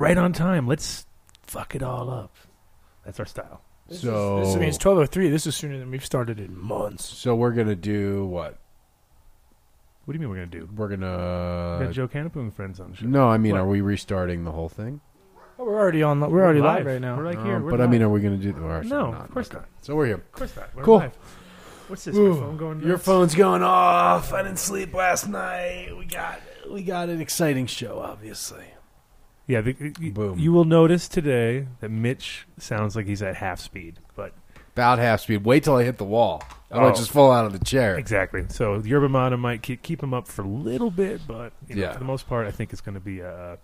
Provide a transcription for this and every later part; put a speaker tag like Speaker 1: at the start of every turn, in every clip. Speaker 1: right on time. Let's fuck it all up. That's our style.
Speaker 2: So
Speaker 3: This, I mean, it's twelve oh three. This is sooner than we've started in months.
Speaker 2: so we're gonna do what?
Speaker 1: What do you mean we're gonna do?
Speaker 2: We're
Speaker 1: We got
Speaker 2: gonna.
Speaker 1: Joe Canapoo and friends on the show.
Speaker 2: Uh, No, I mean,
Speaker 1: What?
Speaker 2: are we restarting the whole thing?
Speaker 3: Oh, we're already on. We're already live, right now.
Speaker 1: We're like
Speaker 2: No,
Speaker 1: here. We're
Speaker 2: but I
Speaker 1: live.
Speaker 2: mean, are we gonna do? Or actually,
Speaker 1: No,
Speaker 2: we're not.
Speaker 1: of course
Speaker 2: Okay.
Speaker 1: not.
Speaker 2: So we're here.
Speaker 1: of course not. We're
Speaker 2: Cool.
Speaker 1: live. What's this?
Speaker 2: Ooh,
Speaker 1: my phone going.
Speaker 3: Your
Speaker 1: nuts?
Speaker 3: phone's going off.
Speaker 4: I didn't sleep last night. We got we got an exciting show, obviously.
Speaker 1: Yeah. The, you,
Speaker 2: Boom.
Speaker 1: You will notice today that Mitch sounds like he's at half speed, but
Speaker 2: About half speed. Wait till I hit the wall. I
Speaker 1: Oh.
Speaker 2: don't just fall out of the chair.
Speaker 1: exactly. So the Yerba Mata might keep, keep him up for a little bit, but you know,
Speaker 2: Yeah.
Speaker 1: for the most part, I think it's going to be a,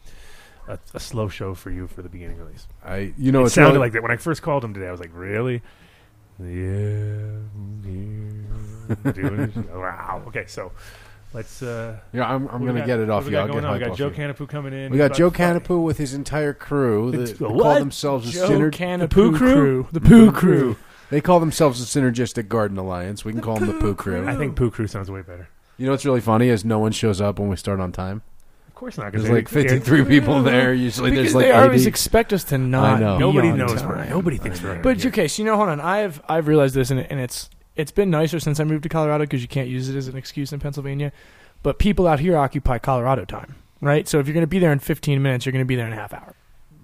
Speaker 1: a a slow show for you for the beginning at least.
Speaker 2: I, you know,
Speaker 1: it
Speaker 2: it's
Speaker 1: sounded
Speaker 2: really-
Speaker 1: like that when I first called him today. I was like, really? Yeah. I'm here doing it. wow. Okay, so let's. Uh,
Speaker 2: Yeah, I'm, I'm
Speaker 1: what do we
Speaker 2: gonna
Speaker 1: got-
Speaker 2: get it
Speaker 1: what
Speaker 2: off
Speaker 1: do we
Speaker 2: you.
Speaker 1: got
Speaker 2: I'll get
Speaker 1: going on? We
Speaker 2: hype
Speaker 1: got
Speaker 2: off
Speaker 1: Joe
Speaker 2: you.
Speaker 1: Canapoo coming in.
Speaker 2: We got
Speaker 1: He's
Speaker 2: Joe
Speaker 1: about to-
Speaker 2: Canapoo with his entire crew. They,
Speaker 1: It's-
Speaker 2: they
Speaker 1: what?
Speaker 2: call themselves the
Speaker 3: Joe
Speaker 2: syner-
Speaker 3: Canapoo
Speaker 2: the Poo Crew.
Speaker 3: The Poo Crew.
Speaker 2: They call themselves the Synergistic Garden Alliance. We can call them the Poo Crew.
Speaker 1: I think Poo Crew sounds way better.
Speaker 2: You know what's really funny is no one shows up when we start on time.
Speaker 1: Of course not. 'cause
Speaker 2: There's
Speaker 1: they-
Speaker 2: like 53 people there. Usually
Speaker 3: Because
Speaker 2: there's like
Speaker 3: they always
Speaker 2: 80.
Speaker 3: expect us to not.
Speaker 2: know.
Speaker 3: be
Speaker 1: Nobody
Speaker 3: on
Speaker 1: knows.
Speaker 3: time.
Speaker 1: Where, nobody thinks we're.
Speaker 3: But
Speaker 1: here.
Speaker 3: okay, so you know, hold on. I've I've realized this, and, it- and it's it's been nicer since I moved to Colorado because you can't use it as an excuse in Pennsylvania. But people out here occupy Colorado time, right? So if you're going to be there in 15 minutes, you're going to be there in a half hour.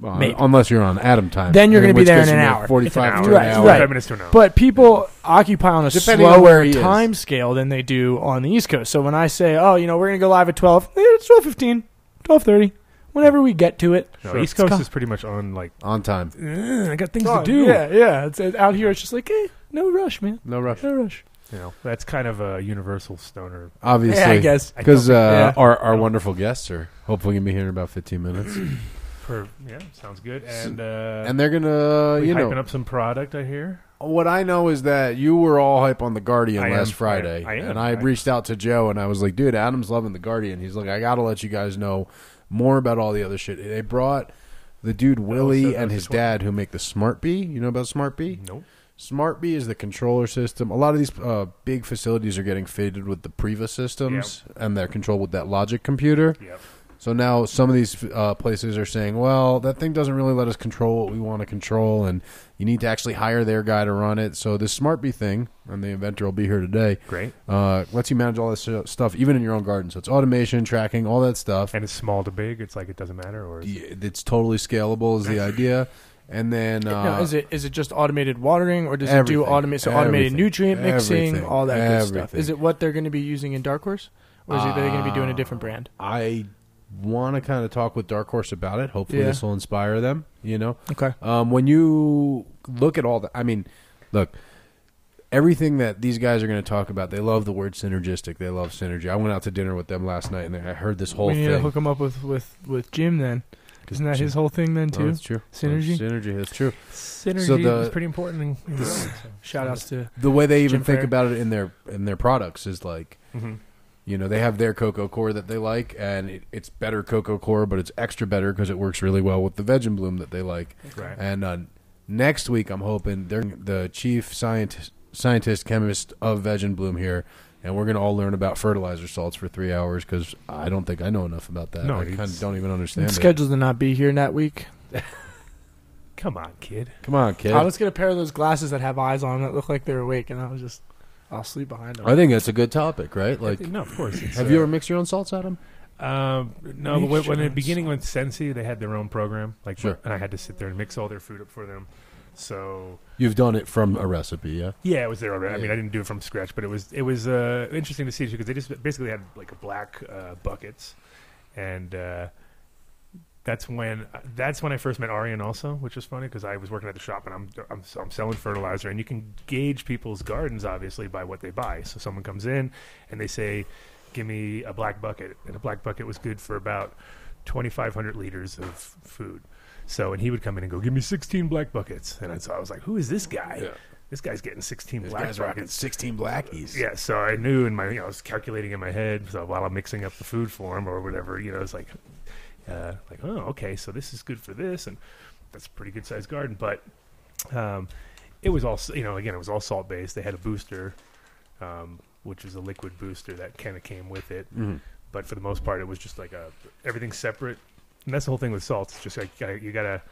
Speaker 2: Well,
Speaker 3: Maybe.
Speaker 2: uh, unless you're on Adam time.
Speaker 3: Then you're
Speaker 2: Uh, In
Speaker 3: gonna be
Speaker 2: which
Speaker 3: there
Speaker 2: case
Speaker 3: in an
Speaker 2: you're
Speaker 3: hour.
Speaker 2: 45
Speaker 1: it's an hour.
Speaker 2: to an
Speaker 3: Right,
Speaker 2: hour.
Speaker 3: right.
Speaker 1: Five minutes to an hour.
Speaker 3: But people occupy on a
Speaker 2: Depending on
Speaker 3: slower
Speaker 2: where he is.
Speaker 3: time scale than they do on the East Coast. So when I say, oh, you know, we're going to go live at 12, eh, it's 12.15, 12.30, whenever we get to it.
Speaker 1: No,
Speaker 2: Sure.
Speaker 1: East Coast is pretty much on like.
Speaker 2: On time.
Speaker 1: "Eh, I got things
Speaker 3: Oh,
Speaker 1: to do.
Speaker 3: Yeah, yeah. It's, it's out here, it's just like, eh, no rush, man.
Speaker 2: No rush.
Speaker 3: No rush.
Speaker 1: You know, that's kind of a universal stoner.
Speaker 2: Obviously.
Speaker 3: Yeah, I guess.
Speaker 1: I
Speaker 2: Because uh,
Speaker 3: yeah.
Speaker 2: our, our wonderful guests are hopefully going to be here in about 15 minutes.
Speaker 1: Per, yeah, sounds good. And uh,
Speaker 2: and they're going to,
Speaker 1: we
Speaker 2: you
Speaker 1: hyping
Speaker 2: know.
Speaker 1: up some product. I hear.
Speaker 2: What I know is that you were all hype on The Guardian
Speaker 1: I am.
Speaker 2: last Friday.
Speaker 1: I am. I am.
Speaker 2: And I,
Speaker 1: I-
Speaker 2: reached out to Joe and I was like, dude, Adam's loving The Guardian. He's like, I got to let you guys know more about all the other shit. They brought the dude Willie
Speaker 1: that
Speaker 2: and
Speaker 1: was
Speaker 2: his
Speaker 1: the twen-
Speaker 2: dad who make the Smart Bee. You know about Smart Bee?
Speaker 1: Nope.
Speaker 2: Smart Bee is the controller system. A lot of these uh, big facilities are getting fitted with the Priva systems, and they're controlled with that Logic computer.
Speaker 1: Yep.
Speaker 2: So now some of these uh, places are saying, well, that thing doesn't really let us control what we want to control, and you need to actually hire their guy to run it. So this Smart Bee thing, and the inventor will be here today,
Speaker 1: Great.
Speaker 2: uh, lets you manage all this uh, stuff, even in your own garden. So it's automation, tracking, all that stuff.
Speaker 1: And it's small to big. It's like it doesn't matter. Or is-
Speaker 2: Yeah, It's totally scalable, is the idea. And then. Uh,
Speaker 3: now, is it is it just automated watering, or does it do
Speaker 2: everything.
Speaker 3: automate so automated
Speaker 2: Everything.
Speaker 3: nutrient mixing,
Speaker 2: Everything.
Speaker 3: all that good stuff?
Speaker 2: Everything.
Speaker 3: Is it what they're going to be using in Dark Horse, or is it they're going to be doing a different brand?
Speaker 2: Uh, I want to kind of talk with Dark Horse about it. Hopefully,
Speaker 3: Yeah.
Speaker 2: this will inspire them. You know,
Speaker 3: Okay,
Speaker 2: um, when you look at all the, I mean, look, everything that these guys are going to talk about, they love the word synergistic. They love synergy. I went out to dinner with them last night, and I heard this whole
Speaker 3: we need to
Speaker 2: thing.
Speaker 3: hook him up with with with Jim then. Isn't that his whole thing then
Speaker 2: Oh,
Speaker 3: too?
Speaker 2: that's true.
Speaker 3: Synergy?
Speaker 2: That's synergy. That's true.
Speaker 1: synergy
Speaker 2: So the-
Speaker 1: is pretty important. In,
Speaker 3: Shout outs to
Speaker 2: The way they even
Speaker 3: Jim
Speaker 2: think
Speaker 3: Farrar.
Speaker 2: about it in their in their products is like
Speaker 1: Mhm.
Speaker 2: You know, they have their cocoa core that they like, and it, it's better cocoa core, but it's extra better because it works really well with the veg and bloom that they like.
Speaker 1: Right.
Speaker 2: And uh, next week, I'm hoping they're the chief scientist, scientist chemist of veg and bloom here, and we're going to all learn about fertilizer salts for three hours because I don't think I know enough about that.
Speaker 1: No,
Speaker 2: I
Speaker 1: it's-
Speaker 2: kind of don't even understand
Speaker 3: it's
Speaker 2: it.
Speaker 3: scheduled to not be here that week.
Speaker 1: Come on, kid.
Speaker 2: Come on, kid.
Speaker 3: I was gonna pair of those glasses that have eyes on them that look like they're awake, and I was just I'll sleep behind them.
Speaker 2: I think that's a good topic, right? Like,
Speaker 1: no, of course. it's,
Speaker 2: have
Speaker 1: uh,
Speaker 2: you ever mixed your own salts, Adam?
Speaker 1: Um, no, but when, when in
Speaker 3: Mixed
Speaker 1: the
Speaker 3: drinks.
Speaker 1: beginning with Sensi, they had their own program. Like,
Speaker 2: Sure.
Speaker 1: and I had to sit there and mix all their food up for them. So
Speaker 2: You've done it from a recipe, yeah?
Speaker 1: yeah, it was there already. I mean,
Speaker 2: Yeah.
Speaker 1: I didn't do it from scratch, but it was it was uh, interesting to see because they just basically had like black uh, buckets, and uh, that's when that's when I first met Arian also, which was funny because I was working at the shop and I'm, I'm I'm selling fertilizer, and you can gauge people's gardens obviously by what they buy. So someone comes in and they say, "Give me a black bucket," and a black bucket was good for about 2,500 liters of food. So and he would come in and go, "Give me 16 black buckets," and I, so I was like, "Who is this guy?"
Speaker 2: Yeah.
Speaker 1: This guy's getting 16
Speaker 2: This
Speaker 1: black
Speaker 2: guy's rocking
Speaker 1: buckets.
Speaker 2: 16 blackies.
Speaker 1: Yeah, so I knew in my, you know, I was calculating in my head so while I'm mixing up the food for him or whatever, you know, it's like, uh, like, oh, okay, so this is good for this, and that's a pretty good sized garden. But um, it was all, s- you know, again, it was all salt based. They had a booster, um, which was a liquid booster that kind of came with it.
Speaker 2: Mhm.
Speaker 1: But for the most part, it was just like a everything separate And that's the whole thing with salts. Just like gotta- you gotta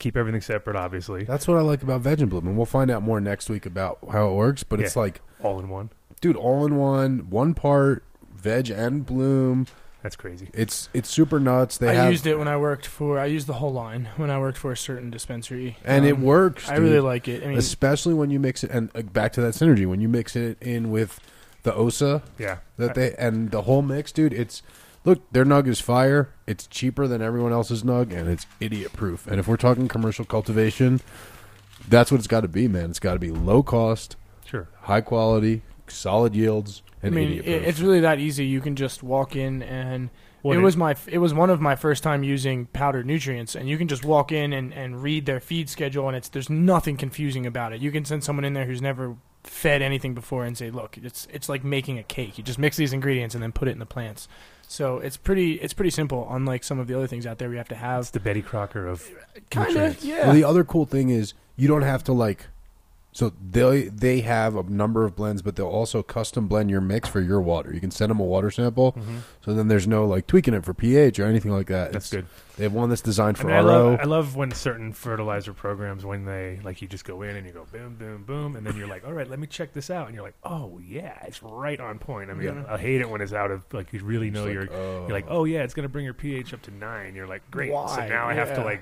Speaker 1: keep everything separate, obviously,
Speaker 2: That's what I like about Veg and Bloom, and we'll find out more next week about how it works. But it's
Speaker 1: Yeah.
Speaker 2: like,
Speaker 1: all in one.
Speaker 2: dude, all in one, one part Veg and Bloom.
Speaker 1: That's crazy.
Speaker 2: It's it's super nuts. They
Speaker 3: I
Speaker 2: have
Speaker 3: used it when I worked for. I used the whole line when I worked for a certain dispensary,
Speaker 2: and it
Speaker 3: Um,
Speaker 2: works.
Speaker 3: I
Speaker 2: dude.
Speaker 3: really like it. I mean,
Speaker 2: especially when you mix it and uh, back to that synergy when you mix it in with the osa
Speaker 1: Yeah.
Speaker 2: that they and the whole mix, dude. It's look, their nug is fire. It's cheaper than everyone else's nug, and it's idiot proof. And if we're talking commercial cultivation, that's what it's got to be, man. It's got to be low cost,
Speaker 1: Sure.
Speaker 2: high quality, solid yields,
Speaker 3: I
Speaker 2: and
Speaker 3: mean,
Speaker 2: idiot
Speaker 3: it,
Speaker 2: proof.
Speaker 3: it's really that easy. You can just walk in and
Speaker 1: Well,
Speaker 3: it was my it was one of my first time using powdered nutrients, and you can just walk in and, and read their feed schedule, and it's there's nothing confusing about it. You can send someone in there who's never fed anything before and say, look, it's it's like making a cake. You just mix these ingredients and then put it in the plants. So it's pretty it's pretty simple. Unlike some of the other things out there, we have to
Speaker 1: It's
Speaker 3: have
Speaker 1: the Betty Crocker of
Speaker 3: kind of
Speaker 1: nutrients.
Speaker 3: yeah.
Speaker 2: well, the other cool thing is you don't have to like. So they they have a number of blends, but they'll also custom blend your mix for your water. You can send them a water sample, so then there's no like tweaking it for pH or anything like that.
Speaker 1: That's
Speaker 2: It's-
Speaker 1: good.
Speaker 2: They have one that's designed
Speaker 1: I
Speaker 2: for
Speaker 1: mean, I
Speaker 2: RO.
Speaker 1: love, I love when certain fertilizer programs when they like you just go in and you go boom boom boom and then you're like all right let me check this out and you're like oh yeah it's right on point I mean
Speaker 3: Yeah.
Speaker 1: I hate it when it's out of like you really know
Speaker 2: Just
Speaker 1: you're
Speaker 2: like, oh.
Speaker 1: you're like oh yeah it's gonna bring your pH up to nine you're like great so
Speaker 3: Why?
Speaker 1: now I have to
Speaker 3: Yeah.
Speaker 1: like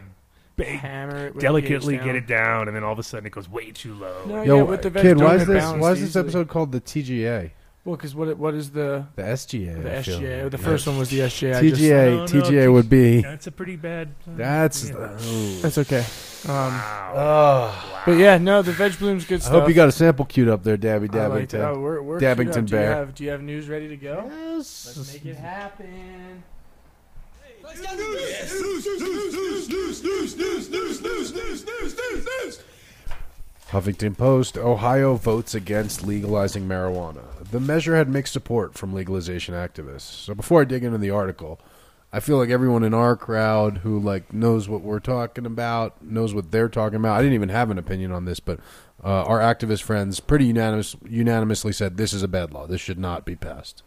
Speaker 1: bake
Speaker 3: hammer it with
Speaker 1: delicately
Speaker 3: pH
Speaker 1: get
Speaker 3: down.
Speaker 1: it down and then all of a sudden it goes way too low
Speaker 3: No,
Speaker 2: Yo,
Speaker 3: yeah, with the
Speaker 2: kid, why is
Speaker 3: vegetables
Speaker 2: this
Speaker 3: balanced
Speaker 2: why is this
Speaker 3: easily.
Speaker 2: episode called the TGA?
Speaker 3: Well, because what what is the
Speaker 2: The SGA.
Speaker 3: the
Speaker 2: I feel.
Speaker 3: SGA? The first one was the SGA. I just-
Speaker 2: TGA.
Speaker 1: No, no,
Speaker 2: TGA
Speaker 1: T-
Speaker 2: would be.
Speaker 1: that's a pretty bad uh,
Speaker 2: That's.
Speaker 1: Yeah.
Speaker 2: oh.
Speaker 3: That's okay. Um,
Speaker 1: wow.
Speaker 2: Ugh.
Speaker 1: Wow.
Speaker 3: but yeah, no, the veg bloom's good
Speaker 2: Ah. I
Speaker 3: stuff.
Speaker 2: hope you got a sample queued up there, Dabby
Speaker 3: I like that.
Speaker 2: Dabbington.
Speaker 3: Oh, we're, we're
Speaker 2: Dabbington
Speaker 3: queued up. Do you,
Speaker 2: Bear.
Speaker 3: have, do you have news ready to go? Let's
Speaker 2: Yes.
Speaker 3: make it happen.
Speaker 2: Huffington Post, Ohio votes against legalizing marijuana. The measure had mixed support from legalization activists. So before I dig into the article, I feel like everyone in our crowd who like knows what we're talking about, knows what they're talking about. I didn't even have an opinion on this, but uh, our activist friends pretty unanimous, unanimously said this is a bad law. This should not be passed.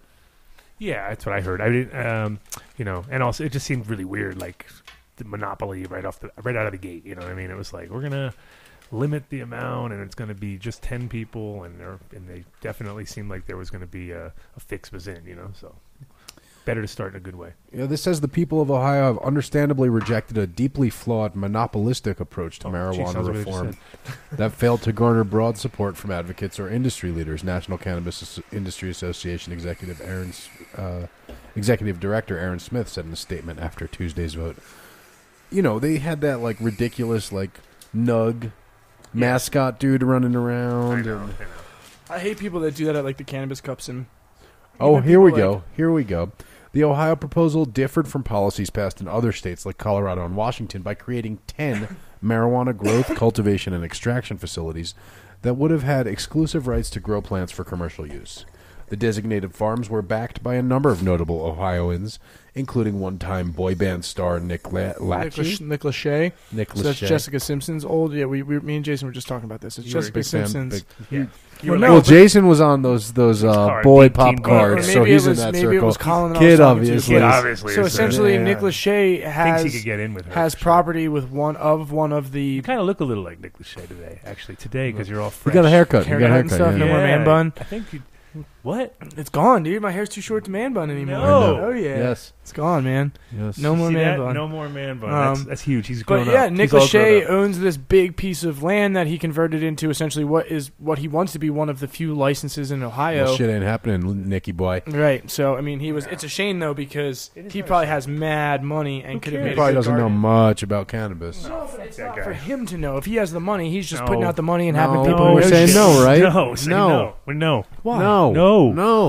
Speaker 1: Yeah, that's what I heard. I didn't, um, you know, and also it just seemed really weird, like the monopoly right off the right out of the gate. You know what I mean? It was like we're gonna limit the amount, and it's gonna be just ten people, and there and they definitely seemed like there was gonna be a, a fix was in. You know, so better to start in a good way.
Speaker 2: You know, this says the people of Ohio have understandably rejected a deeply flawed monopolistic approach to
Speaker 1: Oh, geez,
Speaker 2: marijuana
Speaker 1: sounds what I just
Speaker 2: reform
Speaker 1: said.
Speaker 2: that failed to garner broad support from advocates or industry leaders. National Cannabis As- Industry Association executive Aaron, S- uh, executive director Aaron Smith said in a statement after Tuesday's vote. You know, they had that like ridiculous like nug mascot dude running
Speaker 1: I
Speaker 2: around.
Speaker 1: know,
Speaker 2: and-
Speaker 1: I know.
Speaker 3: I hate people that do that at like the cannabis cups and.
Speaker 2: Oh,
Speaker 3: even
Speaker 2: here we
Speaker 3: people like-
Speaker 2: go. Here we go. The Ohio proposal differed from policies passed in other states like Colorado and Washington by creating 10 marijuana growth, cultivation, and extraction facilities that would have had exclusive rights to grow plants for commercial use. The designated farms were backed by a number of notable Ohioans, including one time boy band star Nick La-
Speaker 3: Nick, Lash-
Speaker 2: Lachey.
Speaker 3: Nick Lachey.
Speaker 2: Nick
Speaker 3: So that's
Speaker 2: Lachey.
Speaker 3: Jessica Simpson's old. Yeah, we, we me and Jason were just talking about this. It's
Speaker 2: You were a
Speaker 3: Jessica
Speaker 2: big fan,
Speaker 3: Simpson's.
Speaker 2: big-
Speaker 1: Yeah.
Speaker 3: You were
Speaker 1: Well,
Speaker 3: like-
Speaker 2: well,
Speaker 3: but-
Speaker 2: Jason was on those those uh,
Speaker 1: Card,
Speaker 2: boy
Speaker 1: teen card.
Speaker 3: or,
Speaker 2: pop
Speaker 3: or
Speaker 2: cards,
Speaker 3: maybe
Speaker 2: so he's
Speaker 3: it
Speaker 2: in
Speaker 3: was
Speaker 2: that
Speaker 3: maybe it
Speaker 2: circle.
Speaker 3: was Colin. that I was
Speaker 2: Kid,
Speaker 3: talking to.
Speaker 2: obviously.
Speaker 1: Kid
Speaker 2: is-
Speaker 1: obviously
Speaker 3: So
Speaker 1: is, uh,
Speaker 3: essentially,
Speaker 2: Yeah, yeah.
Speaker 3: Nick Lachey
Speaker 1: thinks
Speaker 3: has
Speaker 1: he could get in with her.
Speaker 3: has
Speaker 1: for sure.
Speaker 3: property with one of one of the
Speaker 1: You kind of look a little like Nick Lachey today, actually today, because you're all
Speaker 2: You
Speaker 1: fresh.
Speaker 2: got a haircut. You
Speaker 3: Haircut
Speaker 2: got a
Speaker 3: and
Speaker 2: haircut.
Speaker 3: stuff,
Speaker 2: yeah.
Speaker 3: no more man bun.
Speaker 1: I think you. What?
Speaker 3: It's gone, dude. My hair's too short to man bun anymore.
Speaker 2: I know.
Speaker 3: Oh yeah,
Speaker 2: Yes.
Speaker 3: it's gone, man.
Speaker 2: Yes.
Speaker 3: No more
Speaker 1: See
Speaker 3: man
Speaker 1: that?
Speaker 3: bun.
Speaker 1: No more man bun.
Speaker 3: Um,
Speaker 1: that's, that's huge. He's grown
Speaker 3: But yeah,
Speaker 1: up.
Speaker 3: Nick
Speaker 1: He's all grown
Speaker 3: Lachey
Speaker 1: up.
Speaker 3: owns this big piece of land that he converted into essentially what is what he wants to be one of the few licenses in Ohio.
Speaker 2: Well, shit ain't happening, Nicky boy.
Speaker 3: Right. So I mean, he was. It's a shame though because
Speaker 1: It is
Speaker 3: he
Speaker 1: not a
Speaker 3: probably
Speaker 1: shame.
Speaker 3: has mad money and
Speaker 1: Who
Speaker 3: could
Speaker 1: cares?
Speaker 3: have made.
Speaker 2: He
Speaker 3: a
Speaker 2: probably
Speaker 3: good
Speaker 2: doesn't know
Speaker 3: garden.
Speaker 2: much about cannabis.
Speaker 3: No, but it's
Speaker 1: That
Speaker 3: not
Speaker 1: guy.
Speaker 3: for him to know. If he has the money, he's just
Speaker 1: No.
Speaker 3: putting out the money and
Speaker 2: No.
Speaker 3: having people.
Speaker 2: No, we're
Speaker 3: know
Speaker 2: saying
Speaker 3: shit.
Speaker 2: no, right?
Speaker 1: No, say
Speaker 2: No.
Speaker 1: no. Well, no.
Speaker 3: Why?
Speaker 2: No,
Speaker 1: No.
Speaker 2: no.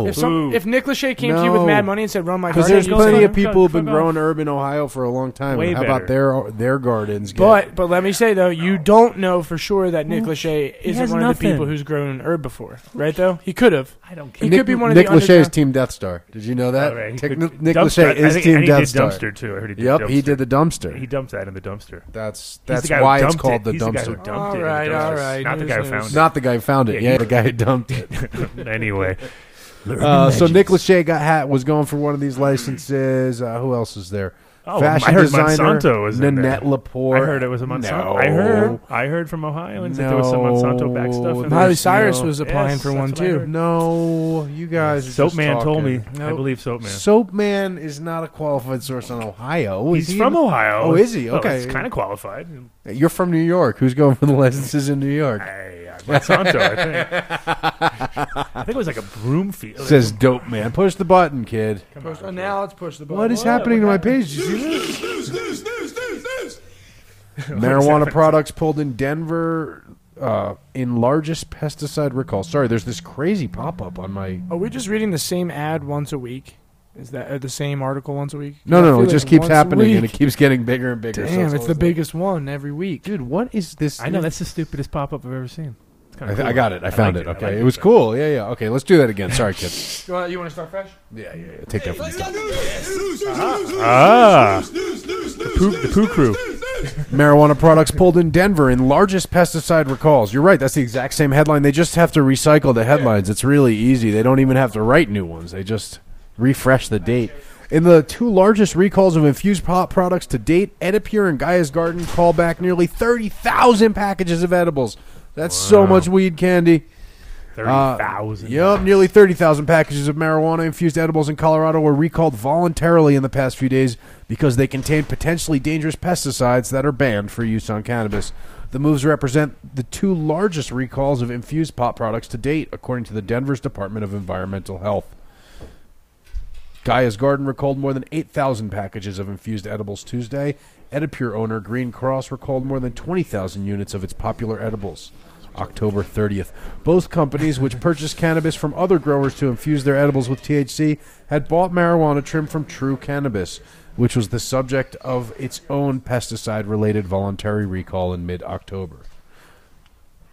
Speaker 3: If, some,
Speaker 1: Boo.
Speaker 3: if Nick Lachey came to you with
Speaker 2: No.
Speaker 3: mad money and said, "Run my
Speaker 2: Because
Speaker 3: garden,"
Speaker 2: there's
Speaker 3: you'd
Speaker 2: plenty
Speaker 3: say,
Speaker 2: of people who've been
Speaker 1: Fuck off.
Speaker 2: growing urban Ohio for a long time.
Speaker 1: Way
Speaker 2: How about their their gardens? Get,
Speaker 3: But but let me say though, you don't know for sure that Nick
Speaker 1: Well,
Speaker 3: Lachey isn't
Speaker 1: has
Speaker 3: one of the
Speaker 1: nothing.
Speaker 3: people who's grown an herb before, right? Though he could have.
Speaker 1: I don't
Speaker 3: He
Speaker 1: care.
Speaker 2: Nick,
Speaker 3: could be one of
Speaker 2: Nick
Speaker 3: the
Speaker 2: Lachey's
Speaker 3: underground-
Speaker 2: team Death Star. Did you know that?
Speaker 1: All right, Oh, he
Speaker 2: Tech-
Speaker 1: could-
Speaker 2: Nick
Speaker 1: dumpster,
Speaker 2: Lachey is
Speaker 1: I think,
Speaker 2: team
Speaker 1: and he
Speaker 2: Death
Speaker 1: did
Speaker 2: Star.
Speaker 1: dumpster too. I heard he did
Speaker 2: Yep,
Speaker 1: dumpster.
Speaker 2: he did the dumpster.
Speaker 1: He dumped that in the dumpster.
Speaker 2: that's
Speaker 1: He's
Speaker 2: that's
Speaker 1: the guy who
Speaker 2: why it's
Speaker 1: dumped
Speaker 2: called
Speaker 1: it.
Speaker 2: the
Speaker 1: He's The guy who
Speaker 2: dumpster.
Speaker 1: dumped
Speaker 3: All
Speaker 1: it in the
Speaker 3: right, all
Speaker 1: dumpster.
Speaker 3: right.
Speaker 1: Not the
Speaker 3: News,
Speaker 1: guy
Speaker 3: news.
Speaker 1: who found
Speaker 2: Not the guy who found it.
Speaker 1: Yeah,
Speaker 2: Yeah,
Speaker 1: he-
Speaker 2: the guy who dumped it.
Speaker 1: it. anyway,
Speaker 2: Uh, so Nick Lachey got hat was going for one of these licenses. Uh, who else is there?
Speaker 1: Oh,
Speaker 2: fashion
Speaker 1: I heard
Speaker 2: designer
Speaker 1: Monsanto was in
Speaker 2: Nanette
Speaker 1: there.
Speaker 2: Lepore.
Speaker 1: I heard it was a Monsanto.
Speaker 2: No.
Speaker 1: I heard. I heard from Ohio and that there was some Monsanto back stuff.
Speaker 2: No,
Speaker 1: in
Speaker 3: Miley
Speaker 1: there.
Speaker 2: there's
Speaker 3: Cyrus
Speaker 2: no-
Speaker 3: was applying
Speaker 1: Yes,
Speaker 3: for
Speaker 1: that's
Speaker 3: one
Speaker 1: what I
Speaker 3: too.
Speaker 1: heard.
Speaker 2: No, you guys. are
Speaker 1: Soap
Speaker 2: just
Speaker 1: man told
Speaker 2: talking.
Speaker 1: me. I
Speaker 2: Nope.
Speaker 1: believe Soap man.
Speaker 2: Soap man is not a qualified source on Ohio. Is
Speaker 1: He's
Speaker 2: he
Speaker 1: from
Speaker 2: even-
Speaker 1: Ohio.
Speaker 2: Oh, is he?
Speaker 1: Well,
Speaker 2: Okay.
Speaker 1: it's kind of qualified.
Speaker 2: You're from New York. Who's going for the licenses in New York?
Speaker 1: Hey, uh, Monsanto, I think. I think it was like a Broomfield.
Speaker 2: Says dope man. Push the button, kid.
Speaker 1: Come on.
Speaker 3: now let's push the button.
Speaker 2: What is happening to my page? Did you see this? Marijuana products pulled in Denver uh, in largest pesticide recall. Sorry, there's this crazy pop up on my.
Speaker 3: Are we just reading the same ad once a week? Is that uh, the same article once a week?
Speaker 2: No,
Speaker 3: I
Speaker 2: no,
Speaker 3: feel
Speaker 2: no. It
Speaker 3: like
Speaker 2: just keeps
Speaker 3: once a
Speaker 2: happening
Speaker 3: week.
Speaker 2: and it keeps getting bigger and bigger. so
Speaker 3: Damn, it's
Speaker 2: always
Speaker 3: the
Speaker 2: like-
Speaker 3: biggest one every week.
Speaker 2: Dude, what is this?
Speaker 1: I know that's the stupidest pop up I've ever seen. It's
Speaker 2: I,
Speaker 1: kinda
Speaker 2: th- I
Speaker 1: cool.
Speaker 2: got it. I found
Speaker 1: liked
Speaker 2: it.
Speaker 1: I
Speaker 2: Okay,
Speaker 1: liked
Speaker 2: it was cool. Yeah, yeah. Okay, let's do that again. Sorry, kid.
Speaker 3: You want, you want to start fresh?
Speaker 2: Yeah, yeah. yeah. Take that from me.
Speaker 1: Ah, the poo, the poo crew.
Speaker 2: Marijuana products pulled in Denver in largest pesticide recalls. You're right. That's the exact same headline. They just have to recycle the headlines. It's really easy. They don't even have to write new ones. They just refresh the date. In the two largest recalls of infused pot products to date, Edipure and Gaia's Garden call back nearly 30,000 packages of edibles. That's so much weed candy.
Speaker 1: Thirty
Speaker 2: Uh,
Speaker 1: thousand.
Speaker 2: Yep, nearly 30,000 packages of marijuana infused edibles in Colorado were recalled voluntarily in the past few days because they contain potentially dangerous pesticides that are banned for use on cannabis. The moves represent the two largest recalls of infused pot products to date, according to the Denver's Department of Environmental Health. Gaia's Garden recalled more than 8,000 packages of infused edibles Tuesday. Edipure owner Green Cross recalled more than 20,000 units of its popular edibles October 30th. Both companies, which purchased cannabis from other growers to infuse their edibles with THC, had bought marijuana trim from True Cannabis, which was the subject of its own pesticide related voluntary recall in mid October.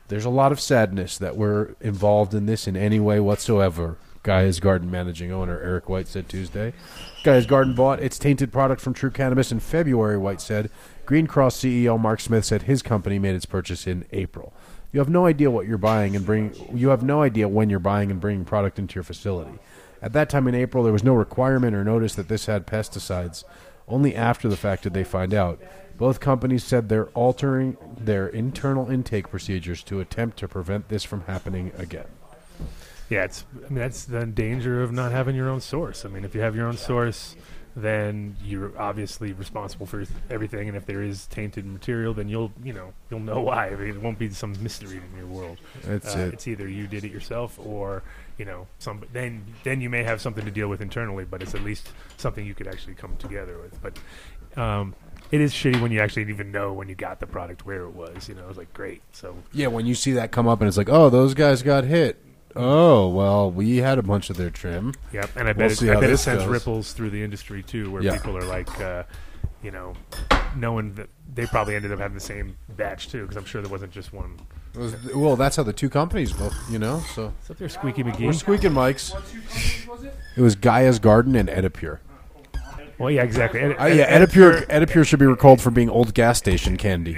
Speaker 2: There's a lot of sadness that we're involved in this in any way whatsoever. Gaia's Garden managing owner Eric White said Tuesday. Gaia's Garden bought its tainted product from True Cannabis in February, White said. Green Cross CEO Mark Smith said his company made its purchase in April. You have no idea what you're buying and bring you have no idea when you're buying and bringing product into your facility. At that time in April, there was no requirement or notice that this had pesticides. Only after the fact did they find out. Both companies said they're altering their internal intake procedures to attempt to prevent this from happening again.
Speaker 1: Yeah, it's. I mean, that's the danger of not having your own source. I mean, if you have your own source, then you're obviously responsible for everything. And if there is tainted material, then you'll, you know, you'll know why. I mean, it won't be some mystery in your world.
Speaker 2: That's
Speaker 1: uh,
Speaker 2: it.
Speaker 1: It's either you did it yourself, or you know, some. Then, then you may have something to deal with internally, but it's at least something you could actually come together with. But um, it is shitty when you actually even know when you got the product where it was. You know, it's like great. So
Speaker 2: Yeah, when you see that come up and it's like, oh, those guys got hit. Oh, well, we had a bunch of their trim.
Speaker 1: Yep, and I
Speaker 2: We'll
Speaker 1: bet
Speaker 2: see
Speaker 1: it, I
Speaker 2: how
Speaker 1: bet it
Speaker 2: this
Speaker 1: sends
Speaker 2: goes.
Speaker 1: ripples through the industry too, where
Speaker 2: Yeah.
Speaker 1: people are like, uh, you know, knowing that they probably ended up having the same batch too, because I'm sure there wasn't just one.
Speaker 2: It was- well, that's how the two companies both, you know, so.
Speaker 1: Is up there, Squeaky
Speaker 2: We're
Speaker 1: McGee?
Speaker 2: squeaking mics. It was Gaia's Garden and Edipure.
Speaker 1: Well, yeah, exactly. Ed-
Speaker 2: Uh, yeah, Edipure, Edipure should be recalled for being old gas station candy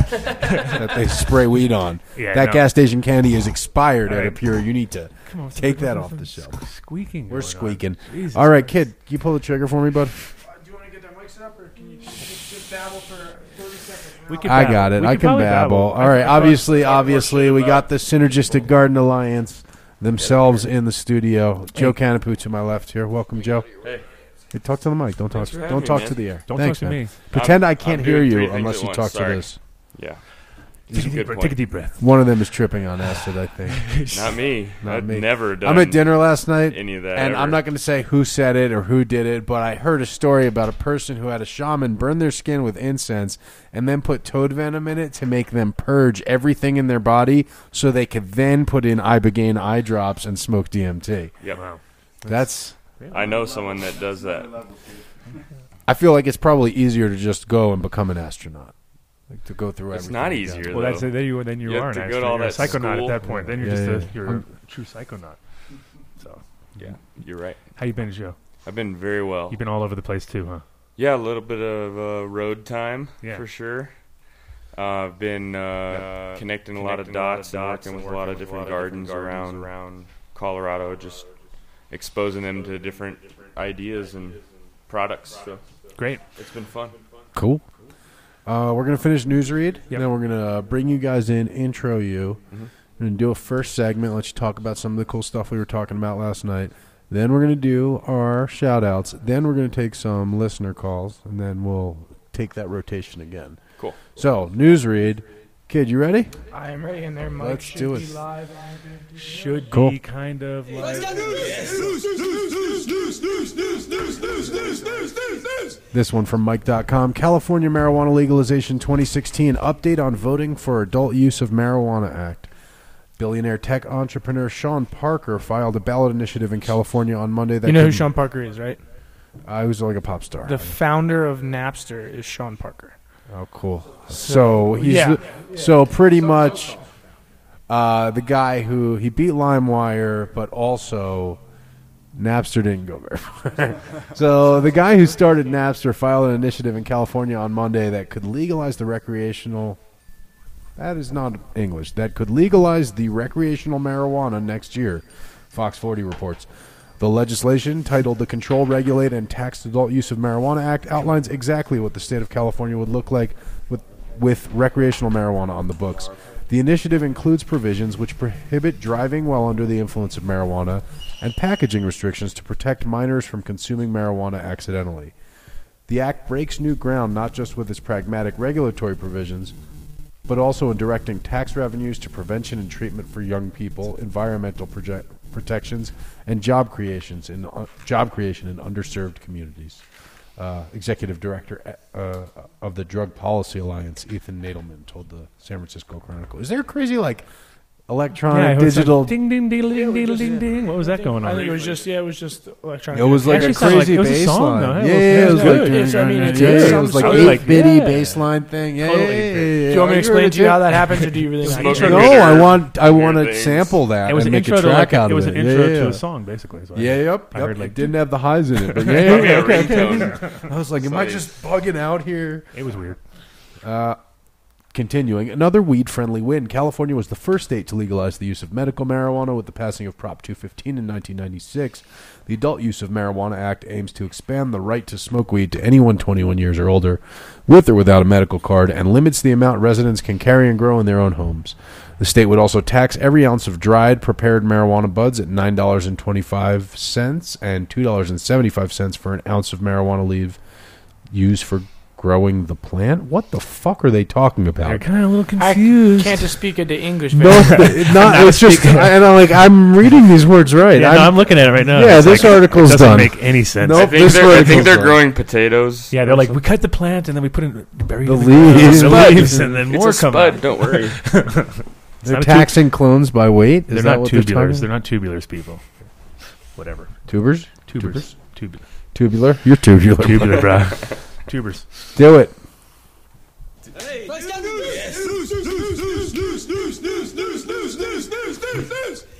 Speaker 2: that they spray weed on.
Speaker 1: Yeah,
Speaker 2: that
Speaker 1: no.
Speaker 2: gas station candy is expired,
Speaker 1: All right.
Speaker 2: Edipure. You need to
Speaker 1: Come on,
Speaker 2: take
Speaker 1: there's
Speaker 2: that off the
Speaker 1: nothing
Speaker 2: shelf.
Speaker 1: s- Squeaking.
Speaker 2: We're
Speaker 1: going on.
Speaker 2: squeaking.
Speaker 1: Jesus
Speaker 2: All right,
Speaker 1: Christ.
Speaker 2: kid, can you pull the trigger for me, bud?
Speaker 3: Do you want to get that mic set up, or can you just, babble for 30 seconds?
Speaker 1: We can
Speaker 2: I
Speaker 1: babble.
Speaker 2: got it.
Speaker 1: We
Speaker 2: I
Speaker 1: could
Speaker 2: can
Speaker 1: probably
Speaker 2: babble. All right. Obviously, obviously, we got the synergistic Garden Alliance themselves in the studio. Joe Canapoo to my left here. Welcome, Joe. Hey. talk to the mic. Don't talk.
Speaker 5: for having
Speaker 2: Don't
Speaker 5: me,
Speaker 2: talk
Speaker 5: man.
Speaker 2: to the air.
Speaker 1: Don't
Speaker 2: Thanks,
Speaker 1: talk to
Speaker 2: man.
Speaker 1: me.
Speaker 2: Pretend
Speaker 5: I'm-
Speaker 2: I can't
Speaker 5: I'm
Speaker 2: hear
Speaker 5: doing three
Speaker 2: you
Speaker 5: things
Speaker 2: unless
Speaker 5: at
Speaker 2: you
Speaker 5: once,
Speaker 2: talk to
Speaker 5: sorry.
Speaker 2: this.
Speaker 5: Yeah,
Speaker 1: Take a,
Speaker 5: Good
Speaker 1: deep, breath-
Speaker 5: point.
Speaker 1: take a deep breath.
Speaker 2: One of them is tripping on acid. I think.
Speaker 5: not me.
Speaker 2: Not
Speaker 5: I've
Speaker 2: me.
Speaker 5: never done.
Speaker 2: I'm at dinner last night,
Speaker 5: any of that
Speaker 2: and
Speaker 5: ever.
Speaker 2: I'm not going to say who said it or who did it, but I heard a story about a person who had a shaman burn their skin with incense and then put toad venom in it to make them purge everything in their body, so they could then put in ibogaine eye drops and smoke DMT.
Speaker 5: Yep.
Speaker 1: Wow.
Speaker 2: That's.
Speaker 5: I know someone that does that.
Speaker 2: I feel like it's probably easier to just go and become an astronaut, like to go through.
Speaker 5: It's
Speaker 2: everything
Speaker 5: not
Speaker 2: again.
Speaker 5: easier.
Speaker 1: Well, that's
Speaker 5: though.
Speaker 1: it. Then you, then you,
Speaker 5: You have
Speaker 1: are
Speaker 5: to
Speaker 1: an
Speaker 5: go to
Speaker 1: astronaut.
Speaker 5: all
Speaker 1: You're
Speaker 5: that school.
Speaker 1: a psychonaut at that point. Then you're
Speaker 2: Yeah,
Speaker 1: just
Speaker 2: yeah,
Speaker 1: a,
Speaker 2: yeah.
Speaker 1: you're
Speaker 2: I'm-
Speaker 1: a true psychonaut. So,
Speaker 5: Yeah, you're right.
Speaker 1: how you been, Joe?
Speaker 5: I've been very well.
Speaker 1: You've been all over the place too, huh?
Speaker 5: Yeah, a little bit of uh, road time
Speaker 1: Yeah.
Speaker 5: for sure. Uh, I've been uh, connecting a lot of
Speaker 6: connecting a lot of
Speaker 5: dots, and
Speaker 6: dots
Speaker 5: working
Speaker 6: and
Speaker 5: with a lot
Speaker 6: working with
Speaker 5: of
Speaker 6: a
Speaker 5: different
Speaker 6: lot of different
Speaker 5: gardens, around,
Speaker 6: gardens
Speaker 5: Colorado, just exposing them to different ideas and products. So
Speaker 1: Great.
Speaker 5: It's been fun.
Speaker 2: Cool. Uh, we're gonna finish news read,
Speaker 1: Yep.
Speaker 2: and then we're gonna bring you guys in, intro you,
Speaker 5: Mhm.
Speaker 2: and do a first segment. Let you talk about some of the cool stuff we were talking about last night. Then we're gonna do our shout outs. Then we're gonna take some listener calls, and then we'll take that rotation again.
Speaker 5: Cool.
Speaker 2: So news read, kid, you ready?
Speaker 3: I am ready in there, Mike.
Speaker 2: Let's
Speaker 3: should
Speaker 2: do
Speaker 3: be
Speaker 2: it.
Speaker 3: live.
Speaker 1: Should
Speaker 2: Cool.
Speaker 1: be kind of like
Speaker 2: This one from Mike.com. California Marijuana Legalization 2016 Update on Voting for Adult Use of Marijuana Act. Billionaire tech entrepreneur Sean Parker filed a ballot initiative in California on Monday that
Speaker 3: You know who
Speaker 2: could-
Speaker 3: Sean Parker is, right?
Speaker 2: I was like a pop star.
Speaker 3: The founder of Napster is Sean Parker.
Speaker 2: oh, cool. So he's
Speaker 3: Yeah.
Speaker 2: the- so pretty much uh, the guy who he beat LimeWire, but also Napster didn't go very far. so the guy who started Napster filed an initiative in California on Monday that could legalize the recreational. That is not English. That could legalize the recreational marijuana next year, Fox 40 reports. The legislation, titled the Control, Regulate, and Tax Adult Use of Marijuana Act, outlines exactly what the state of California would look like with, with recreational marijuana on the books. The initiative includes provisions which prohibit driving while under the influence of marijuana and packaging restrictions to protect minors from consuming marijuana accidentally. The act breaks new ground not just with its pragmatic regulatory provisions, but also in directing tax revenues to prevention and treatment for young people, environmental project protections, and job creations in uh, job creation in underserved communities. Uh, Executive Director uh, of the Drug Policy Alliance, Ethan Nadelman, told the San Francisco Chronicle. Is there a crazy like
Speaker 1: Yeah, it
Speaker 2: electronic
Speaker 1: was
Speaker 2: digital?
Speaker 1: like ding ding ding ding ding ding ding. What was that going on?
Speaker 3: I think it was just yeah, it was just electronic.
Speaker 2: It was like
Speaker 1: Actually
Speaker 2: a
Speaker 1: sounded
Speaker 2: crazy
Speaker 1: like- it was
Speaker 2: bass
Speaker 1: a song,
Speaker 2: line.
Speaker 1: though, huh? It
Speaker 2: yeah,
Speaker 1: was-
Speaker 2: yeah,
Speaker 1: it
Speaker 2: it was
Speaker 1: was
Speaker 2: like
Speaker 1: good.
Speaker 3: It's- I mean, it's-
Speaker 2: yeah,
Speaker 3: it's
Speaker 2: it was
Speaker 3: some
Speaker 2: like
Speaker 1: sort of
Speaker 2: eight
Speaker 1: like-
Speaker 2: bitty
Speaker 3: yeah.
Speaker 2: bass line thing. Yeah,
Speaker 1: Totally
Speaker 2: yeah,
Speaker 1: bitty.
Speaker 2: yeah,
Speaker 3: Do you want me
Speaker 2: yeah.
Speaker 3: to explain to you
Speaker 2: Yeah.
Speaker 3: how that happens, or do you really?
Speaker 5: Smoke
Speaker 3: not?
Speaker 5: Smoking
Speaker 2: No,
Speaker 5: weird-
Speaker 2: I want I want to
Speaker 5: things.
Speaker 2: sample that.
Speaker 1: It was
Speaker 2: and
Speaker 1: an
Speaker 2: make
Speaker 1: intro
Speaker 2: a
Speaker 1: to
Speaker 2: track
Speaker 1: like a,
Speaker 2: out
Speaker 1: it was
Speaker 2: of
Speaker 1: an
Speaker 2: it.
Speaker 1: intro
Speaker 2: yeah, yeah.
Speaker 1: to a song, basically. is what I-
Speaker 2: Yeah, yep.
Speaker 1: I
Speaker 2: yep.
Speaker 1: heard
Speaker 2: it
Speaker 1: like
Speaker 2: didn't have the highs in it, but yeah,
Speaker 5: Probably
Speaker 2: yeah,
Speaker 5: a
Speaker 2: okay, okay,
Speaker 5: ringtone.
Speaker 2: okay. I was like, am I
Speaker 5: Sorry.
Speaker 2: just bugging out here?
Speaker 1: it was weird.
Speaker 2: Uh, Continuing, another weed friendly win. California was the first state to legalize the use of medical marijuana with the passing of Prop 215 in 1996. The Adult Use of Marijuana Act aims to expand the right to smoke weed to anyone 21 years or older, with or without a medical card, and limits the amount residents can carry and grow in their own homes. The state would also tax every ounce of dried, prepared marijuana buds at $9.25 and $2.75 for an ounce of marijuana leaf used for growing the plant. What the fuck are they talking about?
Speaker 1: I'm kind of a little
Speaker 3: I
Speaker 2: Mm.
Speaker 1: confused.
Speaker 3: can't just speak into English.
Speaker 2: No,
Speaker 3: very well.
Speaker 2: it's not. it's just, I, and I'm like, I'm reading these words right.
Speaker 1: yeah, no,
Speaker 2: I'm,
Speaker 1: I'm looking at it right now.
Speaker 2: Yeah,
Speaker 1: It's
Speaker 2: this
Speaker 1: like,
Speaker 2: article's
Speaker 1: it doesn't
Speaker 2: done.
Speaker 1: make any sense.
Speaker 2: Nope.
Speaker 5: I think
Speaker 2: This
Speaker 5: they're, I think
Speaker 2: vertical's
Speaker 5: they're
Speaker 2: done.
Speaker 5: growing potatoes.
Speaker 1: Yeah, they're like, we cut the plant and then we put in bury
Speaker 2: The
Speaker 1: it in
Speaker 2: leaves.
Speaker 1: the
Speaker 2: Spud.
Speaker 1: leaves, and then
Speaker 5: It's
Speaker 1: more
Speaker 5: a
Speaker 1: come
Speaker 5: spud.
Speaker 1: out.
Speaker 5: Don't worry.
Speaker 2: they're
Speaker 1: not a
Speaker 2: taxing clones by weight. Is
Speaker 1: They're
Speaker 2: that
Speaker 1: not
Speaker 2: what
Speaker 1: tubulars.
Speaker 2: They're
Speaker 1: They're not tubulars, people. Whatever.
Speaker 2: tubers.
Speaker 1: Tubers. Tubers.
Speaker 2: Tubular. You're tubular.
Speaker 1: Tubular, bro. Tubers.
Speaker 2: Do it.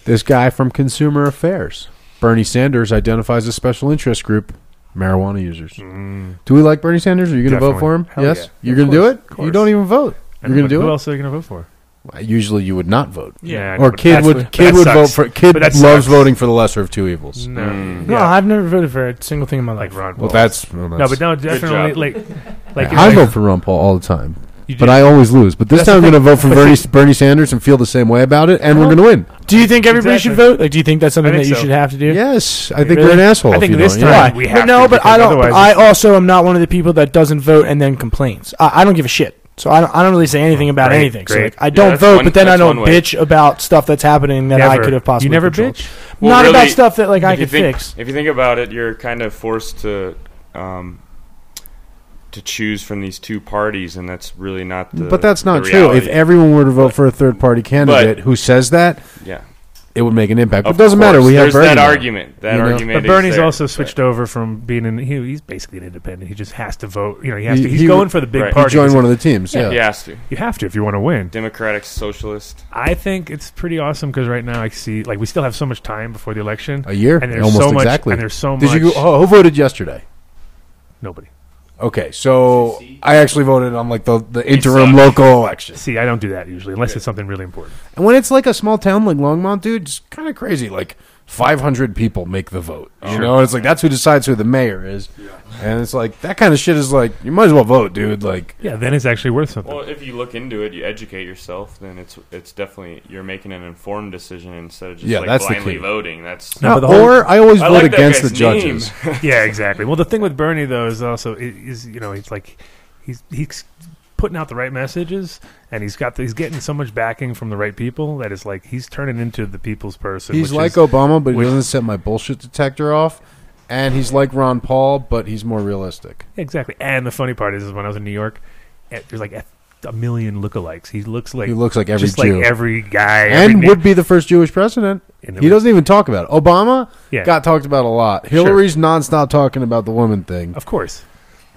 Speaker 2: This guy from Consumer Affairs, Bernie Sanders, identifies a special interest group. Marijuana users. Do we like Bernie Sanders? Are you going to vote
Speaker 1: Definitely.
Speaker 2: for him?
Speaker 1: Hell
Speaker 2: yes.
Speaker 1: yeah.
Speaker 2: You're
Speaker 1: Of
Speaker 2: going to do
Speaker 1: course,
Speaker 2: it.
Speaker 1: of
Speaker 2: You
Speaker 1: course.
Speaker 2: don't even vote.
Speaker 1: And
Speaker 2: You're gonna
Speaker 1: who-
Speaker 2: do
Speaker 1: Who
Speaker 2: it?
Speaker 1: else are you gonna vote for?
Speaker 2: Usually, you would not vote.
Speaker 1: Yeah,
Speaker 2: or kid would kid would vote for kid
Speaker 1: But that
Speaker 2: loves
Speaker 1: sucks.
Speaker 2: voting for the lesser of two evils.
Speaker 1: No,
Speaker 5: Mm.
Speaker 1: yeah.
Speaker 3: No, I've never voted for a single thing in my
Speaker 1: like
Speaker 3: life.
Speaker 1: Ron. Paul.
Speaker 2: Well, that's, well,
Speaker 1: no,
Speaker 2: that's
Speaker 1: but no, definitely
Speaker 5: job.
Speaker 1: like like
Speaker 2: I
Speaker 1: like,
Speaker 2: vote for Ron Paul all the time,
Speaker 1: you
Speaker 2: but
Speaker 1: do-
Speaker 2: I always lose. But this
Speaker 1: That's
Speaker 2: time I'm
Speaker 1: the
Speaker 2: going to
Speaker 1: thing.
Speaker 2: vote for
Speaker 1: But
Speaker 2: Bernie,
Speaker 1: see-
Speaker 2: Bernie Sanders and feel the same way about it, and we're going to win.
Speaker 3: Do you think everybody
Speaker 1: Exactly.
Speaker 3: should vote? Like, do you think that's something
Speaker 1: I think
Speaker 3: that you
Speaker 1: so.
Speaker 3: should have to do?
Speaker 2: Yes, I think
Speaker 3: Really?
Speaker 2: we're an asshole.
Speaker 1: I
Speaker 2: if
Speaker 1: think
Speaker 2: you
Speaker 1: this
Speaker 2: don't.
Speaker 1: time-
Speaker 2: Yeah.
Speaker 3: Why?
Speaker 1: we
Speaker 3: But
Speaker 1: have
Speaker 3: no,
Speaker 1: to,
Speaker 3: but
Speaker 1: because
Speaker 3: I don't.
Speaker 1: otherwise
Speaker 3: I
Speaker 1: it's-
Speaker 3: also am not one of the people that doesn't vote and then complains. I, I don't give a shit, so I don't. I don't really say anything about
Speaker 1: Great,
Speaker 3: anything. So
Speaker 1: great.
Speaker 3: like, I don't
Speaker 5: that's
Speaker 3: vote,
Speaker 5: one-
Speaker 3: but then I
Speaker 5: that's
Speaker 3: don't
Speaker 5: one way.
Speaker 3: bitch about stuff that's happening that I
Speaker 1: Never.
Speaker 3: could have possibly.
Speaker 1: You never
Speaker 3: controlled.
Speaker 1: bitch.
Speaker 5: Well,
Speaker 3: Not about
Speaker 5: really,
Speaker 3: stuff that like I
Speaker 5: if you
Speaker 3: could
Speaker 5: think,
Speaker 3: fix.
Speaker 5: If you think about it, you're kind of forced to um, to choose from these two parties, and that's really not. the
Speaker 2: but that's not
Speaker 5: the
Speaker 2: true. If
Speaker 5: reality.
Speaker 2: everyone were to vote for a third party candidate who says that,
Speaker 5: yeah,
Speaker 2: it would make an impact. But
Speaker 5: Of
Speaker 2: it doesn't matter.
Speaker 5: course,
Speaker 2: We have
Speaker 5: there's
Speaker 2: Bernie.
Speaker 5: that
Speaker 2: now.
Speaker 5: argument. That
Speaker 2: You know?
Speaker 5: argument.
Speaker 1: But
Speaker 5: is
Speaker 1: Bernie's
Speaker 5: there.
Speaker 1: also switched over from being in. He, he's basically an independent. He just has to vote. You know, he has
Speaker 2: He-
Speaker 1: to. He's
Speaker 2: he-
Speaker 1: going for the big
Speaker 5: right. He
Speaker 2: You
Speaker 1: party.
Speaker 2: join one of the teams.
Speaker 5: Yeah.
Speaker 2: Yeah.
Speaker 5: He has to.
Speaker 1: You have to if you want to win.
Speaker 5: Democratic socialist.
Speaker 1: I think it's pretty awesome because right now I see like we still have so much time before the election,
Speaker 2: a year,
Speaker 1: and there's
Speaker 2: almost
Speaker 1: so much,
Speaker 2: exactly.
Speaker 1: and there's so
Speaker 2: Did
Speaker 1: much.
Speaker 2: you? oh, Who who voted yesterday?
Speaker 1: Nobody.
Speaker 2: Okay, so I actually voted on like the, the interim local election.
Speaker 1: See, I don't do that usually unless it's something really important.
Speaker 2: And when it's like a small town like Longmont, dude, it's kind of crazy. Like 500 people make the vote. You know, it's like that's who decides who the mayor is. And it's like that kind of shit is like you might as well vote, dude. Like
Speaker 1: Yeah, then it's actually worth something.
Speaker 5: Well, if you look into it, you educate yourself, then it's it's definitely you're making an informed decision instead of just
Speaker 2: Yeah,
Speaker 5: like
Speaker 2: that's the
Speaker 5: blindly
Speaker 2: key.
Speaker 5: voting. That's
Speaker 1: No, but the whole-
Speaker 2: or I always
Speaker 5: I
Speaker 2: vote
Speaker 5: like that
Speaker 2: against the
Speaker 5: guy's name.
Speaker 2: judges.
Speaker 1: yeah, exactly. Well, the thing with Bernie though is also i- is you know he's like he's he's putting out the right messages and he's got the, he's getting so much backing from the right people that it's like he's turning into the people's person.
Speaker 2: He's
Speaker 1: which
Speaker 2: like
Speaker 1: is,
Speaker 2: Obama, but he
Speaker 1: which-
Speaker 2: doesn't set my bullshit detector off. And he's like Ron Paul, but he's more realistic.
Speaker 1: exactly. And the funny part is, is when I was in New York, eh, there's like a, a million lookalikes. He looks like
Speaker 2: He looks like every
Speaker 1: just
Speaker 2: Jew.
Speaker 1: like every guy
Speaker 2: and
Speaker 1: every
Speaker 2: would be the first Jewish president.
Speaker 1: And it
Speaker 2: He
Speaker 1: was-
Speaker 2: doesn't even talk about it. Obama
Speaker 1: Yeah.
Speaker 2: got talked about a lot.
Speaker 1: Sure.
Speaker 2: Hillary's nonstop talking about the woman thing.
Speaker 1: Of course,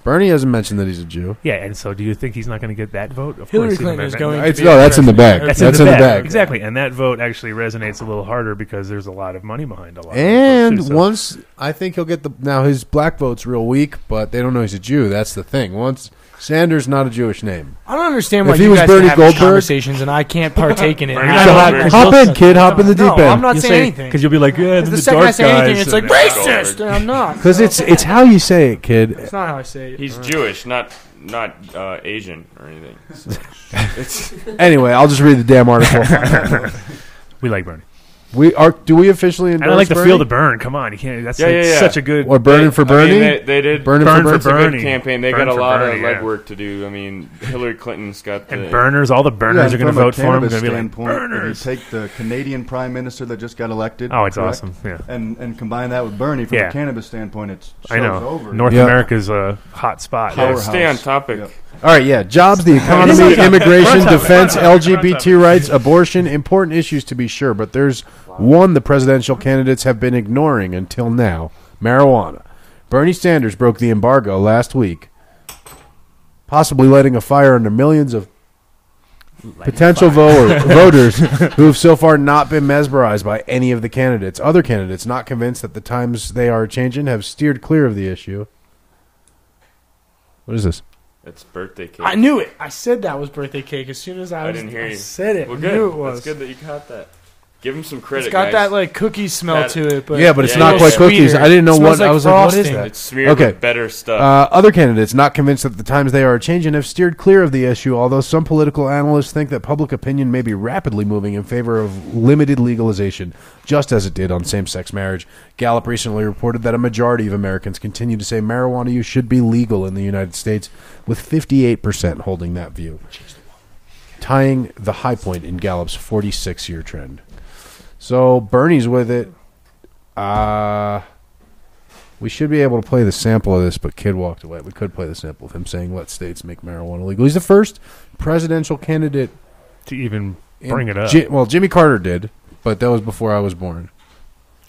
Speaker 2: Bernie hasn't mentioned that he's a Jew.
Speaker 1: yeah. And so, do you think he's not going to get that vote? Of
Speaker 3: Hillary
Speaker 1: course, he's
Speaker 3: Clinton
Speaker 1: not-
Speaker 3: is going.
Speaker 2: It's-
Speaker 3: to be
Speaker 2: no, that's in the bag.
Speaker 3: president.
Speaker 1: That's,
Speaker 2: That's
Speaker 1: in, the
Speaker 2: in the
Speaker 1: bag.
Speaker 2: bag.
Speaker 1: exactly. And that vote actually resonates a little harder because there's a lot of money behind a lot. of
Speaker 2: And
Speaker 1: those votes, too, so-
Speaker 2: once I think he'll get the now his black vote's real weak, but they don't know he's a Jew. That's the thing. Once Sanders not a Jewish name.
Speaker 3: I don't understand
Speaker 2: If
Speaker 3: why
Speaker 2: he
Speaker 3: you
Speaker 2: was
Speaker 3: guys
Speaker 2: Bernie
Speaker 3: can have these
Speaker 2: Goldberg-
Speaker 3: conversations and I can't partake in it.
Speaker 5: Bernie
Speaker 3: I don't
Speaker 5: Goldberg.
Speaker 3: have control
Speaker 2: Hop in,
Speaker 3: of
Speaker 2: kid.
Speaker 3: it.
Speaker 2: Hop in the
Speaker 3: no,
Speaker 2: deep end.
Speaker 3: I'm not
Speaker 1: You'll
Speaker 3: saying
Speaker 1: say-
Speaker 3: anything.
Speaker 1: you'll be like, yeah,
Speaker 3: the second I say anything, it's like racist.
Speaker 5: Goldberg.
Speaker 3: and I'm not.
Speaker 2: Because
Speaker 3: No,
Speaker 2: it's it's how you say it, kid.
Speaker 3: that's not how I say it.
Speaker 5: He's Jewish, not not uh, Asian or anything. So it's
Speaker 2: Anyway, I'll just read the damn article.
Speaker 1: we like Bernie.
Speaker 2: we are. Do we officially endorse?
Speaker 1: And I like the
Speaker 2: Bernie?
Speaker 1: feel the burn. Come on, you can't. That's
Speaker 5: Yeah,
Speaker 1: like
Speaker 5: yeah, yeah.
Speaker 1: such a good.
Speaker 2: Or burning for
Speaker 5: I mean,
Speaker 2: Bernie.
Speaker 5: they, they did
Speaker 2: burning
Speaker 1: Burn
Speaker 2: for
Speaker 1: for
Speaker 2: Bernie.
Speaker 5: it's a
Speaker 1: Bernie.
Speaker 5: good campaign. They
Speaker 1: Burn
Speaker 5: got a
Speaker 1: for
Speaker 5: lot
Speaker 1: Bernie,
Speaker 5: of
Speaker 1: yeah.
Speaker 5: legwork to do. I mean, Hillary Clinton's got the
Speaker 1: and burners, all the burners
Speaker 6: Yeah,
Speaker 1: are going to
Speaker 6: from a
Speaker 1: vote for him.
Speaker 6: cannabis
Speaker 1: Going to be like
Speaker 6: standpoint, If
Speaker 1: burners.
Speaker 6: you take the Canadian prime minister that just got elected.
Speaker 1: Oh, it's
Speaker 6: correct?
Speaker 1: awesome. Yeah,
Speaker 6: And and combine that with Bernie from
Speaker 1: Yeah.
Speaker 6: a cannabis standpoint, it's
Speaker 1: I know.
Speaker 6: over.
Speaker 1: North
Speaker 2: Yeah.
Speaker 1: America's a hot spot.
Speaker 5: Yeah,
Speaker 6: Powerhouse.
Speaker 5: stay on topic.
Speaker 6: Yep.
Speaker 2: All right, yeah. Jobs, the
Speaker 1: We're on
Speaker 2: economy,
Speaker 1: topic. We're on
Speaker 2: immigration,
Speaker 1: topic.
Speaker 2: defense,
Speaker 1: We're on topic. We're on
Speaker 2: LGBT rights, abortion, important issues to be sure, but there's one the presidential candidates have been ignoring until now marijuana. Bernie Sanders broke the embargo last week, possibly lighting a fire under millions of potential voter, voters who have so far not been mesmerized by any of the candidates. Other candidates, not convinced that the times they are changing, have steered clear of the issue. What is this?
Speaker 5: It's birthday cake.
Speaker 3: I knew it. I said that was birthday cake as soon as I,
Speaker 5: I
Speaker 3: was,
Speaker 5: didn't hear you.
Speaker 3: said it.
Speaker 5: Well,
Speaker 3: I
Speaker 5: good.
Speaker 3: knew it was.
Speaker 5: It's good that you caught that. Give him some credit.
Speaker 3: It's got
Speaker 5: guys.
Speaker 3: that like cookie smell
Speaker 5: That-
Speaker 3: to it, but
Speaker 2: yeah, but it's
Speaker 5: Yeah,
Speaker 2: not
Speaker 5: yeah,
Speaker 2: quite
Speaker 5: yeah.
Speaker 2: cookies.
Speaker 3: Sweeter.
Speaker 2: I didn't know
Speaker 3: Smells
Speaker 2: what
Speaker 3: like
Speaker 2: I was like. What is
Speaker 3: frosting.
Speaker 2: that?
Speaker 5: It's smeared
Speaker 2: Okay.
Speaker 5: with better stuff.
Speaker 2: Uh, other candidates, not convinced that the times they are changing, have steered clear of the issue, although some political analysts think that public opinion may be rapidly moving in favor of limited legalization, just as it did on same sex marriage. Gallup recently reported that a majority of Americans continue to say marijuana use should be legal in the United States, with 58% holding that view, tying the high point in Gallup's 46 year trend. So Bernie's with it. Uh, we should be able to play the sample of this, but Kid walked away. We could play the sample of him saying, "Let states make marijuana legal." He's the first presidential candidate.
Speaker 1: to even
Speaker 2: in-
Speaker 1: bring it up.
Speaker 2: Ji- well, Jimmy Carter did, but that was before I was born.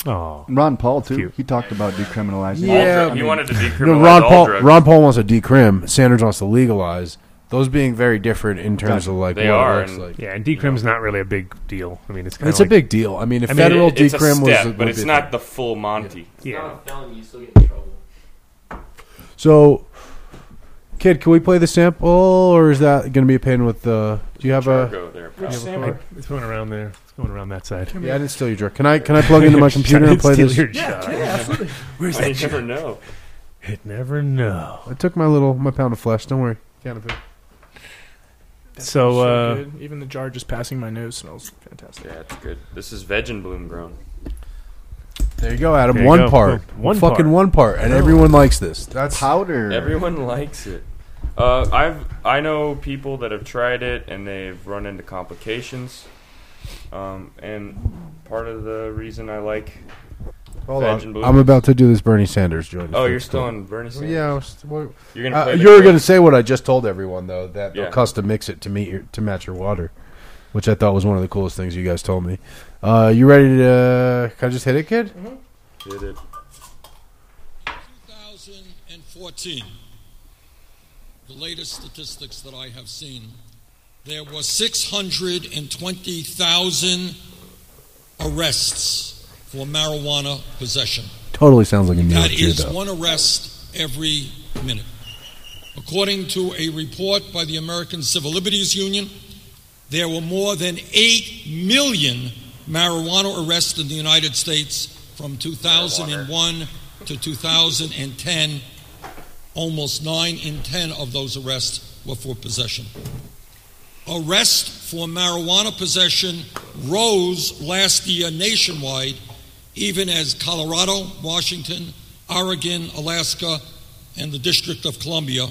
Speaker 1: Oh,
Speaker 6: Ron Paul too.
Speaker 1: Cute.
Speaker 6: He talked about decriminalizing.
Speaker 5: Aldrin.
Speaker 2: Yeah,
Speaker 5: he wanted to decriminalize
Speaker 2: No, Ron
Speaker 5: all
Speaker 2: Paul.
Speaker 5: drugs.
Speaker 2: Ron Paul wants to decrim. Sanders wants to legalize. Those being very different in terms of like
Speaker 5: They
Speaker 2: what
Speaker 5: are,
Speaker 2: it looks
Speaker 5: and-
Speaker 2: like.
Speaker 1: yeah. And decrim's not really a big deal. I mean, it's kind
Speaker 2: It's
Speaker 1: of
Speaker 2: a big deal. I mean, if
Speaker 1: I mean,
Speaker 2: federal
Speaker 5: it, it's
Speaker 2: decrim
Speaker 5: a step,
Speaker 2: was,
Speaker 5: but
Speaker 2: would
Speaker 5: it's
Speaker 2: be-
Speaker 5: not the full Monty.
Speaker 1: yeah.
Speaker 2: So, Kid, can we play the sample, or is that going to be a pain with the? Do you have a?
Speaker 5: Go there,
Speaker 3: Which
Speaker 5: pal.
Speaker 3: sample?
Speaker 1: I, it's going around there. It's going around that side.
Speaker 2: Yeah, I didn't steal your drug. Can I? Can I plug into my computer and play
Speaker 1: Steal
Speaker 2: this?
Speaker 1: your job. Where's
Speaker 5: I
Speaker 1: that?
Speaker 5: never know.
Speaker 1: You never know.
Speaker 2: I took my little my pound of flesh. Don't worry. Cannabis.
Speaker 1: So, uh,
Speaker 3: good. even the jar just passing my nose smells fantastic.
Speaker 5: Yeah, it's good. This is veg and bloom grown.
Speaker 2: There you go, Adam.
Speaker 1: There you
Speaker 2: one
Speaker 1: go.
Speaker 2: part.
Speaker 1: Boom. One
Speaker 2: fucking
Speaker 1: part.
Speaker 2: one part, and everyone likes this. That's
Speaker 6: Powder.
Speaker 5: Everyone likes it. Uh, I've I know people that have tried it and they've run into complications. Um, and part of the reason I like
Speaker 2: Hold
Speaker 5: veg and
Speaker 2: on.
Speaker 5: bloom.
Speaker 2: I'm about to do this Bernie Sanders joint.
Speaker 5: oh, you're still on Bernie
Speaker 2: Well,
Speaker 5: Sanders.
Speaker 2: Yeah, I was- well,
Speaker 5: You're gonna.
Speaker 2: uh,
Speaker 5: play the
Speaker 2: you were
Speaker 5: clip.
Speaker 2: going to say what I just told everyone though that
Speaker 5: Yeah.
Speaker 2: they'll custom mix it to meet your, to match your water, which I thought was one of the coolest things you guys told me. Uh, you ready to? Uh, can I just hit it, kid?
Speaker 5: Mm-hmm. Did it.
Speaker 7: 2014, the latest statistics that I have seen, there were 620,000 arrests for marijuana possession.
Speaker 2: Totally sounds like a New York
Speaker 7: That
Speaker 2: Jew
Speaker 7: is
Speaker 2: though.
Speaker 7: one arrest every minute. According to a report by the American Civil Liberties Union, there were more than 8 million marijuana arrests in the United States from 2001 to 2010, almost 9 in 10 of those arrests were for possession. Arrest for marijuana possession rose last year nationwide, even as Colorado, Washington, Oregon, Alaska, and the District of Columbia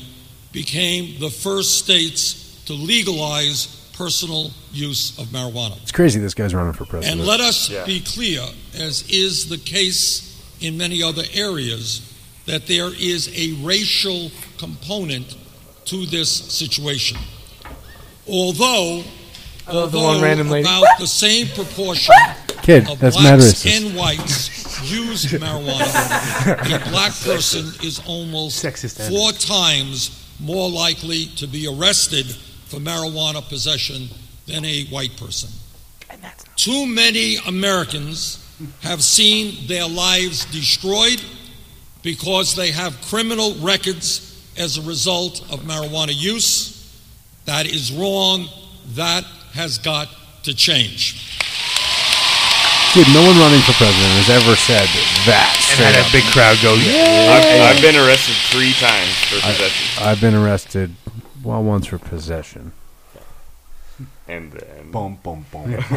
Speaker 7: became the first states to legalize personal use of marijuana.
Speaker 2: It's crazy this guy's running for president.
Speaker 7: And let us
Speaker 5: Yeah.
Speaker 7: be clear, as is the case in many other areas, that there is a racial component to this situation. Although,
Speaker 3: love the
Speaker 7: although
Speaker 3: one random lady.
Speaker 7: about the same proportion
Speaker 2: Kid,
Speaker 7: of
Speaker 2: that's mad
Speaker 7: blacks
Speaker 2: racist.
Speaker 7: and whites use marijuana, a black person is almost
Speaker 1: Sexist and-
Speaker 7: four times more likely to be arrested for marijuana possession than a white person. Too many Americans have seen their lives destroyed because they have criminal records as a result of marijuana use. That is wrong. That has got to change.
Speaker 2: Dude, no one running for president has ever said that.
Speaker 1: and
Speaker 2: straight
Speaker 1: had a
Speaker 2: up.
Speaker 1: big crowd go. Yeah.
Speaker 5: I've, I've been arrested three times for possession
Speaker 2: I've been arrested, well, once for possession.
Speaker 5: and, uh, and
Speaker 6: Boom, boom, boom.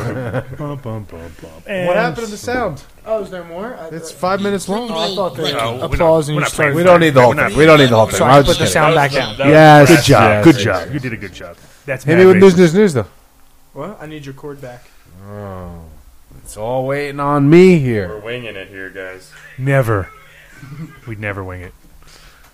Speaker 1: Bum, bum, bum, bum.
Speaker 2: What happened to the sound?
Speaker 3: Oh, is there more? I,
Speaker 2: It's five minutes long.
Speaker 3: Oh, I thought
Speaker 7: Right.
Speaker 3: that
Speaker 1: No, we're not-
Speaker 3: applause and
Speaker 1: we're
Speaker 3: you
Speaker 1: not
Speaker 3: started.
Speaker 1: playing
Speaker 2: We don't need the whole
Speaker 1: We're not-
Speaker 2: thing. We don't need the whole thing.
Speaker 3: So
Speaker 2: I
Speaker 3: I
Speaker 2: was
Speaker 3: put the
Speaker 2: just kidding.
Speaker 3: sound back
Speaker 5: That was-
Speaker 3: down.
Speaker 5: that was
Speaker 2: Yes.
Speaker 5: the
Speaker 2: Good job.
Speaker 5: last-
Speaker 1: Good
Speaker 2: Yes.
Speaker 1: job. You did a good job. That's
Speaker 2: Hit
Speaker 1: mad
Speaker 2: me with
Speaker 1: racist.
Speaker 2: news, news, news, though.
Speaker 3: What? I need your cord back.
Speaker 2: Oh, It's all waiting on me
Speaker 5: We're
Speaker 2: here.
Speaker 5: winging it here, guys.
Speaker 1: Never. We'd never wing it.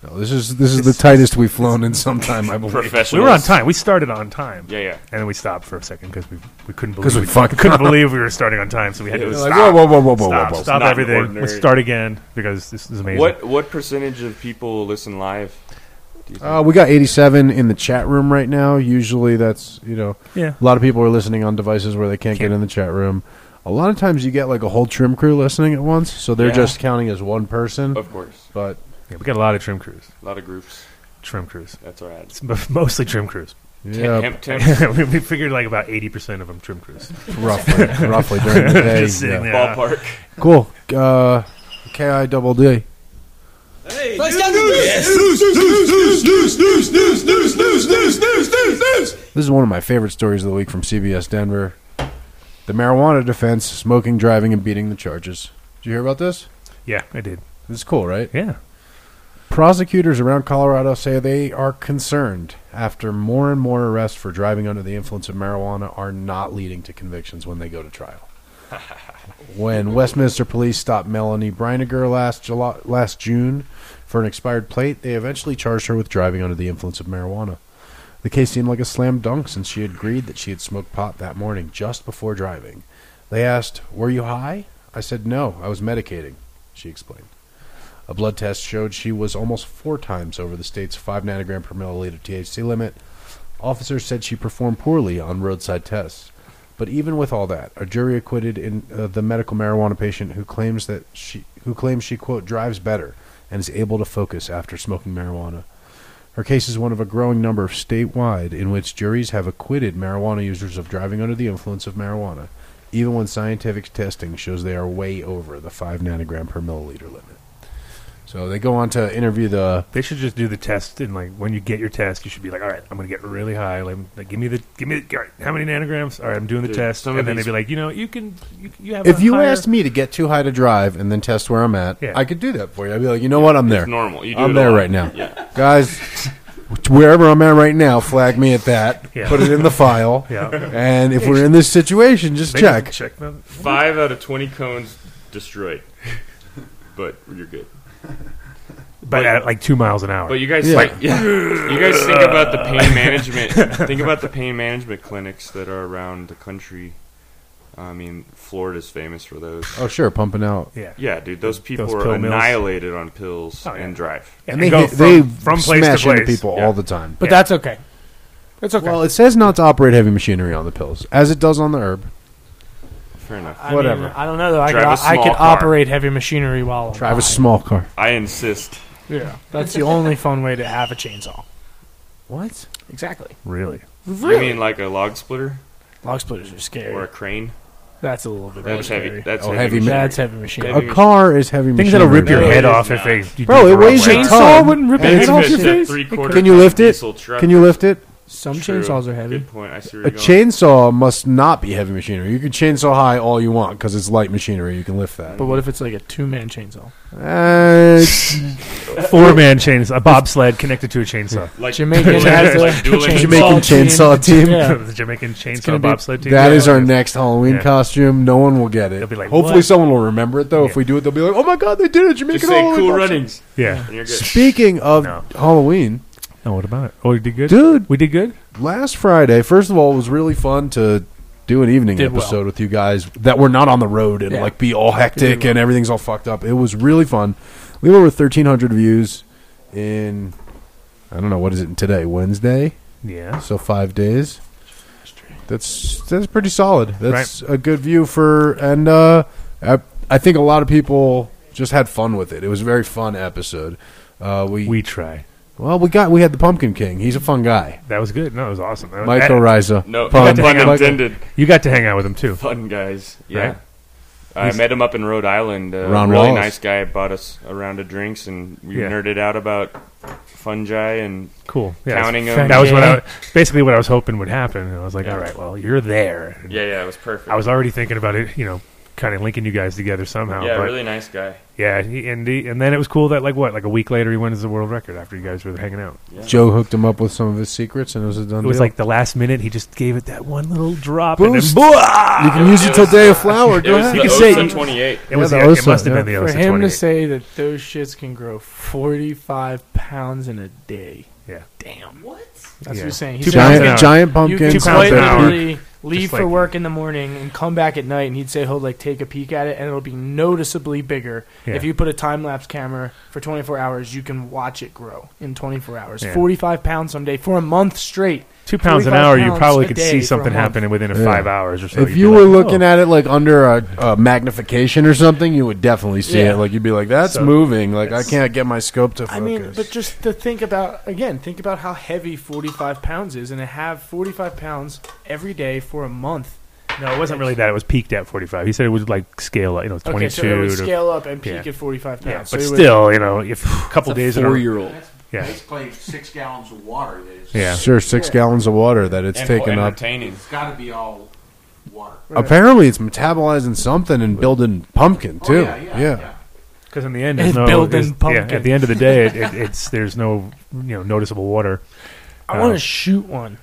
Speaker 2: No, this is this is the tightest we've flown in some time, I believe.
Speaker 5: Professional.
Speaker 1: We were on time. We started on time.
Speaker 5: Yeah, yeah.
Speaker 1: And then we stopped for a second because we, we couldn't
Speaker 2: 'Cause
Speaker 1: believe
Speaker 2: we fucked
Speaker 1: couldn't
Speaker 2: up.
Speaker 1: believe we were starting on time, so we had
Speaker 5: Yeah,
Speaker 1: to
Speaker 5: we're
Speaker 1: stop.
Speaker 2: Like, whoa, whoa, whoa, whoa, whoa,
Speaker 1: stop,
Speaker 2: whoa, whoa.
Speaker 1: stop
Speaker 5: Not
Speaker 1: everything.
Speaker 5: ordinary.
Speaker 1: Let's start again because this is amazing.
Speaker 5: What what percentage of people listen live? Do you think?
Speaker 2: Uh, we got 87 in the chat room right now. Usually that's, you know,
Speaker 1: Yeah.
Speaker 2: a lot of people are listening on devices where they can't, get in the chat room. A lot of times you get like a whole trim crew listening at once, so they're
Speaker 5: Yeah.
Speaker 2: just counting as one person.
Speaker 5: of course,
Speaker 2: But
Speaker 1: Yeah, we got a lot of trim crews.
Speaker 5: a lot of groups.
Speaker 1: Trim crews.
Speaker 5: That's all right.
Speaker 1: It's m- mostly trim crews.
Speaker 2: yeah,
Speaker 5: Temp, temp,
Speaker 1: we, we figured like about 80% of them trim crews.
Speaker 2: roughly, roughly during the day.
Speaker 1: Just sitting
Speaker 2: yeah.
Speaker 1: there.
Speaker 5: ballpark.
Speaker 2: Cool. Uh, KI double D. This is one of my favorite stories of the week from CBS Denver. The marijuana defense, smoking, driving, and beating the charges. Did you hear about this?
Speaker 1: Yeah, I did.
Speaker 2: This is cool, right?
Speaker 1: Yeah.
Speaker 2: Prosecutors around Colorado say they are concerned after more and more arrests for driving under the influence of marijuana are not leading to convictions when they go to trial. when Westminster police stopped Melanie Breiniger last July, last June for an expired plate, they eventually charged her with driving under the influence of marijuana. The case seemed like a slam dunk since she agreed that she had smoked pot that morning just before driving. They asked, "Were you high?" I said, "No, I was medicating," she explained. A blood test showed she was almost four times over the state's 5 nanogram per milliliter THC limit. Officers said she performed poorly on roadside tests. But even with all that, a jury acquitted in, uh, the medical marijuana patient who claims that she who claims she quote drives better and is able to focus after smoking marijuana. Her case is one of a growing number statewide in which juries have acquitted marijuana users of driving under the influence of marijuana, even when scientific testing shows they are way over the 5 nanogram per milliliter limit. So they go on to interview the.
Speaker 1: They should just do the test and like when you get your test, you should be like, all right, I'm gonna get really high. Like, like, give me the give me the, all right, how many nanograms? All right, I'm doing the
Speaker 5: Dude,
Speaker 1: test,
Speaker 5: some
Speaker 1: and
Speaker 5: of
Speaker 1: then
Speaker 5: these-
Speaker 1: they'd be like, you know, you can you, you have.
Speaker 2: If
Speaker 1: a
Speaker 2: you
Speaker 1: higher-
Speaker 2: asked me to get too high to drive and then test where I'm at,
Speaker 1: Yeah.
Speaker 2: I could do that for you. I'd be like, you know what, I'm there.
Speaker 5: It's normal. You do
Speaker 2: I'm
Speaker 5: it a
Speaker 2: there
Speaker 5: lot.
Speaker 2: right now,
Speaker 5: Yeah.
Speaker 2: guys. Wherever I'm at right now, flag me at that.
Speaker 1: Yeah.
Speaker 2: Put it in the file.
Speaker 1: yeah,
Speaker 2: And if we're in this situation, just
Speaker 1: They
Speaker 2: check.
Speaker 1: just check them.
Speaker 5: Five out of twenty cones destroyed, but you're good.
Speaker 1: but at like two miles an hour.
Speaker 5: But you guys
Speaker 2: Yeah.
Speaker 5: like, yeah. you guys think about the pain management. think about the pain management clinics that are around the country. I mean, Florida's famous for those.
Speaker 2: Oh, sure, pumping out.
Speaker 1: yeah,
Speaker 5: Yeah, dude, those people
Speaker 1: Those pill
Speaker 5: are
Speaker 1: mills.
Speaker 5: annihilated on pills
Speaker 1: Oh, yeah.
Speaker 5: and drive.
Speaker 1: and, they go
Speaker 2: hit-
Speaker 1: from,
Speaker 2: they
Speaker 1: from place to
Speaker 2: smash
Speaker 1: place.
Speaker 2: into people
Speaker 5: Yeah.
Speaker 2: all the time.
Speaker 3: But
Speaker 1: Yeah.
Speaker 3: that's okay. That's okay.
Speaker 2: Well, it says not to operate heavy machinery on the pills, as it does on the herb.
Speaker 5: Fair enough.
Speaker 3: I
Speaker 2: whatever.
Speaker 3: mean, I don't know though. I could,
Speaker 5: Drive a
Speaker 3: I
Speaker 5: small
Speaker 3: could
Speaker 5: car.
Speaker 3: operate heavy machinery while
Speaker 2: Drive a
Speaker 3: high.
Speaker 2: small car.
Speaker 5: I insist.
Speaker 3: Yeah, that's the only fun way to have a chainsaw.
Speaker 2: What?
Speaker 3: Exactly.
Speaker 1: Really?
Speaker 5: You mean like a log splitter
Speaker 3: Log splitters are scary.
Speaker 5: or a crane?
Speaker 3: That's a little bit.
Speaker 5: That's
Speaker 3: more
Speaker 5: heavy.
Speaker 3: scary.
Speaker 5: That's
Speaker 2: Oh,
Speaker 5: heavy.
Speaker 2: heavy
Speaker 5: machinery.
Speaker 3: That's heavy machinery.
Speaker 5: Heavy
Speaker 2: A car is heavy
Speaker 1: Things
Speaker 2: machinery.
Speaker 1: that'll rip your
Speaker 5: No, it
Speaker 1: head
Speaker 5: is
Speaker 1: off if
Speaker 5: not.
Speaker 1: they. you
Speaker 2: Bro,
Speaker 1: do
Speaker 2: it
Speaker 1: the wrong
Speaker 2: weighs
Speaker 1: way.
Speaker 2: a
Speaker 3: Chainsaw
Speaker 2: ton.
Speaker 3: wouldn't rip
Speaker 2: And
Speaker 3: your
Speaker 2: it's
Speaker 3: head off your
Speaker 2: fifty-
Speaker 3: face.
Speaker 5: three-quarter
Speaker 2: Can you lift it?
Speaker 5: diesel truck.
Speaker 2: Can you lift it?
Speaker 3: Some
Speaker 5: True.
Speaker 3: chainsaws are heavy.
Speaker 5: Good point. I see where
Speaker 2: A
Speaker 5: you're going.
Speaker 2: chainsaw must not be heavy machinery. You can chainsaw high all you want because it's light machinery. You can lift that.
Speaker 3: But what if it's like a two-man chainsaw?
Speaker 2: Uh, it's- Uh,
Speaker 1: Four man chainsaw, a bobsled connected to a chainsaw.
Speaker 5: Like
Speaker 3: Jamaican
Speaker 5: dueling-
Speaker 3: has a
Speaker 5: like dueling
Speaker 3: chainsaw.
Speaker 2: Jamaican chainsaw team.
Speaker 3: Yeah.
Speaker 1: the Jamaican
Speaker 3: gonna
Speaker 1: chainsaw
Speaker 3: be-
Speaker 1: bobsled team.
Speaker 2: That is
Speaker 1: Yeah.
Speaker 2: our next Halloween
Speaker 1: Yeah.
Speaker 2: costume. No one will get it.
Speaker 1: They'll be like,
Speaker 2: Hopefully,
Speaker 1: "What?"
Speaker 2: someone will remember it though.
Speaker 1: Yeah.
Speaker 2: If we do it, they'll be like, "Oh my god, they did it! Jamaican
Speaker 5: Just say
Speaker 2: Halloween
Speaker 5: cool
Speaker 2: costume."
Speaker 5: runnings,
Speaker 1: Yeah.
Speaker 5: and you're good.
Speaker 2: Speaking of
Speaker 1: No.
Speaker 2: Halloween,
Speaker 1: Oh, what about it? Oh, we did good,
Speaker 2: Dude.
Speaker 1: We did good.
Speaker 2: last Friday, first of all, it was really fun to do an evening
Speaker 3: Did well.
Speaker 2: episode with you guys that were not on the road and
Speaker 3: Yeah.
Speaker 2: like be all hectic
Speaker 3: well.
Speaker 2: and everything's all fucked up. It was really fun. We were over thirteen hundred views in I don't know what is it today Wednesday,
Speaker 1: Yeah.
Speaker 2: so five days. That's that's pretty solid. That's a good view for and uh, I I think a lot of people just had fun with it. It was a very fun episode. Uh, we,
Speaker 1: We try.
Speaker 2: well we got we had the Pumpkin King. He's a fun guy.
Speaker 1: That was good. No, it was awesome. That-
Speaker 2: Michael
Speaker 1: that-
Speaker 2: Riza.
Speaker 5: eh, No,
Speaker 2: Pun-
Speaker 5: pun, pun
Speaker 2: Michael-
Speaker 5: intended.
Speaker 1: You got to hang out with him too.
Speaker 5: Fun guys. Yeah.
Speaker 1: Right?
Speaker 5: I
Speaker 1: He's-
Speaker 5: met him up in Rhode Island. A
Speaker 2: Ron
Speaker 5: really
Speaker 2: Wallace.
Speaker 5: nice guy. Bought us a round of drinks, and we
Speaker 1: Yeah.
Speaker 5: nerded out about fungi and
Speaker 1: Cool. Yeah, that's-
Speaker 5: counting
Speaker 3: fair.
Speaker 5: them.
Speaker 1: That was what I
Speaker 3: Yeah.
Speaker 1: basically what I was hoping would happen. And I was like, all right, well, you're there. And
Speaker 5: Yeah, yeah, it was perfect.
Speaker 1: I was already thinking about it. You know, kind of linking you guys together somehow.
Speaker 5: yeah,
Speaker 1: but
Speaker 5: really nice guy.
Speaker 1: Yeah, he, and he, and then it was cool that like what like a week later he wins the world record after you guys were hanging out.
Speaker 2: Joe hooked him up with some of his secrets, and it was a done
Speaker 1: It was
Speaker 2: deal.
Speaker 1: like the last minute he just gave it that one little drop.
Speaker 2: Boost.
Speaker 1: And then, blah!
Speaker 2: you can use it till day of flower.
Speaker 5: It
Speaker 2: Go
Speaker 5: was
Speaker 2: ahead.
Speaker 5: the
Speaker 2: You can
Speaker 5: Osa
Speaker 2: say
Speaker 5: 28.
Speaker 1: It was
Speaker 2: Yeah,
Speaker 1: the,
Speaker 2: the
Speaker 1: it
Speaker 2: Osa,
Speaker 1: must have
Speaker 2: yeah.
Speaker 1: been the
Speaker 3: For
Speaker 1: Osa
Speaker 3: him
Speaker 1: 28.
Speaker 3: to say that those shits can grow 45 pounds in a day.
Speaker 1: Yeah.
Speaker 3: Damn. What? That's
Speaker 1: Yeah.
Speaker 3: what he's saying.
Speaker 1: Two
Speaker 3: He's
Speaker 1: pounds
Speaker 3: saying
Speaker 1: an hour.
Speaker 2: giant, giant
Speaker 3: you can
Speaker 2: pumpkins.
Speaker 1: two pounds
Speaker 3: quite
Speaker 1: an
Speaker 2: out there.
Speaker 1: hour.
Speaker 3: literally leave
Speaker 1: Just
Speaker 3: for
Speaker 1: like-
Speaker 3: work in the morning and come back at night, and he'd say he'll like take a peek at it, and it'll be noticeably bigger.
Speaker 1: Yeah.
Speaker 3: If you put a time lapse camera for 24 hours, you can watch it grow in 24 hours.
Speaker 1: Yeah.
Speaker 3: 45 pounds someday for a month straight.
Speaker 1: two pounds an
Speaker 3: 45
Speaker 1: hour, you
Speaker 3: pounds
Speaker 1: probably
Speaker 3: a
Speaker 1: could
Speaker 3: day
Speaker 1: see
Speaker 3: for a
Speaker 1: something
Speaker 3: month.
Speaker 1: happen within
Speaker 2: Yeah.
Speaker 1: five hours or so.
Speaker 2: if you were
Speaker 1: "Oh."
Speaker 2: looking at it like under a, a magnification or something, you would definitely see
Speaker 3: Yeah.
Speaker 2: it. Like you'd be like, "That's
Speaker 1: So-
Speaker 2: moving." Like I
Speaker 1: That's-
Speaker 2: can't get my scope to focus.
Speaker 3: I mean, but just to think about again, think about how heavy 45 pounds is, and to have 45 pounds every day for a month.
Speaker 1: at no, it wasn't really that. It was peaked at forty five. He said it would like scale, like, you know, twenty
Speaker 3: Okay,
Speaker 1: two.
Speaker 3: so it would
Speaker 1: to,
Speaker 3: scale up and peak
Speaker 1: yeah.
Speaker 3: at 45 pounds.
Speaker 1: yeah, but
Speaker 3: so it would-
Speaker 1: still, you know, if a couple days in a row-
Speaker 8: old.
Speaker 1: Yeah.
Speaker 8: Basically, six gallons of water. That is,
Speaker 1: yeah,
Speaker 2: sure, six gallons of water that it's
Speaker 5: and,
Speaker 2: taking
Speaker 5: and
Speaker 2: up.
Speaker 5: retaining.
Speaker 8: It's got to be all water.
Speaker 2: Apparently, it's metabolizing something and building pumpkin
Speaker 8: Oh,
Speaker 2: too.
Speaker 8: yeah, yeah, yeah.
Speaker 1: because in the end, there's
Speaker 3: It's
Speaker 1: no,
Speaker 3: building
Speaker 1: there's- Yeah,
Speaker 3: pumpkin.
Speaker 1: at the end of the day, it, it, it's there's no you know noticeable water.
Speaker 3: I want
Speaker 1: Uh,
Speaker 3: to shoot one.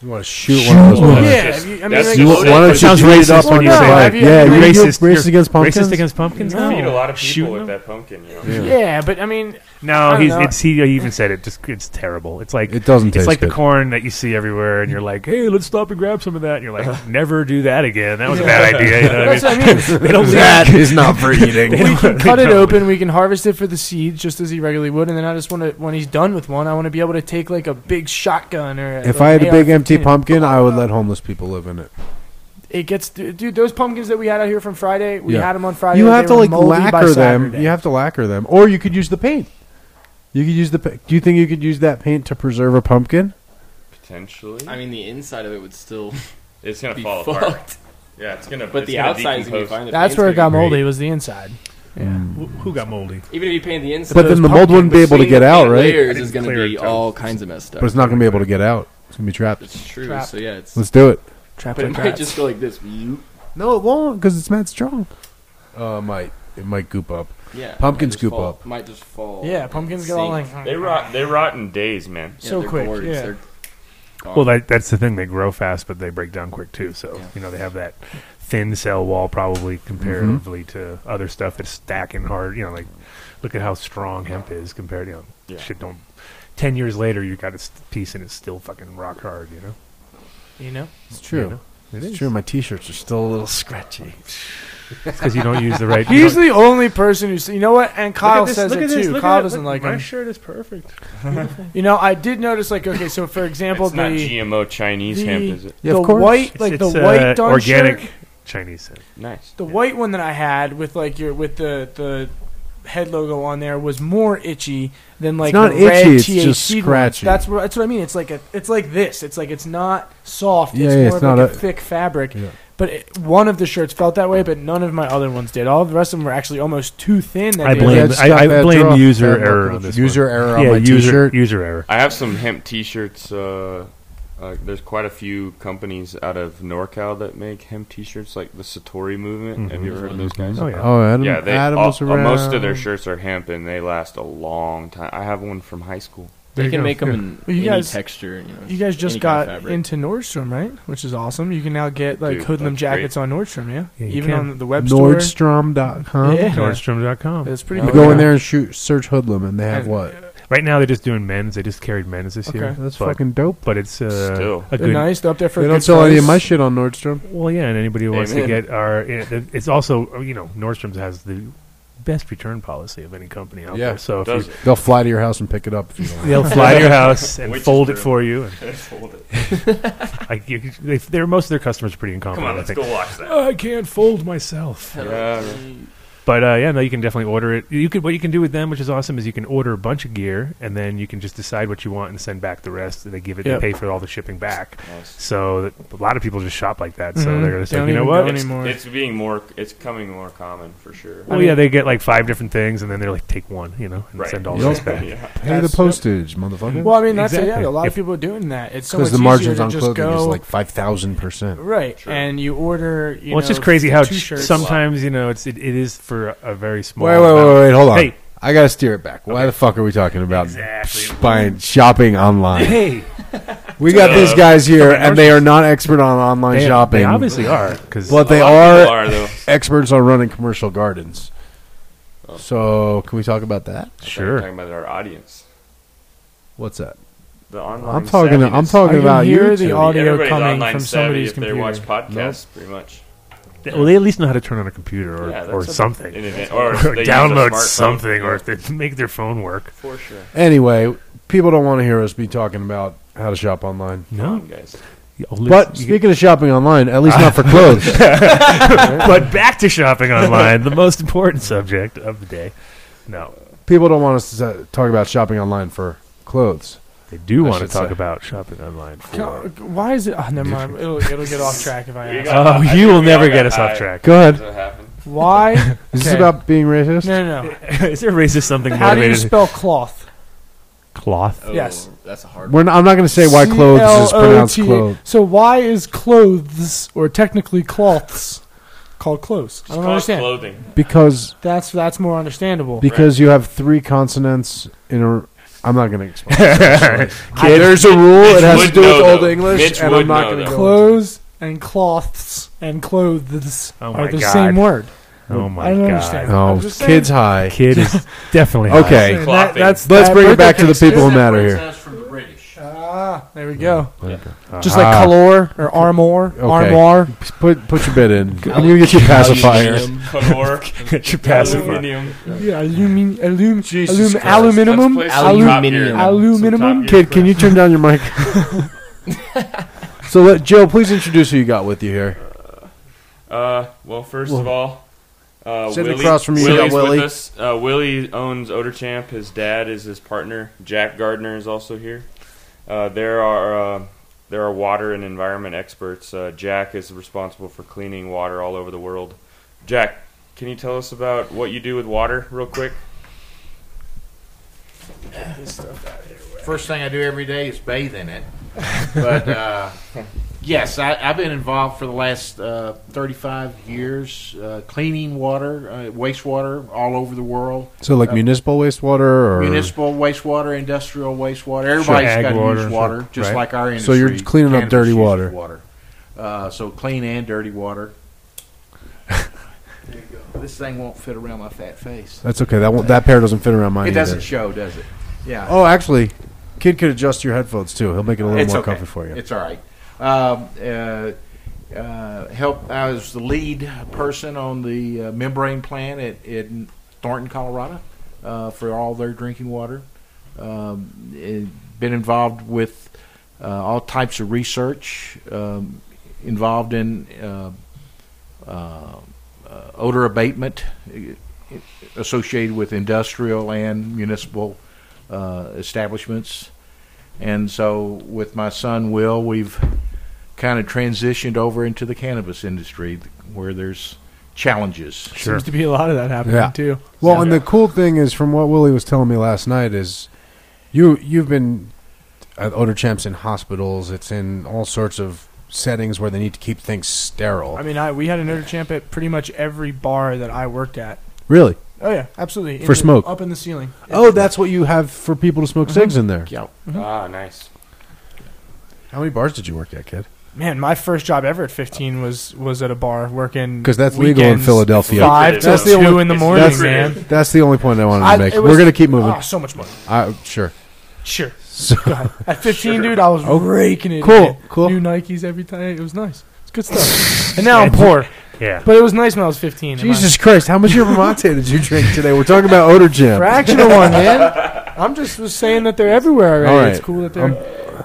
Speaker 2: You want to shoot, one of those.
Speaker 5: one.
Speaker 2: bullets.
Speaker 3: Yeah,
Speaker 5: just-
Speaker 3: have you, I mean,
Speaker 5: that's just-
Speaker 3: like,
Speaker 2: You, why don't you
Speaker 1: Sounds
Speaker 2: read it
Speaker 1: racist
Speaker 2: up
Speaker 1: when
Speaker 2: on
Speaker 1: you
Speaker 2: your
Speaker 1: say that.
Speaker 2: life?
Speaker 3: Have you-
Speaker 2: Yeah,
Speaker 3: have
Speaker 2: you
Speaker 3: you-
Speaker 2: racist,
Speaker 1: you're-
Speaker 2: racist against pumpkins.
Speaker 1: Racist against pumpkins?
Speaker 5: You feed a
Speaker 1: No.
Speaker 5: lot of people
Speaker 1: Shooting
Speaker 5: with
Speaker 1: them?
Speaker 5: that pumpkin. You know?
Speaker 3: yeah, but I mean, I
Speaker 1: No,
Speaker 3: don't
Speaker 1: he's
Speaker 3: know.
Speaker 1: it's he even said it. Just it's terrible. It's like
Speaker 2: It doesn't
Speaker 1: It's
Speaker 2: taste
Speaker 1: like
Speaker 2: good.
Speaker 1: the corn that you see everywhere, and you're like, hey, let's stop and grab some of that. And you're like, never do that again. That was a bad idea. You know what I mean?
Speaker 3: that's what I mean.
Speaker 1: They don't
Speaker 2: That is not for eating.
Speaker 3: we can
Speaker 1: they
Speaker 3: cut it
Speaker 1: don't.
Speaker 3: open. We can harvest it for the seed, just as he regularly would. And then I just want to, when he's done with one, I want to be able to take like a big shotgun or.
Speaker 2: If
Speaker 3: like,
Speaker 2: I had a big
Speaker 3: AR-15.
Speaker 2: empty pumpkin, I would
Speaker 3: uh,
Speaker 2: let homeless people live in it.
Speaker 3: it gets dude. Those pumpkins that we had out here from Friday, we
Speaker 2: Yeah.
Speaker 3: had them on Friday.
Speaker 2: You
Speaker 3: They
Speaker 2: have to
Speaker 3: were
Speaker 2: like
Speaker 3: moldy by
Speaker 2: lacquer them.
Speaker 3: Saturday.
Speaker 2: You have to lacquer them, or you could use the paint. You could use the. pa- Do you think you could use that paint to preserve a pumpkin?
Speaker 5: Potentially,
Speaker 8: I mean, the inside of it would still
Speaker 5: it's gonna
Speaker 8: be
Speaker 5: fall
Speaker 8: fucked,
Speaker 5: apart. Yeah, it's gonna.
Speaker 8: but
Speaker 5: it's
Speaker 8: the
Speaker 5: gonna
Speaker 8: outside is gonna be
Speaker 5: decompose.
Speaker 8: fine. The
Speaker 3: That's
Speaker 8: paint's
Speaker 3: where it got
Speaker 8: gonna be
Speaker 3: moldy. Was the inside?
Speaker 1: Wh- Who got moldy?
Speaker 8: great. Even if you paint the inside,
Speaker 2: But then the mold wouldn't be able to
Speaker 8: between
Speaker 2: get
Speaker 8: the
Speaker 2: out,
Speaker 8: paint
Speaker 2: right?
Speaker 8: Layers
Speaker 1: I
Speaker 8: is
Speaker 1: didn't
Speaker 8: going to
Speaker 1: clear
Speaker 8: be
Speaker 1: it,
Speaker 8: all kinds of messed up.
Speaker 2: But it's not going to be able to get out. It's going to be trapped.
Speaker 8: It's true.
Speaker 3: Trapped.
Speaker 8: So yeah, it's.
Speaker 2: Let's do it.
Speaker 3: Trap
Speaker 8: But it
Speaker 3: like
Speaker 8: might
Speaker 3: rats.
Speaker 8: just go like this.
Speaker 2: No, it won't because it's not strong. Uh, it might it might goop up?
Speaker 8: Yeah. might
Speaker 2: Pumpkins
Speaker 8: just
Speaker 2: goop
Speaker 8: fall-
Speaker 2: up.
Speaker 8: Might just fall.
Speaker 3: yeah, pumpkins get all like
Speaker 8: Sink.
Speaker 5: They rot. They rot in days, man.
Speaker 8: Yeah,
Speaker 3: so
Speaker 8: they're
Speaker 3: quick,
Speaker 8: gourds,
Speaker 3: yeah.
Speaker 8: they're
Speaker 2: Um,
Speaker 8: gone.
Speaker 1: Well, that, that's the thing. They grow fast, but they break down quick too. So you know they have that thin cell wall, probably comparatively
Speaker 2: Mm-hmm.
Speaker 1: to other stuff that's stacking hard. You know, like look at how strong hemp is compared. You know, shit don't. Ten years later, you got a st- piece and it's still fucking rock hard. You know,
Speaker 3: you know.
Speaker 2: It's true.
Speaker 1: It
Speaker 2: It's
Speaker 1: is.
Speaker 2: true. My t-shirts are still a little scratchy.
Speaker 1: because you don't use the right. you
Speaker 3: He's
Speaker 1: don't-
Speaker 3: the only person who's. You know what? And
Speaker 1: Look at
Speaker 3: Kyle
Speaker 1: this,
Speaker 3: says
Speaker 1: look
Speaker 3: it
Speaker 1: at this,
Speaker 3: too.
Speaker 1: look at
Speaker 3: Kyle
Speaker 1: it,
Speaker 3: doesn't
Speaker 1: look-
Speaker 3: like
Speaker 1: My
Speaker 3: him.
Speaker 1: shirt is perfect.
Speaker 3: You know, I did notice. Like, okay, so for example,
Speaker 5: It's
Speaker 3: the
Speaker 5: not GMO Chinese
Speaker 3: the-
Speaker 5: hemp, is it?
Speaker 2: Yeah,
Speaker 3: the
Speaker 2: of course.
Speaker 3: white,
Speaker 1: It's-
Speaker 3: like
Speaker 1: it's,
Speaker 3: the
Speaker 1: uh,
Speaker 3: white Dawn
Speaker 1: organic
Speaker 3: shirt,
Speaker 1: Chinese hemp.
Speaker 5: Nice.
Speaker 3: the white one that I had with like your with the the head logo on there was more itchy than like
Speaker 2: not
Speaker 3: the red
Speaker 2: itchy, it's
Speaker 3: THC
Speaker 2: just
Speaker 3: ones.
Speaker 2: scratchy.
Speaker 3: That's what that's what I mean. It's like a it's like this. It's like it's not soft.
Speaker 2: Yeah,
Speaker 3: it's
Speaker 2: yeah,
Speaker 3: more
Speaker 2: it's
Speaker 3: of
Speaker 2: not
Speaker 3: like a,
Speaker 2: a-
Speaker 3: thick fabric.
Speaker 2: Yeah.
Speaker 3: But it, one of the shirts felt that way, but none of my other ones did. All of the rest of them were actually almost too thin. That
Speaker 1: I
Speaker 3: they-
Speaker 1: blame-
Speaker 2: Bad
Speaker 1: I-
Speaker 2: stuff,
Speaker 1: I
Speaker 2: bad
Speaker 1: blame
Speaker 2: draw,
Speaker 1: user
Speaker 2: bad
Speaker 1: error
Speaker 2: luck.
Speaker 1: on this
Speaker 2: User error on
Speaker 1: yeah,
Speaker 2: my
Speaker 1: user
Speaker 2: t-shirt.
Speaker 1: user error.
Speaker 5: I have some hemp T-shirts. Uh, uh, there's quite a few companies out of NorCal that make hemp T-shirts, like the Satori movement. Have you ever heard of those guys?
Speaker 1: Oh yeah.
Speaker 2: Oh, Adam,
Speaker 5: Yeah, they
Speaker 2: Adam
Speaker 5: all-
Speaker 2: was
Speaker 5: all- uh, most of
Speaker 2: around.
Speaker 5: their shirts are hemp, and they last a long time. I have one from high school.
Speaker 1: There
Speaker 8: They
Speaker 1: you
Speaker 8: can
Speaker 1: go.
Speaker 8: make 'em make
Speaker 1: Yeah.
Speaker 8: them
Speaker 3: Well,
Speaker 8: in
Speaker 3: you
Speaker 8: any
Speaker 3: guys-
Speaker 8: texture. You, know,
Speaker 3: You guys just
Speaker 8: any kind of
Speaker 3: got
Speaker 8: fabric.
Speaker 3: into Nordstrom, right? Which is awesome. You can now get like
Speaker 5: Dude,
Speaker 3: hoodlum
Speaker 5: that's great.
Speaker 3: jackets on Nordstrom, yeah.
Speaker 1: Yeah, you
Speaker 3: Even
Speaker 1: can.
Speaker 3: on the web store.
Speaker 2: Nordstrom.com.
Speaker 3: Yeah.
Speaker 1: Nordstrom.com.
Speaker 3: It's pretty.
Speaker 2: You
Speaker 3: cool.
Speaker 2: go in there and shoot, search hoodlum, and they have
Speaker 3: And-
Speaker 2: what?
Speaker 1: Right now they're just doing men's. They just carried men's this year.
Speaker 3: Okay.
Speaker 2: That's
Speaker 1: but,
Speaker 2: fucking dope.
Speaker 1: But it's uh,
Speaker 5: Still.
Speaker 1: a
Speaker 3: They're
Speaker 1: good.
Speaker 3: nice. They're up there for.
Speaker 2: They
Speaker 3: a
Speaker 2: don't
Speaker 3: good
Speaker 2: sell any of my
Speaker 3: price.
Speaker 2: shit on Nordstrom.
Speaker 1: Well, yeah, and anybody who wants to
Speaker 5: Amen.
Speaker 1: get our, it- it's also you know Nordstrom's has the best return policy of any company out
Speaker 2: Yeah.
Speaker 1: there. So if you,
Speaker 5: Does it?
Speaker 2: They'll fly to your house and pick it up if you don't.
Speaker 1: They'll fly to your house and
Speaker 5: Which is
Speaker 1: fold it
Speaker 5: true.
Speaker 1: for you. And
Speaker 5: Hold it.
Speaker 1: I, you, they, they're, most of their customers are pretty
Speaker 5: Come
Speaker 1: incompetent.
Speaker 5: on,
Speaker 1: I
Speaker 5: let's
Speaker 1: think.
Speaker 5: go watch that.
Speaker 1: I can't fold myself.
Speaker 5: Yeah,
Speaker 1: But uh, yeah, no, you can definitely order it. You could what you can do with them, which is awesome, is you can order a bunch of gear and then you can just decide what you want and send back the rest, and they give it,
Speaker 3: Yep.
Speaker 1: they pay for all the shipping back.
Speaker 5: Nice.
Speaker 1: So that, a lot of people just shop like that. So
Speaker 3: Mhm.
Speaker 1: they're gonna
Speaker 3: They
Speaker 1: say,
Speaker 3: don't
Speaker 1: you know
Speaker 3: even
Speaker 1: what?
Speaker 3: go
Speaker 1: It's-
Speaker 3: anymore.
Speaker 5: It's being more. It's coming more common for sure.
Speaker 1: well, yeah, they get like five different things, and then they're like, take one, you know, and
Speaker 5: Right.
Speaker 1: send all
Speaker 2: Yep.
Speaker 1: this back.
Speaker 5: yeah.
Speaker 2: Pay the
Speaker 3: That's-
Speaker 2: postage, motherfucker.
Speaker 3: Well, I mean, that's
Speaker 1: Exactly.
Speaker 3: yeah. A lot
Speaker 1: If-
Speaker 3: of people are doing that. It's so much
Speaker 2: Because the
Speaker 3: easier
Speaker 2: margins
Speaker 3: to
Speaker 2: on
Speaker 3: just
Speaker 2: clothing
Speaker 3: go,
Speaker 2: is like five thousand percent.
Speaker 3: right,
Speaker 5: Sure.
Speaker 3: and you order. You
Speaker 1: well, it's
Speaker 3: know,
Speaker 1: just crazy how
Speaker 3: two shirts.
Speaker 1: sometimes you know it's it, it is for a very small.
Speaker 2: Wait, wait, wait,
Speaker 1: amount.
Speaker 2: wait, wait, hold on.
Speaker 1: Hey.
Speaker 2: I gotta steer it back. Why the fuck are we talking about
Speaker 1: Exactly.
Speaker 2: buying shopping online?
Speaker 1: Hey,
Speaker 2: We got
Speaker 5: Uh,
Speaker 2: these guys here, and they are not expert on online
Speaker 1: they,
Speaker 2: shopping.
Speaker 1: they obviously are because
Speaker 2: but they
Speaker 5: A lot of people
Speaker 2: are
Speaker 5: are though.
Speaker 2: experts on running commercial gardens.
Speaker 5: Oh.
Speaker 2: So, can we talk about that?
Speaker 5: We're
Speaker 1: sure.
Speaker 5: talking about our audience.
Speaker 2: What's that?
Speaker 5: The online.
Speaker 2: I'm talking. I'm
Speaker 5: savviness.
Speaker 3: I
Speaker 2: talking
Speaker 3: can
Speaker 2: about
Speaker 3: hear
Speaker 2: you.
Speaker 3: the
Speaker 2: two.
Speaker 3: audio
Speaker 5: Everybody's
Speaker 3: coming
Speaker 5: online
Speaker 3: from
Speaker 5: savvy
Speaker 3: somebody's
Speaker 5: if they watch
Speaker 3: computer.
Speaker 5: podcasts, pretty much.
Speaker 1: They- Well, they at least know how to turn on a computer or,
Speaker 5: Yeah, that's
Speaker 1: or
Speaker 5: a-
Speaker 1: something,
Speaker 5: in
Speaker 1: or
Speaker 5: advan- or if they use a
Speaker 1: download
Speaker 5: smartphone.
Speaker 1: something, or if they make their phone work.
Speaker 5: For sure.
Speaker 2: Anyway, people don't want to hear us be talking about how to shop online.
Speaker 5: Come
Speaker 1: No,
Speaker 5: on, guys.
Speaker 2: But speaking of shopping online, at least not for clothes.
Speaker 1: but back to shopping online, the most important subject of the day. No,
Speaker 2: people don't want us to s- talk about shopping online for clothes.
Speaker 1: they do
Speaker 2: I
Speaker 1: want to
Speaker 2: should
Speaker 1: talk
Speaker 2: say.
Speaker 1: about shopping online. For,
Speaker 3: Go- Why is it? Oh, never mind. It'll, it'll get off track if I
Speaker 5: We
Speaker 3: ask.
Speaker 5: got-
Speaker 1: oh,
Speaker 5: I think
Speaker 1: you will
Speaker 5: we
Speaker 1: never
Speaker 5: all got
Speaker 1: get us off
Speaker 5: high.
Speaker 1: track.
Speaker 2: Go ahead.
Speaker 5: Does that happen?
Speaker 3: Why?
Speaker 2: Is this
Speaker 3: Okay.
Speaker 2: about being racist?
Speaker 3: No, no, no.
Speaker 1: Is there racist something
Speaker 3: How do you
Speaker 1: motivated?
Speaker 3: spell cloth?
Speaker 1: Cloth.
Speaker 8: Oh,
Speaker 3: Yes.
Speaker 8: That's a hard
Speaker 2: We're not, I'm not going to say why clothes is pronounced
Speaker 3: C L O T.
Speaker 2: clothes.
Speaker 3: So why is clothes or technically cloths called clothes? I
Speaker 5: It's
Speaker 3: don't
Speaker 5: called
Speaker 3: understand.
Speaker 5: Clothing.
Speaker 2: Because
Speaker 3: That's that's more understandable.
Speaker 2: because you have three consonants in a. I'm not going to explain.
Speaker 1: Kid.
Speaker 2: There's a rule. It has
Speaker 5: would
Speaker 2: to do with
Speaker 5: know,
Speaker 2: Old
Speaker 5: though.
Speaker 2: English,
Speaker 5: Mitch
Speaker 2: and
Speaker 5: would
Speaker 2: I'm not
Speaker 5: know,
Speaker 2: going to
Speaker 5: though.
Speaker 2: go.
Speaker 3: Clothes and cloths and clothes
Speaker 1: Oh my
Speaker 3: are the
Speaker 1: God.
Speaker 3: same word.
Speaker 1: Oh my
Speaker 3: I don't
Speaker 1: god!
Speaker 3: understand.
Speaker 2: Oh,
Speaker 3: I'm just saying.
Speaker 2: kids high.
Speaker 1: Kid is definitely high.
Speaker 2: Okay,
Speaker 5: Clothing.
Speaker 3: That- that's
Speaker 2: let's
Speaker 3: that
Speaker 2: bring it
Speaker 3: birthday
Speaker 2: back to the
Speaker 3: cake
Speaker 2: people who
Speaker 3: shit.
Speaker 2: matter here.
Speaker 8: from British.
Speaker 3: Ah, there we go.
Speaker 1: Uh,
Speaker 3: Just like
Speaker 2: Ah.
Speaker 3: color or armor, armoire.
Speaker 2: Put put your bid in. I'm going to get you a pacifier.
Speaker 5: Color.
Speaker 1: Get your pacifier.
Speaker 5: Aluminium.
Speaker 3: Yeah, alumin, alum,
Speaker 2: Jesus
Speaker 3: alum,
Speaker 2: Christ.
Speaker 3: aluminum,
Speaker 5: Let's play some
Speaker 3: alum,
Speaker 5: Top Gear.
Speaker 8: Aluminium.
Speaker 3: aluminum.
Speaker 5: Top Gear
Speaker 2: Kid, can you turn down your mic? so, let, Joe, please introduce who you got with you here.
Speaker 5: Uh, well, first of all, uh,
Speaker 2: Sitting
Speaker 5: Willie,
Speaker 2: across from you, you
Speaker 5: Willie's
Speaker 2: got Willie.
Speaker 5: with us. Uh, Willie owns Oderchamp. His dad is his partner. Jack Gardner is also here. Uh, there are uh, there are water and environment experts. Uh, Jack is responsible for cleaning water all over the world. Jack, can you tell us about what you do with water, real quick?
Speaker 9: First thing I do every day is bathe in it. But uh, yes, I, I've been involved for the last uh, 35 years uh, cleaning water, uh, wastewater all over the world. Uh,
Speaker 2: So, like municipal wastewater or
Speaker 9: Municipal wastewater, industrial wastewater. Everybody's
Speaker 1: ag
Speaker 9: got to
Speaker 1: water,
Speaker 9: use
Speaker 1: sure.
Speaker 9: water, just
Speaker 1: Right.
Speaker 9: like our
Speaker 2: So
Speaker 9: industry.
Speaker 2: you're cleaning
Speaker 9: cannabis
Speaker 2: up dirty
Speaker 9: uses
Speaker 2: water.
Speaker 9: water. Uh, so clean and dirty water. there you go. This thing won't fit around my fat face.
Speaker 2: That's okay. That one, that pair doesn't fit around mine.
Speaker 9: It doesn't
Speaker 2: either.
Speaker 9: show, does it? Yeah.
Speaker 2: Oh, actually, kid could adjust your headphones too. He'll make it a little
Speaker 9: it's
Speaker 2: more
Speaker 9: okay.
Speaker 2: comfy for you.
Speaker 9: It's all right. Um, uh, uh, help. I was the lead person on the uh, membrane plant at in Thornton, Colorado, uh, for all their drinking water. Um, it- been involved with uh, all types of research. Um, involved in uh, uh, uh, odor abatement uh, associated with industrial and municipal uh, establishments. And so, with my son Will, we've kind of transitioned over into the cannabis industry th- where there's challenges.
Speaker 3: Seems to be a lot of that happening
Speaker 2: Yeah.
Speaker 3: too.
Speaker 2: Well, and the cool thing is, from what Willie was telling me last night, is you you've been at odor champs in hospitals. It's in all sorts of settings where they need to keep things sterile.
Speaker 3: I mean, I we had an odor champ at pretty much every bar that I worked at.
Speaker 2: really?
Speaker 3: Oh yeah, absolutely. In
Speaker 2: For
Speaker 3: the-
Speaker 2: smoke.
Speaker 3: up in the ceiling. Mm-hmm.
Speaker 2: Oh, that's what you have for people to smoke cigs in there.
Speaker 9: Yeah.
Speaker 5: Ah, nice.
Speaker 2: How many bars did you work at, kid?
Speaker 3: Man, my first job ever at 15 was was at a bar working
Speaker 2: 'Cause that's legal in
Speaker 3: weekends,
Speaker 2: Philadelphia.
Speaker 3: Five
Speaker 5: That's
Speaker 3: till
Speaker 2: the
Speaker 3: two
Speaker 2: only-
Speaker 3: in the
Speaker 5: it's
Speaker 3: morning,
Speaker 2: that's-
Speaker 3: man.
Speaker 2: That's the only point I wanted
Speaker 3: I-
Speaker 2: to make.
Speaker 3: it
Speaker 2: We're
Speaker 3: was-
Speaker 2: going to keep moving.
Speaker 3: Oh, so much money.
Speaker 2: I, sure.
Speaker 3: Sure.
Speaker 2: So, Oh,
Speaker 3: Go ahead. At 15, dude, I was raking it.
Speaker 2: Cool,
Speaker 3: in.
Speaker 2: cool.
Speaker 3: New Nikes every time. It was nice. It's good stuff. and now I'm poor,
Speaker 1: Yeah.
Speaker 3: but it was nice when I was 15. am I-
Speaker 2: Jesus Christ, how much Yerba Mate did you drink today? We're talking about odor jam.
Speaker 3: fractional one, man. I'm just was saying that they're everywhere already.
Speaker 2: All right.
Speaker 3: It's cool that they're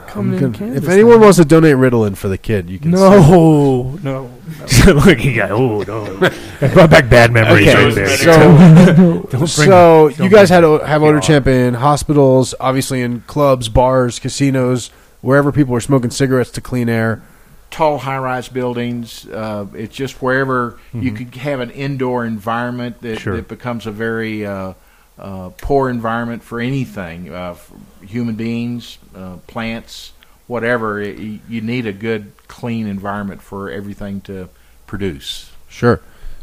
Speaker 3: coming in.
Speaker 2: Gonna-
Speaker 3: Kansas
Speaker 2: if anyone
Speaker 3: now.
Speaker 2: wants to donate Ritalin for the kid, you can.
Speaker 3: no, no,
Speaker 1: Look, he got oh no, that brought back bad memories
Speaker 2: Okay,
Speaker 1: right there.
Speaker 2: so
Speaker 1: Don't bring
Speaker 2: so
Speaker 1: don't
Speaker 2: you guys
Speaker 1: bring
Speaker 2: had o- have odor
Speaker 1: Yeah.
Speaker 2: champ in hospitals, obviously in clubs, bars, casinos, wherever people are smoking cigarettes to clean air.
Speaker 9: Tall high rise buildings, uh, it's just wherever you could have an indoor environment that,
Speaker 1: Sure.
Speaker 9: that becomes a very uh, uh, poor environment for anything uh, for human beings, uh, plants, whatever. It, you- you need a good, clean environment for everything to produce.
Speaker 2: Sure.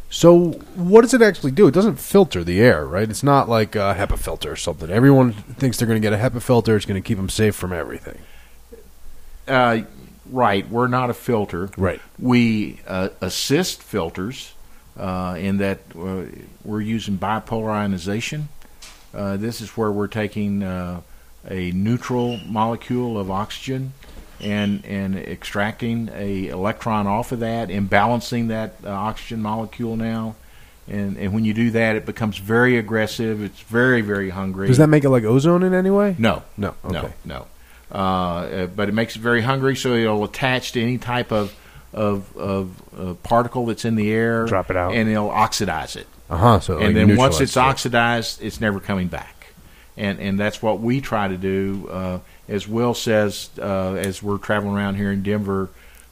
Speaker 2: So what does it actually do? It doesn't filter the air, right? It's not like a HEPA filter or something. Everyone thinks they're going to get a HEPA filter. It's going to keep them safe from everything.
Speaker 9: Uh, right, we're not a filter.
Speaker 2: Right.
Speaker 9: We uh, assist filters uh, in that uh, we're using bipolar ionization. Uh, this is where we're taking uh, a neutral molecule of oxygen and and extracting a electron off of that and balancing that uh, oxygen molecule now. And, and when you do that, it becomes very aggressive. It's very, very hungry.
Speaker 2: Does that make it like ozone in any way?
Speaker 9: No,
Speaker 2: No. Okay.
Speaker 9: no, no. Uh, Uh, but it makes it very hungry, so it'll attach to any type of of, of uh, particle that's in the air.
Speaker 1: Drop it out.
Speaker 9: and it'll oxidize it.
Speaker 2: Uh huh. So it, like,
Speaker 9: and then once
Speaker 2: neutralizes
Speaker 9: it's
Speaker 2: it.
Speaker 9: oxidized, it's never coming back. And and that's what we try to do. Uh, as Will says, uh, as we're traveling around here in Denver,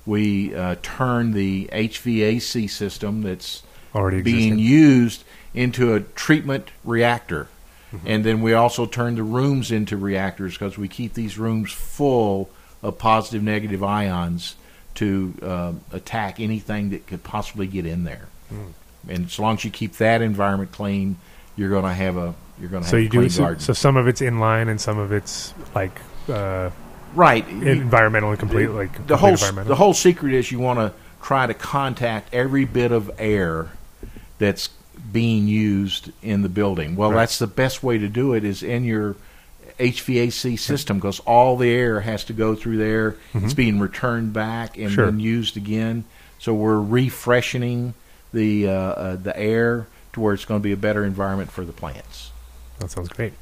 Speaker 9: we uh, turn the HVAC system that's
Speaker 1: Already
Speaker 9: being
Speaker 1: existing.
Speaker 9: used into a treatment reactor.
Speaker 1: Mm-hmm.
Speaker 9: And then we also turn the rooms into reactors because we keep these rooms full of positive, negative ions to um, attack anything that could possibly get in there.
Speaker 1: Hmm.
Speaker 9: And as long as you keep that environment clean, you're going to have a you're going to
Speaker 1: So
Speaker 9: have
Speaker 1: you
Speaker 9: a clean
Speaker 1: do so,
Speaker 9: garden.
Speaker 1: so. Some of it's in line, and some of it's like uh,
Speaker 9: right. You-
Speaker 1: environmental and complete like
Speaker 9: the
Speaker 1: complete
Speaker 9: whole
Speaker 1: environmental.
Speaker 9: the whole secret is you want to try to contact every bit of air that's being used in the building. Well,
Speaker 1: Right.
Speaker 9: that's the best way to do it is in your HVAC system because all the air has to go through there. It's being returned back and
Speaker 1: Mm-hmm. Sure.
Speaker 9: then used again. So we're refreshioning the uh, uh, the air to where it's going to be a better environment for the plants.
Speaker 1: that sounds great.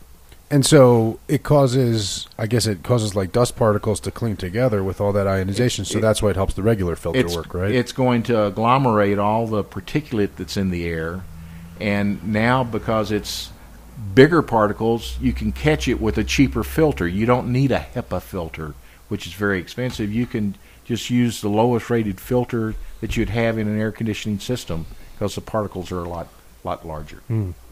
Speaker 2: And so it causes, I guess it causes like dust particles to cling together with all that ionization. so
Speaker 9: it-
Speaker 2: that's why it helps the regular filter
Speaker 9: it's,
Speaker 2: work, right?
Speaker 9: It's going to agglomerate all the particulate that's in the air, and now because it's bigger particles, you can catch it with a cheaper filter. You don't need a HEPA filter, which is very expensive. You can just use the lowest rated filter that you'd have in an air conditioning system because the particles are a lot lot larger.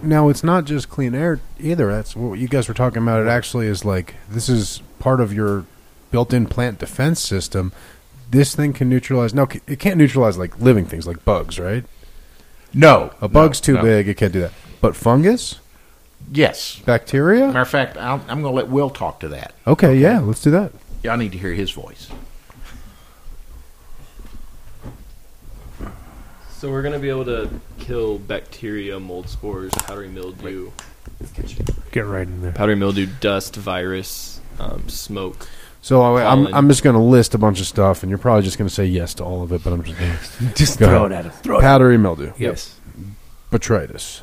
Speaker 2: now it's not just clean air either. That's what you guys were talking about. It actually is like this is part of your built-in plant defense system. This thing can neutralize. No, it can't neutralize like living things like bugs, right?
Speaker 9: No,
Speaker 2: A bug's
Speaker 9: no,
Speaker 2: too
Speaker 9: no.
Speaker 2: big; it can't do that. But fungus,
Speaker 9: Yes. Matter
Speaker 2: bacteria.
Speaker 9: of fact, I'll, I'm going to let Will talk to that.
Speaker 2: Okay, yeah, let's do that.
Speaker 9: Y'all need to hear his voice.
Speaker 8: So we're gonna be able to kill bacteria, mold spores, powdery mildew,
Speaker 1: Get right in there.
Speaker 8: powdery mildew, dust, virus, um, smoke.
Speaker 2: So I, I'm,
Speaker 8: Pollen.
Speaker 2: I'm just going to list a bunch of stuff, and you're probably just going to say yes to all of it. But I'm just going to
Speaker 1: Just
Speaker 2: Go
Speaker 1: throw
Speaker 2: ahead.
Speaker 1: it at him.
Speaker 2: powdery mildew,
Speaker 1: Yes.
Speaker 2: botrytis,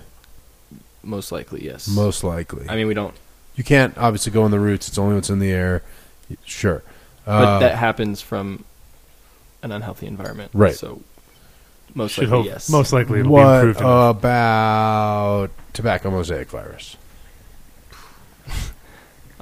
Speaker 8: Most likely, yes.
Speaker 2: most likely.
Speaker 8: I mean, we don't,
Speaker 2: You can't obviously go in the roots. It's only what's in the air. Sure.
Speaker 8: but
Speaker 2: Uh,
Speaker 8: that happens from an unhealthy environment,
Speaker 2: Right.
Speaker 8: So most
Speaker 1: Should
Speaker 8: likely,
Speaker 1: hope,
Speaker 8: yes.
Speaker 1: Most likely it'll be
Speaker 2: what
Speaker 1: improved. enough.
Speaker 2: about tobacco mosaic virus?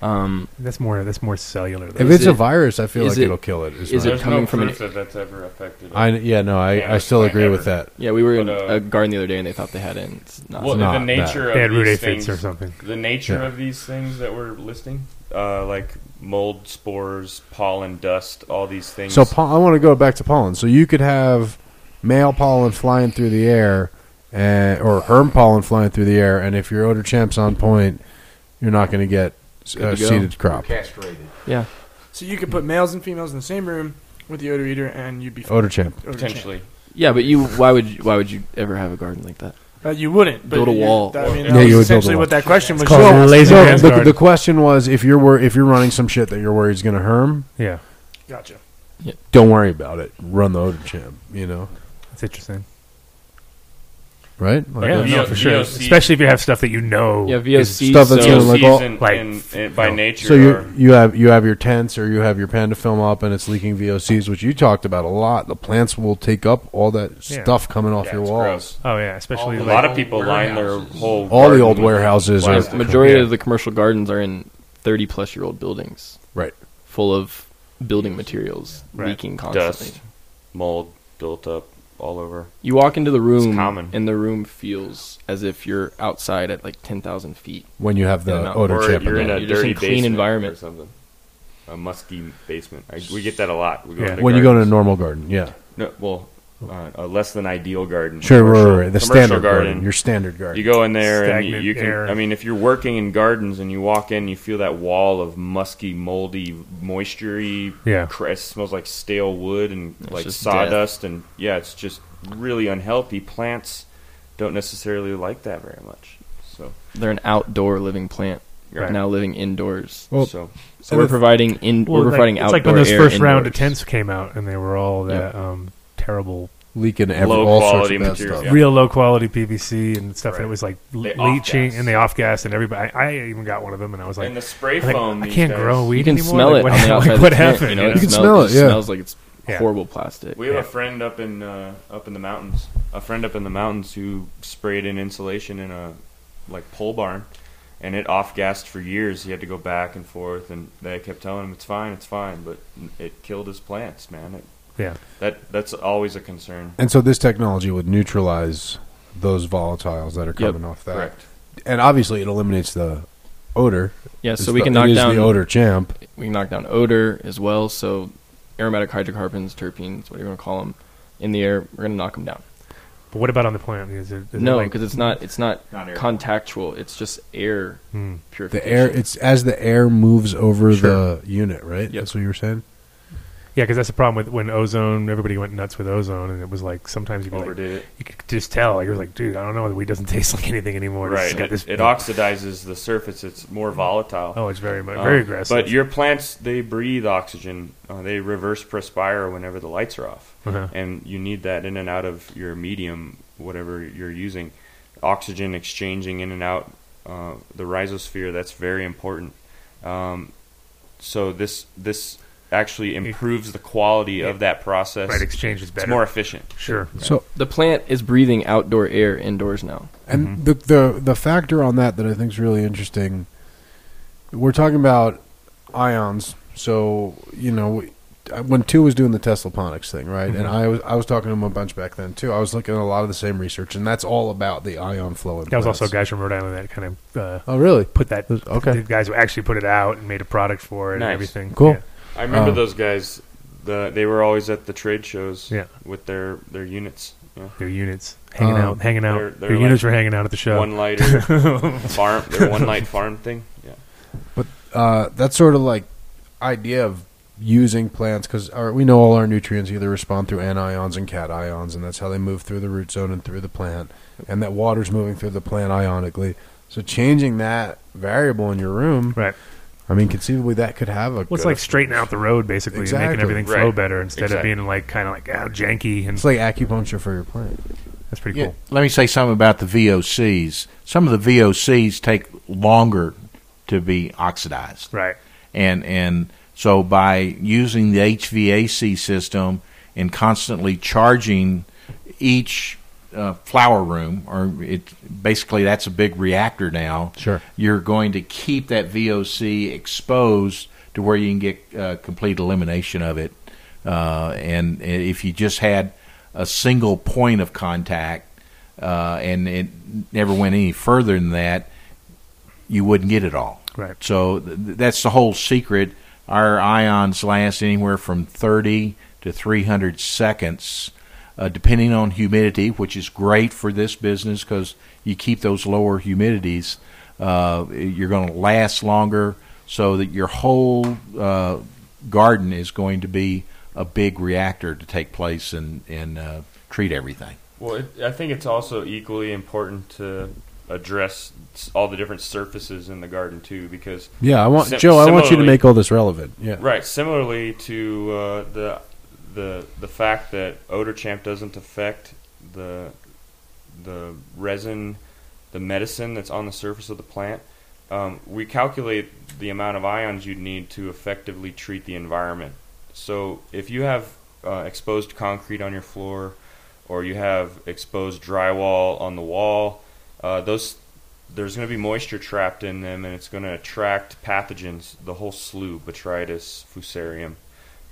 Speaker 8: Um,
Speaker 1: That's more. That's more cellular.
Speaker 2: If
Speaker 1: Though.
Speaker 8: Is
Speaker 2: it's a
Speaker 8: it-
Speaker 2: virus, I feel
Speaker 8: is
Speaker 2: like
Speaker 8: it-
Speaker 2: it, will kill it.
Speaker 8: is
Speaker 2: as well.
Speaker 8: it
Speaker 5: There's
Speaker 8: coming
Speaker 5: no
Speaker 8: from an-
Speaker 5: proof that that's ever affected.
Speaker 2: I yeah no I, I
Speaker 5: Cannabis
Speaker 2: still agree
Speaker 5: plant
Speaker 2: with that.
Speaker 8: yeah, we were in
Speaker 5: But, uh,
Speaker 8: a garden the other day and they thought they had it. And Uh, it's not
Speaker 5: Well,
Speaker 2: not
Speaker 5: the
Speaker 2: that.
Speaker 5: nature
Speaker 1: They had
Speaker 5: of
Speaker 1: root
Speaker 5: these
Speaker 1: aphids
Speaker 5: things
Speaker 1: or something.
Speaker 5: The nature
Speaker 2: Yeah.
Speaker 5: of these things that we're listing, uh, like mold, spores, pollen, dust, all these things.
Speaker 2: So pol- I want to go back to pollen. So you could have male pollen flying through the air, and, or herm pollen flying through the air, and if your odor champ's on point, you're not going to get
Speaker 8: Good
Speaker 2: a
Speaker 8: to go.
Speaker 2: uh, seeded crop.
Speaker 9: Castrated.
Speaker 8: yeah.
Speaker 3: So you could put males and females in the same room with the odor eater, and you'd be fine.
Speaker 2: Odor champ.
Speaker 3: Odor champ.
Speaker 5: potentially,
Speaker 8: Yeah, but you why would you, why would you ever have a garden like that?
Speaker 3: Uh, you wouldn't but
Speaker 8: Build a
Speaker 3: you-
Speaker 8: wall.
Speaker 3: that- I mean,
Speaker 5: Yeah,
Speaker 3: that was
Speaker 2: you would build a
Speaker 3: essentially
Speaker 2: wall.
Speaker 3: what that question was.
Speaker 1: called
Speaker 3: Sure.
Speaker 1: lazy
Speaker 2: No,
Speaker 1: man's
Speaker 2: the,
Speaker 1: garden.
Speaker 2: the question was if you're wor- if you're running some shit that you're worried is going to herm,
Speaker 1: yeah,
Speaker 3: Gotcha.
Speaker 2: don't worry about it. Run the odor champ. You know,
Speaker 1: that's interesting.
Speaker 2: right? Like,
Speaker 1: yeah,
Speaker 5: VO-
Speaker 1: no, for sure.
Speaker 5: VOC
Speaker 1: Especially if you have stuff that you know.
Speaker 8: Yeah,
Speaker 1: is-
Speaker 8: VOC.
Speaker 2: stuff that's
Speaker 5: VOCs
Speaker 2: gonna
Speaker 8: so,
Speaker 2: like all-
Speaker 5: and,
Speaker 1: like,
Speaker 5: and- and by
Speaker 1: no.
Speaker 5: nature,
Speaker 2: So you
Speaker 5: are,
Speaker 2: you have you have your tents or you have your panda film up and it's leaking VOCs, which you talked about a lot. The plants will take up all that
Speaker 1: Yeah.
Speaker 2: stuff coming off
Speaker 5: yeah,
Speaker 2: your
Speaker 5: it's
Speaker 2: walls.
Speaker 5: gross.
Speaker 1: Oh yeah, especially
Speaker 5: A
Speaker 1: like,
Speaker 5: lot of people line their
Speaker 9: warehouses.
Speaker 5: whole
Speaker 2: All the
Speaker 5: garden
Speaker 2: old
Speaker 5: with
Speaker 2: warehouses are
Speaker 5: plastic.
Speaker 8: majority
Speaker 1: Yeah.
Speaker 8: of the commercial gardens are in thirty plus year old buildings
Speaker 2: right.
Speaker 8: full of building materials
Speaker 1: Right.
Speaker 8: leaking constantly.
Speaker 5: dust, mold built up all over.
Speaker 8: You walk into the room
Speaker 5: common.
Speaker 8: and the room feels as if you're outside at like ten thousand feet.
Speaker 2: When you have
Speaker 8: Yeah,
Speaker 2: the
Speaker 8: no.
Speaker 2: odor
Speaker 5: or
Speaker 2: chip.
Speaker 5: you're
Speaker 2: in
Speaker 5: in
Speaker 2: there.
Speaker 5: a
Speaker 8: You're just
Speaker 5: dirty
Speaker 8: in clean
Speaker 5: basement
Speaker 8: environment.
Speaker 5: or something. A musky basement. I, we get that a lot. We go
Speaker 1: Yeah.
Speaker 5: into
Speaker 2: when you go to a
Speaker 5: gardens.
Speaker 2: normal garden, yeah,
Speaker 5: no, well, uh, a less than ideal garden.
Speaker 2: sure, right,
Speaker 5: commercial-
Speaker 2: right, right. the
Speaker 5: commercial
Speaker 2: standard garden. your standard garden.
Speaker 5: You go in there and you,
Speaker 1: Stagnant
Speaker 5: you can.
Speaker 1: air.
Speaker 5: I mean, if you're working in gardens and you walk in, you feel that wall of musky, moldy, moisturey.
Speaker 1: Yeah.
Speaker 5: cr- It smells like stale wood and like
Speaker 8: just
Speaker 5: sawdust and yeah, it's just really unhealthy. Plants don't necessarily like that very much. So
Speaker 8: They're an outdoor living plant.
Speaker 5: Right.
Speaker 8: Now living indoors.
Speaker 2: Well,
Speaker 5: so
Speaker 8: So we're providing in
Speaker 1: Well,
Speaker 8: we're
Speaker 1: like-
Speaker 8: providing
Speaker 1: it's
Speaker 8: outdoor
Speaker 1: like when those
Speaker 8: air
Speaker 1: first round of
Speaker 8: indoors.
Speaker 1: tents came out, and they were all that um, terrible,
Speaker 2: leaking every,
Speaker 5: Low
Speaker 2: all sorts
Speaker 5: quality
Speaker 2: of bad
Speaker 5: material,
Speaker 2: stuff.
Speaker 5: Yeah.
Speaker 1: real low quality PVC and stuff. And it
Speaker 5: Right.
Speaker 1: was like
Speaker 5: They
Speaker 1: le- leaching,
Speaker 5: off-gassed.
Speaker 1: and they off gassed, and everybody. I, I even got one of them, and I was like,
Speaker 5: and the spray
Speaker 1: I think,
Speaker 5: foam.
Speaker 1: I
Speaker 5: these
Speaker 1: can't
Speaker 5: days-
Speaker 1: grow weed.
Speaker 8: you can
Speaker 1: anymore.
Speaker 8: smell
Speaker 1: Like,
Speaker 8: it
Speaker 1: what,
Speaker 8: on the
Speaker 1: like,
Speaker 8: outside. of
Speaker 1: what
Speaker 8: the tent,
Speaker 1: happened?
Speaker 8: You, know,
Speaker 5: You
Speaker 8: it
Speaker 2: can
Speaker 8: smells-
Speaker 2: smell it, yeah.
Speaker 8: smells like it's
Speaker 1: Yeah.
Speaker 8: horrible plastic.
Speaker 5: We have
Speaker 1: Yeah.
Speaker 5: a friend up in uh, up in the mountains. A friend up in the mountains who sprayed in insulation in a like pole barn, and it off gassed for years. He had to go back and forth, and they kept telling him it's fine, it's fine, but it killed his plants, man. It,
Speaker 1: Yeah.
Speaker 5: that that's always a concern.
Speaker 2: And so this technology would neutralize those volatiles that are coming off that.
Speaker 5: Correct.
Speaker 2: And obviously, it eliminates the odor.
Speaker 8: Yeah, so
Speaker 2: It's
Speaker 8: we
Speaker 2: the-
Speaker 8: can
Speaker 2: it
Speaker 8: knock
Speaker 2: is
Speaker 8: down
Speaker 2: the odor champ.
Speaker 8: We can knock down odor as well. So aromatic hydrocarbons, terpenes, whatever you want to call them, in the air, we're going to knock them down.
Speaker 1: But what about on the plant? Is it, is
Speaker 8: no,
Speaker 1: it like,
Speaker 8: because it's not it's not,
Speaker 5: Not air.
Speaker 8: contactual. It's just air
Speaker 1: Hmm.
Speaker 2: The
Speaker 8: purification.
Speaker 2: air. It's as the air moves over
Speaker 8: Sure.
Speaker 2: the unit, right? That's what you were saying.
Speaker 1: yeah, because that's the problem with when ozone. Everybody went nuts with ozone, and it was like sometimes you could, like,
Speaker 5: Overdid it.
Speaker 1: you could just tell. Like, you're like, dude, I don't know. The weed doesn't taste like anything anymore. It's
Speaker 5: Right.
Speaker 1: got
Speaker 5: It,
Speaker 1: this-
Speaker 5: it oxidizes the surface. It's more volatile.
Speaker 1: Oh, it's very much
Speaker 5: Um,
Speaker 1: very aggressive.
Speaker 5: But your plants, they breathe oxygen. Uh, they reverse perspire whenever the lights are off,
Speaker 1: Uh-huh.
Speaker 5: and you need that in and out of your medium, whatever you're using. Oxygen exchanging in and out uh, the rhizosphere. That's very important. Um, so this this actually improves the quality of that process.
Speaker 1: right exchange is better.
Speaker 5: It's more efficient.
Speaker 1: sure.
Speaker 2: So
Speaker 8: the plant is breathing outdoor air indoors now.
Speaker 2: And
Speaker 5: Mm-hmm.
Speaker 2: the, the the factor on that that I think is really interesting. We're talking about ions, so you know we- uh, when two was doing the Teslaponics thing, right? And I was I was talking to him a bunch back then too. I was looking at a lot of the same research, and that's all about the ion flow. In
Speaker 1: That was
Speaker 2: plants.
Speaker 1: also guys from Rhode Island that kind of uh,
Speaker 2: Oh, really?
Speaker 1: put that.
Speaker 2: Okay.
Speaker 1: the guys who actually put it out and made a product for it and
Speaker 5: Nice.
Speaker 1: everything.
Speaker 2: Cool.
Speaker 1: Yeah.
Speaker 5: I remember
Speaker 2: Oh.
Speaker 5: those guys. The, they were always at the trade shows
Speaker 1: Yeah.
Speaker 5: with their their units. Yeah.
Speaker 1: Their units hanging
Speaker 2: Um,
Speaker 1: out, hanging out.
Speaker 5: they're- they're
Speaker 1: Their
Speaker 5: like
Speaker 1: units were hanging out at the show.
Speaker 5: One lighter farm. Their one light farm thing. Yeah.
Speaker 2: But uh, that sort of like idea of using plants because we know all our nutrients either respond through anions and cations, and that's how they move through the root zone and through the plant, and that water's moving through the plant ionically. So changing that variable in your room,
Speaker 1: Right.
Speaker 2: I mean, conceivably that could have a.
Speaker 1: Well, it's
Speaker 2: good-
Speaker 1: like straightening out the road basically, and
Speaker 2: Exactly.
Speaker 1: making everything
Speaker 5: Right.
Speaker 1: flow better instead
Speaker 5: Exactly.
Speaker 1: of being like kind of like oh, janky and
Speaker 2: It's like acupuncture for your plant.
Speaker 1: that's pretty
Speaker 9: Yeah,
Speaker 1: cool.
Speaker 9: Let me say something about the VOCs. Some of the VOCs take longer to be oxidized.
Speaker 1: Right.
Speaker 9: and and so by using the HVAC system and constantly charging each uh, flower room, or it basically that's a big reactor now.
Speaker 2: Sure.
Speaker 9: you're going to keep that VOC exposed to where you can get uh, complete elimination of it. Uh, and if you just had a single point of contact uh, and it never went any further than that, you wouldn't get it all.
Speaker 1: Right.
Speaker 9: So th- th- that's the whole secret. Our ions last anywhere from 30 to 300 seconds, uh, depending on humidity, which is great for this business because you keep those lower humidities. Uh, you're going to last longer, so that your whole uh, garden is going to be a big reactor to take place and and uh, treat everything.
Speaker 5: Well, it, I think it's also equally important to address s- all the different surfaces in the garden too, because
Speaker 2: Yeah, I want
Speaker 5: sim-
Speaker 2: Joe. I want you to
Speaker 5: similarly-
Speaker 2: make all this relevant. Yeah,
Speaker 5: Right. Similarly to uh, the the the fact that odor champ doesn't affect the the resin, the medicine that's on the surface of the plant. Um, we calculate the amount of ions you'd need to effectively treat the environment. So if you have uh, exposed concrete on your floor, or you have exposed drywall on the wall, uh, those there's going to be moisture trapped in them, and it's going to attract pathogens. The whole slew: botrytis, fusarium.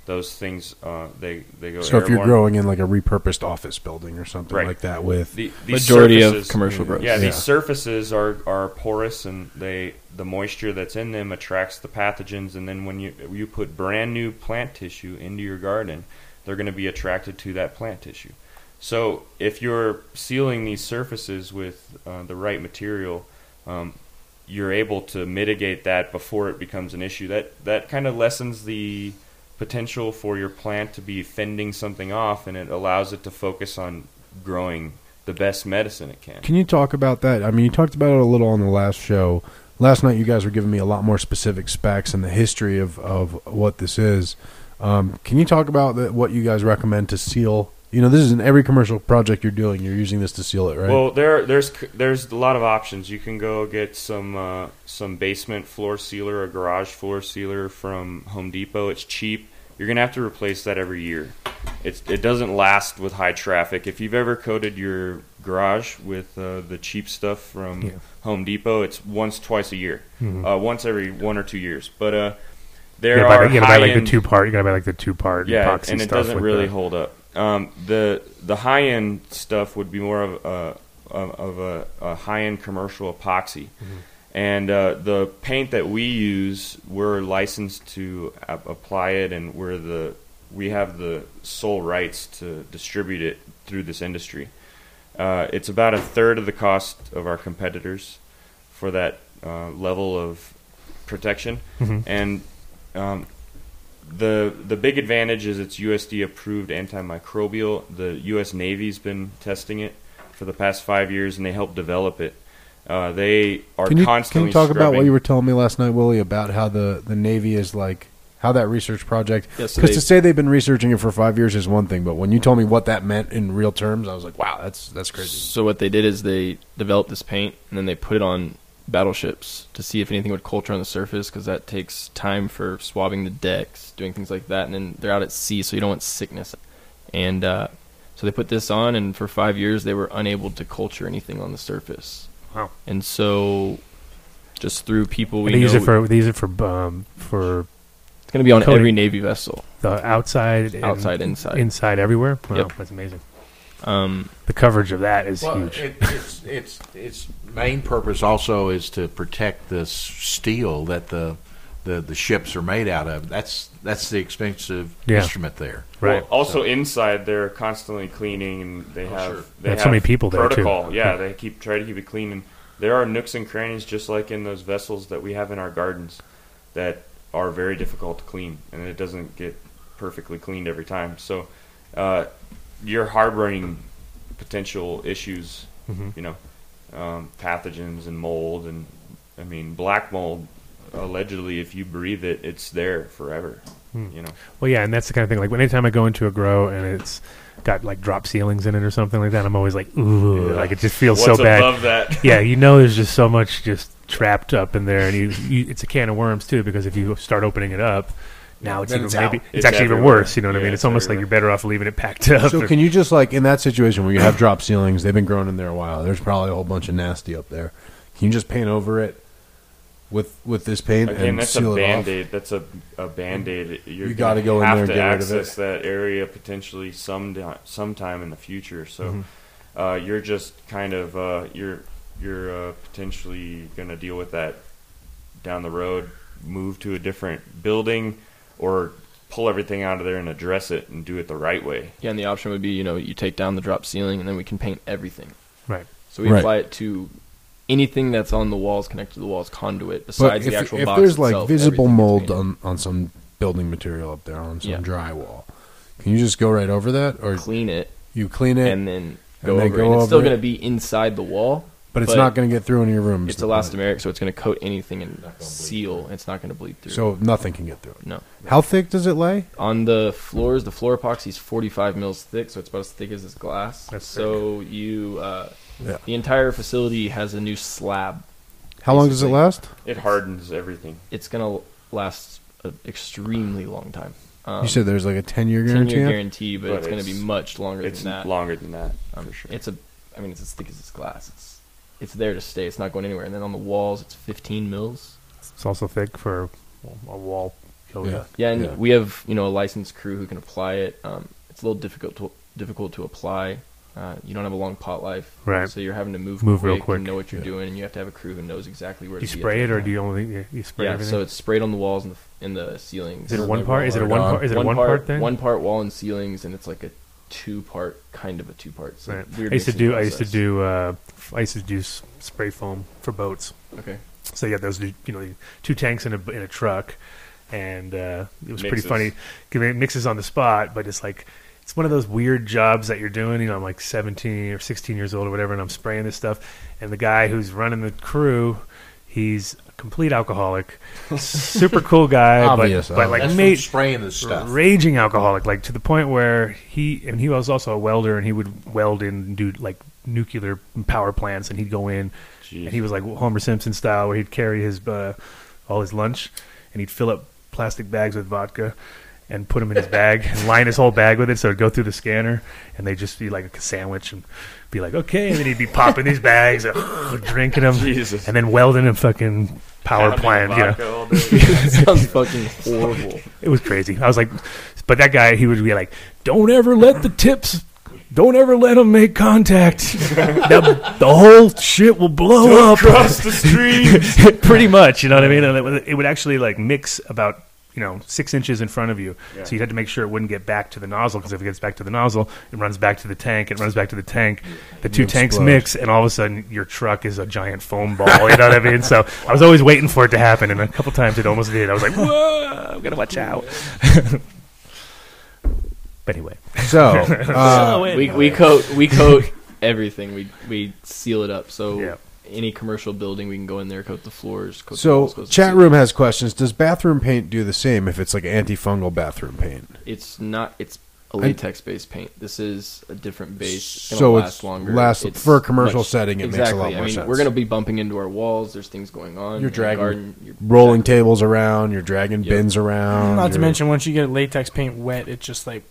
Speaker 5: Those things uh, they they go.
Speaker 2: So if you're
Speaker 5: airborne.
Speaker 2: growing in like a repurposed office building or something
Speaker 5: Right.
Speaker 2: like that, with
Speaker 5: The, these
Speaker 8: Majority of
Speaker 5: surfaces,
Speaker 8: commercial growth.
Speaker 5: Yeah,
Speaker 2: Yeah.
Speaker 5: these surfaces are, are porous, and they the moisture that's in them attracts the pathogens. And then when you you put brand new plant tissue into your garden, they're going to be attracted to that plant tissue. So if you're sealing these surfaces with uh, the right material, um, you're able to mitigate that before it becomes an issue. That that kind of lessens the potential for your plant to be fending something off, and it allows it to focus on growing the best medicine it can.
Speaker 2: Can you talk about that? I mean, you talked about it a little on the last show. Last night, you guys were giving me a lot more specific specs and the history of, of what this is. Um, can you talk about that, what you guys recommend to seal? You know, this is in every commercial project you're doing. You're using this to seal it, right?
Speaker 5: Well, there there's c- there's a lot of options. You can go get some uh, some basement floor sealer or garage floor sealer from Home Depot. It's cheap. You're gonna have to replace that every year. It's it doesn't last with high traffic. If you've ever coated your garage with uh, the cheap stuff from
Speaker 1: Yeah.
Speaker 5: Home Depot, it's once twice a year,
Speaker 1: Mhm.
Speaker 5: uh, once every one or two years. But uh,
Speaker 1: You
Speaker 5: there
Speaker 1: gotta, buy,
Speaker 5: are
Speaker 1: like- you gotta buy like
Speaker 5: high-end-
Speaker 1: the two part. You gotta buy like the two part
Speaker 5: yeah,
Speaker 1: epoxy
Speaker 5: and it
Speaker 1: stuff
Speaker 5: doesn't
Speaker 1: with
Speaker 5: really
Speaker 1: the-
Speaker 5: hold up. Um, the the high end stuff would be more of a of a, a high end commercial epoxy, and uh, the paint that we use, we're licensed to a- apply it, and we're the we have the sole rights to distribute it through this industry. Uh, it's about a third of the cost of our competitors for that uh, level of protection,
Speaker 2: Mm-hmm.
Speaker 5: and um, the the big advantage is it's USD approved antimicrobial. The U.S. Navy's been testing it for the past five years, and they helped develop it. Uh, they are
Speaker 2: can you, can
Speaker 5: constantly
Speaker 2: you talk about what
Speaker 5: scrubbing-
Speaker 2: you were telling me last night, Willie, about how the, the Navy is like, how that research project?
Speaker 8: Yeah,
Speaker 2: Because
Speaker 8: so they-
Speaker 2: to say they've been researching it for five years is one thing, but when you told me what that meant in real terms, I was like, wow, that's that's crazy.
Speaker 8: So what they did is they developed this paint and then they put it on battleships to see if anything would culture on the surface because that takes time for swabbing the decks, doing things like that, and then they're out at sea, so you don't want sickness. And uh, so they put this on, and for five years they were unable to culture anything on the surface.
Speaker 1: Wow.
Speaker 8: And so, just through people we
Speaker 1: They use
Speaker 8: know,
Speaker 1: it for they use it for um, for
Speaker 8: it's going to be on
Speaker 1: coating.
Speaker 8: every navy vessel.
Speaker 1: the outside, and
Speaker 8: Outside, inside.
Speaker 1: inside everywhere. Wow,
Speaker 8: Yep.
Speaker 1: that's amazing.
Speaker 8: Um,
Speaker 1: The coverage of that is huge.
Speaker 9: It, it's, it's its main purpose also is to protect the s- steel that the the, the ships are made out of. That's that's the expensive
Speaker 1: Yeah.
Speaker 9: instrument there.
Speaker 1: right.
Speaker 5: Well, also inside, they're constantly cleaning, and they have
Speaker 9: Oh, sure.
Speaker 5: they
Speaker 1: They have so many people there, too.
Speaker 5: protocol. Yeah, they keep try to keep it clean, and there are nooks and crannies just like in those vessels that we have in our gardens that are very difficult to clean, and it doesn't get perfectly cleaned every time. So, uh, you're harboring potential issues,
Speaker 1: Mm-hmm.
Speaker 5: you know, um, pathogens and mold, and I mean black mold. Allegedly, if you breathe it, it's there forever.
Speaker 1: Hmm.
Speaker 5: You know.
Speaker 1: Well, yeah, and that's the kind of thing. Like, when anytime I go into a grow and it's got like drop ceilings in it or something like that, I'm always like, ooh, like it just feels
Speaker 5: What's
Speaker 1: so bad.
Speaker 5: above that?
Speaker 1: yeah, you know, there's just so much just trapped up in there, and you, you it's a can of worms too because if you start opening it up, Now it's
Speaker 2: Then
Speaker 1: even
Speaker 2: it's out.
Speaker 1: maybe it's,
Speaker 5: It's
Speaker 1: actually even
Speaker 5: everywhere.
Speaker 1: worse. You know what I
Speaker 5: Yeah,
Speaker 1: mean? It's,
Speaker 5: it's
Speaker 1: almost like
Speaker 5: everywhere.
Speaker 1: you're better off leaving it packed up.
Speaker 2: So can you just like in that situation where you have drop ceilings, they've been growing in there a while. There's probably a whole bunch of nasty up there. Can you just paint over it with with this paint
Speaker 5: Again,
Speaker 2: and
Speaker 5: that's a
Speaker 2: seal it off?
Speaker 5: band aid. That's a, a band aid.
Speaker 2: You gotta go in there and
Speaker 5: to
Speaker 2: get rid of it.
Speaker 5: access that area potentially some sometime in the future. So
Speaker 2: Mm-hmm.
Speaker 5: uh, you're just kind of uh, you're you're uh, potentially going to deal with that down the road. Move to a different building, or pull everything out of there and address it and do it the right way.
Speaker 8: Yeah, and the option would be, you know, you take down the drop ceiling and then we can paint everything.
Speaker 1: Right.
Speaker 8: So we
Speaker 2: Right.
Speaker 8: apply it to anything that's on the walls connected to the walls conduit
Speaker 2: But
Speaker 8: besides
Speaker 2: if,
Speaker 8: the actual
Speaker 2: if
Speaker 8: box
Speaker 2: there's like
Speaker 8: itself,
Speaker 2: visible
Speaker 8: everything gets
Speaker 2: mold
Speaker 8: painted.
Speaker 2: on, on some building material up there on some
Speaker 8: Yeah.
Speaker 2: drywall, can you just go right over that, or
Speaker 8: clean it
Speaker 2: you clean it,
Speaker 8: and then go
Speaker 2: they
Speaker 8: over
Speaker 2: go
Speaker 8: it. And it's still
Speaker 2: over it.
Speaker 8: going to be inside the wall.
Speaker 2: but it's not going to get through into your room?
Speaker 8: It's elastomeric, so it's going to coat anything and seal. It's not going to bleed through.
Speaker 2: so nothing can get through it.
Speaker 8: no.
Speaker 2: How thick does it lay?
Speaker 8: On the floors, the floor epoxy is 45 mils thick, so it's about as thick as this glass.
Speaker 1: That's
Speaker 8: so you, uh,
Speaker 2: Yeah.
Speaker 8: the entire facility has a new slab.
Speaker 2: How long does it
Speaker 8: Basically.
Speaker 2: last?
Speaker 5: It hardens everything.
Speaker 8: It's going to last an extremely long time. Um,
Speaker 2: you said there's like a ten year
Speaker 8: 10
Speaker 2: guarantee.
Speaker 8: year
Speaker 2: on it?
Speaker 8: guarantee, but,
Speaker 5: But
Speaker 8: it's, going to be
Speaker 5: it's-
Speaker 8: much longer
Speaker 5: It's
Speaker 8: than that.
Speaker 5: longer than that
Speaker 8: Um,
Speaker 5: for sure.
Speaker 8: It's a, I mean, it's as thick as this glass. It's, it's there to stay. It's not going anywhere. And then on the walls, it's 15 mils.
Speaker 1: It's also thick for a wall. coating.
Speaker 2: Yeah.
Speaker 8: Yeah, and
Speaker 2: Yeah.
Speaker 8: we have you know a licensed crew who can apply it. Um, it's a little difficult to difficult to apply. Uh, you don't have a long pot life,
Speaker 1: Right.
Speaker 8: So you're having to move
Speaker 1: Move real quick.
Speaker 8: and know what you're
Speaker 2: Yeah.
Speaker 8: doing, and you have to have a crew who knows exactly where
Speaker 1: You
Speaker 8: to be at
Speaker 1: spray
Speaker 8: that
Speaker 1: it, or
Speaker 8: time.
Speaker 1: do you only you, you spray
Speaker 8: yeah,
Speaker 1: everything?
Speaker 8: so it's sprayed on the walls and the in the ceilings.
Speaker 1: is it
Speaker 2: Or
Speaker 1: one
Speaker 2: they
Speaker 1: part? Is it a
Speaker 2: roll
Speaker 1: one
Speaker 2: it on.
Speaker 1: part? Is it a one part thing?
Speaker 8: One part wall and ceilings, and it's like a two part kind of a two part. So
Speaker 1: Right.
Speaker 8: weird
Speaker 1: I used to
Speaker 8: mixing
Speaker 1: do. I used to
Speaker 8: process.
Speaker 1: do. Uh, I used to do s- spray foam for boats.
Speaker 8: Okay.
Speaker 1: So you had those, you know, two tanks in a in a truck, and uh, it was pretty
Speaker 5: Mixes.
Speaker 1: funny. 'Cause It mixes on the spot, but it's like it's one of those weird jobs that you're doing. You know, I'm like 17 or 16 years old or whatever, and I'm spraying this stuff, and the guy who's running the crew. He's a complete alcoholic, super cool guy,
Speaker 2: Obvious,
Speaker 1: but, but like
Speaker 9: That's from
Speaker 1: made,
Speaker 9: spraying the stuff.
Speaker 1: raging alcoholic, like to the point where he and he was also a welder, and he would weld in and do like nuclear power plants, and he'd go in,
Speaker 5: Jeez.
Speaker 1: and he was like Homer Simpson style, where he'd carry his uh, all his lunch, and he'd fill up plastic bags with vodka. And put them in his bag and line his whole bag with it, so it'd go through the scanner, and they'd just be like a sandwich and be like, okay, and then he'd be popping these bags, and drinking them,
Speaker 5: Jesus.
Speaker 1: and then welding a fucking power
Speaker 5: Pounding
Speaker 1: plant, you know.
Speaker 5: vodka all day.
Speaker 8: That sounds fucking horrible.
Speaker 1: It was crazy. I was like, but that guy, he would be like, don't ever let the tips, don't ever let them make contact. the, the whole shit will blow up.
Speaker 5: Across the street.
Speaker 1: Pretty much, you know what I mean? And it, would- it would actually like mix about, you know, six inches in front of you. So you had to make sure it wouldn't get back to the nozzle because if it gets back to the nozzle, it runs back to the tank. It runs back to the tank. The two tanks
Speaker 2: explode.
Speaker 1: mix, and all of a sudden your truck is a giant foam ball. You know what I mean? So I was always waiting for it to happen, and a couple times it almost did. I was like, whoa, I'm going to watch out. but anyway,
Speaker 2: So, uh,
Speaker 8: we we coat we coat everything. We we seal it up. So
Speaker 1: Yeah.
Speaker 8: any commercial building, we can go in there, coat the floors. Coat the walls,
Speaker 2: so
Speaker 8: coat the
Speaker 2: chat
Speaker 8: ceilings.
Speaker 2: room has questions. Does bathroom paint do the same if it's like antifungal bathroom paint?
Speaker 8: It's not. It's a latex based paint. This is a different base. It'll
Speaker 2: So
Speaker 8: last
Speaker 2: it's
Speaker 8: longer.
Speaker 2: last-
Speaker 8: It's
Speaker 2: for a commercial setting, it makes a
Speaker 8: exactly.
Speaker 2: lot
Speaker 8: I
Speaker 2: more
Speaker 8: mean,
Speaker 2: sense.
Speaker 8: We're gonna be bumping into our walls. There's things going on.
Speaker 2: You're
Speaker 8: in the
Speaker 2: dragging
Speaker 8: garden, you're
Speaker 2: Rolling tables around, you're dragging
Speaker 8: Yep.
Speaker 2: bins around.
Speaker 3: Not to
Speaker 2: you're-
Speaker 3: mention, once you get latex paint wet, it just like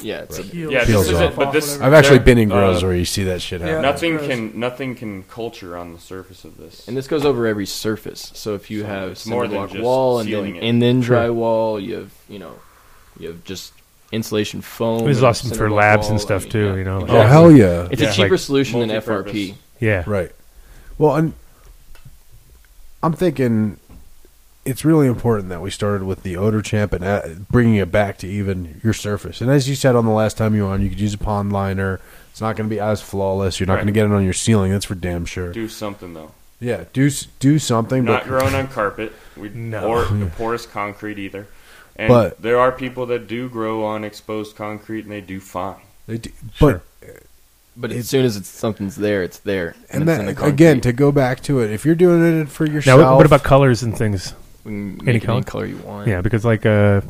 Speaker 8: Yeah, it's a,
Speaker 3: peels.
Speaker 5: Yeah,
Speaker 2: Peels
Speaker 5: this is
Speaker 2: off.
Speaker 5: it. But this,
Speaker 2: I've actually
Speaker 5: there-
Speaker 2: been in grows
Speaker 5: uh,
Speaker 2: where you see that shit happen.
Speaker 5: Nothing can nothing can culture on the surface of this.
Speaker 8: and this goes over every surface. So if you
Speaker 5: So
Speaker 8: have
Speaker 5: it's more
Speaker 8: cinder
Speaker 5: than
Speaker 8: block
Speaker 5: just
Speaker 8: wall and then
Speaker 5: sealing it.
Speaker 8: and then drywall, you have you know, you have just insulation foam.
Speaker 1: This is
Speaker 8: and
Speaker 1: awesome
Speaker 8: cinder
Speaker 1: for
Speaker 8: block
Speaker 1: labs
Speaker 8: wall.
Speaker 1: and
Speaker 8: I
Speaker 1: stuff
Speaker 8: mean,
Speaker 1: too,
Speaker 8: yeah,
Speaker 1: you know?
Speaker 8: exactly.
Speaker 2: Oh hell yeah!
Speaker 8: It's
Speaker 1: Yeah.
Speaker 8: a cheaper solution than
Speaker 5: Multi-purpose.
Speaker 8: FRP.
Speaker 1: yeah.
Speaker 2: Right. Well, and I'm thinking it's really important that we started with the odor champ and uh, bringing it back to even your surface. And as you said on the last time you were on, you could use a pond liner. It's not going to be as flawless. You're not
Speaker 5: Right.
Speaker 2: going to get it on your ceiling. That's for damn sure.
Speaker 5: Do something though.
Speaker 2: yeah, do s- do something.
Speaker 5: Not
Speaker 2: but
Speaker 5: growing on carpet. We
Speaker 1: No.
Speaker 5: or the porous concrete either. And
Speaker 2: But-
Speaker 5: there are people that do grow on exposed concrete and they do fine.
Speaker 2: They do- but
Speaker 8: But
Speaker 2: It-
Speaker 8: as soon as it's, something's there, it's there.
Speaker 2: and
Speaker 8: it's in the
Speaker 2: that
Speaker 8: concrete.
Speaker 2: again to go back to it, if you're doing it for
Speaker 1: Now,
Speaker 2: yourself,
Speaker 1: what- what about colors and things?
Speaker 8: we can make
Speaker 1: any
Speaker 8: it any
Speaker 1: color?
Speaker 8: color you want.
Speaker 1: Yeah, because like uh,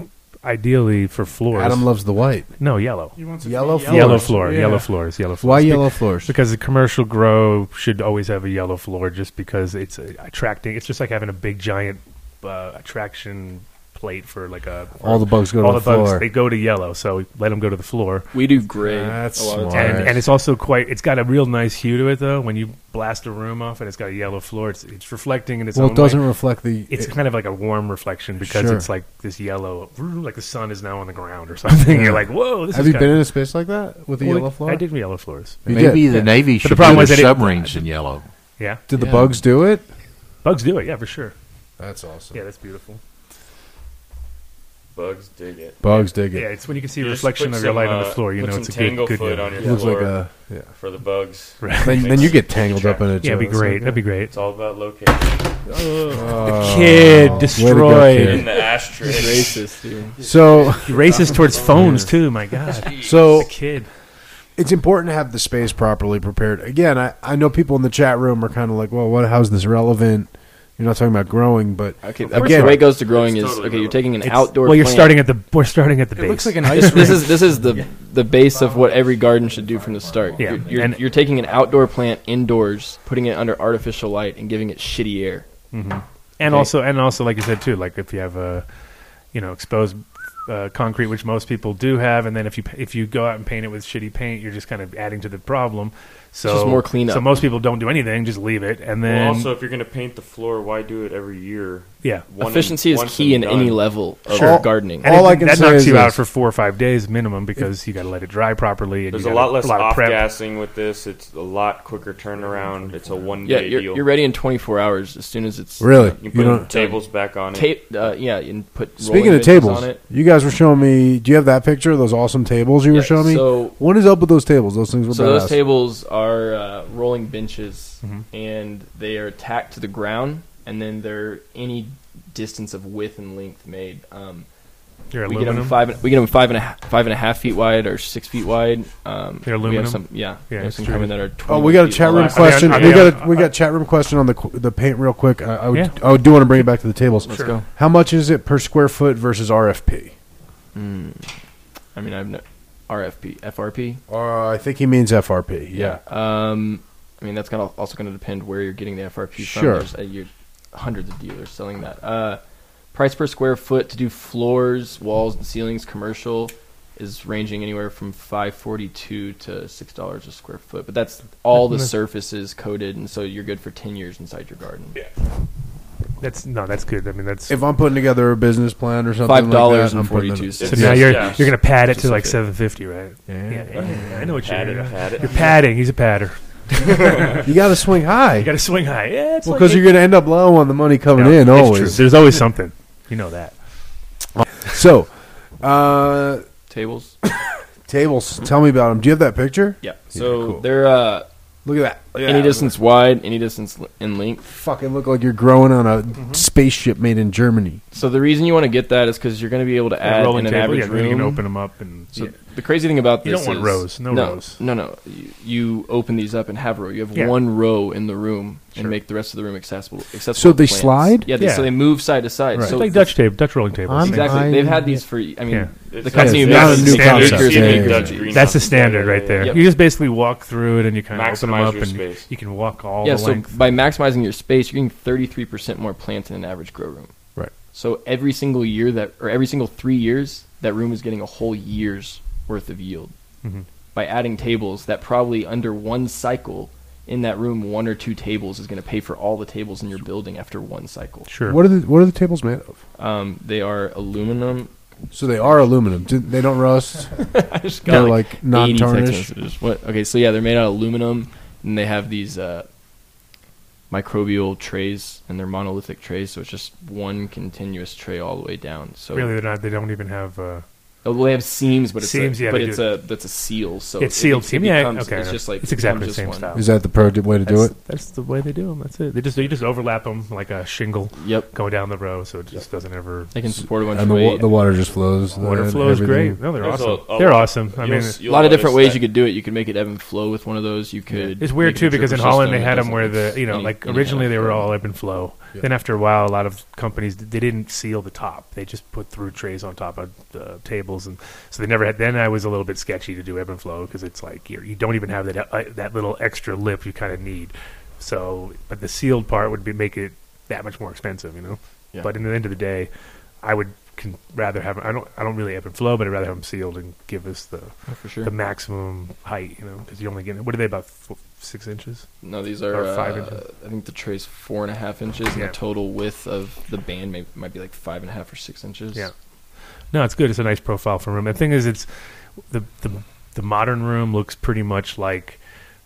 Speaker 1: ideally for floors,
Speaker 2: Adam loves the white.
Speaker 1: no yellow,
Speaker 3: you want
Speaker 2: Yellow
Speaker 1: yellow,
Speaker 2: Yellow
Speaker 1: floor,
Speaker 3: yeah.
Speaker 1: yellow floors, yellow floors.
Speaker 2: Why
Speaker 1: Be-
Speaker 2: yellow floors?
Speaker 1: Because the commercial grow should always have a yellow floor, just because it's uh, attracting. It's just like having a big giant uh, attraction plate for like a
Speaker 2: All the bugs go to
Speaker 1: all
Speaker 2: the floor.
Speaker 1: They go to yellow, so we let them go to the floor.
Speaker 8: We do gray.
Speaker 2: That's
Speaker 8: a lot of
Speaker 2: smart.
Speaker 8: times.
Speaker 1: And,
Speaker 2: Nice.
Speaker 1: and it's also quite. It's got a real nice hue to it, though. When you blast a room off, and it's got a yellow floor, it's, it's reflecting in its
Speaker 2: well,
Speaker 1: own
Speaker 2: it doesn't
Speaker 1: way.
Speaker 2: reflect the.
Speaker 1: It's
Speaker 2: it-
Speaker 1: kind of like a warm reflection because
Speaker 2: Sure.
Speaker 1: it's like this yellow, like the sun is now on the ground or something. You're like, whoa! This
Speaker 2: have
Speaker 1: is
Speaker 2: you
Speaker 1: kinda-
Speaker 2: been in a space like that with a
Speaker 1: Well,
Speaker 2: yellow floor?
Speaker 1: I did yellow floors.
Speaker 2: You
Speaker 10: Maybe
Speaker 2: did.
Speaker 10: the Navy
Speaker 1: the
Speaker 10: should
Speaker 1: problem
Speaker 10: do
Speaker 1: was
Speaker 10: their
Speaker 1: that it-
Speaker 10: submarines in yellow.
Speaker 1: Yeah,
Speaker 2: Did the
Speaker 8: Yeah.
Speaker 2: bugs do it?
Speaker 1: bugs do it. Yeah, for sure.
Speaker 2: That's awesome.
Speaker 1: Yeah, that's beautiful.
Speaker 5: Bugs dig it.
Speaker 2: Bugs dig
Speaker 1: Yeah,
Speaker 2: it.
Speaker 1: it's when you can see
Speaker 5: You
Speaker 1: the
Speaker 5: just
Speaker 1: reflection
Speaker 5: put
Speaker 1: of your
Speaker 5: some,
Speaker 1: light on the
Speaker 5: uh,
Speaker 1: floor. You
Speaker 5: put
Speaker 1: know,
Speaker 5: some
Speaker 1: it's a good,
Speaker 5: Tangle
Speaker 1: good
Speaker 5: foot
Speaker 1: yellow.
Speaker 5: on your
Speaker 2: It looks
Speaker 5: floor
Speaker 2: like a. Yeah.
Speaker 5: for the bugs.
Speaker 2: Then, then you get tangled up in it.
Speaker 1: Yeah, it'd be
Speaker 2: too. That's
Speaker 1: great.
Speaker 2: okay.
Speaker 1: That'd be great.
Speaker 5: It's all about location.
Speaker 2: Oh,
Speaker 1: Kid
Speaker 2: way to go,
Speaker 5: In
Speaker 1: destroyed.
Speaker 5: the ashtray.
Speaker 8: racist, dude.
Speaker 2: kid. So,
Speaker 1: Racist towards phones too. My God,
Speaker 2: so
Speaker 1: the kid.
Speaker 2: it's important to have the space properly prepared. Again, I, I know people in the chat room are kind of like, well, what? How's this relevant? You're not talking about growing, but
Speaker 8: Okay,
Speaker 2: Of
Speaker 8: the
Speaker 2: course
Speaker 8: way
Speaker 2: not.
Speaker 8: it goes to growing
Speaker 5: It's
Speaker 8: is
Speaker 5: totally
Speaker 8: okay. You're
Speaker 5: relevant.
Speaker 8: taking an
Speaker 1: It's-
Speaker 8: outdoor.
Speaker 1: Well, you're
Speaker 8: plant.
Speaker 1: starting at the we're starting at the base.
Speaker 3: It looks like an ice
Speaker 8: This,
Speaker 3: rink.
Speaker 8: this is this is the the base of what every garden should do from the start.
Speaker 1: Yeah,
Speaker 8: you're, you're,
Speaker 1: and-
Speaker 8: you're taking an outdoor plant indoors, putting it under artificial light, and giving it shitty air.
Speaker 5: Mm-hmm.
Speaker 1: Mm-hmm. and
Speaker 8: Okay.
Speaker 1: also and also like you said too like if you have a you know exposed uh, concrete which most people do have and then if you if you go out and paint it with shitty paint you're just kind of adding to the problem so
Speaker 8: just more cleanup.
Speaker 1: so most people don't do anything just leave it and then
Speaker 5: well, also, if you're going to paint the floor, why do it every year?
Speaker 1: yeah
Speaker 5: One
Speaker 8: Efficiency is
Speaker 5: once
Speaker 8: key in
Speaker 5: and
Speaker 8: any
Speaker 5: done.
Speaker 8: level of
Speaker 2: Sure.
Speaker 8: gardening.
Speaker 1: and
Speaker 2: All
Speaker 1: it-
Speaker 2: I can
Speaker 1: that
Speaker 2: say
Speaker 1: knocks
Speaker 2: is
Speaker 1: you out
Speaker 2: this.
Speaker 1: for four or five days minimum because you got to let it dry properly and
Speaker 5: There's
Speaker 1: you
Speaker 5: a
Speaker 1: gotta-
Speaker 5: lot less
Speaker 1: a lot of
Speaker 5: off
Speaker 1: prep
Speaker 5: gassing with this. It's a lot quicker turnaround. It's a one
Speaker 8: yeah,
Speaker 5: day
Speaker 8: you're,
Speaker 5: deal.
Speaker 8: you're ready in 24 hours as soon as it's
Speaker 2: really,
Speaker 5: You
Speaker 2: you,
Speaker 5: can put
Speaker 2: don't.
Speaker 5: tables back on it.
Speaker 8: Tape, uh, yeah, you can put.
Speaker 2: Speaking
Speaker 8: rolling
Speaker 2: of
Speaker 8: benches
Speaker 2: tables,
Speaker 8: on it.
Speaker 2: you guys were showing me. Do you have that picture of those awesome tables you
Speaker 8: Yeah,
Speaker 2: were showing me?
Speaker 8: so-
Speaker 2: what is up with those tables? Those things were
Speaker 8: So those
Speaker 2: badass. Mm-hmm.
Speaker 8: tables are uh, rolling benches, and they are tacked to the ground, and then they're any distance of width and length made. Um,
Speaker 1: They're
Speaker 8: we get them
Speaker 1: aluminum.
Speaker 8: five. We get them five and a half, five and a half feet wide or six feet wide. Um,
Speaker 1: They're
Speaker 8: We
Speaker 1: aluminum?
Speaker 8: have some, yeah, we
Speaker 1: Yeah,
Speaker 8: have
Speaker 1: it's
Speaker 8: some
Speaker 1: true.
Speaker 8: coming that are. 20
Speaker 2: Oh, we got a
Speaker 8: feet
Speaker 2: chat room
Speaker 8: wide.
Speaker 1: I mean,
Speaker 2: question.
Speaker 1: I- I
Speaker 2: we
Speaker 1: mean,
Speaker 2: got a,
Speaker 1: I-
Speaker 2: we got chat room question on the qu- the paint real quick. I, I would
Speaker 1: Yeah.
Speaker 2: I would do want to bring it back to the tables.
Speaker 8: Let's go.
Speaker 2: How much is it per square foot versus RFP?
Speaker 8: Hmm. I mean, I've no RFP, FRP.
Speaker 2: Uh, I think he means FRP. Yeah.
Speaker 8: Um, I mean, that's gonna also going to depend where you're getting the FRP from.
Speaker 2: Sure.
Speaker 8: There's uh, you're hundreds of dealers selling that. Uh, price per square foot to do floors, walls, and ceilings commercial is ranging anywhere from five forty two to six dollars a square foot. But that's all the surfaces coated, and so you're good for ten years inside your garden.
Speaker 1: that's no that's good I mean that's
Speaker 2: If I'm putting together a business plan or something,
Speaker 8: Five dollars
Speaker 2: like that, I'm
Speaker 8: and
Speaker 2: putting
Speaker 8: forty
Speaker 2: it-
Speaker 8: two
Speaker 5: So
Speaker 1: so
Speaker 8: cents.
Speaker 5: It's-
Speaker 1: now
Speaker 5: yes,
Speaker 1: you're
Speaker 5: yes.
Speaker 1: you're gonna pad it to like
Speaker 8: Specific.
Speaker 1: seven fifty right
Speaker 2: Yeah.
Speaker 1: yeah, yeah, I know what
Speaker 5: Pat
Speaker 1: you're
Speaker 5: it,
Speaker 1: doing
Speaker 5: pat it.
Speaker 1: you're padding he's a patter
Speaker 2: You got to swing high.
Speaker 1: you got to swing high yeah it's
Speaker 2: well,
Speaker 1: like
Speaker 2: because you're going to end up low on the money coming
Speaker 1: No,
Speaker 2: in
Speaker 1: it's true.
Speaker 2: always.
Speaker 1: There's always something. You know that.
Speaker 2: So, uh,
Speaker 8: Tables.
Speaker 2: tables. Tell me about them. Do you have that picture?
Speaker 8: Yeah.
Speaker 5: So
Speaker 2: cool.
Speaker 8: They're uh,
Speaker 2: Look at that. Look at
Speaker 8: any
Speaker 2: that.
Speaker 8: distance wide, any distance l- in length.
Speaker 2: Fucking look like you're growing on a
Speaker 1: Mm-hmm.
Speaker 2: spaceship made in Germany.
Speaker 8: So the reason you want to get that is because you're going to be able to add in an average
Speaker 1: yeah, you
Speaker 8: room.
Speaker 1: can open them up and
Speaker 8: So the crazy thing about
Speaker 1: You
Speaker 8: this
Speaker 1: don't want
Speaker 8: is-
Speaker 1: rows. No
Speaker 8: no
Speaker 1: rows.
Speaker 8: No, no. You, you open these up and have row. You have
Speaker 1: Yeah.
Speaker 8: one row in the room
Speaker 1: Sure.
Speaker 8: and make the rest of the room accessible. accessible
Speaker 2: So
Speaker 8: to
Speaker 2: they
Speaker 8: plants.
Speaker 2: slide?
Speaker 8: Yeah, they,
Speaker 1: Yeah.
Speaker 8: so they move side to side.
Speaker 2: Right.
Speaker 8: So
Speaker 1: it's like
Speaker 8: the-
Speaker 1: Dutch tape, Dutch rolling tables.
Speaker 2: I'm-
Speaker 8: exactly.
Speaker 2: I-
Speaker 8: They've had these for. I mean,
Speaker 1: Yeah.
Speaker 8: the company maknews
Speaker 2: it's not a new
Speaker 8: for years
Speaker 2: concept.
Speaker 8: and
Speaker 2: Yeah, yeah,
Speaker 8: years.
Speaker 2: yeah.
Speaker 5: Dutch green
Speaker 1: That's the
Speaker 5: house.
Speaker 1: standard
Speaker 5: Yeah, yeah,
Speaker 1: right there.
Speaker 8: yeah.
Speaker 1: You just basically walk through it and you kind of open them
Speaker 5: Maximize
Speaker 1: up
Speaker 5: your
Speaker 1: and
Speaker 5: space.
Speaker 1: you can walk all
Speaker 8: yeah,
Speaker 1: the
Speaker 8: so
Speaker 1: length.
Speaker 8: by maximizing your space, you're getting 33% more plants in an average grow room.
Speaker 2: Right.
Speaker 8: So every single year that, or every single three years, that room is getting a whole year's worth of yield.
Speaker 1: Mm-hmm.
Speaker 8: By adding tables, that probably under one cycle in that room, one or two tables is going to pay for all the tables in your building after one cycle.
Speaker 1: Sure.
Speaker 2: What are the What are the tables made of?
Speaker 8: Um, they are aluminum.
Speaker 2: So they are aluminum. Do- They don't rust.
Speaker 8: I just
Speaker 2: They're,
Speaker 8: got
Speaker 2: like,
Speaker 8: 80
Speaker 2: non-tarnished?
Speaker 8: text messages. What? Okay, so yeah, they're made out of aluminum, and they have these uh, microbial trays, and they're monolithic trays, so it's just one continuous tray all the way down. So
Speaker 1: really, they're not. They don't even have. Uh,
Speaker 8: Well, they have seams, but it's
Speaker 1: Seams,
Speaker 8: a,
Speaker 1: yeah,
Speaker 8: but
Speaker 1: they
Speaker 8: it's
Speaker 1: do.
Speaker 8: a that's a seal. So
Speaker 1: It's sealed
Speaker 8: it
Speaker 1: seam, yeah,
Speaker 8: becomes-
Speaker 1: okay.
Speaker 8: It's just like
Speaker 1: It's
Speaker 8: it
Speaker 1: exactly
Speaker 8: becomes
Speaker 1: the same
Speaker 8: just
Speaker 1: style.
Speaker 8: one.
Speaker 2: Is that the pro way to do
Speaker 1: that's,
Speaker 2: it?
Speaker 1: that's the way they do them. That's it. They just they just overlap them like a shingle
Speaker 8: Yep,
Speaker 1: going down the row, so it just doesn't ever.
Speaker 8: they can support a bunch
Speaker 2: And
Speaker 8: of
Speaker 2: the, wa-
Speaker 8: weight.
Speaker 2: the water just flows.
Speaker 1: Water
Speaker 2: then,
Speaker 1: flow is
Speaker 2: everything.
Speaker 1: great. Oh, No, they're
Speaker 5: There's
Speaker 1: awesome.
Speaker 5: a- a
Speaker 1: they're
Speaker 5: lot-
Speaker 1: awesome. I mean,
Speaker 8: a lot of different ways you could do it. You could make it ebb and flow with one of those. You could.
Speaker 1: It's weird
Speaker 8: make it
Speaker 1: too
Speaker 8: a
Speaker 1: because in
Speaker 8: dripper
Speaker 1: Holland they
Speaker 8: system. It
Speaker 1: had them
Speaker 8: doesn't
Speaker 1: where the
Speaker 8: have
Speaker 1: you know
Speaker 8: any-
Speaker 1: like
Speaker 8: any kind
Speaker 1: originally
Speaker 8: of
Speaker 1: they were
Speaker 8: flow.
Speaker 1: all ebb and flow.
Speaker 2: Yeah.
Speaker 1: Then after a while, a lot of companies they didn't seal the top; they just put through trays on top of uh, tables, and so they never had. Then I was a little bit sketchy to do ebb and flow because it's like you're, you don't even have that uh, that little extra lip you kind of need. So, but the sealed part would be make it that much more expensive, you know.
Speaker 8: Yeah.
Speaker 1: But in the end of the day, I would can rather have. I don't. I don't really ebb and flow, but I'd rather have them sealed and give us the
Speaker 8: Oh, for sure.
Speaker 1: the maximum height. You know, because you're only getting what are they about four, six inches?
Speaker 8: No, these are
Speaker 1: Or five
Speaker 8: uh,
Speaker 1: inches.
Speaker 8: I think the tray's four and a half inches, and
Speaker 1: Yeah.
Speaker 8: the total width of the band may, might be like five and a half or six inches.
Speaker 1: Yeah. No, it's good. It's a nice profile for a room. The thing is, it's the the the modern room looks pretty much like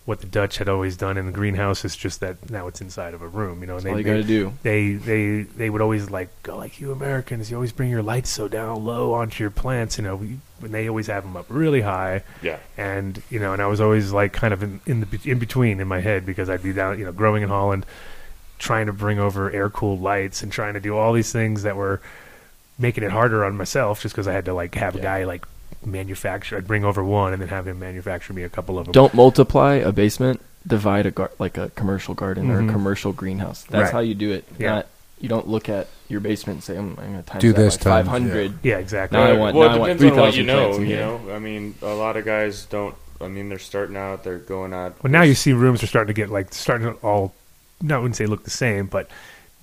Speaker 1: what the Dutch had always done in the greenhouse. It's just that now it's inside of a room. You know, and
Speaker 8: all you gotta do.
Speaker 1: They they they would always like go like you Americans. You always bring your lights so down low onto your plants. You know, we, and they always have them up really high.
Speaker 5: Yeah.
Speaker 1: and you know, and I was always like kind of in, in the be- in between in my head because I'd be down, you know, growing in Holland, trying to bring over air cooled lights and trying to do all these things that were making it harder on myself just because I had to like have a guy like manufacture. I'd bring over one and then have him manufacture me a couple of them.
Speaker 8: Don't multiply a basement. Divide a gar- like a commercial garden or
Speaker 1: Mhm.
Speaker 8: a commercial greenhouse. That's
Speaker 1: Right.
Speaker 8: how you do it.
Speaker 1: Yeah.
Speaker 8: Not, you don't look at your basement and say, "I'm, I'm gonna times
Speaker 2: Do
Speaker 8: that
Speaker 2: this
Speaker 8: by
Speaker 2: times,
Speaker 8: 500."
Speaker 1: yeah, exactly.
Speaker 8: Now I
Speaker 5: Uh,
Speaker 8: want-
Speaker 5: well,
Speaker 8: now I
Speaker 5: it
Speaker 8: want
Speaker 5: depends on what you
Speaker 8: 3,000
Speaker 5: know.
Speaker 8: plants in
Speaker 5: You
Speaker 8: here.
Speaker 5: know, I mean, a lot of guys don't. I mean, they're starting out. They're going out.
Speaker 1: Well, now you see rooms are starting to get like starting to all. No, I wouldn't say look the same, but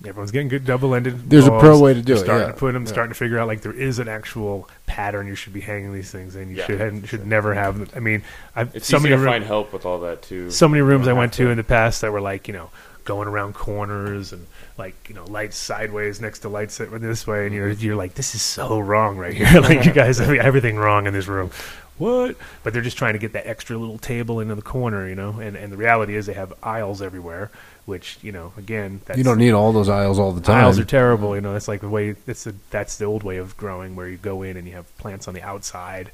Speaker 1: everyone's getting good double ended.
Speaker 2: There's a pro way to do it,
Speaker 1: Starting
Speaker 2: yeah.
Speaker 1: to put them,
Speaker 2: Yeah.
Speaker 1: starting to figure out like there is an actual pattern you should be hanging these things in. You
Speaker 5: Yeah.
Speaker 1: should should never have. them. I mean, I've
Speaker 5: It's
Speaker 1: so
Speaker 5: easy
Speaker 1: many
Speaker 5: to
Speaker 1: roo-
Speaker 5: find help with all that too.
Speaker 1: so many rooms
Speaker 5: You
Speaker 1: I
Speaker 5: don't
Speaker 1: went
Speaker 5: have
Speaker 1: to in the past that were like you know going around corners and like you know lights sideways next to lights that were this way, and you're you're like this is so wrong right here. like you guys have everything wrong in this room. What? But they're just trying to get that extra little table into the corner, you know. And and the reality is they have aisles everywhere, which you know again that's
Speaker 2: You don't need all those aisles all the time.
Speaker 1: Tiles are terrible. You know, that's like the way. That's the that's the old way of growing, where you go in and you have plants on the outside,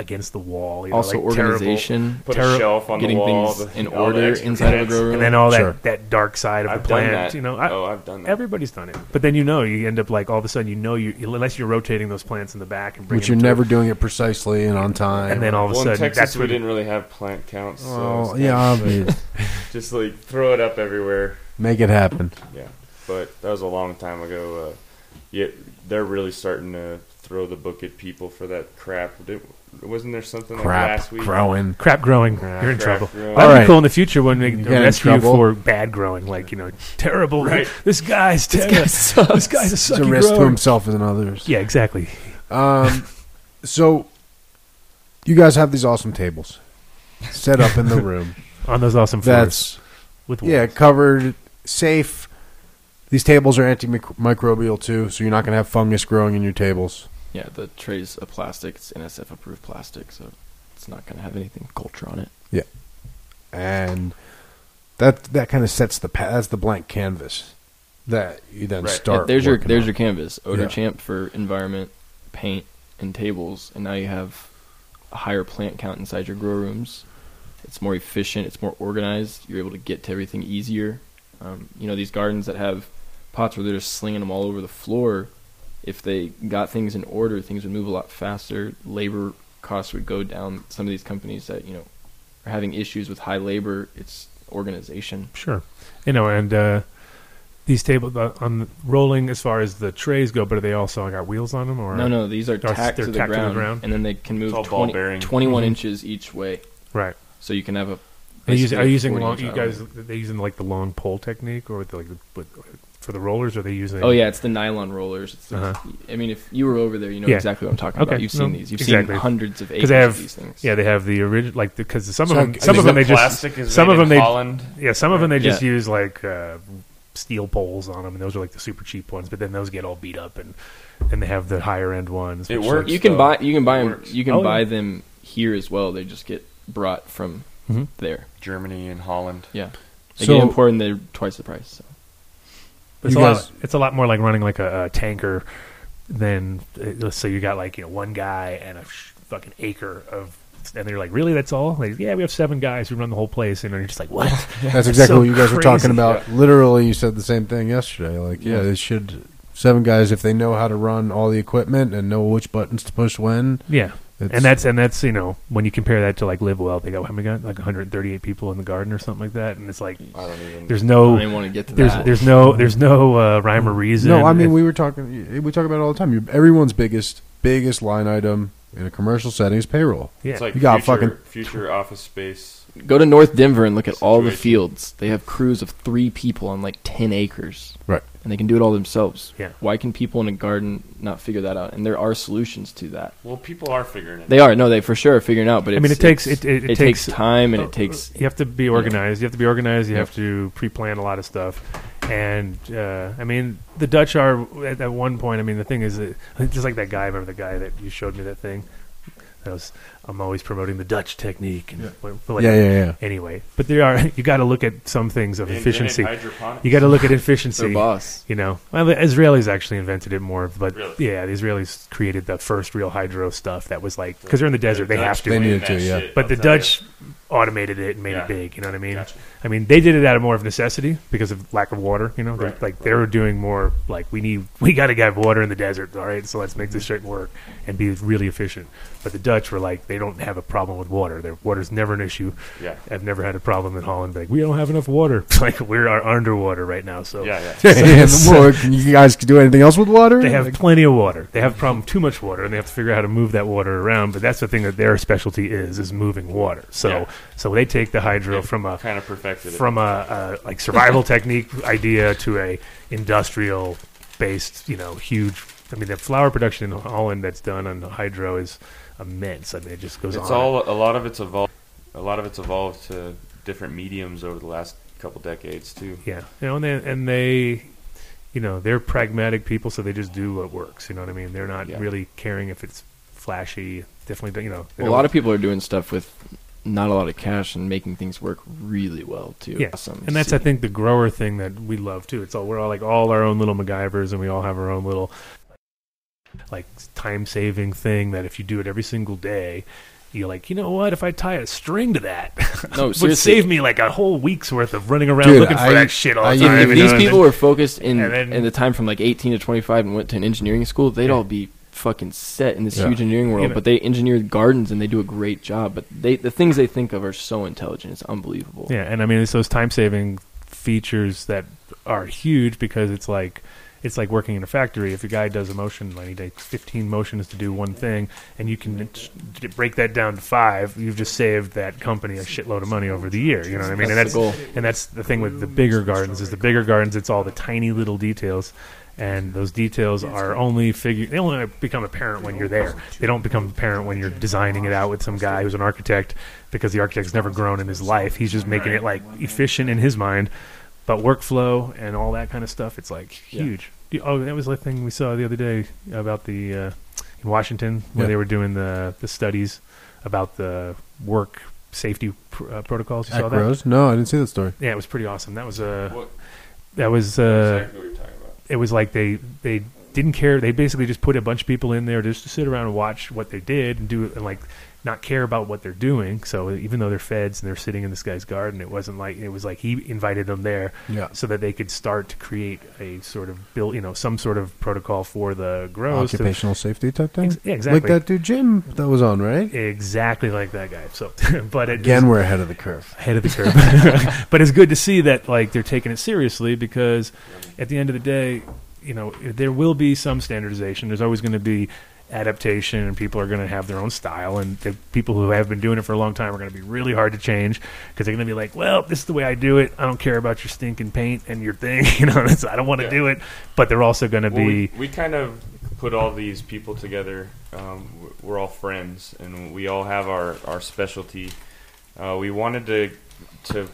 Speaker 1: against the wall. You
Speaker 8: also,
Speaker 1: know, like terrible-
Speaker 8: organization,
Speaker 5: Put
Speaker 1: terri-
Speaker 5: a shelf on
Speaker 8: getting
Speaker 5: the wall.
Speaker 8: things
Speaker 5: the-
Speaker 8: in
Speaker 5: all the
Speaker 8: order
Speaker 5: extra
Speaker 8: inside of a
Speaker 5: plants.
Speaker 8: grow room.
Speaker 1: and then all that,
Speaker 2: Sure.
Speaker 1: that dark side of
Speaker 5: I've
Speaker 1: the
Speaker 5: done
Speaker 1: plant.
Speaker 5: that.
Speaker 1: You know,
Speaker 5: Oh, I've done that.
Speaker 1: Everybody's done it, but then you know you end up like all of a sudden you know you unless you're rotating those plants in the back and bringing
Speaker 2: Which you're
Speaker 1: them to
Speaker 2: never
Speaker 1: it,
Speaker 2: doing it precisely and on time.
Speaker 1: and then all of a
Speaker 5: Well, in
Speaker 1: sudden
Speaker 5: Texas,
Speaker 1: that's
Speaker 5: we
Speaker 1: what
Speaker 5: didn't really have plant counts. So it was
Speaker 2: oh,
Speaker 5: kind
Speaker 2: yeah,
Speaker 5: of like,
Speaker 2: obvious.
Speaker 5: just like throw it up everywhere.
Speaker 2: Make it happen.
Speaker 5: Yeah, but that was a long time ago. Uh, yeah, they're really starting to throw the book at people for that crap. Did, wasn't there something like
Speaker 2: Crap
Speaker 5: last week?
Speaker 2: growing.
Speaker 1: crap growing. you're in
Speaker 5: crap
Speaker 1: trouble.
Speaker 5: growing.
Speaker 1: That'd be
Speaker 2: Alright.
Speaker 1: cool in the future when they
Speaker 2: You get in
Speaker 1: arrest you
Speaker 2: trouble.
Speaker 1: for bad growing, like you know terrible.
Speaker 5: Right.
Speaker 1: This guy's terrible. This, guy's a
Speaker 2: It's a
Speaker 1: sucky
Speaker 2: risk to
Speaker 1: grower.
Speaker 2: himself and others.
Speaker 1: Yeah, exactly.
Speaker 2: Um, so you guys have these awesome tables set up in the room.
Speaker 1: On those awesome floors
Speaker 2: That's
Speaker 1: with
Speaker 2: yeah, covered, safe. These tables are antimicrobial too, so you're not going to have fungus growing in your tables.
Speaker 8: Yeah, the tray's a plastic. It's NSF approved plastic, so it's not gonna have anything culture on it.
Speaker 2: And that that kind of sets the pa- that's the blank canvas that you then
Speaker 5: Right.
Speaker 8: Yeah,
Speaker 5: Yeah,
Speaker 2: start.
Speaker 8: there's your
Speaker 2: working
Speaker 8: there's
Speaker 2: on.
Speaker 8: your canvas. Odor
Speaker 2: Yeah.
Speaker 8: champ for environment, paint, and tables, and now you have a higher plant count inside your grow rooms. It's more efficient. It's more organized. You're able to get to everything easier. Um, you know these gardens that have pots where they're just slinging them all over the floor. If they got things in order, things would move a lot faster. Labor costs would go down. Some of these companies that you know are having issues with high labor. It's organization.
Speaker 1: Sure, you know, and uh, these tables uh, on the rolling as far as the trays go, but are they also got wheels on them or
Speaker 8: No, no, these are
Speaker 1: They're-
Speaker 8: tacked,
Speaker 1: they're
Speaker 8: to, the
Speaker 1: tacked to the
Speaker 8: ground,
Speaker 1: ground?
Speaker 8: and then they can move
Speaker 5: all ball
Speaker 8: 20,
Speaker 5: bearing.
Speaker 8: 21
Speaker 1: Mhm.
Speaker 8: inches each way,
Speaker 1: right?
Speaker 8: so you can have a.
Speaker 1: They use,
Speaker 8: basically
Speaker 1: are
Speaker 8: a
Speaker 1: you using
Speaker 8: 40
Speaker 1: long?
Speaker 8: inch
Speaker 1: You guys,
Speaker 8: island.
Speaker 1: they using like the long pole technique, or with like the, with, for the rollers? Or are they using?
Speaker 8: Oh yeah, it's the nylon rollers. It's the,
Speaker 1: Uh-huh.
Speaker 8: I mean, if you were over there, you know
Speaker 1: Yeah.
Speaker 8: exactly what I'm talking
Speaker 1: Okay,
Speaker 8: about. You've seen
Speaker 1: no,
Speaker 8: these. You've
Speaker 1: exactly.
Speaker 8: seen hundreds of acres
Speaker 1: because they have
Speaker 8: of these things.
Speaker 1: yeah they have the original like because some
Speaker 2: So,
Speaker 1: of them
Speaker 2: is
Speaker 1: some
Speaker 2: it
Speaker 1: of them they just
Speaker 5: plastic is
Speaker 1: some
Speaker 5: made
Speaker 1: of them
Speaker 5: in
Speaker 1: they
Speaker 5: Holland.
Speaker 1: yeah some of them they just
Speaker 8: Yeah.
Speaker 1: use like uh, steel poles on them and those are like the super cheap ones but then those get all beat up and then they have the higher end ones
Speaker 5: It
Speaker 1: which,
Speaker 5: works.
Speaker 8: you can
Speaker 5: though.
Speaker 8: buy. You can buy
Speaker 5: It
Speaker 8: them.
Speaker 5: works.
Speaker 8: You can
Speaker 1: Oh,
Speaker 8: buy
Speaker 1: yeah.
Speaker 8: them here as well. They just get brought from
Speaker 1: Mhm.
Speaker 8: there.
Speaker 5: Germany and Holland.
Speaker 8: Yeah, they
Speaker 2: So-
Speaker 8: get imported. and They're twice the price. So.
Speaker 1: But it's a
Speaker 2: You guys-
Speaker 1: lot. It's a lot more like running like a, a tanker than uh, let's say you got like you know one guy and a sh- fucking acre of. And they're like, really? That's all? Like, yeah, we have seven guys who run the whole place, and you're just like, what?
Speaker 2: That's exactly
Speaker 1: so
Speaker 2: what you guys were talking
Speaker 1: crazy.
Speaker 2: about. Literally, you said the same thing yesterday. Like, yeah, they should seven guys if they know how to run all the equipment and know which buttons to push when.
Speaker 1: Yeah,
Speaker 2: It's,
Speaker 1: and that's and that's you know when you compare that to like live well, they go how many got like 138 people in the garden or something like that, and it's like
Speaker 5: I don't even.
Speaker 1: there's
Speaker 8: I
Speaker 1: no
Speaker 8: don't even want to get to
Speaker 1: there's
Speaker 8: that.
Speaker 1: there's no there's no uh, rhyme or reason.
Speaker 2: no. I mean,
Speaker 1: If-
Speaker 2: we were talking. We talk about it all the time. You- Everyone's biggest biggest line item in a commercial setting is payroll.
Speaker 1: yeah.
Speaker 5: it's like
Speaker 2: You got
Speaker 5: future,
Speaker 2: fucking-
Speaker 5: future office space.
Speaker 8: Go to North Denver and look at all the
Speaker 5: Situation.
Speaker 8: fields. They have crews of three people on like ten acres.
Speaker 2: Right.
Speaker 8: And and they can do it all themselves.
Speaker 1: Yeah.
Speaker 8: Why can people in a garden not figure that out? And there are solutions to that.
Speaker 5: Well, people are figuring it.
Speaker 8: They are no, they for sure are figuring it out. But
Speaker 1: I
Speaker 8: it's,
Speaker 1: mean, it takes-
Speaker 8: it's-
Speaker 1: it- it- it
Speaker 8: takes,
Speaker 1: takes- Oh,
Speaker 8: time and it takes
Speaker 1: you have to be organized. You have to be organized. You have to pre-plan a lot of stuff. And uh, I mean, the Dutch are at, at one point. I mean, the thing is, that, just like that guy. Remember the guy that you showed me that thing. That was, I'm always promoting the Dutch technique. And but- but like-
Speaker 2: Yeah, yeah, yeah.
Speaker 1: Anyway, but there are you got to look at some things of
Speaker 5: They invented
Speaker 1: efficiency.
Speaker 5: hydroponics.
Speaker 1: You got to look at efficiency.
Speaker 8: Their boss.
Speaker 1: You know, well, the Israelis actually invented it more, but
Speaker 5: Really?
Speaker 1: yeah, the Israelis created the first real hydro stuff that was like because they're in the desert, they
Speaker 5: Dutch
Speaker 1: have to.
Speaker 2: They
Speaker 5: doing
Speaker 2: needed
Speaker 5: that
Speaker 2: to, yeah.
Speaker 5: shit,
Speaker 1: But
Speaker 5: I'll
Speaker 1: the
Speaker 5: tell ya.
Speaker 1: Dutch automated it and made
Speaker 5: Yeah.
Speaker 1: it big. You know what I mean?
Speaker 5: Gotcha.
Speaker 1: I mean, they did it out of more of necessity because of lack of water. You know, They're-
Speaker 5: Right,
Speaker 1: like they were doing more like we need we got to have water in the desert. All right, so let's make
Speaker 5: Mm-hmm.
Speaker 1: this shit work and be really efficient. But the Dutch were like they don't have a problem with water. Their water's never an issue.
Speaker 5: Yeah.
Speaker 1: I've never had a problem in Holland. Like we don't have enough water. like we are underwater right now. So
Speaker 5: Yeah, yeah.
Speaker 2: Yeah, so can you guys do anything else with water?
Speaker 1: They have plenty of water. They have problem too much water, and they have to figure out how to move that water around. But that's the thing that their specialty is is moving water. So
Speaker 5: Yeah.
Speaker 1: so they take the hydro from a
Speaker 5: Kind of perfected it.
Speaker 1: from a, a like survival technique idea to a industrial based you know huge. I mean the flower production in Holland that's done on hydro is immense. I mean it just goes
Speaker 5: it's
Speaker 1: on.
Speaker 5: all a lot of it's evolved. A lot of it's evolved to different mediums over the last couple decades too.
Speaker 1: Yeah, you know, and they, and they, you know, they're pragmatic people, so they just do what works. You know what I mean? They're not
Speaker 5: Yeah.
Speaker 1: really caring if it's flashy. Definitely, don't- you know, they
Speaker 8: a
Speaker 1: don't-
Speaker 8: lot of people are doing stuff with not a lot of cash and making things work really well too.
Speaker 1: Yeah,
Speaker 8: Awesome.
Speaker 1: and that's
Speaker 8: See.
Speaker 1: I think the grower thing that we love too. It's all we're all like all our own little MacGyvers, and we all have our own little like time saving thing that if you do it every single day. You're like, you know what? If I tie a string to that,
Speaker 8: No,
Speaker 1: it would
Speaker 8: seriously.
Speaker 1: save me like a whole week's worth of running around
Speaker 2: Dude,
Speaker 1: looking for
Speaker 2: I-
Speaker 1: that shit all
Speaker 2: I-
Speaker 1: the
Speaker 8: If-
Speaker 1: time.
Speaker 8: if
Speaker 1: you know,
Speaker 8: these
Speaker 1: and then-
Speaker 8: people were focused in
Speaker 1: and then-
Speaker 8: in the time from like 18 to 25 and went to an engineering school, they'd all be fucking set in this
Speaker 2: Yeah.
Speaker 8: huge engineering world.
Speaker 1: know-
Speaker 8: But they engineer gardens and they do a great job. But they the things they think of are so intelligent, it's unbelievable.
Speaker 1: Yeah, and I mean it's those time saving features that are huge because it's like it's like working in a factory. If a guy does a motion, like he takes fifteen motions to do one thing, and you can t- t- break that down to five, you've just saved that company a shitload of money over the year. You know what I mean?
Speaker 8: That's the
Speaker 1: and that's and that's the thing with the bigger gardens is the bigger gardens. It's all the tiny little details. And those details are only figure. They only become apparent when you're there. They don't become apparent when you're designing it out with some guy who's an architect, because the architect's never grown in his life. He's just making it like efficient in his mind. But workflow and all that kind of stuff, it's like
Speaker 8: Yeah.
Speaker 1: huge. The- Oh, that was the thing we saw the other day about the uh, in Washington where
Speaker 2: Yeah.
Speaker 1: they were doing the the studies about the work safety pr- uh, protocols. You saw
Speaker 2: Act
Speaker 1: that?
Speaker 2: Rose? No, I didn't see that story.
Speaker 1: Yeah, it was pretty awesome. That was a
Speaker 5: What-
Speaker 1: that was uh,
Speaker 5: exactly what you're talking about.
Speaker 1: it was like they they didn't care. They basically just put a bunch of people in there just to sit around and watch what they did and do and like not care about what they're doing. So even though they're feds and they're sitting in this guy's garden, it wasn't like it was like he invited them there
Speaker 2: Yeah.
Speaker 1: so that they could start to create a sort of build, you know, some sort of protocol for the grows to
Speaker 2: Occupational safety type thing?
Speaker 1: Ex- yeah, exactly.
Speaker 2: Like that dude Jim that was on, right?
Speaker 1: exactly like that guy. So, but it
Speaker 2: Again, we're ahead of the curve.
Speaker 1: ahead of the curve. but it's good to see that like they're taking it seriously because at the end of the day, you know, there will be some standardization. There's always going to be adaptation and people are going to have their own style and the people who have been doing it for a long time are going to be really hard to change because they're going to be like, "Well, this is the way I do it. I don't care about your stinking paint and your thing, you know, that's, I don't want to
Speaker 5: Yeah.
Speaker 1: do it." But they're also going to
Speaker 5: Well,
Speaker 1: be
Speaker 5: we, we kind of put all these people together. Um, w- we're all friends, and we all have our our specialty. Uh, we wanted to to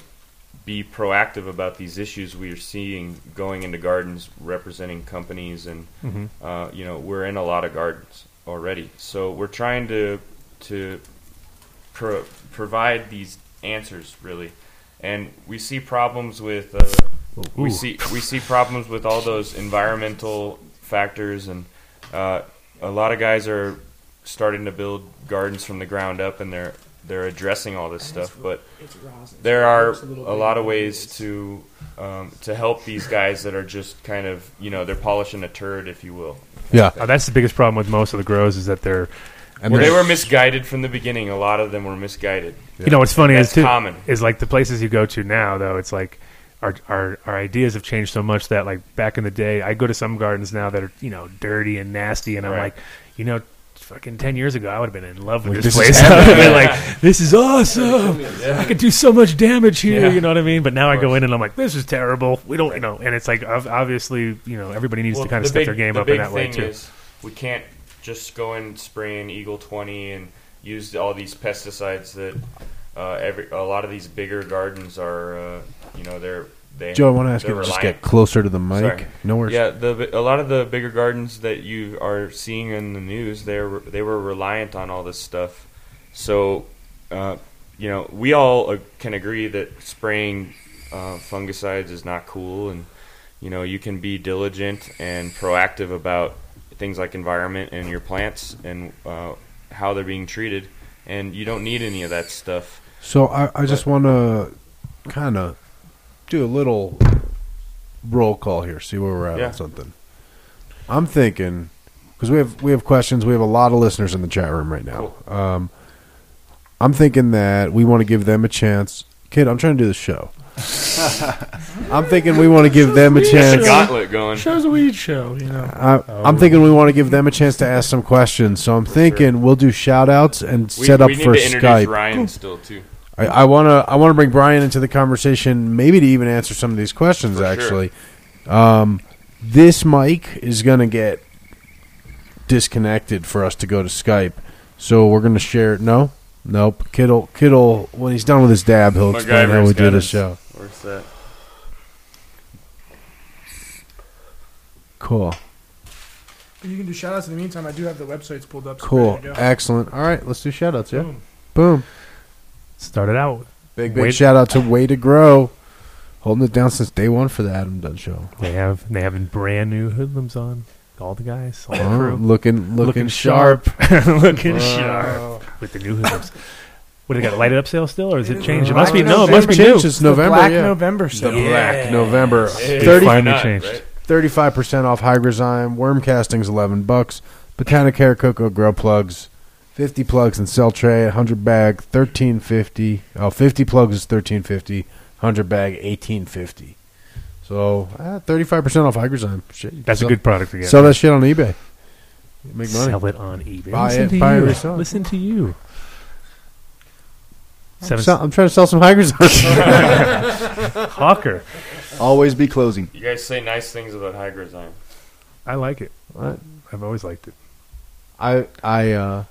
Speaker 5: be proactive about these issues we are seeing going into gardens, representing companies, and
Speaker 1: Mm-hmm.
Speaker 5: uh, you know we're in a lot of gardens already. So we're trying to to pro- provide these answers really, and we see problems with uh, we
Speaker 1: Ooh.
Speaker 5: see we see problems with all those environmental factors, and uh, a lot of guys are starting to build gardens from the ground up, and they're they're addressing all this stuff, but there are a lot of ways to um, to help these guys that are just kind of you know they're polishing a turd, if you will.
Speaker 2: Yeah.
Speaker 1: Oh, that's the biggest problem with most of the grows is that they're
Speaker 2: And
Speaker 5: well, they
Speaker 2: there's-
Speaker 5: were misguided from the beginning. A lot of them were misguided.
Speaker 1: You know what's funny
Speaker 5: That's
Speaker 1: is too,
Speaker 5: common.
Speaker 1: is like the places you go to now though. It's like our, our our ideas have changed so much that like back in the day, I go to some gardens now that are you know dirty and nasty, and I'm
Speaker 5: Right.
Speaker 1: like, you know, fucking ten years ago, I would have been in love with
Speaker 2: Like,
Speaker 1: this,
Speaker 2: this is
Speaker 1: place. I would've been like this is awesome. I could do so much damage here.
Speaker 3: Yeah.
Speaker 1: You know what I mean? But now I go in and I'm like, this is terrible. We don't, you know. And it's like ov- obviously, you know, everybody needs
Speaker 5: Well,
Speaker 1: to kind of
Speaker 5: the
Speaker 1: step
Speaker 5: big-
Speaker 1: their game
Speaker 5: the
Speaker 1: up in
Speaker 5: big
Speaker 1: that way
Speaker 5: thing
Speaker 1: too.
Speaker 5: is we can't just go in spraying Eagle 20 and use all these pesticides that uh, every a lot of these bigger gardens are. Uh, you know, they're they.
Speaker 2: Joe, I want to ask
Speaker 5: they're
Speaker 2: you to just
Speaker 5: reliant-
Speaker 2: get closer to the mic.
Speaker 5: Sorry.
Speaker 2: Nowhere.
Speaker 5: Yeah, the bi- a lot of the bigger gardens that you are seeing in the news, they were they were reliant on all this stuff. So, uh, you know, we all uh, can agree that spraying uh, fungicides is not cool, and you know, you can be diligent and proactive about things like environment and your plants and uh, how they're being treated, and you don't need any of that stuff.
Speaker 2: So I, I just want to kind of do a little roll call here, see where we're at
Speaker 5: Yeah.
Speaker 2: on something. I'm thinking because we have we have questions. We have a lot of listeners in the chat room right now. Um, I'm thinking that we want to give them a chance. Kid, I'm trying to do the show. I'm thinking we want to give them a
Speaker 5: Get the
Speaker 2: chance.
Speaker 5: gauntlet going.
Speaker 3: Show's a weed show, you know.
Speaker 2: I, I'm thinking we want to give them a chance to ask some questions. So I'm thinking we'll do shout outs and
Speaker 5: We,
Speaker 2: set up
Speaker 5: we need
Speaker 2: for
Speaker 5: to introduce
Speaker 2: Skype.
Speaker 5: Ryan still too.
Speaker 2: I- I want to I want to bring Brian into the conversation, maybe to even answer some of these questions.
Speaker 5: For sure.
Speaker 2: actually, um, this mic is going to get disconnected for us to go to Skype, so we're going to share. No, nope. Kittle, Kittle. When he's done with his dab, he'll explain how
Speaker 5: MacGyver's
Speaker 2: we do
Speaker 5: got
Speaker 2: the
Speaker 5: his-
Speaker 2: show.
Speaker 5: Where's that?
Speaker 2: Cool,
Speaker 3: You can do shout outs in the meantime. I do have the websites pulled up.
Speaker 2: cool, excellent. All right, let's do shout outs. Yeah, boom.
Speaker 3: Boom.
Speaker 1: Started out with-
Speaker 2: Big big
Speaker 1: Wait-
Speaker 2: shout out to Way to Grow, holding it down since day one for the Adam Dunn Show.
Speaker 1: They have they have brand new hoodlums on. All the guys, all the
Speaker 2: Oh,
Speaker 1: crew,
Speaker 2: looking, looking
Speaker 1: Looking
Speaker 2: sharp.
Speaker 1: looking sharp with the new hoodlums. What do they got? a Light it up sale still, or is it changed? It must be
Speaker 3: light
Speaker 1: no.
Speaker 3: up
Speaker 1: It must be
Speaker 2: It's changed
Speaker 1: new.
Speaker 2: since November.
Speaker 3: Black
Speaker 2: yeah.
Speaker 3: November
Speaker 2: The
Speaker 3: stuff.
Speaker 2: Black November.
Speaker 1: They
Speaker 2: 30,
Speaker 1: finally
Speaker 5: Not,
Speaker 1: changed.
Speaker 5: right?
Speaker 2: 35% off Hygrozyme. Worm castings, 11 bucks. Botanic hair cocoa grow plugs, 50 plugs and sell tray, 100 bag, 1350. Oh, 50 plugs is 1350. 100 bag, 1850. So, uh, 35% off Hygrozyme. Shit.
Speaker 1: That's a
Speaker 2: sell-
Speaker 1: good product to get.
Speaker 2: Sell that shit on eBay. Make money.
Speaker 1: Sell it on eBay.
Speaker 2: Buy
Speaker 1: Listen
Speaker 2: it,
Speaker 1: to
Speaker 2: buy it,
Speaker 1: you.
Speaker 2: resell it.
Speaker 1: Listen to you.
Speaker 2: I'm,
Speaker 1: Seven
Speaker 2: sell- I'm trying to sell some Hygrozyme.
Speaker 1: Hawker.
Speaker 6: Always be closing.
Speaker 5: You guys say nice things about high design.
Speaker 1: I like it.
Speaker 2: What?
Speaker 1: I've always liked it.
Speaker 2: I, I, uh,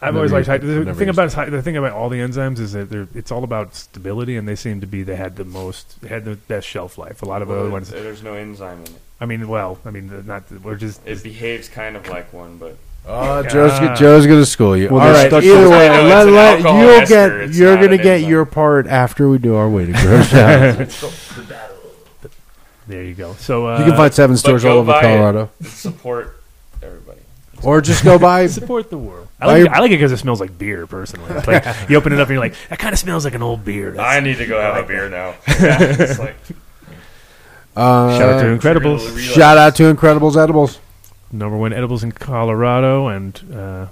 Speaker 1: I've
Speaker 2: Never
Speaker 1: always liked
Speaker 2: used
Speaker 1: high,
Speaker 2: it.
Speaker 1: the
Speaker 2: Never
Speaker 1: thing
Speaker 2: used
Speaker 1: about high, the thing about all the enzymes is that they're, it's all about stability, and they seem to be they had the most they had the best shelf life. A lot of other
Speaker 5: Well,
Speaker 1: ones,
Speaker 5: There's no enzyme in it.
Speaker 1: I mean, well, I mean, they're not we're just
Speaker 5: It behaves kind of like one, but
Speaker 1: Ah.
Speaker 2: Uh, Joe's,
Speaker 1: Oh, God.
Speaker 2: Joe's gonna school you.
Speaker 6: Well,
Speaker 2: All
Speaker 6: they're
Speaker 2: right.
Speaker 6: stuck-
Speaker 2: Either way,
Speaker 5: I know it's
Speaker 2: let,
Speaker 5: an
Speaker 2: let,
Speaker 5: alcohol
Speaker 2: you'll
Speaker 5: ester,
Speaker 2: get
Speaker 5: it's
Speaker 2: you're
Speaker 5: not
Speaker 2: gonna
Speaker 5: an
Speaker 2: get
Speaker 5: enzyme.
Speaker 2: your part after we do our way to grow shout.
Speaker 1: there. You go. So uh,
Speaker 2: You can find seven stores
Speaker 5: go
Speaker 2: all over
Speaker 5: buy it.
Speaker 2: Colorado,
Speaker 5: support everybody.
Speaker 2: or just go buy.
Speaker 1: support the world. I
Speaker 2: Buy
Speaker 1: like,
Speaker 2: your-
Speaker 1: it, I like it because it smells like beer. Personally, It's like you open it up and you're like, that kind of smells like an old beer.
Speaker 5: I
Speaker 1: That's,
Speaker 5: need to go have a beer now. Yeah, it's like,
Speaker 2: Uh,
Speaker 1: shout out to Incredibles,
Speaker 5: Real- real-
Speaker 2: shout out to Incredibles Edibles.
Speaker 1: number one edibles in Colorado, and uh,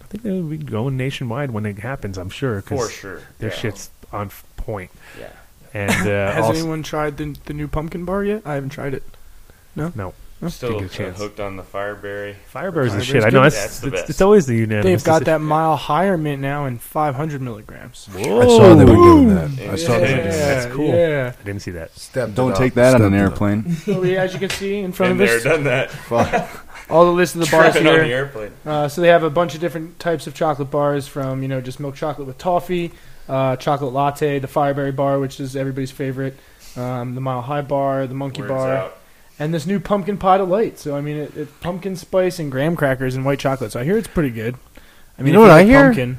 Speaker 1: I think they'll be going nationwide when it happens. I'm sure. 'cause
Speaker 5: for sure.
Speaker 1: their
Speaker 5: Yeah.
Speaker 1: shit's on f- point.
Speaker 5: Yeah.
Speaker 1: And uh,
Speaker 3: Has
Speaker 1: also-
Speaker 3: anyone tried the, the new pumpkin bar yet? I haven't tried it.
Speaker 5: I'm still
Speaker 1: Take a
Speaker 5: uh,
Speaker 1: chance.
Speaker 5: hooked on the fireberry.
Speaker 1: Firebird's the
Speaker 3: Firebird's
Speaker 1: shit. I
Speaker 3: good.
Speaker 1: know that's,
Speaker 5: That's the
Speaker 1: it's,
Speaker 5: best.
Speaker 1: it's always the unanimous.
Speaker 3: They've got
Speaker 1: decision.
Speaker 3: that mile higher mint now in 500 milligrams.
Speaker 2: I saw they were doing that. I
Speaker 5: Yeah.
Speaker 2: saw they were doing that.
Speaker 5: That's
Speaker 3: cool. Yeah.
Speaker 1: I didn't see that.
Speaker 2: Stepped
Speaker 6: Don't
Speaker 5: Uh,
Speaker 2: it
Speaker 6: take
Speaker 2: up.
Speaker 6: that on
Speaker 2: Stepped
Speaker 6: an
Speaker 2: it up.
Speaker 6: airplane.
Speaker 3: So yeah, as you can see in front
Speaker 5: Been
Speaker 3: of
Speaker 5: there,
Speaker 3: us,
Speaker 5: done that.
Speaker 3: all the list of the bars
Speaker 5: Tripping on the
Speaker 3: here.
Speaker 5: airplane.
Speaker 3: Uh, so they have a bunch of different types of chocolate bars, from you know just milk chocolate with toffee, uh, chocolate latte, the Fireberry bar, which is everybody's favorite, um, the Mile High bar, the Monkey
Speaker 5: Words
Speaker 3: bar,
Speaker 5: out.
Speaker 3: and this new pumpkin pie delight. So I mean, it, it pumpkin spice and graham crackers and white chocolate. So I hear it's pretty good. I mean,
Speaker 2: know
Speaker 3: if
Speaker 2: what I
Speaker 3: like
Speaker 2: hear?
Speaker 3: Pumpkin.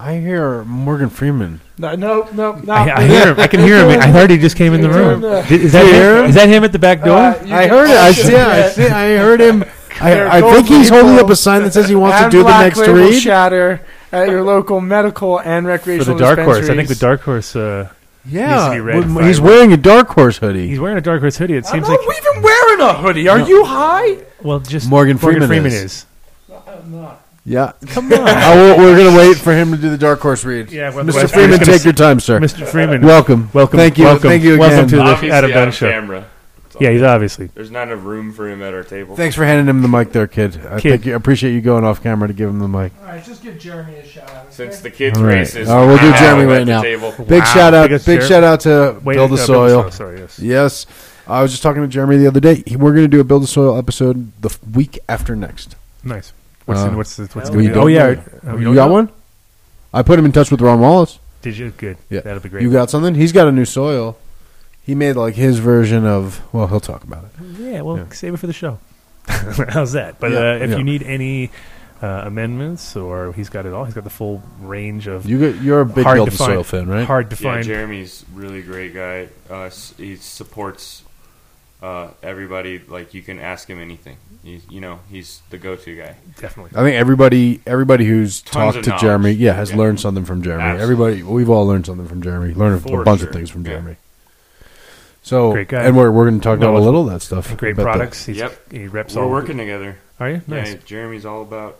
Speaker 2: I hear Morgan Freeman.
Speaker 3: No, no, no. no
Speaker 1: I, I hear him. I can hear him. I heard he just came in the room. Is that him? Is that him at the back door?
Speaker 3: Uh, you
Speaker 2: I
Speaker 3: can-
Speaker 2: heard it. I see. I
Speaker 3: Yeah.
Speaker 2: see. I heard him.
Speaker 3: They're
Speaker 2: I, I
Speaker 3: gold
Speaker 2: think he's holding
Speaker 3: label.
Speaker 2: up a sign that says he wants to
Speaker 3: and
Speaker 2: do the
Speaker 3: black
Speaker 2: next
Speaker 3: label
Speaker 2: read.
Speaker 3: Shatter at your local medical and
Speaker 1: For
Speaker 3: recreational
Speaker 1: the dark horse, I think the
Speaker 3: dispensaries.
Speaker 1: dark horse. Uh, Needs to
Speaker 2: Yeah,
Speaker 1: be red
Speaker 2: Well,
Speaker 1: fire.
Speaker 2: he's wearing a dark horse hoodie.
Speaker 1: he's wearing a dark horse hoodie. It
Speaker 3: I'm
Speaker 1: seems like
Speaker 3: not even wearing a hoodie. Are you high?
Speaker 1: well, just
Speaker 2: Morgan Freeman is.
Speaker 1: is.
Speaker 2: Yeah, come on. we're gonna wait for him to do the dark horse read.
Speaker 1: Yeah, well,
Speaker 2: Mr.
Speaker 1: otherwise-
Speaker 2: Freeman,
Speaker 1: I'm just gonna
Speaker 2: take your time, sir.
Speaker 1: Mr. Freeman,
Speaker 2: Welcome,
Speaker 1: welcome,
Speaker 2: Thank you,
Speaker 1: welcome,
Speaker 2: thank you again.
Speaker 1: welcome to the
Speaker 5: Obviously
Speaker 1: Adam
Speaker 5: out
Speaker 1: Dunn
Speaker 5: of
Speaker 1: show.
Speaker 5: camera. It's
Speaker 1: Yeah, he's obviously-
Speaker 5: There's not enough room for him at our table.
Speaker 2: Thanks for handing him the mic there, kid. I
Speaker 1: Kid.
Speaker 2: think you, I appreciate you going off camera to give him the mic.
Speaker 3: All right, just give Jeremy a shout out.
Speaker 5: Since the kid's
Speaker 2: All right.
Speaker 5: racist.
Speaker 2: Oh, we'll do
Speaker 5: now
Speaker 2: Jeremy
Speaker 5: I'm at
Speaker 2: right
Speaker 5: the
Speaker 2: now.
Speaker 5: table.
Speaker 2: Big
Speaker 1: Wow.
Speaker 2: shout out!
Speaker 1: Biggest
Speaker 2: Big
Speaker 1: Jer-
Speaker 2: shout out to
Speaker 1: Wait,
Speaker 2: Build
Speaker 1: no, Build the
Speaker 2: the Soil.
Speaker 1: Soil, sorry, yes.
Speaker 2: I was just talking to Jeremy the other day. He, we're going to do a Build the Soil episode the f- week after next.
Speaker 1: Nice. What's
Speaker 2: Uh,
Speaker 1: in, what's the, what's
Speaker 2: We
Speaker 1: going to be?
Speaker 2: don't
Speaker 1: Oh yeah,
Speaker 2: know.
Speaker 1: oh,
Speaker 2: you,
Speaker 1: don't
Speaker 2: got
Speaker 1: know?
Speaker 2: one? I put him in touch with Ron Wallace.
Speaker 1: Did you? Good.
Speaker 2: Yeah,
Speaker 1: that'll be great.
Speaker 2: You got something? He's got a new soil. He made like his version of. Well, he'll talk about it.
Speaker 1: Yeah, well,
Speaker 2: Yeah.
Speaker 1: save it for the show. How's that? But
Speaker 2: Yeah,
Speaker 1: uh, if
Speaker 2: yeah.
Speaker 1: you need any uh, amendments, or he's got it all, he's got the full range of
Speaker 2: You got, you're a big
Speaker 1: hard
Speaker 2: Build
Speaker 1: to
Speaker 2: the
Speaker 1: find-
Speaker 2: Soil fan, right?
Speaker 1: Hard to
Speaker 5: Yeah,
Speaker 1: find.
Speaker 5: Jeremy's really great guy. Uh, s- he supports uh, everybody. Like you can ask him anything. He's, you know, he's the go-to guy.
Speaker 1: Definitely.
Speaker 2: I think everybody everybody who's
Speaker 5: Tons of
Speaker 2: talked to
Speaker 5: knowledge.
Speaker 2: Jeremy, yeah, has
Speaker 5: Yeah.
Speaker 2: learned something from Jeremy.
Speaker 5: Absolutely.
Speaker 2: Everybody, we've all learned something from Jeremy. Learned
Speaker 5: For
Speaker 2: a bunch
Speaker 5: sure.
Speaker 2: of things from
Speaker 5: Yeah.
Speaker 2: Jeremy. So,
Speaker 1: Great guy.
Speaker 2: and we're we're going to talk
Speaker 1: No,
Speaker 2: about a little of that stuff.
Speaker 1: Great
Speaker 2: about
Speaker 1: products. He's,
Speaker 5: Yep.
Speaker 1: He reps
Speaker 5: We're
Speaker 1: all.
Speaker 5: working together.
Speaker 1: Are you? Nice.
Speaker 5: Yeah, Jeremy's all about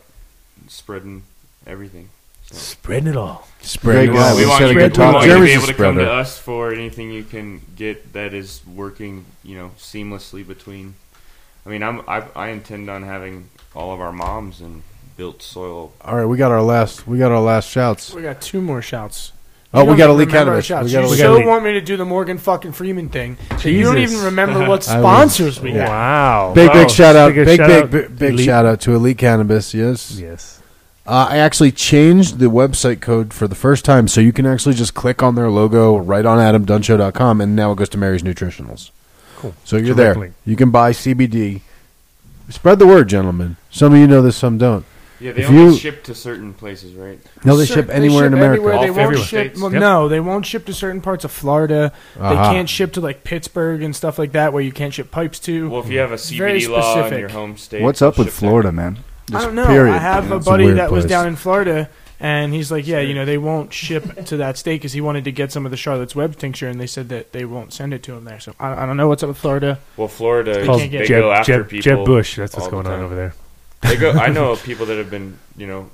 Speaker 5: spreading everything.
Speaker 1: Spreading it all.
Speaker 2: The spread.
Speaker 5: We
Speaker 2: Yeah,
Speaker 5: want,
Speaker 2: we
Speaker 5: we want
Speaker 2: said a
Speaker 5: you,
Speaker 2: good
Speaker 5: we
Speaker 2: talk.
Speaker 5: want you to be
Speaker 2: Jeremy's
Speaker 5: able
Speaker 2: a
Speaker 5: to come to
Speaker 2: spreader.
Speaker 5: us for anything you can get that is working, you know, seamlessly between. I mean, I'm I, I intend on having all of our moms and built soil.
Speaker 2: All right, we got our last we got our last shouts.
Speaker 3: We got two more shouts.
Speaker 2: Oh,
Speaker 3: You
Speaker 2: we
Speaker 3: don't
Speaker 2: got a
Speaker 3: even
Speaker 2: Lee
Speaker 3: remember our
Speaker 2: Cannabis.
Speaker 3: shouts.
Speaker 2: We got a
Speaker 3: you
Speaker 2: Lee
Speaker 1: gotta
Speaker 3: so
Speaker 1: leak.
Speaker 3: want me to do the Morgan fucking Freeman thing. that You don't
Speaker 1: Jesus.
Speaker 3: even remember what
Speaker 2: I was-
Speaker 3: sponsors we
Speaker 1: Wow.
Speaker 3: had.
Speaker 2: Big
Speaker 1: Wow.
Speaker 2: big shout out.
Speaker 1: Big
Speaker 2: Big
Speaker 1: shout
Speaker 2: big
Speaker 1: out.
Speaker 2: big, big
Speaker 1: Elite.
Speaker 2: shout out to Elite Cannabis. Yes.
Speaker 1: Yes.
Speaker 2: Uh, I actually changed the website code for the first time, so you can actually just click on their logo right on AdamDunshow.com, and now it goes to Mary's Nutritionals.
Speaker 1: Cool.
Speaker 2: So
Speaker 1: Direct
Speaker 2: you're there.
Speaker 1: link.
Speaker 2: You can buy CBD. Spread the word, gentlemen. Some of you know this, some don't.
Speaker 5: Yeah, they
Speaker 2: If
Speaker 5: only
Speaker 2: you-
Speaker 5: ship to certain places, right?
Speaker 2: No, they
Speaker 3: Cer-
Speaker 2: ship anywhere in
Speaker 3: ship
Speaker 2: America.
Speaker 3: anywhere.
Speaker 5: All
Speaker 3: They won't
Speaker 5: 50
Speaker 3: ship.
Speaker 5: states.
Speaker 3: well,
Speaker 1: Yep.
Speaker 3: No, they won't ship to certain parts of Florida.
Speaker 2: Uh-huh.
Speaker 3: They can't ship to like Pittsburgh and stuff like that, where you can't ship pipes to.
Speaker 5: Well, if you have a
Speaker 3: Very
Speaker 5: CBD law in
Speaker 3: specific.
Speaker 5: your home state,
Speaker 6: What's up
Speaker 5: they'll
Speaker 6: with
Speaker 5: ship there.
Speaker 6: Florida, man?
Speaker 3: I don't know.
Speaker 2: period.
Speaker 3: I have a
Speaker 2: It's a
Speaker 3: buddy
Speaker 2: weird
Speaker 3: that was
Speaker 2: place.
Speaker 3: down in Florida, and he's like, "Yeah, you know, they won't ship to that state because he wanted to get some of the Charlotte's Web tincture, and they said that they won't send it to him there." So I, I don't know what's up with Florida.
Speaker 5: Well, Florida,
Speaker 3: It's
Speaker 5: they,
Speaker 3: called
Speaker 5: they
Speaker 1: Jeb,
Speaker 5: go after
Speaker 1: Jeb,
Speaker 5: people.
Speaker 1: Jeb Bush. That's what's
Speaker 5: all the
Speaker 1: going on
Speaker 5: time.
Speaker 1: over there.
Speaker 5: They go. I know of people that have been, you know,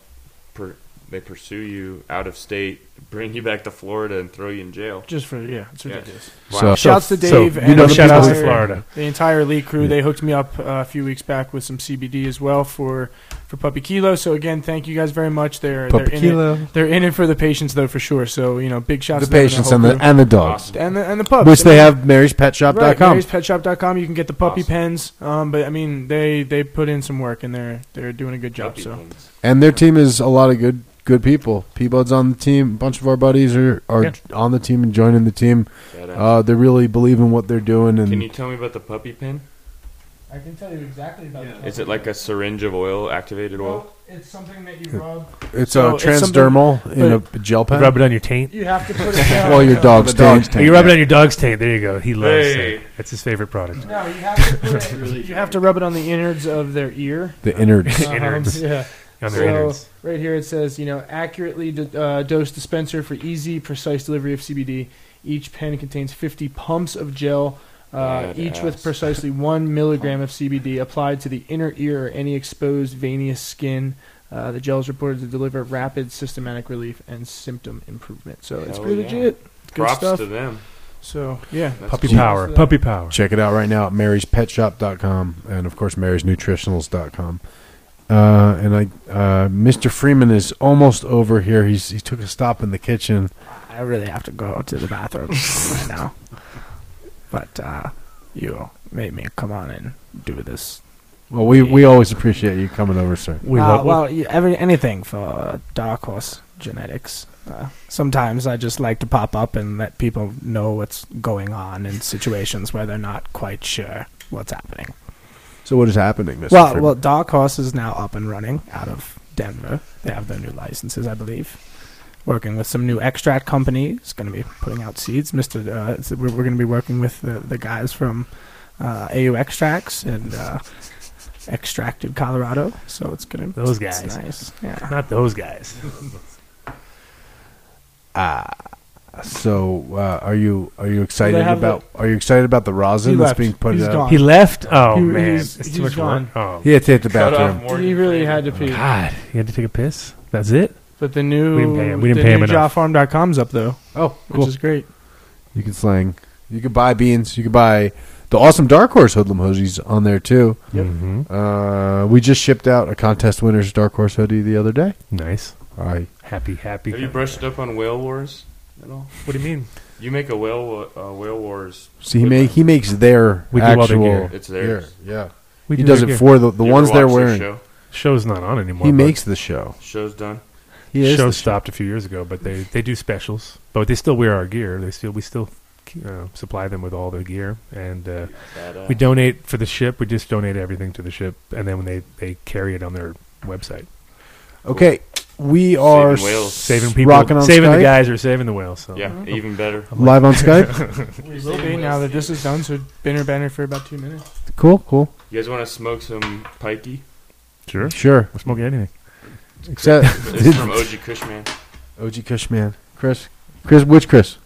Speaker 5: per, they pursue you out of state, bring you back to Florida, and throw you in jail.
Speaker 3: Just for yeah, it's
Speaker 5: Yeah.
Speaker 3: ridiculous.
Speaker 2: So-
Speaker 3: Shouts to Dave
Speaker 1: So,
Speaker 3: and
Speaker 1: you know,
Speaker 3: the
Speaker 1: shout outs to
Speaker 3: entire-
Speaker 1: Florida.
Speaker 3: The entire Lee crew they hooked me up uh, a few weeks back with some CBD as well for for Puppy Kilo. So again, thank you guys very much. They're
Speaker 2: Puppy
Speaker 3: they're in
Speaker 2: Kilo.
Speaker 3: it. They're in it for the patients though for sure. So you know, big shout
Speaker 2: The
Speaker 3: to them
Speaker 2: patients and
Speaker 3: whole
Speaker 2: the
Speaker 3: crew.
Speaker 2: and the dogs,
Speaker 3: and the and the pups,
Speaker 2: which
Speaker 3: I
Speaker 2: they
Speaker 3: mean,
Speaker 2: have Mary'sPetShop.com.
Speaker 3: Right, Mary'sPetShop.com. You can get the puppy
Speaker 5: Awesome.
Speaker 3: pens. Um, but I mean, they they put in some work and they're they're doing a good job.
Speaker 5: Puppy
Speaker 3: so
Speaker 5: things.
Speaker 2: and their team is a lot of good good people. Peabud's on the team. A bunch of our buddies are are
Speaker 1: Yeah.
Speaker 2: on the team and joining the team.
Speaker 5: Shout out.
Speaker 2: Uh, they really believe in what they're doing, and
Speaker 5: Can you tell me about the puppy pen?
Speaker 3: I can tell you exactly about
Speaker 5: Is it like a syringe of oil, activated oil?
Speaker 3: It's something that you rub.
Speaker 2: it's
Speaker 3: So
Speaker 2: a
Speaker 3: it's something-
Speaker 2: transdermal in a gel pen.
Speaker 1: Rub it on your taint.
Speaker 3: You have to put it
Speaker 2: Well, your dog's
Speaker 6: The dog's
Speaker 2: taint.
Speaker 1: Oh,
Speaker 6: tank,
Speaker 1: you rub it
Speaker 6: yeah.
Speaker 1: on your dog's taint. There you go. He loves
Speaker 5: Hey.
Speaker 1: it. That's his favorite product.
Speaker 3: No, you have to put it, you have to rub it on the innards of their ear.
Speaker 2: The innards.
Speaker 3: Um,
Speaker 1: Innards.
Speaker 3: yeah.
Speaker 1: On their
Speaker 3: So
Speaker 1: innards.
Speaker 3: right here it says, you know, accurately d- uh, dose dispenser for easy, precise delivery of CBD. Each pen contains 50 pumps of gel, uh,
Speaker 5: Badass.
Speaker 3: each with precisely one milligram of CBD applied to the inner ear or any exposed venous skin. Uh, the gel is reported to deliver rapid, systematic relief and symptom improvement. So it's
Speaker 5: Hell
Speaker 3: pretty
Speaker 5: yeah.
Speaker 3: legit. Good
Speaker 5: Props
Speaker 3: stuff.
Speaker 5: to them.
Speaker 3: So yeah,
Speaker 5: That's
Speaker 1: Puppy
Speaker 5: cool.
Speaker 1: power. Puppy power.
Speaker 2: Check it out right now at mary'spetshop.com and of course marysnutritionals.com. Uh, and I, uh, Mr. Freeman is almost over here. He's he took a stop in the kitchen.
Speaker 4: I really have to go to the bathroom right now. But uh, you made me come on and do this.
Speaker 2: Well, we, we always appreciate you coming over, sir.
Speaker 1: We
Speaker 4: Uh,
Speaker 1: love.
Speaker 4: well, you- every, anything for uh, Dark Horse Genetics. Uh, sometimes I just like to pop up and let people know what's going on in situations where they're not quite sure what's happening.
Speaker 2: So what is happening, Mr.
Speaker 4: well,
Speaker 2: Freeman?
Speaker 4: well, Dark Horse is now up and running out of Denver. They have their new licenses, I believe. Working with some new extract companies, going to be putting out seeds. Mister, uh, it's- we're, we're going to be working with the, the guys from uh, AU Extracts and uh, Extracted Colorado. So it's going to
Speaker 1: Those
Speaker 4: it's
Speaker 1: guys.
Speaker 4: nice. Yeah.
Speaker 1: Not those guys.
Speaker 2: Ah, so uh, are you are you excited
Speaker 3: Well, they have
Speaker 2: about are you excited about the
Speaker 3: He
Speaker 2: rosin that's
Speaker 3: left.
Speaker 2: being put
Speaker 3: He's
Speaker 2: out?
Speaker 3: gone.
Speaker 1: He left. Oh
Speaker 3: He-
Speaker 1: man,
Speaker 3: he's-
Speaker 1: it's
Speaker 3: he's
Speaker 1: too much
Speaker 3: gone.
Speaker 1: work. Oh
Speaker 2: He had to hit the
Speaker 5: Cut off
Speaker 2: bathroom. Oh,
Speaker 5: Morgan
Speaker 3: he really
Speaker 5: Freeman.
Speaker 3: had to pee.
Speaker 1: God, he had to take a piss. That's it.
Speaker 3: But the new
Speaker 1: We didn't pay him- we didn't
Speaker 3: the
Speaker 1: pay him
Speaker 3: new
Speaker 1: enough.
Speaker 3: jawfarm.com's up though,
Speaker 2: Oh,
Speaker 3: which
Speaker 2: cool.
Speaker 3: is great.
Speaker 2: You can slang. You could buy beans. You could buy The awesome Dark Horse Hoodlum hoodies on there too.
Speaker 1: Mm-hmm.
Speaker 2: Uh, we just shipped out a contest winner's Dark Horse hoodie the other day.
Speaker 1: Nice.
Speaker 2: I
Speaker 1: Happy, happy.
Speaker 5: Have you brushed up on Whale Wars at all?
Speaker 1: What do you mean?
Speaker 5: You make a Whale wa- uh, Whale Wars.
Speaker 2: see he
Speaker 5: hoodie.
Speaker 2: make he makes their
Speaker 1: We do all the
Speaker 2: actual
Speaker 1: gear.
Speaker 5: It's theirs.
Speaker 2: gear, Yeah,
Speaker 1: We
Speaker 2: he does
Speaker 1: that
Speaker 2: it
Speaker 1: here.
Speaker 2: for the the
Speaker 5: You ever
Speaker 2: ones they're
Speaker 5: watch their
Speaker 2: wearing.
Speaker 5: Show?
Speaker 1: Show's not on anymore.
Speaker 2: He
Speaker 1: but
Speaker 2: makes the show.
Speaker 5: Show's done.
Speaker 2: He is
Speaker 1: show
Speaker 2: the show.
Speaker 1: stopped a few years ago, but they, they do specials. But they still wear our gear. They still we still uh, supply them with all their gear, and uh, we donate for the ship. We just donate everything to the ship, and then when they, they carry it on their website,
Speaker 2: Okay, we are
Speaker 5: Saving whales.
Speaker 1: saving people,
Speaker 2: rocking on
Speaker 1: saving
Speaker 2: Skype?
Speaker 1: the guys, or saving the whales. So.
Speaker 5: Yeah, even better.
Speaker 2: live on Skype.
Speaker 3: We will be now that this is done. So banner banner for about two minutes.
Speaker 2: cool, cool.
Speaker 5: You guys want to smoke some pikey?
Speaker 1: sure.
Speaker 2: Sure.
Speaker 1: We're smoking anything.
Speaker 2: Except
Speaker 5: It's from OG Cushman.
Speaker 2: OG Cushman, Chris, Chris, which Chris?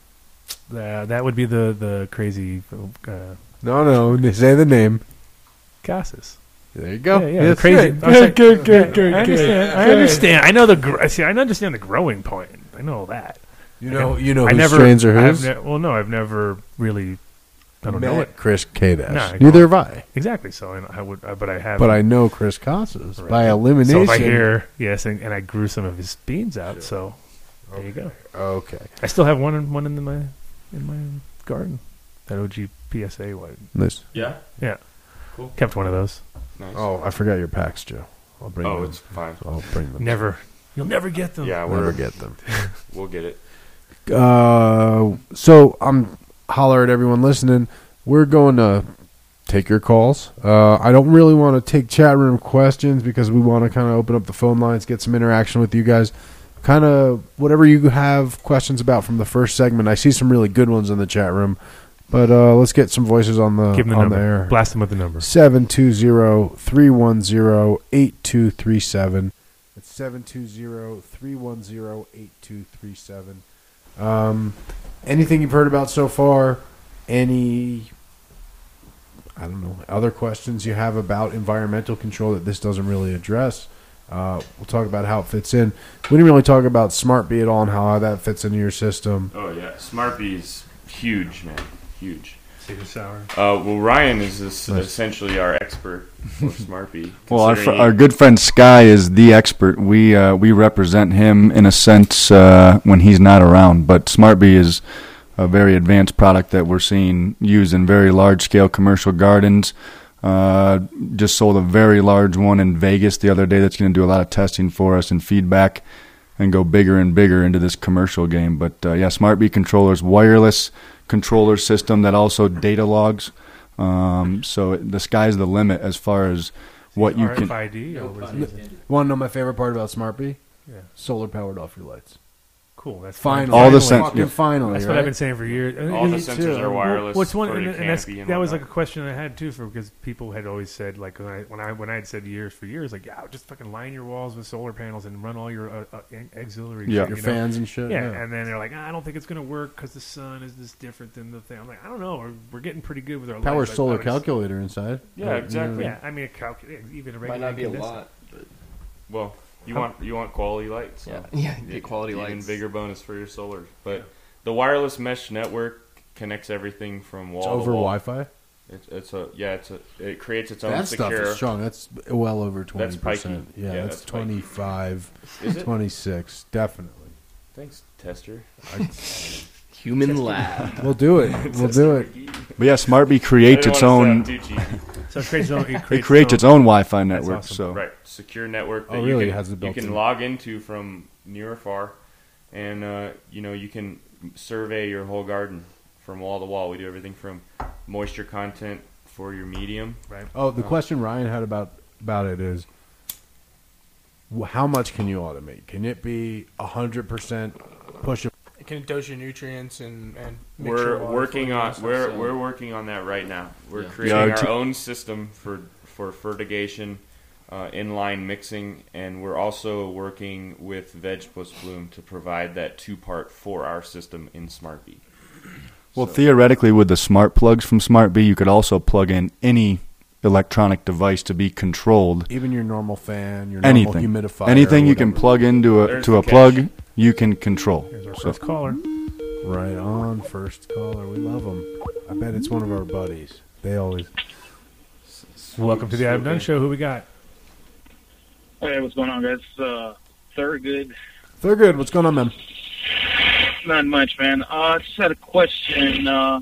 Speaker 1: Uh, that would be the the crazy uh,
Speaker 2: No, no, n- say the name.
Speaker 1: Casas.
Speaker 2: There you go.
Speaker 1: Yeah, yeah,
Speaker 2: That's
Speaker 1: the crazy.
Speaker 2: it.
Speaker 1: I was like-
Speaker 3: good, good,
Speaker 1: I understand. I understand. I know the. Gr- see, I understand the growing point. I know that.
Speaker 2: You
Speaker 1: Okay.
Speaker 2: know, you know
Speaker 1: I
Speaker 2: who
Speaker 1: never.
Speaker 2: strains are
Speaker 1: I've
Speaker 2: whose?
Speaker 1: ne- well, no, I've never really. I don't know
Speaker 2: Met
Speaker 1: it
Speaker 2: Chris Kadas.
Speaker 1: No, I
Speaker 2: Neither have I.
Speaker 1: exactly. So I, I would, uh, but I have.
Speaker 2: But I know Chris Casas
Speaker 1: Right.
Speaker 2: by
Speaker 1: so
Speaker 2: elimination.
Speaker 1: if I hear yes, and, and I grew some of his beans out. So there you go.
Speaker 2: okay,
Speaker 1: I still have one in one in my in my garden. That OG PSA one.
Speaker 2: nice.
Speaker 5: Yeah.
Speaker 1: Kept one of those.
Speaker 5: Nice.
Speaker 2: Oh, I forgot your packs, Joe. I'll bring.
Speaker 5: Oh,
Speaker 2: them.
Speaker 5: it's fine.
Speaker 2: I'll bring them.
Speaker 1: Never. You'll never get them.
Speaker 5: Yeah,
Speaker 2: I'll
Speaker 5: we're,
Speaker 2: never get them.
Speaker 5: we'll get it.
Speaker 2: Uh, so I'm holler at everyone listening. We're going to take your calls. Uh, I don't really want to take chat room questions because we want to kind of open up the phone lines, get some interaction with you guys. Kind of whatever you have questions about from the first segment. I see some really good ones in the chat room, but uh, let's get some voices on the
Speaker 1: Give them the
Speaker 2: on
Speaker 1: number.
Speaker 2: the air.
Speaker 1: Blast them with the number.
Speaker 2: 720-310-8237. It's 720-310-8237. Um, anything you've heard about so far? Any I don't know, other questions you have about environmental control that this doesn't really address? Uh, we'll talk about how it fits in. We didn't really talk about Smart Bee at all and how that fits into your system.
Speaker 5: Oh yeah, Smart Bee's huge, man, huge.
Speaker 1: Save sour.
Speaker 5: Uh, well, Ryan is this
Speaker 2: Nice.
Speaker 5: essentially our expert for Smart Bee.
Speaker 6: Well, our, fr-
Speaker 5: considering
Speaker 6: our
Speaker 5: he-
Speaker 6: good friend Sky is the expert. We uh, we represent him in a sense uh, when he's not around. But Smart Bee is a very advanced product that we're seeing used in very large scale commercial gardens. Uh, just sold a very large one in Vegas the other day. That's going to do a lot of testing for us and feedback, and go bigger and bigger into this commercial game. But uh, yeah, Smart Bee controllers, wireless controller system that also data logs. Um, so the sky's the limit as far as what you can.
Speaker 1: RFID or was it?
Speaker 2: Want to know my favorite part about Smart Bee?
Speaker 1: Yeah.
Speaker 2: Solar powered off your lights.
Speaker 1: Cool. That's
Speaker 2: Finally,
Speaker 6: All the
Speaker 2: Fucking
Speaker 6: sens- yeah.
Speaker 2: Finally,
Speaker 1: That's
Speaker 2: right?
Speaker 1: what I've been saying for years. And-
Speaker 5: All the
Speaker 1: and-
Speaker 5: sensors
Speaker 2: too.
Speaker 5: are wireless.
Speaker 1: What's one?
Speaker 5: for
Speaker 1: And,
Speaker 5: your
Speaker 1: and that's,
Speaker 5: canopy and
Speaker 1: that was like a
Speaker 5: whatnot.
Speaker 1: question I had too, for because people had always said like when I when I when I had said years for years, like yeah, just fucking line your walls with solar panels and run all your uh, uh, an- auxiliary.
Speaker 6: Yeah.
Speaker 1: shit,
Speaker 2: your
Speaker 1: you know?
Speaker 2: fans and shit.
Speaker 1: Yeah, and then they're like, "Ah, I don't think it's going to work because the sun is this different than the thing. I'm like, I don't know. We're, we're getting pretty good with our
Speaker 2: power
Speaker 1: lights. I- I
Speaker 2: solar
Speaker 1: would ass-
Speaker 2: calculator inside.
Speaker 5: Yeah, exactly.
Speaker 1: Yeah, I mean, a calculator, even a regular
Speaker 8: Might not be a
Speaker 1: condensate.
Speaker 8: lot.
Speaker 5: Well, you want you want quality lights.
Speaker 8: Yeah,
Speaker 5: so
Speaker 8: yeah.
Speaker 5: you-
Speaker 8: Get quality
Speaker 5: even
Speaker 8: lights.
Speaker 5: bigger bonus for your solar. But the wireless mesh network connects everything from wall
Speaker 2: It's
Speaker 5: to
Speaker 2: over
Speaker 5: wall.
Speaker 2: Wi-Fi.
Speaker 5: It's, it's a yeah. It's a it creates its own
Speaker 2: That stuff
Speaker 5: secure.
Speaker 2: is strong. That's well over twenty
Speaker 5: That's
Speaker 2: percent.
Speaker 5: Pikey.
Speaker 2: Yeah,
Speaker 5: Yeah,
Speaker 2: that's,
Speaker 5: that's Pikey.
Speaker 2: 25,
Speaker 5: Is it?
Speaker 2: 26, definitely.
Speaker 5: Thanks, tester.
Speaker 8: Human lab.
Speaker 2: We'll do it. We'll do it.
Speaker 6: But yeah, SmartBee creates its own.
Speaker 5: uh,
Speaker 1: So it creates its own. It creates,
Speaker 6: It creates its own Wi-Fi network.
Speaker 1: awesome.
Speaker 6: So
Speaker 5: Right, secure network that
Speaker 2: Oh, really?
Speaker 5: you
Speaker 2: It
Speaker 5: can,
Speaker 2: has the
Speaker 5: you
Speaker 2: built-in-
Speaker 5: can log into from near or far, and uh, you know you can survey your whole garden from wall to wall. We do everything from moisture content for your medium. Uh,
Speaker 2: Oh, the question Ryan had about about it is, wh- how much can you automate? Can it be hundred percent push? a-
Speaker 3: It can dose your nutrients and and. mix your
Speaker 5: We're
Speaker 3: water
Speaker 5: working
Speaker 3: for you.
Speaker 5: on we're
Speaker 8: so-
Speaker 5: we're working on that right now. We're
Speaker 8: Yeah.
Speaker 5: creating
Speaker 6: Yeah,
Speaker 5: our
Speaker 6: to-
Speaker 5: own system for for fertigation, uh, inline mixing, and we're also working with Veg Plus Bloom to provide that two part for our system in SmartBee.
Speaker 6: Well, theoretically, with the smart plugs from SmartBee, you could also plug in any electronic device to be controlled.
Speaker 2: Even your normal fan, your normal
Speaker 6: Anything,
Speaker 2: humidifier,
Speaker 6: anything you can
Speaker 2: whatever.
Speaker 6: plug into a
Speaker 5: There's
Speaker 6: to
Speaker 5: the
Speaker 6: a plug, you can control. So
Speaker 1: First caller.
Speaker 2: Right on, first caller. We love them. I bet it's one of our buddies. They always.
Speaker 1: Welcome to the Adam Dunn Show. Who we got?
Speaker 10: Hey, what's going on, guys? Uh, Thurgood.
Speaker 2: Thurgood, what's going on, man?
Speaker 10: Not much, man. Uh, I just had a question. Uh,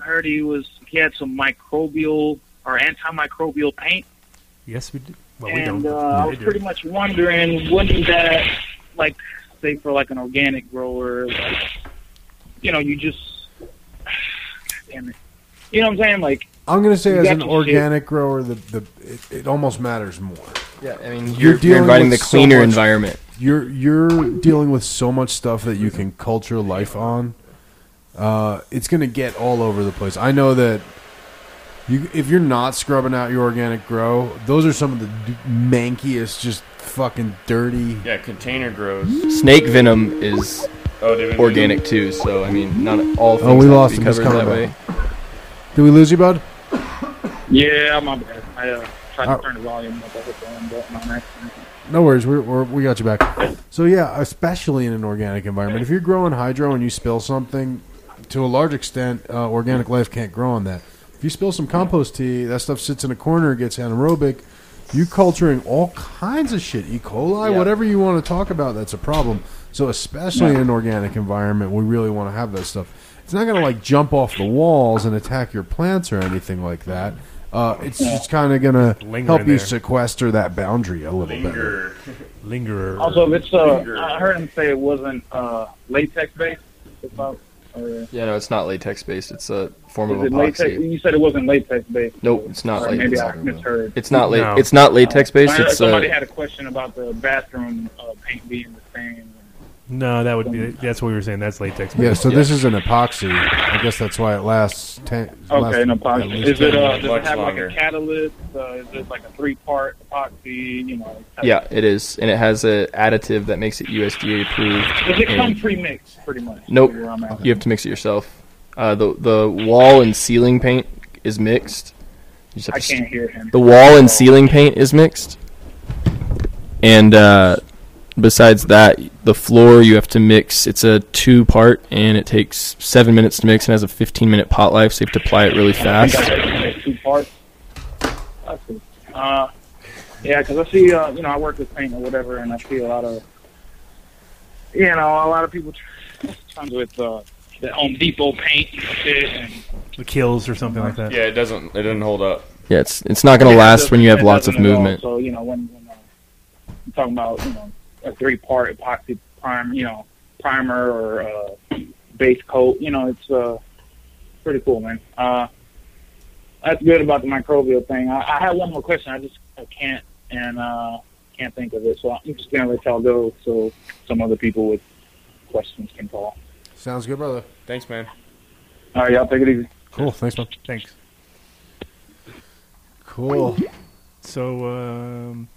Speaker 10: I heard he was he had some microbial or antimicrobial paint,
Speaker 1: Yes, we do. Well, we
Speaker 10: and
Speaker 1: don't.
Speaker 10: uh, I
Speaker 1: They
Speaker 10: was
Speaker 1: do.
Speaker 10: pretty much wondering, wouldn't that like say for like an organic grower, like you know, you just damn it, you know what I'm saying? Like,
Speaker 2: I'm going to say,
Speaker 10: You
Speaker 2: as
Speaker 10: got
Speaker 2: an
Speaker 10: your shit.
Speaker 2: organic grower, the, the it, it almost matters more.
Speaker 8: Yeah, I mean,
Speaker 2: You're
Speaker 8: you're, you're,
Speaker 2: dealing
Speaker 8: inviting the
Speaker 2: with so
Speaker 8: cleaner
Speaker 2: much-
Speaker 8: environment.
Speaker 2: You're you're dealing with so much stuff that you can culture life on. Uh, it's going to get all over the place. I know that you if you're not scrubbing out your organic grow, those are some of the d- mankiest, just fucking dirty.
Speaker 5: Yeah, container grows.
Speaker 8: Snake venom is
Speaker 5: Oh, did we lose
Speaker 8: organic too, so I mean, not all things
Speaker 2: Oh, we
Speaker 8: have to
Speaker 2: lost
Speaker 8: be
Speaker 2: him. He's
Speaker 8: covered that
Speaker 2: coming
Speaker 8: way.
Speaker 2: back. Did we lose you, bud?
Speaker 10: yeah, my bad. I uh, tried
Speaker 2: All right.
Speaker 10: to turn the volume up. I hit the wrong button on accident.
Speaker 2: No worries. We're, we're, we got you back. So yeah, especially in an organic environment, if you're growing hydro and you spill something, to a large extent, uh, organic life can't grow on that. If you spill some compost tea, that stuff sits in a corner, gets anaerobic. You culturing all kinds of shit, E. coli,
Speaker 8: Yeah.
Speaker 2: whatever you want to talk about, that's a problem. So especially in an organic environment, we really want to have that stuff. It's not going to like jump off the walls and attack your plants or anything like that. Uh, it's just kind of going to
Speaker 1: Linger
Speaker 2: help
Speaker 1: in
Speaker 2: you
Speaker 1: there.
Speaker 2: sequester that boundary a little bit.
Speaker 5: Linger.
Speaker 1: Lingerer.
Speaker 10: Also, if it's uh, I heard him say it wasn't uh, latex based. If I, or,
Speaker 8: Yeah, no, it's not latex based. It's a form
Speaker 10: Is
Speaker 8: of
Speaker 10: it latex?
Speaker 8: epoxy.
Speaker 10: You said it wasn't latex based.
Speaker 8: Nope, it's not
Speaker 10: Or maybe
Speaker 8: latex.
Speaker 10: I misheard.
Speaker 8: It's not la-
Speaker 1: No.
Speaker 8: It's not latex based.
Speaker 10: I heard
Speaker 8: It's
Speaker 10: somebody
Speaker 8: uh,
Speaker 10: had a question about the bathroom uh, paint being the same.
Speaker 1: no, that would be. That's what we were saying. That's latex.
Speaker 2: Yeah, so this is an epoxy. I guess that's why it lasts ten. lasts
Speaker 10: Okay, an
Speaker 2: at
Speaker 10: epoxy.
Speaker 2: least
Speaker 10: Is it
Speaker 2: 10
Speaker 10: uh, does
Speaker 5: Much
Speaker 10: it have
Speaker 5: longer.
Speaker 10: like a catalyst? Uh, is it like a three part epoxy? You know. type-
Speaker 8: yeah, it is, and it has a additive that makes it USDA approved.
Speaker 10: Does it come
Speaker 8: and-
Speaker 10: pre mixed pretty much?
Speaker 8: Nope.
Speaker 10: Where I'm at.
Speaker 8: You have to mix it yourself. Uh, the the wall and ceiling paint is mixed. You just have
Speaker 10: I
Speaker 8: to
Speaker 10: can't hear him.
Speaker 8: The wall and ceiling paint is mixed. And uh, besides that, the floor you have to mix. It's a two part, and it takes seven minutes to mix and has a 15 minute pot life, so you have to apply it really fast.
Speaker 10: two parts. That's cool. Uh, yeah, because I see, uh, you know, I work with paint or whatever, and I see a lot of, you know, a lot of people tr- tons with uh, the Home Depot paint and shit. And
Speaker 1: the kills or something like that.
Speaker 5: Yeah, it doesn't. It doesn't hold up.
Speaker 8: Yeah, it's, it's not going to last when you have
Speaker 10: It
Speaker 8: lots of
Speaker 10: doesn't at all.
Speaker 8: movement.
Speaker 10: So you know, when, when uh, I'm talking about you know a three-part epoxy prime, you know, primer or uh, base coat, you know, it's uh, pretty cool, man. Uh, that's good about the microbial thing. I, I had one more question. I just I can't and uh, can't think of it, so I'm just gonna let y'all go so some other people with questions can call.
Speaker 2: Sounds good, brother.
Speaker 5: Thanks, man.
Speaker 10: All right, y'all take it easy.
Speaker 2: Cool. Thanks, man.
Speaker 1: Thanks.
Speaker 2: Cool.
Speaker 1: So, um,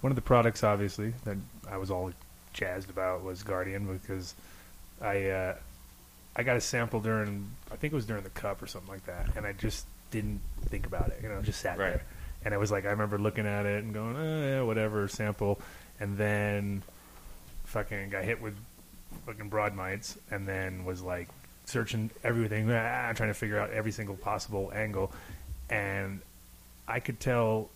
Speaker 1: one of the products, obviously, that I was all jazzed about was Guardian because I uh, I got a sample during I think it was during the cup or something like that, and I just didn't think about it. You know, it just sat
Speaker 5: Right.
Speaker 1: there, and I was like, I remember looking at it and going, oh, yeah, whatever, sample, and then fucking got hit with fucking broad mites, and then was like searching everything, ah, trying to figure out every single possible angle, and I could tell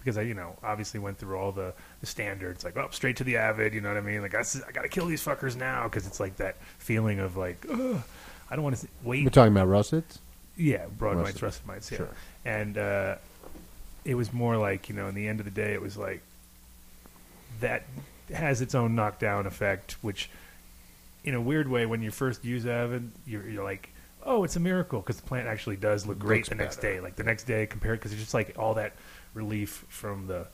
Speaker 1: because I, you know, obviously went through all the, the standards, like, oh, straight to the avid, you know what I mean? Like, I, s- I gotta kill these fuckers now, because it's like that feeling of like, Ugh, I don't want to wait.
Speaker 2: We're talking about russets.
Speaker 1: Yeah, broad
Speaker 2: Rusted.
Speaker 1: mites, rusted mites. Yeah.
Speaker 2: Sure.
Speaker 1: And uh, it was more like, you know, in the end of the day, it was like that has its own knockdown effect, which, in a weird way, when you first use Avid, you're, you're like, oh, it's a miracle because the plant actually does look great
Speaker 2: Looks
Speaker 1: the next
Speaker 2: better.
Speaker 1: day. Like the next day compared, because it's just like all that relief from the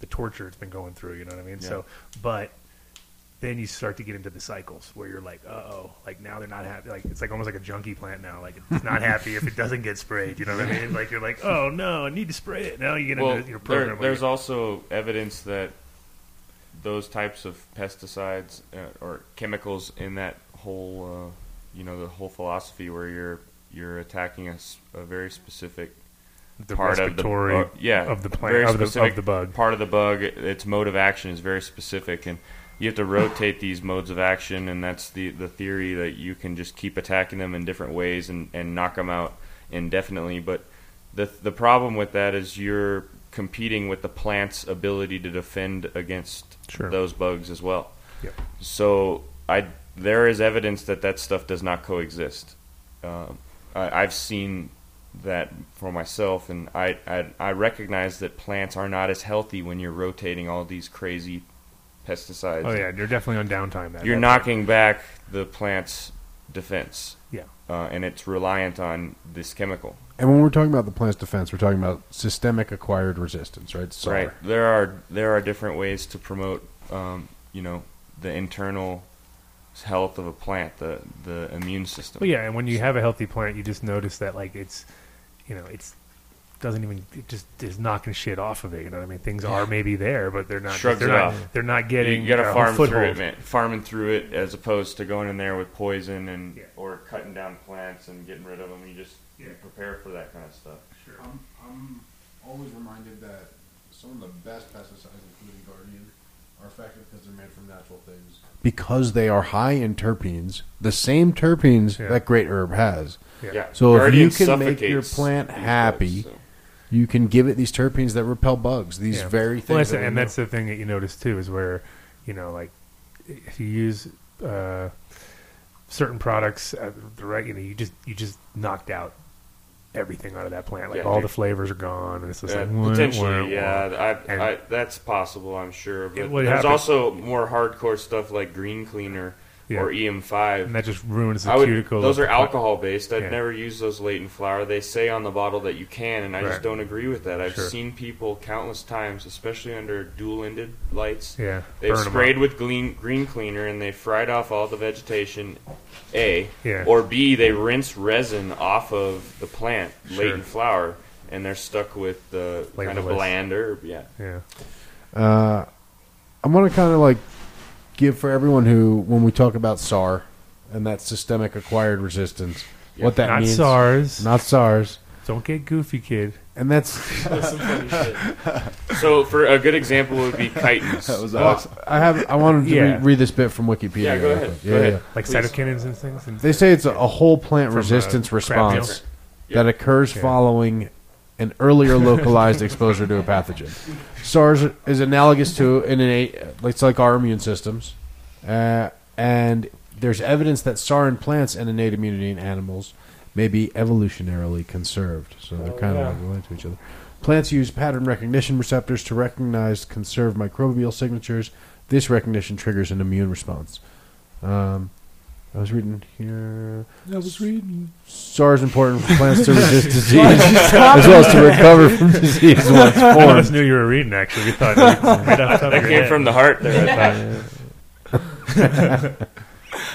Speaker 1: the torture it's been going through. You know what I mean? So, but then you start to get into the cycles where you're like, uh oh, like now they're not happy. Like it's like almost like a junkie plant now. Like it's not happy if it doesn't get sprayed. You know what I mean? Like you're like, oh no, I need to spray it. Now you get
Speaker 5: Well,
Speaker 1: into your
Speaker 5: there,
Speaker 1: program. where
Speaker 5: there's
Speaker 1: you're-
Speaker 5: also evidence that those types of pesticides uh, or chemicals in that whole, uh, you know, the whole philosophy where you're you're attacking a, s- a very specific
Speaker 1: the
Speaker 5: part of the
Speaker 1: respiratory
Speaker 5: uh, yeah
Speaker 1: of the
Speaker 5: very
Speaker 1: plant of the,
Speaker 5: specific
Speaker 1: of the bug.
Speaker 5: part of the bug. Its mode of action is very specific, and you have to rotate these modes of action. And that's the the theory that you can just keep attacking them in different ways and and knock them out. indefinitely. But the the problem with that is you're competing with the plant's ability to defend against
Speaker 1: Sure.
Speaker 5: those bugs as well.
Speaker 1: Yep.
Speaker 5: So I there is evidence that that stuff does not coexist. Um, I, I've seen that for myself, and I, I I recognize that plants are not as healthy when you're rotating all these crazy pesticides.
Speaker 1: Oh yeah, you're definitely on downtime. That
Speaker 5: You're
Speaker 1: that-
Speaker 5: knocking back the plant's defense.
Speaker 1: Yeah.
Speaker 5: Uh, and it's reliant on this chemical.
Speaker 2: And when we're talking about the plant's defense, we're talking about systemic acquired resistance, right? SAR.
Speaker 5: Right. There are there are different ways to promote, um, you know, the internal health of a plant, the the immune system.
Speaker 1: Well, yeah, and when you have a healthy plant, you just notice that like it's, you know, it's doesn't even it just is knocking shit off of it. You know what I mean? Things are maybe there, but they're not.
Speaker 5: Shrugs
Speaker 1: they're
Speaker 5: it
Speaker 1: not.
Speaker 5: off.
Speaker 1: They're not getting.
Speaker 5: you gotta
Speaker 1: a
Speaker 5: farm
Speaker 1: foothold.
Speaker 5: through it, man. Farming through it as opposed to going in there with poison and
Speaker 1: Yeah.
Speaker 5: or cutting down plants and getting rid of them. You just you prepare for that kind of stuff.
Speaker 2: I'm, I'm always reminded that some of the best pesticides, including Guardian, are effective because they're made from natural things. Because they are high in terpenes, the same terpenes
Speaker 1: Yeah.
Speaker 2: that great herb has.
Speaker 1: Yeah.
Speaker 2: So if
Speaker 5: Guardian
Speaker 2: you can make your
Speaker 5: suffocates
Speaker 2: plant
Speaker 5: these bugs,
Speaker 2: happy,
Speaker 5: so.
Speaker 2: You can give it these terpenes that repel bugs. These
Speaker 1: Yeah.
Speaker 2: very things.
Speaker 1: Well, that's
Speaker 2: that we
Speaker 1: and
Speaker 2: know.
Speaker 1: that's the thing that you notice too is where, you know, like if you use uh, certain products at the right, you know, you just you just knocked out everything out of that plant. Like
Speaker 5: Yeah,
Speaker 1: all
Speaker 5: dude.
Speaker 1: the flavors are gone, and it's just
Speaker 5: Uh,
Speaker 1: like wah,
Speaker 5: potentially,
Speaker 1: wah, wah.
Speaker 5: yeah. I,
Speaker 1: And-
Speaker 5: I, that's possible, I'm sure. But
Speaker 1: would
Speaker 5: there's
Speaker 1: happen.
Speaker 5: also more hardcore stuff like Green Cleaner
Speaker 1: Yeah.
Speaker 5: or EM5.
Speaker 1: and that just ruins the
Speaker 5: I would,
Speaker 1: cuticle.
Speaker 5: those
Speaker 1: of
Speaker 5: are
Speaker 1: the plant.
Speaker 5: alcohol based. I'd
Speaker 1: Yeah.
Speaker 5: never use those latent flower. They say on the bottle that you can, and I
Speaker 1: Right.
Speaker 5: just don't agree with that. I've
Speaker 1: Sure.
Speaker 5: seen people countless times, especially under dual ended lights.
Speaker 1: Yeah,
Speaker 5: They've
Speaker 1: burn 'em up.
Speaker 5: sprayed with green, green cleaner and they fried off all the vegetation, A.
Speaker 1: Yeah.
Speaker 5: Or B, they rinse resin off of the plant,
Speaker 1: Sure.
Speaker 5: latent flower, and they're stuck with the kind of
Speaker 1: Flavorless.
Speaker 5: bland herb. Yeah.
Speaker 1: Yeah.
Speaker 2: Uh, I want to kind of like give for everyone who, when we talk about SAR and that systemic acquired resistance, what that
Speaker 1: Not
Speaker 2: means.
Speaker 1: SARS.
Speaker 2: Not SARS.
Speaker 1: Don't get goofy, kid.
Speaker 2: And that's
Speaker 5: So, for a good example, would be chitins.
Speaker 6: That was
Speaker 2: Well,
Speaker 6: awesome.
Speaker 2: I have. I wanted to
Speaker 1: Yeah.
Speaker 2: re- read this bit from Wikipedia.
Speaker 5: Yeah, go
Speaker 2: real
Speaker 5: ahead.
Speaker 2: quick.
Speaker 5: Go ahead.
Speaker 1: Like cytokinins and things. And
Speaker 2: They say it's a, a whole plant
Speaker 1: From, uh,
Speaker 2: resistance
Speaker 1: crab
Speaker 2: response
Speaker 1: meals.
Speaker 2: that occurs
Speaker 1: Yeah.
Speaker 2: following an earlier localized exposure to a pathogen. SARS is analogous to an innate, it's like our immune systems, uh, and there's evidence that SAR in plants and innate immunity in animals may be evolutionarily conserved. So they're kind of related to each other. Plants use pattern recognition receptors to recognize conserved microbial signatures. This recognition triggers an immune response. Um, I was reading here. I was reading. SAR is important for plants to resist disease as well as to recover from disease once
Speaker 1: None of us
Speaker 2: formed.
Speaker 1: knew you were reading. Actually, we thought right off the top of
Speaker 5: That
Speaker 1: your
Speaker 5: came
Speaker 1: head.
Speaker 5: from the heart there. I thought.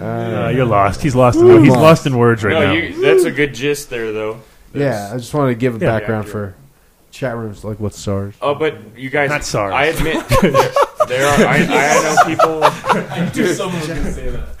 Speaker 1: Uh, you're lost. He's lost. In, he's
Speaker 2: Lost.
Speaker 1: lost in words right
Speaker 5: no,
Speaker 1: now.
Speaker 5: you, that's a good gist there, though.
Speaker 2: Yeah, I just wanted to give a
Speaker 1: Yeah.
Speaker 2: background for chat rooms like what's SARS.
Speaker 5: Oh, but you guys,
Speaker 1: Not SARS.
Speaker 5: I admit there are. I, I know people.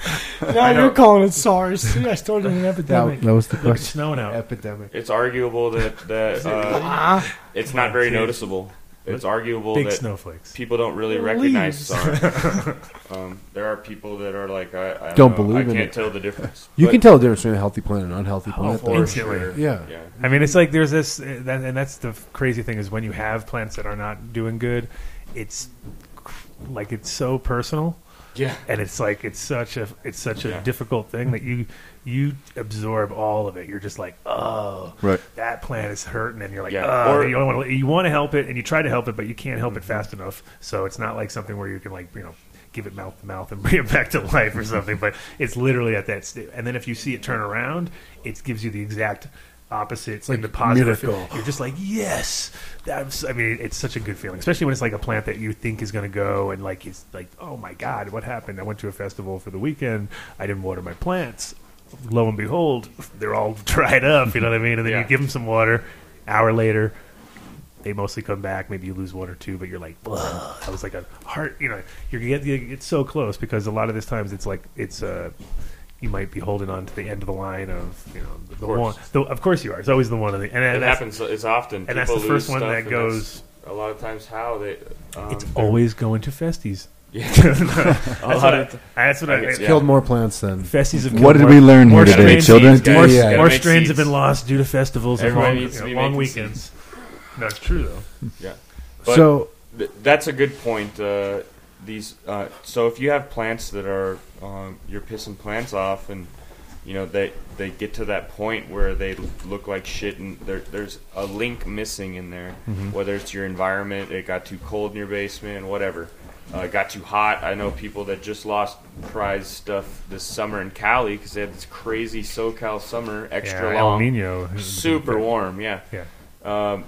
Speaker 3: Now you're calling it SARS. You guys started an epidemic.
Speaker 2: That, that was the
Speaker 1: Look, it's
Speaker 2: question.
Speaker 1: snowing out.
Speaker 2: Epidemic.
Speaker 5: It's arguable that that uh,
Speaker 3: Ah,
Speaker 5: it's not very noticeable. It's arguable
Speaker 1: Big
Speaker 5: that
Speaker 1: snowflakes.
Speaker 5: people don't really recognize SARS. um, there are people that are like, I, I don't,
Speaker 2: Don't
Speaker 5: know,
Speaker 2: believe
Speaker 5: I
Speaker 2: in
Speaker 5: can't
Speaker 2: it.
Speaker 5: tell the difference.
Speaker 2: You
Speaker 5: But-
Speaker 2: can tell the difference between a healthy plant and an unhealthy plant. though.
Speaker 1: Instantly.
Speaker 2: Yeah.
Speaker 5: Yeah.
Speaker 1: I mean, it's like there's this, uh, that, and that's the f- crazy thing is when you have plants that are not doing good, it's cr- like it's so personal,
Speaker 5: Yeah.
Speaker 1: and it's like it's such a it's such a
Speaker 5: Yeah.
Speaker 1: difficult thing that you you absorb all of it. You're just like, oh,
Speaker 6: Right.
Speaker 1: that plant is hurting, and you're like,
Speaker 5: Yeah.
Speaker 1: oh,
Speaker 5: Or- Mm-hmm.
Speaker 1: you want to you want to help it, and you try to help it, but you can't help it fast enough. So it's not like something where you can like you know give it mouth to mouth and bring it back to life or something. But it's literally at that state. And then if you see it turn around, it gives you the exact opposite in the positive.
Speaker 2: miracle.
Speaker 1: You're just like, yes, that's. I mean, it's such a good feeling, especially when it's like a plant that you think is going to go and like it's like, oh my god, what happened? I went to a festival for the weekend. I didn't water my plants. Lo and behold, they're all dried up. You know what I mean? And then
Speaker 5: Yeah.
Speaker 1: you give them some water. Hour later, they mostly come back. Maybe you lose one or two, but you're like, "Ugh." that was like a heart. You know, you're get you get so close because a lot of these times it's like it's Uh, you might be holding on to the end of the line of you know the,
Speaker 5: course.
Speaker 1: one. The, of course you are. It's always the one. Of the, and,
Speaker 5: It
Speaker 1: and that's,
Speaker 5: happens. uh, It's often.
Speaker 1: and that's
Speaker 5: People
Speaker 1: the first
Speaker 5: lose
Speaker 1: one
Speaker 5: stuff,
Speaker 1: that
Speaker 5: and
Speaker 1: goes-
Speaker 5: that's A lot of times, how they. Um,
Speaker 1: It's always going to festies.
Speaker 5: Yeah.
Speaker 1: that's
Speaker 5: A
Speaker 1: what
Speaker 5: lot
Speaker 1: I,
Speaker 5: of
Speaker 1: that's what I,
Speaker 5: I guess, yeah.
Speaker 2: Killed more plants than
Speaker 1: Festies have
Speaker 6: What
Speaker 1: killed
Speaker 6: did we
Speaker 1: more-
Speaker 6: learn here
Speaker 1: more
Speaker 6: today,
Speaker 1: strain
Speaker 6: children?
Speaker 1: seeds, guys.
Speaker 2: Yeah.
Speaker 1: More
Speaker 5: Gotta make
Speaker 1: strains have
Speaker 5: seeds.
Speaker 1: been lost due to festivals and
Speaker 5: Everyone
Speaker 1: long,
Speaker 5: needs to be
Speaker 1: you know, long
Speaker 5: making seeds.
Speaker 1: weekends. That's true though.
Speaker 5: But-
Speaker 2: so
Speaker 5: Th- that's a good point. Uh, these uh, so if you have plants that are um, you're pissing plants off, and you know they they get to that point where they l- look like shit, and there, there's a link missing in there.
Speaker 1: Mm-hmm.
Speaker 5: Whether it's your environment, it got too cold in your basement, whatever. Uh, it got too hot. I know people that just lost prize stuff this summer in Cali because they had this crazy SoCal summer, extra
Speaker 1: yeah, El
Speaker 5: long,
Speaker 1: Nino,
Speaker 5: super warm. Yeah,
Speaker 1: Yeah.
Speaker 5: Um,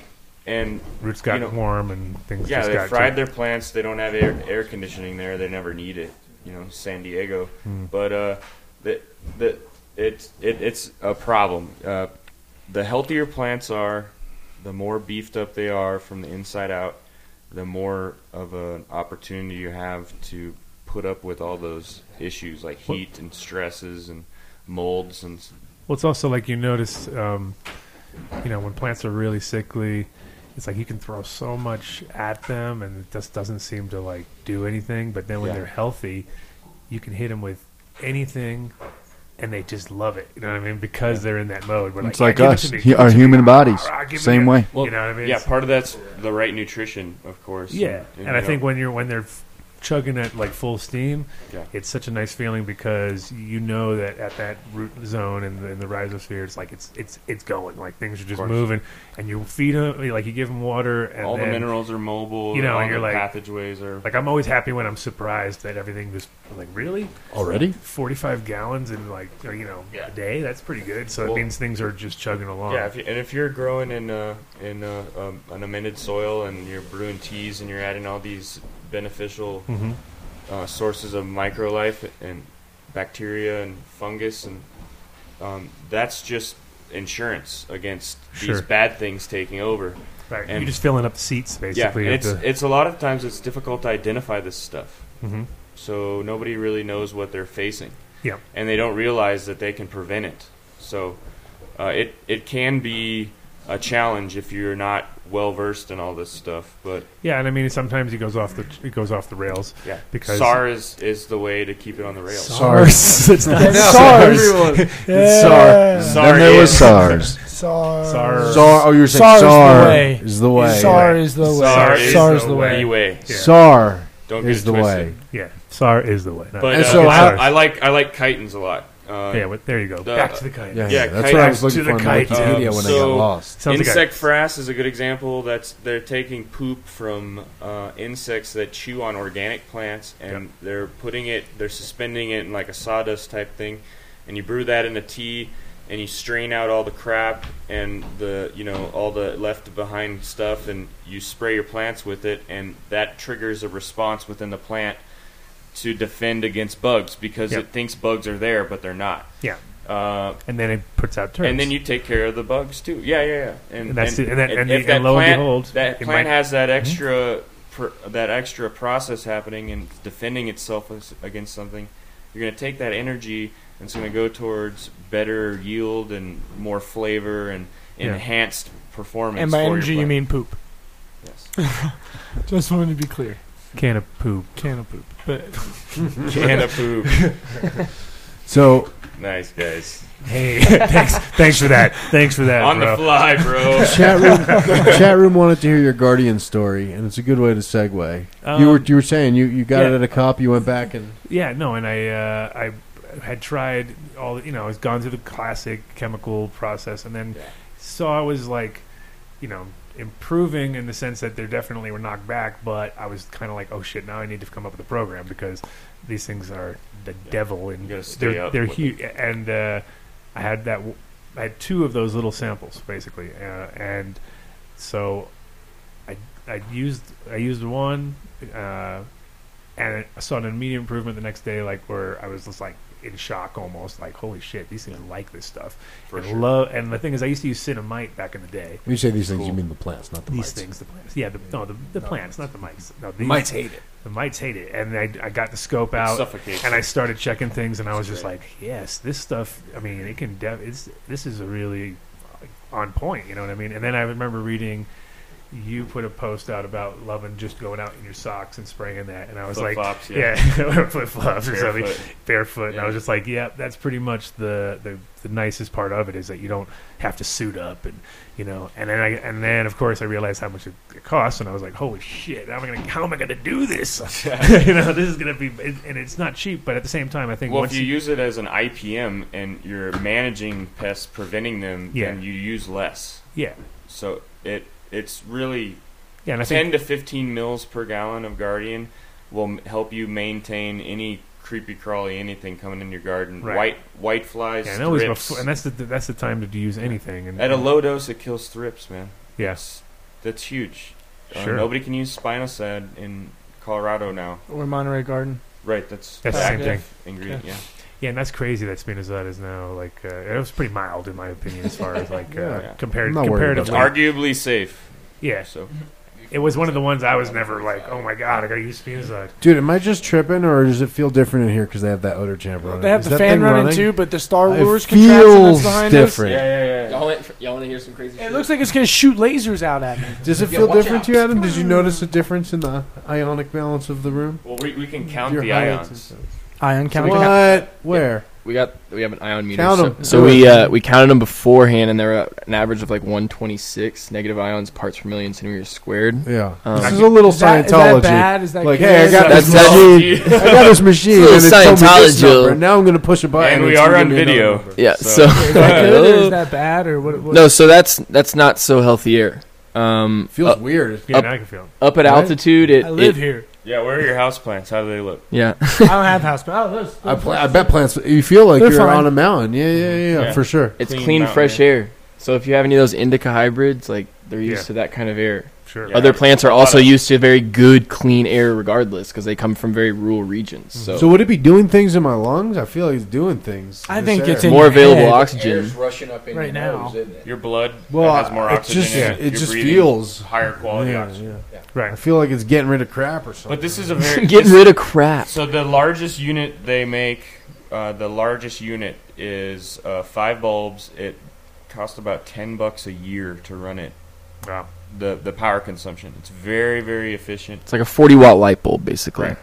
Speaker 5: and
Speaker 1: Roots got
Speaker 5: you know-
Speaker 1: warm and things.
Speaker 5: yeah,
Speaker 1: just
Speaker 5: they
Speaker 1: got
Speaker 5: fried
Speaker 1: to-
Speaker 5: their plants. They don't have air, air conditioning there. They never need it. You know, San Diego.
Speaker 1: Hmm.
Speaker 5: But uh, the, the, it's it, it's a problem. Uh, the healthier plants are, the more beefed up they are from the inside out, the more of an opportunity you have to put up with all those issues like heat and stresses and molds and s-
Speaker 1: Well, it's also like you notice, um, you know, when plants are really sickly, it's like you can throw so much at them and it just doesn't seem to like do anything. But then when
Speaker 5: Yeah.
Speaker 1: they're healthy, you can hit them with anything and they just love it. You know what I mean? Because they're in that mode. We're
Speaker 6: It's
Speaker 1: "Yeah,
Speaker 6: like
Speaker 1: give it
Speaker 6: us,
Speaker 1: to me,
Speaker 6: he-
Speaker 1: give it
Speaker 6: our
Speaker 1: to me,
Speaker 6: human
Speaker 1: ah,
Speaker 6: bodies,
Speaker 1: ah, give me
Speaker 6: same
Speaker 1: that."
Speaker 6: way.
Speaker 1: you know what I mean?
Speaker 5: yeah.
Speaker 1: It's-
Speaker 5: Part of that's the right nutrition, of course.
Speaker 1: yeah, and, I
Speaker 5: you
Speaker 1: think
Speaker 5: know,
Speaker 1: when you're when they're f- chugging at like full steam,
Speaker 5: Yeah.
Speaker 1: it's such a nice feeling because you know that at that root zone in the, in the rhizosphere, it's like it's it's it's going, like things are just
Speaker 5: course.
Speaker 1: moving, and you feed them, like you give them water, and
Speaker 5: all the
Speaker 1: then-
Speaker 5: minerals are mobile.
Speaker 1: you know,
Speaker 5: all
Speaker 1: and you're
Speaker 5: the
Speaker 1: like-
Speaker 5: pathogeways are
Speaker 1: Like I'm always happy when I'm surprised that everything just like really
Speaker 2: already,
Speaker 1: 45 gallons in like uh, you know
Speaker 5: Yeah.
Speaker 1: a day. That's pretty good. So
Speaker 5: Well-
Speaker 1: it means things are just chugging along.
Speaker 5: Yeah, if you, and if you're growing in uh, in uh, um, an amended soil and you're brewing teas and you're adding all these beneficial
Speaker 1: Mhm.
Speaker 5: uh, sources of microlife and bacteria and fungus, and um, that's just insurance against these
Speaker 1: Sure.
Speaker 5: bad things taking over.
Speaker 1: right.
Speaker 5: and-
Speaker 1: You're just filling up the seats basically.
Speaker 5: yeah, and
Speaker 1: of
Speaker 5: it's
Speaker 1: the-
Speaker 5: it's a lot of times it's difficult to identify this stuff,
Speaker 1: Mhm.
Speaker 5: so nobody really knows what they're facing.
Speaker 1: Yeah.
Speaker 5: and they don't realize that they can prevent it. So uh, it it can be a challenge if you're not well versed in all this stuff. But
Speaker 1: Yeah, and I mean sometimes it goes off the it goes off the rails.
Speaker 5: yeah,
Speaker 1: Because-
Speaker 5: SAR is is the way to keep it on the rails.
Speaker 2: Sorry.
Speaker 3: SARS. it's not SARS.
Speaker 2: everyone,
Speaker 3: Yeah.
Speaker 2: SARS.
Speaker 5: SAR
Speaker 6: then there was
Speaker 5: is-
Speaker 6: SARS.
Speaker 3: SARS.
Speaker 1: SAR.
Speaker 2: SAR. Oh, you're saying
Speaker 3: SAR is the
Speaker 2: SAR
Speaker 3: way.
Speaker 2: is the way.
Speaker 3: SAR is the way.
Speaker 5: SAR is
Speaker 3: SAR is
Speaker 5: the way. way.
Speaker 1: Yeah.
Speaker 2: SAR
Speaker 5: Don't get
Speaker 2: is
Speaker 5: it
Speaker 2: the
Speaker 5: twisted.
Speaker 2: way.
Speaker 1: Yeah, SAR is the way. Not-
Speaker 5: But
Speaker 2: And
Speaker 5: uh,
Speaker 2: so
Speaker 5: I,
Speaker 2: how-
Speaker 5: I like I like chitons a lot. Uh,
Speaker 1: yeah, well, there you go.
Speaker 5: the-
Speaker 1: Back to the kite.
Speaker 2: Yeah,
Speaker 5: Yeah,
Speaker 2: that's what I was
Speaker 1: kites to
Speaker 2: looking for on
Speaker 1: the kite.
Speaker 2: Wikipedia
Speaker 5: Um,
Speaker 2: when I got
Speaker 5: so-
Speaker 2: lost.
Speaker 1: Sounds like a-
Speaker 5: insect frass is a good example. That's they're taking poop from uh, insects that chew on organic plants, and they're putting it, they're suspending it in like a sawdust type thing, and you brew that in a tea, and you strain out all the crap and the you know all the left behind stuff, and you spray your plants with it, and that triggers a response within the plant to defend against bugs because
Speaker 1: Yep.
Speaker 5: it thinks bugs are there, but they're not.
Speaker 1: Yeah.
Speaker 5: Uh,
Speaker 1: and then it puts out turds.
Speaker 5: and then you take care of the bugs too. Yeah, yeah, yeah.
Speaker 1: And that's it. And that- and
Speaker 5: if
Speaker 1: the- and lo and
Speaker 5: plant,
Speaker 1: behold,
Speaker 5: that
Speaker 1: it
Speaker 5: plant
Speaker 1: might- Mm-hmm.
Speaker 5: has that extra pr- that extra process happening and defending itself as- against something. You're going to take that energy and it's going to go towards better yield and more flavor and
Speaker 1: Yeah.
Speaker 5: enhanced performance.
Speaker 3: And by
Speaker 5: for your
Speaker 3: energy, you
Speaker 5: plant.
Speaker 3: mean poop.
Speaker 5: yes.
Speaker 3: Just wanted to be clear.
Speaker 1: can of poop.
Speaker 3: Can of poop. But
Speaker 5: can of poop.
Speaker 2: So
Speaker 5: Nice guys.
Speaker 1: Hey, thanks, thanks for that. Thanks for that,
Speaker 5: On the
Speaker 1: bro.
Speaker 5: fly, bro.
Speaker 2: chat room, chat room wanted to hear your guardian story, and it's a good way to segue. you were
Speaker 1: Um,
Speaker 2: you were saying you, you got it
Speaker 1: yeah.
Speaker 2: at a cop, you went back and
Speaker 1: Yeah, no, and I uh, I had tried all you know, I've gone through the classic chemical process, and then saw I was like, you know, improving in the sense that there definitely were knocked back, but I was kind of like, oh shit, now I need to come up with a program because these things are the devil, and
Speaker 5: You gotta stay
Speaker 1: they're
Speaker 5: up
Speaker 1: they're
Speaker 5: with
Speaker 1: huge. And uh, I had that, w- I had two of those little samples basically, uh, and so I I used I used one. Uh, and I saw an immediate improvement the next day, like where I was just like in shock almost, like holy shit, these things like this stuff.
Speaker 5: For
Speaker 1: and
Speaker 5: sure.
Speaker 1: love, and the thing is, I used to use cinnamite back in the day.
Speaker 2: when you say these things, you
Speaker 5: Cool.
Speaker 2: mean the plants, not the
Speaker 1: These
Speaker 2: mites.
Speaker 1: things, the plants, yeah, the, no, the, the plants, not the mites. No, these,
Speaker 2: hate it.
Speaker 1: the mites hate it, and I, I got the scope
Speaker 5: It
Speaker 1: out,
Speaker 5: suffocates.
Speaker 1: and I started checking things, and I was just
Speaker 5: great.
Speaker 1: like, yes, this stuff. I mean, it uh, can. Def- it's this is a really on point. You know what I mean? And then I remember reading you put a post out about loving just going out in your socks and spraying that, and I was like,
Speaker 5: Flip-flops, yeah.
Speaker 1: yeah, flip flops or something,
Speaker 5: Barefoot.
Speaker 1: barefoot. And I
Speaker 5: Yeah.
Speaker 1: was just like, yeah, that's pretty much the, the the nicest part of it is that you don't have to suit up and you know. And then I and then of course I realized how much it, it costs, and I was like, holy shit, how am I gonna how am I gonna do this? you know, this is gonna be and and it's not cheap, but at the same time, I think
Speaker 5: Well,
Speaker 1: once
Speaker 5: if you, use it as an IPM and you're managing pests, preventing them,
Speaker 1: Yeah.
Speaker 5: then you use less.
Speaker 1: yeah
Speaker 5: So it it's really
Speaker 1: yeah, and I think
Speaker 5: ten to fifteen mils per gallon of Guardian will m- help you maintain any creepy crawly anything coming in your garden.
Speaker 1: Right.
Speaker 5: White white flies,
Speaker 1: yeah, and that was
Speaker 5: thrips.
Speaker 1: before, and that's the that's the time to use anything. And
Speaker 5: At a low dose, it kills thrips, man.
Speaker 1: yes,
Speaker 5: That's that's huge. Uh,
Speaker 1: Sure.
Speaker 5: nobody can use spinosad in Colorado now.
Speaker 3: Or Monterey Garden.
Speaker 5: Right. That's
Speaker 1: That's
Speaker 3: the same
Speaker 5: active ingredient. Yeah.
Speaker 1: yeah, and that's crazy that Spinozad is now like uh, it was pretty mild in my opinion as far as like uh,
Speaker 5: Yeah.
Speaker 1: compared
Speaker 2: I'm not worried
Speaker 5: It's
Speaker 1: comparatively.
Speaker 5: arguably safe.
Speaker 1: yeah,
Speaker 5: So
Speaker 1: it was one of the ones I was never like, oh my god, I gotta use Spinozad.
Speaker 2: Dude, am I just tripping, or does it feel different in here because they have that odor champ running?
Speaker 3: They have
Speaker 2: Is
Speaker 3: the
Speaker 2: that
Speaker 3: fan
Speaker 2: thing
Speaker 3: running, too, but the Star Wars
Speaker 2: it
Speaker 3: contraption that's
Speaker 2: feels
Speaker 3: behind
Speaker 2: different.
Speaker 5: yeah,
Speaker 8: Y'all want, y'all want to hear some crazy
Speaker 3: us. It looks like it's gonna shoot lasers out at me.
Speaker 2: Does it
Speaker 8: Yeah,
Speaker 2: feel
Speaker 8: watch
Speaker 2: different
Speaker 8: out.
Speaker 2: to you, Adam? Did you notice a difference in the ionic balance of the room?
Speaker 5: Well, we, we can count
Speaker 2: Your
Speaker 5: the
Speaker 2: heights
Speaker 5: ions.
Speaker 2: and stuff.
Speaker 3: Ion count.
Speaker 2: what? Where?
Speaker 8: we got we have an ion meter.
Speaker 2: Count
Speaker 8: so-
Speaker 2: 'em.
Speaker 8: So, we uh, we counted them beforehand, and they're an average of like 126 negative ions parts per million centimeters squared.
Speaker 2: Yeah.
Speaker 8: Um,
Speaker 2: this is a little
Speaker 3: Is that, is that
Speaker 2: Scientology.
Speaker 3: bad? Is that
Speaker 2: like,
Speaker 3: good?
Speaker 2: hey, I got
Speaker 8: That's
Speaker 2: this machine. I got this machine, and
Speaker 8: Little
Speaker 2: it told me this
Speaker 8: Scientology.
Speaker 2: number, and now I'm going to push a button.
Speaker 5: And we
Speaker 2: it's
Speaker 5: are
Speaker 2: gonna
Speaker 5: on
Speaker 2: give me
Speaker 5: video.
Speaker 2: another number.
Speaker 8: Yeah.
Speaker 5: So-
Speaker 8: So,
Speaker 3: Is that good or is that bad or what? what
Speaker 8: no, so that's that's not so healthy air. Um,
Speaker 2: Feels
Speaker 8: up,
Speaker 2: weird.
Speaker 1: Yeah,
Speaker 8: Up-
Speaker 1: now I can feel it.
Speaker 8: up at
Speaker 2: Right?
Speaker 8: altitude, it,
Speaker 3: I live
Speaker 8: it-
Speaker 3: here.
Speaker 5: Yeah, where are your house plants? How do they look?
Speaker 8: yeah.
Speaker 3: I don't have house, but oh, those,
Speaker 2: I, pla- I bet plants. You feel like
Speaker 3: They're
Speaker 2: you're
Speaker 3: fine.
Speaker 2: on a mountain. Yeah, yeah, yeah,
Speaker 5: Yeah.
Speaker 2: for sure.
Speaker 8: It's
Speaker 5: Clean
Speaker 8: clean,
Speaker 5: mountain
Speaker 8: fresh air. So if you have any of those indica hybrids, like they're used
Speaker 1: Yeah.
Speaker 8: to that kind of air.
Speaker 1: Sure.
Speaker 5: Yeah.
Speaker 8: Other plants are
Speaker 5: A lot
Speaker 8: also
Speaker 5: of-
Speaker 8: used to very good clean air, regardless, because they come from very rural regions. So,
Speaker 2: Mm-hmm. So would it be doing things in my lungs? I feel like it's doing things.
Speaker 3: I
Speaker 2: This
Speaker 3: think
Speaker 2: air.
Speaker 3: it's in
Speaker 8: more
Speaker 3: your
Speaker 8: available
Speaker 3: head.
Speaker 8: oxygen.
Speaker 9: Air's rushing up in
Speaker 3: Right
Speaker 9: your
Speaker 3: now.
Speaker 9: nose, isn't it?
Speaker 5: Your blood
Speaker 2: Well,
Speaker 5: has more
Speaker 2: it
Speaker 5: oxygen
Speaker 2: just
Speaker 5: in it.
Speaker 2: it
Speaker 5: You're
Speaker 2: just
Speaker 5: breathing
Speaker 2: feels.
Speaker 5: higher quality
Speaker 2: Yeah,
Speaker 5: oxygen.
Speaker 2: yeah. I
Speaker 1: Right.
Speaker 2: feel like it's getting rid of crap or something.
Speaker 5: But this is a very
Speaker 8: Get rid of crap.
Speaker 5: So the largest unit they make, uh, the largest unit is uh, five bulbs. It costs about ten bucks a year to run it.
Speaker 1: Wow.
Speaker 5: The the power consumption. It's very very efficient.
Speaker 8: It's like a 40 watt light bulb, basically.
Speaker 5: Right.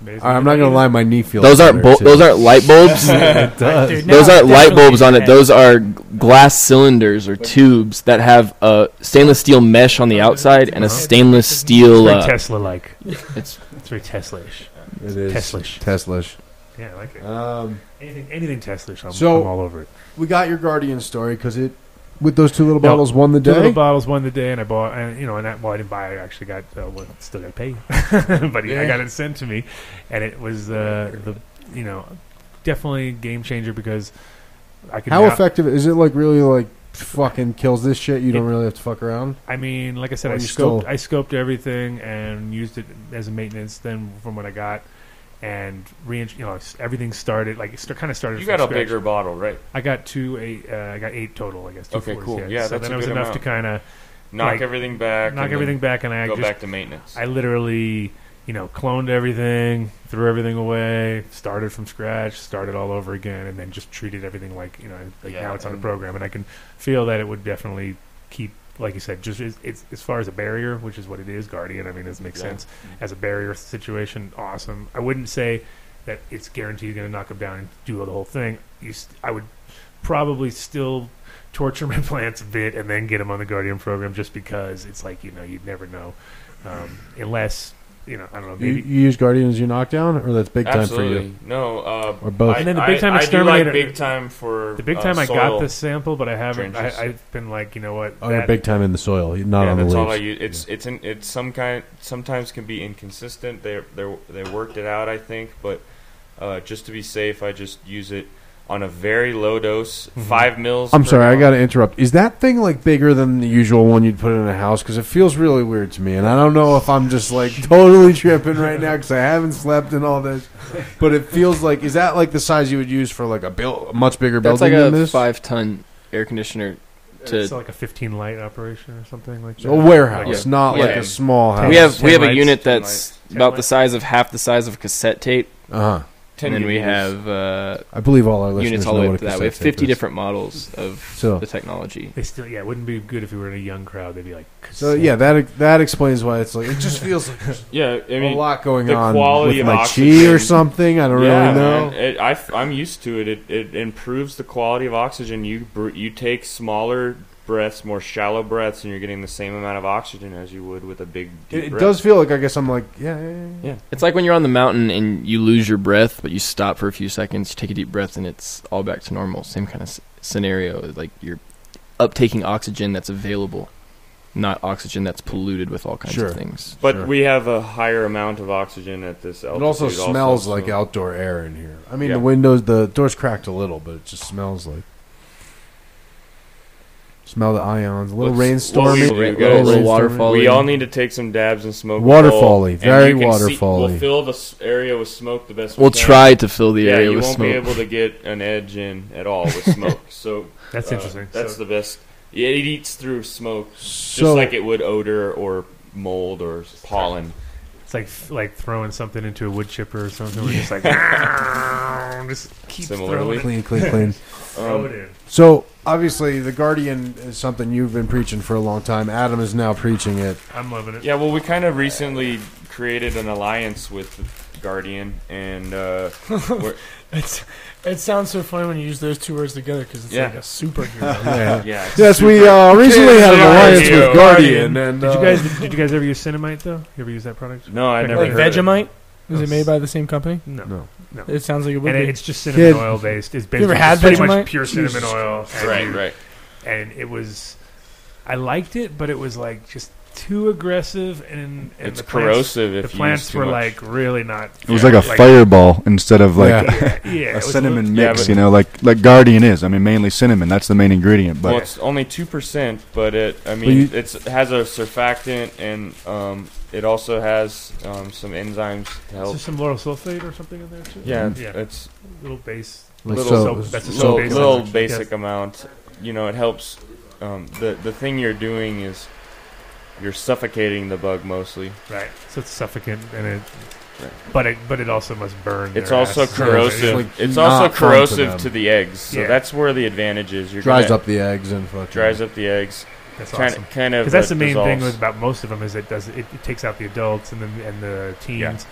Speaker 1: Amazing.
Speaker 2: All right, I'm not gonna lie, my knee feels.
Speaker 8: Those aren't
Speaker 2: better,
Speaker 8: bul
Speaker 2: too.
Speaker 8: those aren't light bulbs.
Speaker 2: It does.
Speaker 3: Dude, now
Speaker 8: those
Speaker 3: it's
Speaker 8: aren't light
Speaker 3: definitely
Speaker 8: bulbs on it.
Speaker 3: bad.
Speaker 8: Those are g- glass cylinders or tubes that have a stainless steel mesh on the outside and a
Speaker 1: Uh-huh.
Speaker 8: stainless
Speaker 1: It's
Speaker 8: steel.
Speaker 1: very
Speaker 8: Uh,
Speaker 1: Tesla-like.
Speaker 8: it's
Speaker 1: It's very Tesla-ish.
Speaker 2: It is
Speaker 1: Tesla-ish.
Speaker 2: Teslish.
Speaker 1: Yeah, I like it.
Speaker 2: Um,
Speaker 1: Anything, anything Tesla-ish, I'm,
Speaker 2: So-
Speaker 1: I'm all over it.
Speaker 2: we got your Guardian story because it, with those two little
Speaker 1: No,
Speaker 2: bottles, won the
Speaker 1: Two little
Speaker 2: day.
Speaker 1: bottles, one the day, and I bought, and you know, and I, well, I didn't buy. it. I actually got, uh, well, still got paid, but I got it sent to me, and it was uh, the, you know, definitely a game changer because I could.
Speaker 2: How
Speaker 1: now-
Speaker 2: effective is it? Like really, like fucking kills this shit. You don't
Speaker 1: It-
Speaker 2: really have to fuck around.
Speaker 1: I mean, like I said,
Speaker 2: Or
Speaker 1: I
Speaker 2: you
Speaker 1: scoped,
Speaker 2: still-
Speaker 1: I scoped everything and used it as a maintenance. Then from what I got. And rein- you know s- everything started like it st- kind of started.
Speaker 5: You
Speaker 1: from
Speaker 5: got a
Speaker 1: scratch.
Speaker 5: bigger bottle, right?
Speaker 1: I got two eight. Uh, I got eight total. I guess. Two
Speaker 5: Okay,
Speaker 1: fours,
Speaker 5: cool.
Speaker 1: Yeah,
Speaker 5: Yeah,
Speaker 1: so
Speaker 5: that's
Speaker 1: then
Speaker 5: a
Speaker 1: it was
Speaker 5: good
Speaker 1: enough to
Speaker 5: amount.
Speaker 1: kind of
Speaker 5: Knock
Speaker 1: Like,
Speaker 5: everything back.
Speaker 1: knock
Speaker 5: and
Speaker 1: everything back, and I
Speaker 5: Then go
Speaker 1: just
Speaker 5: back to maintenance.
Speaker 1: I literally, you know, cloned everything, threw everything away, started from scratch, started all over again, and then just treated everything like you know, like
Speaker 5: Yeah,
Speaker 1: now it's on a
Speaker 5: and-
Speaker 1: program, and I can feel that it would definitely keep, like you said, just it's, it's as far as a barrier, which is what it is, Guardian. I mean, this makes
Speaker 5: Yeah.
Speaker 1: sense as a barrier situation. Awesome. I wouldn't say that it's guaranteed going to knock them down and do the whole thing. You, st- I would probably still torture my plants a bit and then get them on the Guardian program just because it's like you know you'd never know um, unless you know I don't know
Speaker 2: You,
Speaker 1: maybe
Speaker 2: you use Guardian as your knockdown, or that's big
Speaker 5: Absolutely.
Speaker 2: time for you,
Speaker 5: No. Uh,
Speaker 2: or both.
Speaker 1: And then the big time
Speaker 5: I, I do like
Speaker 1: exterminator-
Speaker 5: big time for
Speaker 1: the big
Speaker 5: uh,
Speaker 1: time I
Speaker 5: soil.
Speaker 1: got the sample but I haven't
Speaker 5: Trenches.
Speaker 1: I, I've been like you know what
Speaker 2: oh, you're
Speaker 1: that-
Speaker 2: big time in the soil, you're not
Speaker 5: yeah,
Speaker 2: on the
Speaker 5: that's all I use.
Speaker 2: leaves.
Speaker 5: It's it's in, it's some kind. Sometimes can be inconsistent. They they they worked it out, I think. But uh, just to be safe, I just use it on a very low dose,
Speaker 1: Mm-hmm.
Speaker 5: five mils.
Speaker 2: I'm
Speaker 5: per
Speaker 2: sorry, I got
Speaker 5: gallon.
Speaker 2: to interrupt. Is that thing like bigger than the usual one you'd put in a house? Because it feels really weird to me, and I don't know if I'm just like totally tripping right now because I haven't slept and all this. But it feels like is that like the size you would use for like a build, a much bigger
Speaker 8: that's like
Speaker 2: building than
Speaker 8: a
Speaker 2: this?
Speaker 8: five ton air conditioner. To
Speaker 1: it's like a 15 light operation or something like that
Speaker 2: a warehouse,
Speaker 1: Like
Speaker 2: not like
Speaker 8: Yeah.
Speaker 2: a small house.
Speaker 8: we have
Speaker 1: Ten
Speaker 8: we have a
Speaker 1: lights,
Speaker 8: unit
Speaker 5: ten
Speaker 8: that's
Speaker 1: lights. Ten
Speaker 8: about the
Speaker 1: lights.
Speaker 8: size of half the size of a cassette tape.
Speaker 2: uh huh.
Speaker 8: and then we
Speaker 9: units.
Speaker 8: have uh,
Speaker 2: I believe all our listeners
Speaker 8: units all the
Speaker 2: know
Speaker 8: way
Speaker 2: what
Speaker 8: up
Speaker 2: a
Speaker 8: to that. We have
Speaker 2: cassette tape
Speaker 8: 50
Speaker 2: is.
Speaker 8: different models of
Speaker 2: So-
Speaker 8: the technology.
Speaker 1: They still, yeah, it wouldn't be good if we were in a young crowd. They'd be like,
Speaker 2: So yeah, that that explains why it's like it just feels like there's
Speaker 5: Yeah, I mean,
Speaker 2: a lot going
Speaker 5: the
Speaker 2: on
Speaker 5: quality
Speaker 2: with
Speaker 5: of
Speaker 2: my
Speaker 5: oxygen-
Speaker 2: chi or something. I don't
Speaker 5: yeah,
Speaker 2: really know.
Speaker 5: man. It, I, am used to it. it. It improves the quality of oxygen. You br- you take smaller breaths, more shallow breaths, and you're getting the same amount of oxygen as you would with a big deep
Speaker 2: It, it
Speaker 5: breath.
Speaker 2: does feel like I guess I'm like yeah, yeah, yeah. yeah.
Speaker 8: It's like when you're on the mountain and you lose your breath, but you stop for a few seconds, you take a deep breath, and it's all back to normal. Same kind of s- scenario. Like you're uptaking oxygen that's available, not oxygen that's polluted with all kinds
Speaker 2: Sure.
Speaker 8: of things.
Speaker 5: But
Speaker 2: Sure.
Speaker 5: we have a higher amount of oxygen at this
Speaker 2: It
Speaker 5: altitude.
Speaker 2: also smells
Speaker 5: so-
Speaker 2: like outdoor air in here. I mean,
Speaker 5: Yeah.
Speaker 2: the windows, the doors cracked a little, but it just smells like. Smell the ions, a little
Speaker 5: What's-
Speaker 2: rainstorm,
Speaker 5: what we
Speaker 2: rainstorming,
Speaker 5: do,
Speaker 8: Ra-
Speaker 5: guys,
Speaker 2: little
Speaker 8: little
Speaker 2: rainstorming.
Speaker 8: waterfall.
Speaker 5: We all need to take some dabs and smoke. a
Speaker 2: Waterfall-y,
Speaker 5: bowl, and
Speaker 2: very
Speaker 5: you can see-
Speaker 2: waterfall-y.
Speaker 5: We'll fill the s- area with smoke the best.
Speaker 8: We'll
Speaker 5: we can.
Speaker 8: try to fill the
Speaker 5: yeah,
Speaker 8: area
Speaker 5: you
Speaker 8: with
Speaker 5: won't be
Speaker 8: smoke.
Speaker 5: able to get an edge in at all with smoke. so
Speaker 1: that's
Speaker 5: uh,
Speaker 1: interesting.
Speaker 5: That's
Speaker 1: so,
Speaker 5: the best. Yeah, it eats through smoke, just
Speaker 2: So
Speaker 5: like it would odor or mold or pollen.
Speaker 1: it's like like throwing something into a wood chipper or something. We're just like, "Ah," just keep
Speaker 5: Similarly. Um,
Speaker 1: throwing it,
Speaker 2: clean, clean, clean.
Speaker 1: throw it in.
Speaker 2: So obviously, the Guardian is something you've been preaching for a long time. Adam is now preaching it.
Speaker 1: I'm loving it.
Speaker 5: Yeah, well, we kind of recently created an alliance with Guardian, and uh, we're,
Speaker 3: It's it sounds so funny when you use those two words together because it's
Speaker 5: Yeah.
Speaker 3: like a superhero.
Speaker 2: Yeah.
Speaker 5: yeah, it's
Speaker 2: yes, we uh, recently had an
Speaker 5: Yeah,
Speaker 2: alliance
Speaker 5: yeah.
Speaker 2: with Guardian, and
Speaker 1: Did you
Speaker 2: uh,
Speaker 1: guys did you guys ever use Cinemite though? You ever use that product?
Speaker 5: No, I never
Speaker 3: like
Speaker 5: heard of it.
Speaker 3: Vegemite. Is it made by the same company?
Speaker 1: No.
Speaker 2: No.
Speaker 3: It sounds like it would
Speaker 1: And
Speaker 3: be.
Speaker 1: it, it's just cinnamon
Speaker 2: Kid.
Speaker 1: oil based. It's based
Speaker 3: ever
Speaker 1: on
Speaker 3: had
Speaker 1: pretty
Speaker 3: Vegemite?
Speaker 1: much pure cinnamon
Speaker 3: Jesus
Speaker 1: oil. and
Speaker 5: Right,
Speaker 1: you-
Speaker 5: right.
Speaker 1: And it was, I liked it, but it was like just too aggressive and, and
Speaker 5: It's
Speaker 1: the plants,
Speaker 5: corrosive
Speaker 1: the
Speaker 5: if you use
Speaker 1: plants
Speaker 5: too
Speaker 1: were
Speaker 5: much.
Speaker 1: like really not.
Speaker 6: It was like a fireball instead of like
Speaker 2: Yeah.
Speaker 1: yeah, yeah, it
Speaker 6: a
Speaker 1: was
Speaker 6: cinnamon
Speaker 1: little-
Speaker 5: Yeah,
Speaker 6: mix,
Speaker 5: but-
Speaker 6: you know, like like Guardian is. I mean, mainly cinnamon. That's the main ingredient. But
Speaker 5: well, it's only two percent, but it. I
Speaker 2: Well,
Speaker 5: mean,
Speaker 2: you-
Speaker 5: it's it has a surfactant, and um, it also has um, some enzymes to
Speaker 1: Is
Speaker 5: help.
Speaker 1: there some laurel sulfate or something in there too? Mm-hmm.
Speaker 5: Yeah,
Speaker 1: yeah,
Speaker 5: it's
Speaker 1: little base.
Speaker 2: Like
Speaker 5: Little
Speaker 2: so-
Speaker 1: soap- that's a
Speaker 5: little,
Speaker 1: soap base.
Speaker 5: little
Speaker 1: Yeah.
Speaker 5: basic amount. You know, it helps. Um, the the thing you're doing is you're suffocating the bug mostly.
Speaker 1: Right, so it's suffocant and it,
Speaker 5: Right.
Speaker 1: but it but it also must burn.
Speaker 5: It's
Speaker 1: their
Speaker 5: also
Speaker 1: asses.
Speaker 5: corrosive.
Speaker 2: like
Speaker 5: it's
Speaker 2: not
Speaker 5: also
Speaker 2: fun to
Speaker 5: corrosive
Speaker 2: them.
Speaker 5: to, the eggs. So
Speaker 1: Yeah.
Speaker 5: that's where the advantage is. You're
Speaker 2: dries
Speaker 5: gonna-
Speaker 2: up the eggs and fucking
Speaker 5: dries up the eggs.
Speaker 1: That's
Speaker 5: Kind
Speaker 1: awesome.
Speaker 5: of, kind of.
Speaker 1: because that's
Speaker 5: uh,
Speaker 1: the main thing
Speaker 5: dissolves.
Speaker 1: with about most of them is it does it, it takes out the adults and then and the teens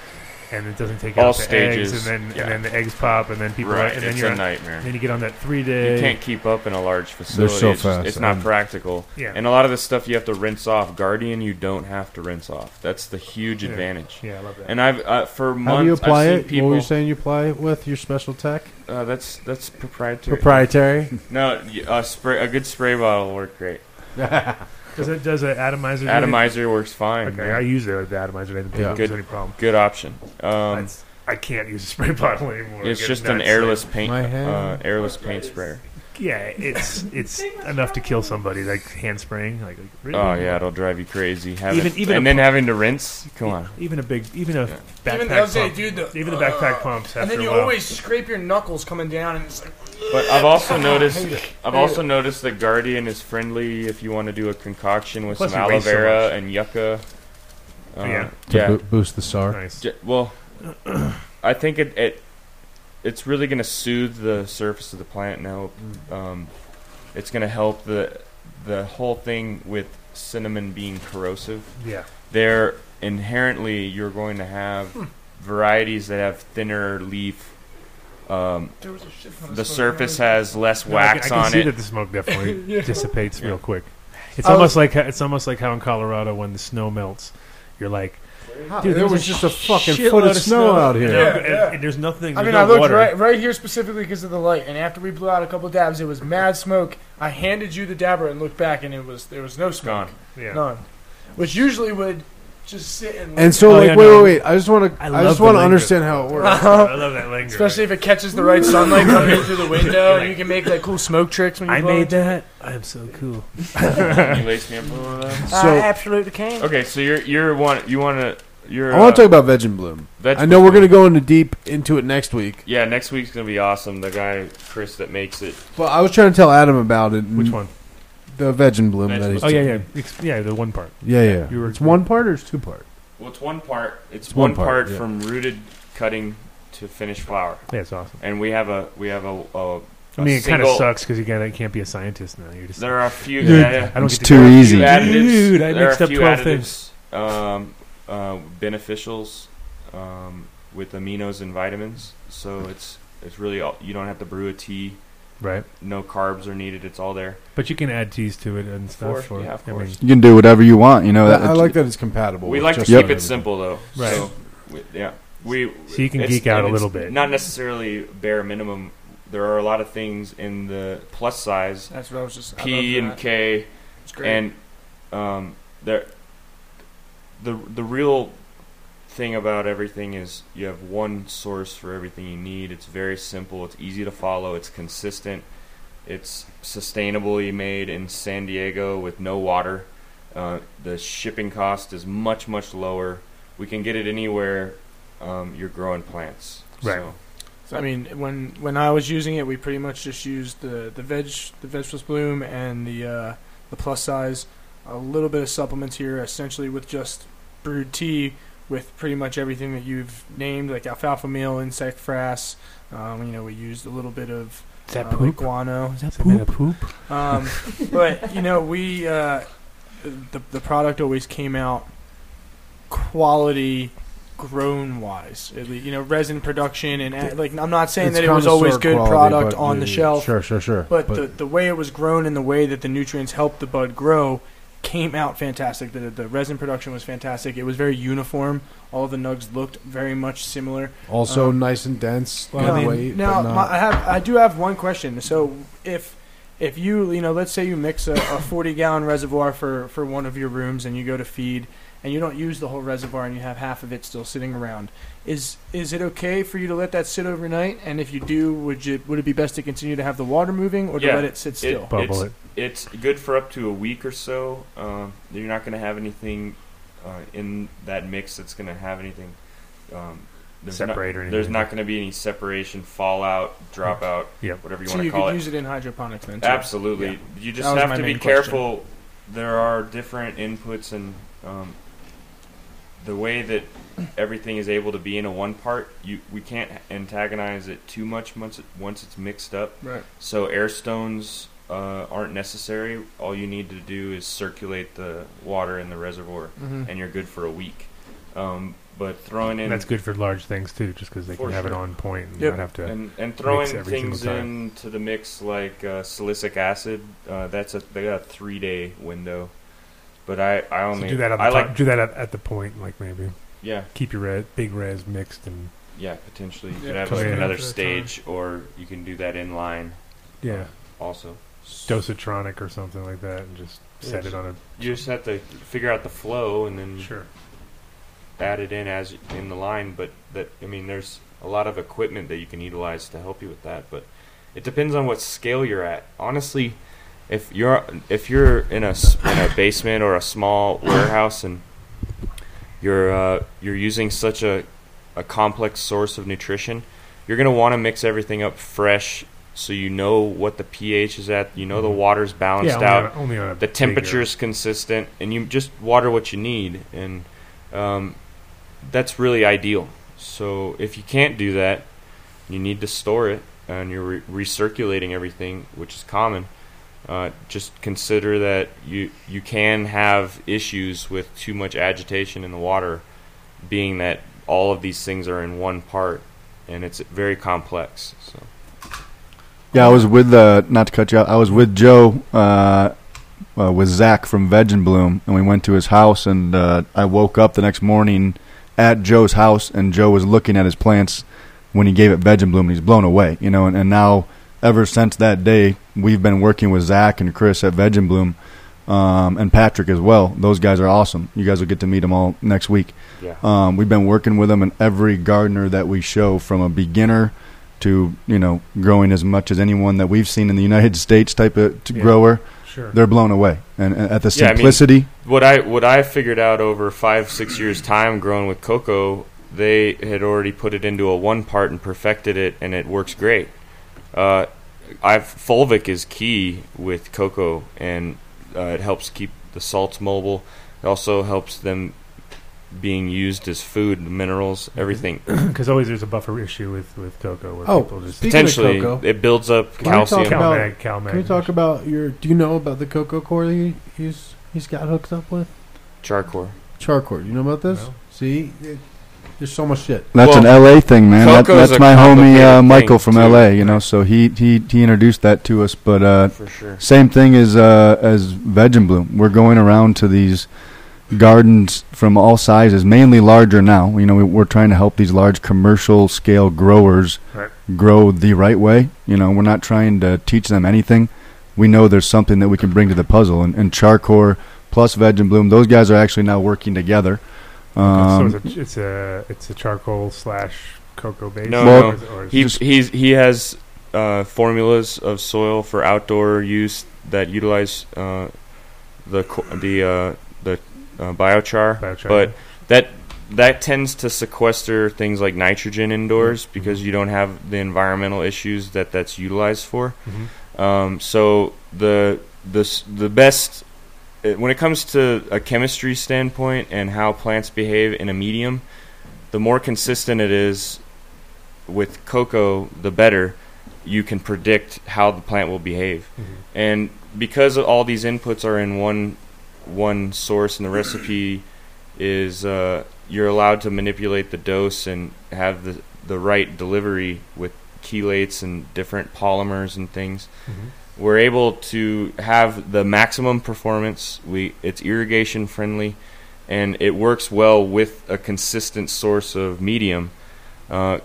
Speaker 1: and it doesn't take
Speaker 5: All
Speaker 1: out the
Speaker 5: stages,
Speaker 1: eggs and then
Speaker 5: yeah.
Speaker 1: and then the eggs pop and then people
Speaker 5: right.
Speaker 1: are, and then
Speaker 5: It's
Speaker 1: you're
Speaker 5: a
Speaker 1: on,
Speaker 5: nightmare.
Speaker 1: then you get on that three day
Speaker 5: You can't keep up in a large facility.
Speaker 2: so
Speaker 5: it's, just-
Speaker 2: fast,
Speaker 5: it's not
Speaker 2: um,
Speaker 5: practical.
Speaker 1: yeah
Speaker 5: And a lot of this stuff you have to rinse off. Guardian, you don't have to rinse off. That's the huge
Speaker 1: Yeah.
Speaker 5: advantage.
Speaker 1: yeah I love that
Speaker 5: And I've uh, for months
Speaker 2: How do you apply
Speaker 5: I've seen
Speaker 2: it?
Speaker 5: people.
Speaker 2: What were you saying? You apply it with your special tech,
Speaker 5: Uh, that's that's proprietary.
Speaker 2: proprietary.
Speaker 5: no, y- a spray, a good spray bottle will work great.
Speaker 1: does it does an atomizer do anything?
Speaker 5: Atomizer works fine.
Speaker 1: okay
Speaker 5: man.
Speaker 1: I use the, the atomizer and
Speaker 2: Yeah.
Speaker 1: yeah.
Speaker 5: Good.
Speaker 1: any problem
Speaker 5: good option. Um,
Speaker 1: That's- I can't use a spray bottle anymore I
Speaker 5: it's
Speaker 1: get
Speaker 5: just an
Speaker 1: nuts.
Speaker 5: airless paint,
Speaker 2: My
Speaker 5: uh,
Speaker 2: hand.
Speaker 5: airless paint sprayer.
Speaker 1: yeah it's it's enough to kill somebody like hand spraying like, like really?
Speaker 5: Oh yeah, it'll drive you crazy. Having,
Speaker 1: Even- even
Speaker 5: and
Speaker 1: a
Speaker 5: then having to rinse. Come on.
Speaker 1: even a big even a
Speaker 5: Yeah.
Speaker 1: backpack
Speaker 3: Even the- I
Speaker 1: pump
Speaker 3: would say, dude, the-
Speaker 1: even the backpack
Speaker 3: uh,
Speaker 1: pumps
Speaker 3: and
Speaker 1: after
Speaker 3: then
Speaker 1: a
Speaker 3: you
Speaker 1: while.
Speaker 3: always scrape your knuckles coming down, and it's like
Speaker 5: But I've also noticed
Speaker 3: hate it.
Speaker 5: I've also noticed that Guardian is friendly if you want to do a concoction with
Speaker 1: Plus
Speaker 5: some
Speaker 1: it
Speaker 5: aloe
Speaker 1: weighs so
Speaker 5: vera
Speaker 1: much.
Speaker 5: and yucca. Uh,
Speaker 1: Oh, Yeah.
Speaker 2: to
Speaker 5: yeah.
Speaker 2: bo- boost the SAR.
Speaker 1: nice
Speaker 5: J- Well, I think it, it it's really going to soothe the surface of the plant now.
Speaker 1: Mm.
Speaker 5: Um, it's going to help the the whole thing with cinnamon being corrosive.
Speaker 1: yeah Hmm.
Speaker 5: They're inherently you're going to have varieties that have thinner leaf. Um,
Speaker 3: there was a shit ton of
Speaker 5: the
Speaker 3: smoke
Speaker 5: surface
Speaker 3: around
Speaker 5: has less
Speaker 1: No, I can-
Speaker 5: wax
Speaker 1: I can,
Speaker 5: on
Speaker 1: see
Speaker 5: it.
Speaker 1: that the smoke definitely
Speaker 3: Yeah.
Speaker 1: dissipates real quick. It's
Speaker 2: Oh.
Speaker 3: I
Speaker 1: almost like like it's almost like how in Colorado when the snow melts, you're like,
Speaker 2: Dude, there
Speaker 1: there's
Speaker 2: was
Speaker 1: a
Speaker 2: just a fucking
Speaker 1: shitload
Speaker 2: foot of snow out
Speaker 1: and,
Speaker 2: here.
Speaker 1: no- and-
Speaker 3: yeah.
Speaker 1: and there's nothing.
Speaker 3: I
Speaker 1: there's no
Speaker 3: mean, I looked
Speaker 1: water.
Speaker 3: right, right here specifically because of the light, and after we blew out a couple dabs, it was mad smoke. I handed you the dabber and looked back, and it was there was no smoke,
Speaker 5: Gone.
Speaker 1: Yeah.
Speaker 3: none, which usually would just sit and,
Speaker 2: And so,
Speaker 1: Oh,
Speaker 2: like,
Speaker 1: yeah,
Speaker 2: wait,
Speaker 1: no.
Speaker 2: wait, wait. I just want to.
Speaker 1: I
Speaker 2: I,
Speaker 1: love
Speaker 2: just
Speaker 1: the
Speaker 2: want to
Speaker 1: language.
Speaker 2: understand how it works.
Speaker 1: I love that language.
Speaker 3: especially if it catches the right sunlight coming in through the window, and you can make like cool smoke tricks when you
Speaker 1: I
Speaker 3: blow
Speaker 1: made
Speaker 3: it.
Speaker 1: that. I am so cool.
Speaker 5: Can you lace me up a little bit?
Speaker 3: I
Speaker 2: So
Speaker 3: Uh, absolutely can.
Speaker 5: Okay, so you're you're one you want to you're.
Speaker 2: I want to
Speaker 5: uh,
Speaker 2: talk about Veg and Bloom.
Speaker 5: veg-
Speaker 2: I know we're going to go into deep into it next week,
Speaker 5: Yeah, next week's gonna be awesome. The guy Chris that makes it.
Speaker 2: but I was trying to tell Adam about it. and
Speaker 1: Which one?
Speaker 2: The Veg and Bloom.
Speaker 5: Veg
Speaker 2: that
Speaker 5: and
Speaker 2: he's
Speaker 1: Oh yeah, yeah, Ex- yeah. The one part.
Speaker 2: yeah, yeah.
Speaker 1: You were-
Speaker 2: it's one part or it's two part.
Speaker 5: Well, it's one part. It's
Speaker 2: one
Speaker 5: one,
Speaker 2: part,
Speaker 5: part,
Speaker 2: yeah.
Speaker 5: from rooted cutting to finished flour.
Speaker 1: Yeah, it's awesome.
Speaker 5: And we have a we have a. a
Speaker 1: I mean,
Speaker 5: a
Speaker 1: it kind of
Speaker 5: single-
Speaker 1: sucks because you can't, you can't be a scientist now. You're just
Speaker 5: There are a few.
Speaker 1: Dude,
Speaker 5: yeah, yeah.
Speaker 1: I don't
Speaker 6: It's
Speaker 1: get
Speaker 6: too
Speaker 1: to do
Speaker 6: easy.
Speaker 5: Few additives.
Speaker 3: Dude, I
Speaker 5: there
Speaker 3: mixed
Speaker 5: are a
Speaker 3: up
Speaker 5: few
Speaker 3: 12
Speaker 5: additives, um, uh, beneficials um, with aminos and vitamins. So it's it's really all, you don't have to brew a tea.
Speaker 1: right,
Speaker 5: No carbs are needed. It's all there.
Speaker 1: but you can add teas to it and stuff.
Speaker 5: course,
Speaker 1: or-
Speaker 5: yeah, of
Speaker 1: I mean,
Speaker 5: course.
Speaker 6: You can do whatever you want. You know that.
Speaker 2: I like that it's compatible.
Speaker 5: We
Speaker 2: with
Speaker 5: like to
Speaker 2: just
Speaker 5: keep
Speaker 2: about
Speaker 5: it simple though.
Speaker 1: Right.
Speaker 5: So, we, yeah. We
Speaker 1: So you can
Speaker 5: it's-
Speaker 1: geek out
Speaker 5: and
Speaker 1: a
Speaker 5: it's
Speaker 1: little bit.
Speaker 5: Not necessarily bare minimum. There are a lot of things in the plus size
Speaker 4: That's what I was just.
Speaker 5: P and K and um, there the the real thing about everything is you have one source for everything you need. It's very simple. It's easy to follow. It's consistent. It's sustainably made in San Diego with no water. Uh, the shipping cost is much much lower. We can get it anywhere um, you're growing plants.
Speaker 1: Right.
Speaker 5: So,
Speaker 3: So, I mean, when when I was using it, we pretty much just used the the veg the vegetables bloom and the uh, the plus size, a little bit of supplements here, essentially with just brewed tea with pretty much everything that you've named, like alfalfa meal, insect frass. Um, you know, we used a little bit of
Speaker 1: Is that
Speaker 3: uh,
Speaker 1: poop?
Speaker 3: guano.
Speaker 1: Is that made of poop?
Speaker 3: Um, but you know, we uh, the the product always came out quality grown wise. At least, you know, resin production and uh, like I'm not saying
Speaker 2: It's
Speaker 3: that it was always
Speaker 2: connoisseur
Speaker 3: good
Speaker 2: quality,
Speaker 3: product
Speaker 2: but
Speaker 3: on
Speaker 2: yeah,
Speaker 3: the
Speaker 2: yeah,
Speaker 3: shelf,
Speaker 2: Sure, sure, sure.
Speaker 3: but, the the way it was grown and the way that the nutrients helped the bud grow came out fantastic. The the resin production was fantastic. It was very uniform. All the nugs looked very much similar.
Speaker 2: also
Speaker 3: um,
Speaker 2: nice and dense.
Speaker 1: Uh, well,
Speaker 2: good
Speaker 1: I mean,
Speaker 2: weight,
Speaker 3: Now,
Speaker 2: but not-
Speaker 3: my, I have I do have one question. So if if you you know let's say you mix a, a 40 gallon reservoir for for one of your rooms and you go to feed and you don't use the whole reservoir and you have half of it still sitting around is is it okay for you to let that sit overnight and if you do would you would it be best to continue to have the water moving or to
Speaker 5: Yeah.
Speaker 3: let it sit still
Speaker 5: It- it's-
Speaker 1: Bubble it.
Speaker 5: it's good for up to a week or so. Um, you're not going to have anything uh, in that mix that's going to have anything. Um, there's
Speaker 1: Separate
Speaker 5: not,
Speaker 1: or
Speaker 5: There's
Speaker 1: anything.
Speaker 5: not going to be any separation, fallout, dropout,
Speaker 1: Yep.
Speaker 5: whatever you
Speaker 3: so
Speaker 5: want
Speaker 3: you
Speaker 5: to call
Speaker 3: could
Speaker 5: it.
Speaker 3: use it in hydroponics then too.
Speaker 5: Absolutely. You just
Speaker 3: That was
Speaker 5: have
Speaker 3: my
Speaker 5: to be
Speaker 3: main question.
Speaker 5: careful. There are different inputs, and um, the way that everything is able to be in a one part, you we can't antagonize it too much once it, once it's mixed up.
Speaker 3: right
Speaker 5: So air stones uh, aren't necessary. All you need to do is circulate the water in the reservoir,
Speaker 3: hmm
Speaker 5: and you're good for a week. Um, but throwing in
Speaker 1: And that's good for large things too, just because they
Speaker 5: For
Speaker 1: can have it
Speaker 5: sure.
Speaker 1: on point and
Speaker 3: Yep.
Speaker 1: not have to.
Speaker 5: and, and throwing
Speaker 1: every
Speaker 5: things
Speaker 1: single time.
Speaker 5: into the mix like uh, silicic acid. Uh, that's a they got a three day window. But I I
Speaker 1: So
Speaker 5: only
Speaker 1: do that. On the
Speaker 5: I
Speaker 1: top-
Speaker 5: like
Speaker 1: do that at, at the point, like maybe
Speaker 5: yeah
Speaker 1: keep your res, big res mixed and
Speaker 5: yeah potentially you
Speaker 3: Yeah,
Speaker 5: could have
Speaker 1: cut
Speaker 5: like
Speaker 1: it out
Speaker 5: another
Speaker 3: for the
Speaker 5: stage or you can do that in line Uh,
Speaker 1: yeah,
Speaker 5: also.
Speaker 1: dosatronic or something like that, and just set it on
Speaker 5: You just have to figure out the flow and then
Speaker 1: a sure.
Speaker 5: add it in as in the line, but that I mean, there's a lot of equipment that you can utilize to help you with that. But it depends on what scale you're at. Honestly, if you're if you're in a s- in a basement or a small warehouse and you're uh, you're using such a a complex source of nutrition, you're gonna want to mix everything up fresh, so you know what the pH is at, you know the
Speaker 1: Mhm.
Speaker 5: water's balanced
Speaker 1: only
Speaker 5: out
Speaker 1: on a- only on a
Speaker 5: the
Speaker 1: bigger-
Speaker 5: temperature is consistent, and you just water what you need, and um, that's really ideal. So if you can't do that, you need to store it, and you're re- recirculating everything, which is common. Uh, just consider that you you can have issues with too much agitation in the water, being that all of these things are in one part, and it's very complex. So
Speaker 6: Yeah, I was with uh, not to cut you out. I was with Joe uh, uh, with Zach from Veg and Bloom, and we went to his house. And uh, I woke up the next morning at Joe's house, and Joe was looking at his plants when he gave it Veg and Bloom, and he's blown away, you know. And, and now, ever since that day, we've been working with Zach and Chris at Veg and Bloom, um, and Patrick as well. Those guys are awesome. You guys will get to meet them all next week.
Speaker 5: yeah,
Speaker 6: Um, we've been working with them, and every gardener that we show, from a beginner to you know growing as much as anyone that we've seen in the United States type of t
Speaker 1: Yeah.
Speaker 6: grower,
Speaker 1: Sure.
Speaker 6: they're blown away. And, and at the
Speaker 5: Yeah, I mean-
Speaker 6: simplicity,
Speaker 5: what I what I figured out over five six years time growing with cocoa, they had already put it into a one part and perfected it, and it works great. Uh, I've fulvic is key with cocoa, and uh, it helps keep the salts mobile. It also helps them being used as food, minerals, everything.
Speaker 1: Because always there's a buffer issue with with cocoa where
Speaker 2: Oh,
Speaker 1: people just
Speaker 2: speak- Speaking of
Speaker 5: Potentially,
Speaker 2: cocoa,
Speaker 5: it builds up
Speaker 2: can we talk
Speaker 5: calcium.
Speaker 1: Cal
Speaker 2: about-
Speaker 1: Mag, Cal Mag.
Speaker 2: Can we talk about your? Do you know about the cocoa core he, he's he's got hooked up with?
Speaker 5: charcoal.
Speaker 2: Charcoal. You know about this?
Speaker 1: No.
Speaker 2: See, It- there's so much shit.
Speaker 6: That's an LA thing, man. That,
Speaker 5: Coco's
Speaker 6: that's
Speaker 5: a
Speaker 6: my homie uh,
Speaker 5: complicated
Speaker 6: Michael from
Speaker 5: thing, too.
Speaker 6: LA. You know, so he he he introduced that to us. But uh,
Speaker 5: For sure.
Speaker 6: same thing as uh, as Veg and Bloom. We're going around to these gardens from all sizes, mainly larger now. You know, we, we're trying to help these large commercial scale growers
Speaker 1: Right.
Speaker 6: grow the right way. You know, we're not trying to teach them anything. We know there's something that we can bring to the puzzle, and, and Charcor plus Veg and Bloom, those guys are actually now working together. Um,
Speaker 1: so it's a, it's a it's a charcoal slash cocoa base.
Speaker 5: No,
Speaker 1: or
Speaker 5: no.
Speaker 1: is it- or is
Speaker 5: He
Speaker 1: it-
Speaker 5: he's, he has uh, formulas of soil for outdoor use that utilize uh, the co- the uh, the uh, biochar,
Speaker 1: Biochar,
Speaker 5: but that that tends to sequester things like nitrogen indoors because you don't have the environmental issues that that's utilized for.
Speaker 1: Mhm.
Speaker 5: Um, so the the s- the best it- when it comes to a chemistry standpoint and how plants behave in a medium, the more consistent it is with cocoa, the better you can predict how the plant will behave.
Speaker 1: Mhm.
Speaker 5: And because all these inputs are in one one source, and the recipe is uh, you're allowed to manipulate the dose and have the the right delivery with chelates and different polymers and things we're able to have the maximum performance. We it's irrigation friendly, and it works well with a consistent source of medium. Uh,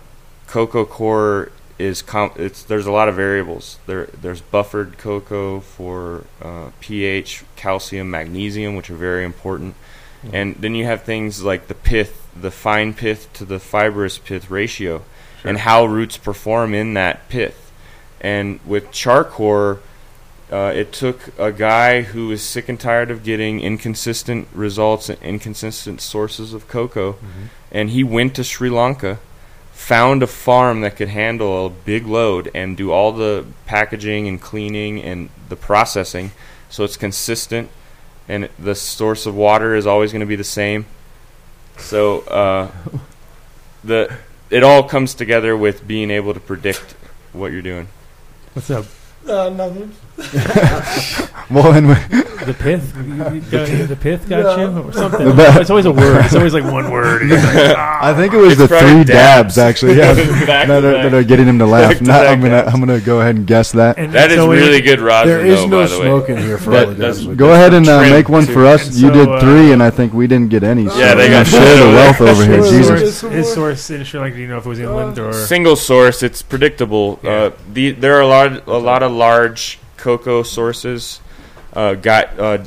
Speaker 5: cocoa core is com- it's there's a lot of variables. There there's buffered cocoa for uh, pH, calcium, magnesium, which are very important, and then you have things like the pith, the fine pith to the fibrous pith ratio, and how roots perform in that pith. And with Charcor, uh, it took a guy who was sick and tired of getting inconsistent results and inconsistent sources of cocoa, and he went to Sri Lanka, found a farm that could handle a big load and do all the packaging and cleaning and the processing, so it's consistent, and the source of water is always going to be the same. So uh, the it all comes together with being able to predict what you're doing.
Speaker 1: what's up?
Speaker 11: Uh, nothing.
Speaker 6: well, and we,
Speaker 1: The pith, the, pith got you, or something.
Speaker 6: The ba-
Speaker 1: it's always a word. It's always like one word. It's like, ah.
Speaker 6: I think it was
Speaker 5: "Ah, It's
Speaker 6: the three
Speaker 5: probably
Speaker 6: dabs,
Speaker 5: dabs.
Speaker 6: actually. Yeah,
Speaker 5: Back
Speaker 6: that,
Speaker 5: to
Speaker 6: are,
Speaker 5: back.
Speaker 6: that are getting him to
Speaker 5: Back
Speaker 6: laugh.
Speaker 5: to
Speaker 6: Not,
Speaker 5: back
Speaker 6: I'm gonna
Speaker 5: dabs.
Speaker 6: I'm gonna go ahead and guess that.
Speaker 1: and
Speaker 5: That is
Speaker 1: so it-
Speaker 5: really good rosin,
Speaker 2: there is
Speaker 5: though,
Speaker 2: no
Speaker 5: by the way.
Speaker 2: smoke in here for
Speaker 5: That
Speaker 2: all the
Speaker 5: doesn't-
Speaker 2: guys.
Speaker 6: Go ahead and uh,
Speaker 5: trim,
Speaker 6: make one
Speaker 5: too.
Speaker 6: for us.
Speaker 1: And
Speaker 6: you
Speaker 1: so,
Speaker 6: did
Speaker 1: uh,
Speaker 6: three, and I think we didn't get any.
Speaker 5: Yeah, they got
Speaker 6: share
Speaker 5: shit
Speaker 6: the
Speaker 5: over
Speaker 6: wealth
Speaker 5: there.
Speaker 6: over here.
Speaker 1: His
Speaker 6: Jesus. Uh,
Speaker 1: source, his source in Sri Lanka. Do you know if it was inland or?
Speaker 5: Single source, it's predictable.
Speaker 1: Yeah.
Speaker 5: Uh, the, there are a lot, a lot of large cocoa sources. Uh, got uh,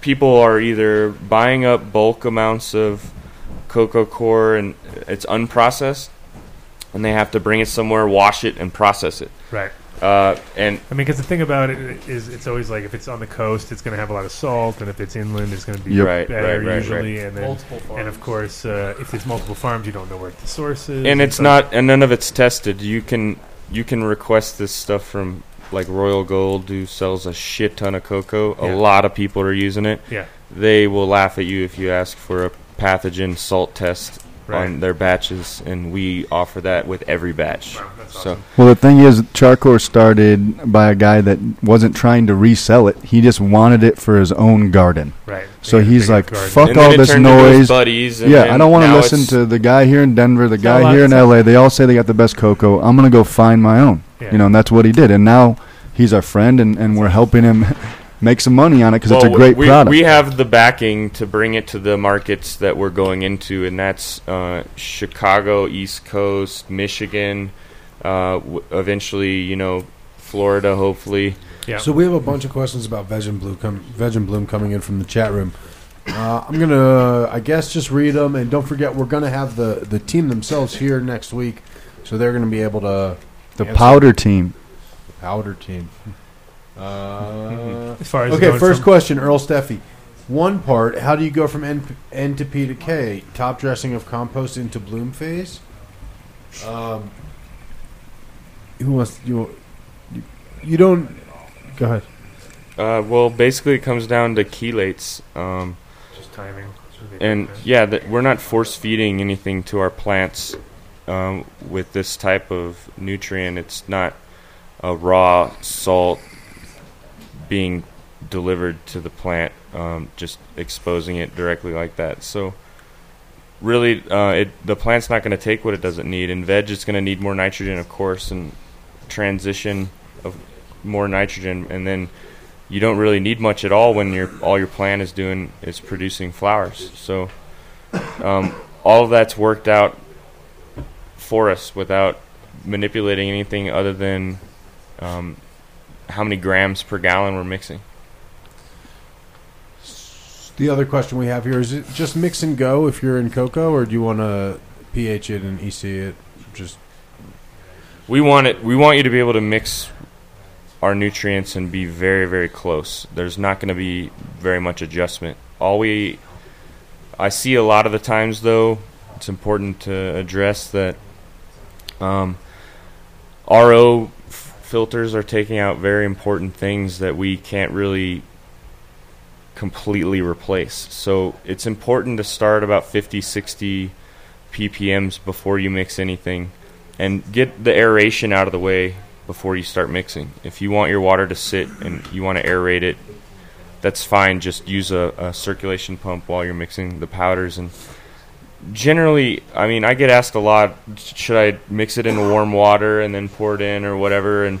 Speaker 5: people are either buying up bulk amounts of cocoa core and it's unprocessed, and they have to bring it somewhere, wash it, and process it.
Speaker 1: Right.
Speaker 5: Uh, and
Speaker 1: I mean, because the thing about it is, it's always like if it's on the coast, it's going to have a lot of salt, and if it's inland, it's going to be
Speaker 6: Yep.
Speaker 5: Right,
Speaker 1: better
Speaker 5: right, right,
Speaker 1: usually. And then,
Speaker 11: Multiple farms.
Speaker 1: and of course, uh, if there's multiple farms, you don't know where the source is,
Speaker 5: and it's
Speaker 1: so-
Speaker 5: not, and none of it's tested. You can you can request this stuff from like Royal Gold, who sells a shit ton of cocoa. A
Speaker 1: Yeah.
Speaker 5: lot of people are using it.
Speaker 1: Yeah.
Speaker 5: they will laugh at you if you ask for a pathogen salt test
Speaker 1: Right.
Speaker 5: on their batches, and we offer that with every batch.
Speaker 1: Wow, that's
Speaker 5: so
Speaker 1: awesome.
Speaker 6: Well, the thing is, Charcor started by a guy that wasn't trying to resell it. He just wanted it for his own garden.
Speaker 1: right.
Speaker 6: So
Speaker 1: They got a
Speaker 6: he's
Speaker 1: big
Speaker 6: like,
Speaker 1: garden.
Speaker 6: "Fuck
Speaker 5: and
Speaker 6: all
Speaker 5: then it
Speaker 6: this
Speaker 5: turned into his
Speaker 6: noise."
Speaker 5: buddies. And
Speaker 6: Yeah,
Speaker 5: then
Speaker 6: I don't want to
Speaker 5: now
Speaker 6: listen
Speaker 5: it's-
Speaker 6: to the guy here in Denver, the
Speaker 3: not a
Speaker 6: guy
Speaker 3: lot
Speaker 6: here in
Speaker 3: of
Speaker 6: LA. They all say they got the best cocoa. I'm gonna go find my own.
Speaker 1: Yeah.
Speaker 6: You know, and that's what he did. And now he's our friend, and, and we're helping him make some money on it because it's a
Speaker 5: Well,
Speaker 6: great
Speaker 5: we,
Speaker 6: product.
Speaker 5: We have the backing to bring it to the markets that we're going into, and that's uh, Chicago, East Coast, Michigan, uh, w- eventually, you know, Florida, hopefully.
Speaker 1: yeah.
Speaker 2: So we have a bunch of questions about Veg and Bloom, com- Veg and Bloom coming in from the chat room. Uh, I'm gonna, I guess, just read them, and don't forget we're gonna have the the team themselves here next week, so they're gonna be able to
Speaker 6: the
Speaker 2: answer
Speaker 6: powder team.
Speaker 2: powder team. Uh,
Speaker 1: as far as
Speaker 2: okay,
Speaker 1: going
Speaker 2: first
Speaker 1: from-
Speaker 2: question, Earl Steffi. One part: How do you go from N, N to P to K? Top dressing of compost into bloom phase. Um, who wants you? You, you don't. Go ahead.
Speaker 5: Uh, well, basically, it comes down to chelates. Um,
Speaker 1: just timing.
Speaker 5: and yeah, that we're not force feeding anything to our plants um, with this type of nutrient. It's not a raw salt being delivered to the plant, um, just exposing it directly like that. So really, uh, it, the plant's not going to take what it doesn't need. In veg, it's going to need more nitrogen, of course, and transition of more nitrogen, and then you don't really need much at all when your all your plant is doing is producing flowers. So um, all of that's worked out for us without manipulating anything other than um, how many grams per gallon we're mixing.
Speaker 2: The other question we have here is it just mix and go if you're in cocoa, or do you want to pH it and EC it? Just
Speaker 5: We want it. We want you to be able to mix our nutrients and be very, very close. There's not going to be very much adjustment. All we, I see a lot of the times though, it's important to address that. Um, RO f- filters are taking out very important things that we can't really completely replace. So it's important to start about 50, 60 ppms before you mix anything and get the aeration out of the way before you start mixing. If you want your water to sit and you want to aerate it, that's fine. Just use a, a circulation pump while you're mixing the powders. And generally, I mean, I get asked a lot should I mix it in warm water and then pour it in or whatever? And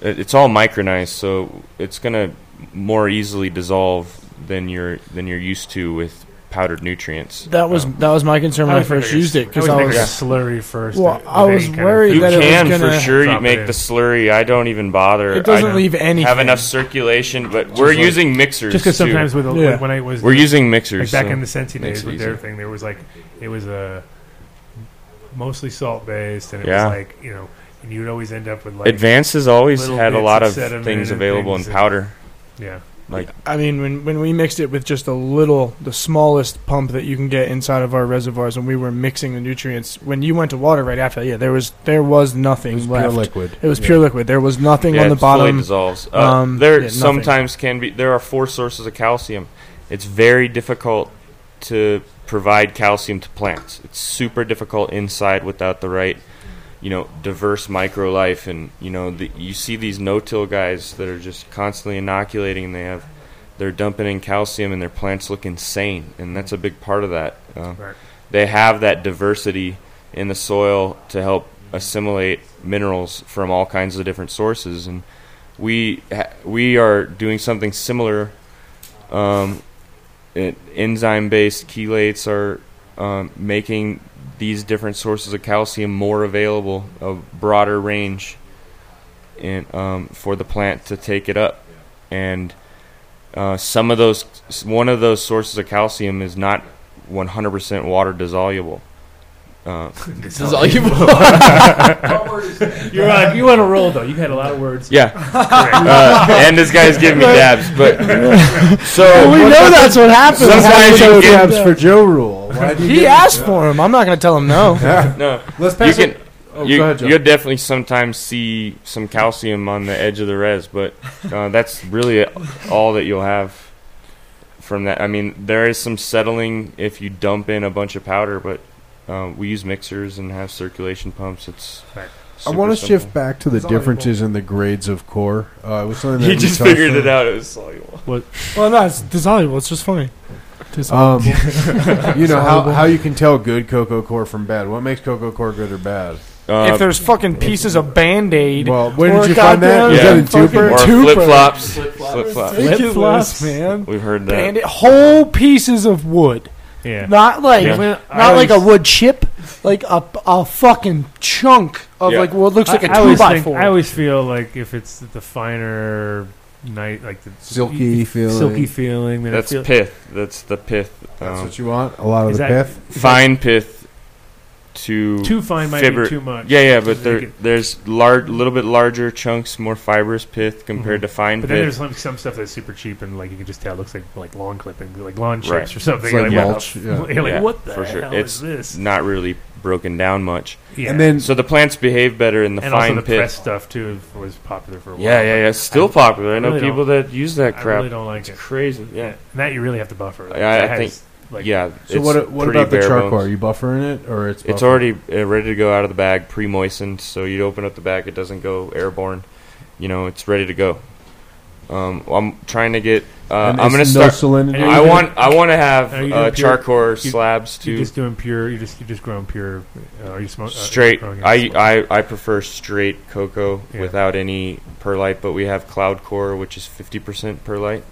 Speaker 5: it- it's all micronized, so it's going to more easily dissolve than you're than you're used to with powdered nutrients.
Speaker 3: That was
Speaker 5: Um,
Speaker 3: that was my concern when I
Speaker 1: always think
Speaker 3: first
Speaker 1: of your-
Speaker 3: used it because
Speaker 1: I
Speaker 3: I
Speaker 1: always
Speaker 3: was
Speaker 1: think of your slurry first.
Speaker 3: Well,
Speaker 1: with
Speaker 3: I was
Speaker 1: any kind of-
Speaker 3: worried
Speaker 5: You
Speaker 3: that it was
Speaker 5: can
Speaker 3: gonna-
Speaker 5: for sure. You
Speaker 1: Drop
Speaker 5: make
Speaker 1: it.
Speaker 5: the slurry. I don't even bother.
Speaker 3: It doesn't
Speaker 5: I
Speaker 3: leave anything.
Speaker 5: have enough circulation, but we're using mixers.
Speaker 1: just because
Speaker 5: too.
Speaker 1: sometimes with a,
Speaker 3: Yeah.
Speaker 1: when I was
Speaker 5: we're using
Speaker 1: like
Speaker 5: mixers
Speaker 1: back
Speaker 5: so-
Speaker 1: in the Sensi
Speaker 5: makes
Speaker 1: days
Speaker 5: it
Speaker 1: with
Speaker 5: easier.
Speaker 1: their thing, there was like it was a mostly salt based, and it
Speaker 5: Yeah.
Speaker 1: was like you know, and you'd always end up with like
Speaker 5: Advance has always
Speaker 1: little
Speaker 5: had a
Speaker 1: bits
Speaker 5: lot
Speaker 1: of
Speaker 5: of
Speaker 1: sediment
Speaker 5: things
Speaker 1: and
Speaker 5: available
Speaker 1: things
Speaker 5: in
Speaker 1: that-
Speaker 5: powder.
Speaker 1: yeah,
Speaker 3: I mean, when when we mixed it with just a little, the smallest pump that you can get inside of our reservoirs, when we were mixing the nutrients, when you went to water right after, yeah, there was there was nothing
Speaker 2: it was
Speaker 3: left.
Speaker 2: pure liquid.
Speaker 3: It was pure liquid. There was nothing
Speaker 5: Yeah,
Speaker 3: on the
Speaker 5: it slowly
Speaker 3: bottom.
Speaker 5: dissolves. Uh,
Speaker 3: Um, yeah,
Speaker 5: there
Speaker 3: nothing.
Speaker 5: sometimes can be. There are four sources of calcium. It's very difficult to provide calcium to plants. It's super difficult inside without the right, you know, diverse microlife. And you know, the, you see these no-till guys that are just constantly inoculating, and they have they're dumping in calcium, and their plants look insane. And that's a big part of that. Uh,
Speaker 1: Right.
Speaker 5: They have that diversity in the soil to help assimilate minerals from all kinds of different sources and we ha- we are doing something similar. Um, enzyme based chelates are um, making these different sources of calcium more available, a broader range, and um, for the plant to take it up. And uh, some of those, one of those sources of calcium is not 100% water dissoluble. Uh,
Speaker 8: This is all you
Speaker 1: you're on you on a roll though. You had a lot of words.
Speaker 5: yeah, uh, and this guy's giving me dabs, but so
Speaker 3: we know that's what happened.
Speaker 5: Sometimes you
Speaker 3: That's what
Speaker 5: get-
Speaker 2: Dabs
Speaker 3: happened.
Speaker 2: for Joe rule. Why do you
Speaker 3: He
Speaker 2: give-
Speaker 3: asked for him. I'm not going to tell him no.
Speaker 5: no,
Speaker 2: Let's
Speaker 5: you
Speaker 2: pass
Speaker 5: can
Speaker 2: it. Oh,
Speaker 5: you,
Speaker 2: go ahead, Joe.
Speaker 5: you'll definitely sometimes see some calcium on the edge of the res, but uh, that's really all that you'll have from that. I mean, there is some settling if you dump in a bunch of powder, but uh, we use mixers and have circulation pumps. It's
Speaker 1: Right.
Speaker 2: I
Speaker 5: super
Speaker 2: want to
Speaker 5: simple.
Speaker 2: shift back to the
Speaker 4: It's all equal.
Speaker 2: differences in the grades of core. Uh, it was something that
Speaker 5: He
Speaker 2: we
Speaker 5: just
Speaker 2: touched
Speaker 5: figured
Speaker 2: on.
Speaker 5: it out. It was soluble.
Speaker 3: well, no, it's dissoluble. It's just funny.
Speaker 2: Um, you know how, how you can tell good cocoa core from bad. What makes cocoa core good or bad?
Speaker 5: Uh,
Speaker 3: if there's fucking pieces of Band Aid,
Speaker 2: Well, where
Speaker 3: Or
Speaker 2: did you find that?
Speaker 3: goddamn
Speaker 2: Is that in
Speaker 3: fucking
Speaker 2: Tupper?
Speaker 5: or
Speaker 3: Tupper.
Speaker 5: flip flops. Flip flops.
Speaker 3: flip flops, man.
Speaker 5: We've heard
Speaker 3: Band
Speaker 5: that.
Speaker 3: Aid, whole pieces of wood.
Speaker 1: Yeah,
Speaker 3: Not like
Speaker 5: Yeah.
Speaker 3: not
Speaker 1: I always-
Speaker 3: like a wood chip, like a, a fucking chunk of
Speaker 5: Yeah.
Speaker 3: like what looks like a
Speaker 1: I, I
Speaker 3: two
Speaker 1: always
Speaker 3: by
Speaker 1: think-
Speaker 3: four.
Speaker 1: I always feel like if it's the finer night, like the
Speaker 2: Silky feeling.
Speaker 1: silky feeling. Then I
Speaker 5: That's
Speaker 1: feel,
Speaker 5: pith. That's the pith.
Speaker 2: That's
Speaker 5: Um,
Speaker 2: what you want. A lot of
Speaker 1: Is
Speaker 2: the
Speaker 1: that-
Speaker 2: pith.
Speaker 5: fine pith to
Speaker 1: too fine might
Speaker 5: Fibber-
Speaker 1: be too much.
Speaker 5: Yeah, yeah,
Speaker 1: Make
Speaker 5: but there,
Speaker 1: it-
Speaker 5: there's large, little bit larger chunks, more fibrous pith compared to fine
Speaker 1: Mm-hmm. But then
Speaker 5: pith.
Speaker 1: there's some, some stuff that's super cheap and like you can just tell it looks like like lawn clipping, like lawn chips
Speaker 5: Right.
Speaker 1: or something.
Speaker 2: It's
Speaker 1: You're
Speaker 2: like
Speaker 1: what the
Speaker 2: mulch,
Speaker 1: f-
Speaker 2: yeah.
Speaker 1: You're like,
Speaker 5: Yeah,
Speaker 1: what the
Speaker 5: for sure.
Speaker 1: hell
Speaker 5: It's
Speaker 1: is this?
Speaker 5: Not really broken down much.
Speaker 1: Yeah.
Speaker 2: And then
Speaker 5: So the plants behave better in the
Speaker 1: and also
Speaker 5: fine
Speaker 1: the
Speaker 5: pith.
Speaker 1: press stuff too was popular for a while.
Speaker 5: yeah, yeah, yeah. It's still popular. I know
Speaker 1: really
Speaker 5: people that use that
Speaker 1: I
Speaker 5: crap.
Speaker 1: really don't like
Speaker 5: it's
Speaker 1: it.
Speaker 5: crazy. Yeah.
Speaker 1: And that you really have to buffer.
Speaker 5: I- I
Speaker 1: That
Speaker 5: think-
Speaker 1: has- Like,
Speaker 5: yeah.
Speaker 2: So
Speaker 5: it's
Speaker 2: what? What
Speaker 5: pretty
Speaker 2: about the
Speaker 5: bare
Speaker 2: charcoal?
Speaker 5: bones.
Speaker 2: Are you buffering it, or it's
Speaker 5: It's
Speaker 2: buffered?
Speaker 5: already uh, ready to go out of the bag, pre-moistened. So you open up the bag, it doesn't go airborne. You know, it's ready to go. Um, I'm trying to get. Uh,
Speaker 2: And
Speaker 5: I'm gonna
Speaker 2: it's
Speaker 5: start.
Speaker 2: no salinity?
Speaker 1: And
Speaker 5: I
Speaker 1: you're
Speaker 5: want. I want to have
Speaker 1: Are you
Speaker 5: uh,
Speaker 1: doing pure-
Speaker 5: charcoal
Speaker 1: you-
Speaker 5: slabs
Speaker 1: You're
Speaker 5: too.
Speaker 1: just doing pure. You just you just growing pure. Uh, are you smoking
Speaker 5: Straight.
Speaker 1: Growing it?
Speaker 5: I, I I prefer straight cocoa
Speaker 1: Yeah.
Speaker 5: without any perlite, but we have cloud core, which is 50% perlite.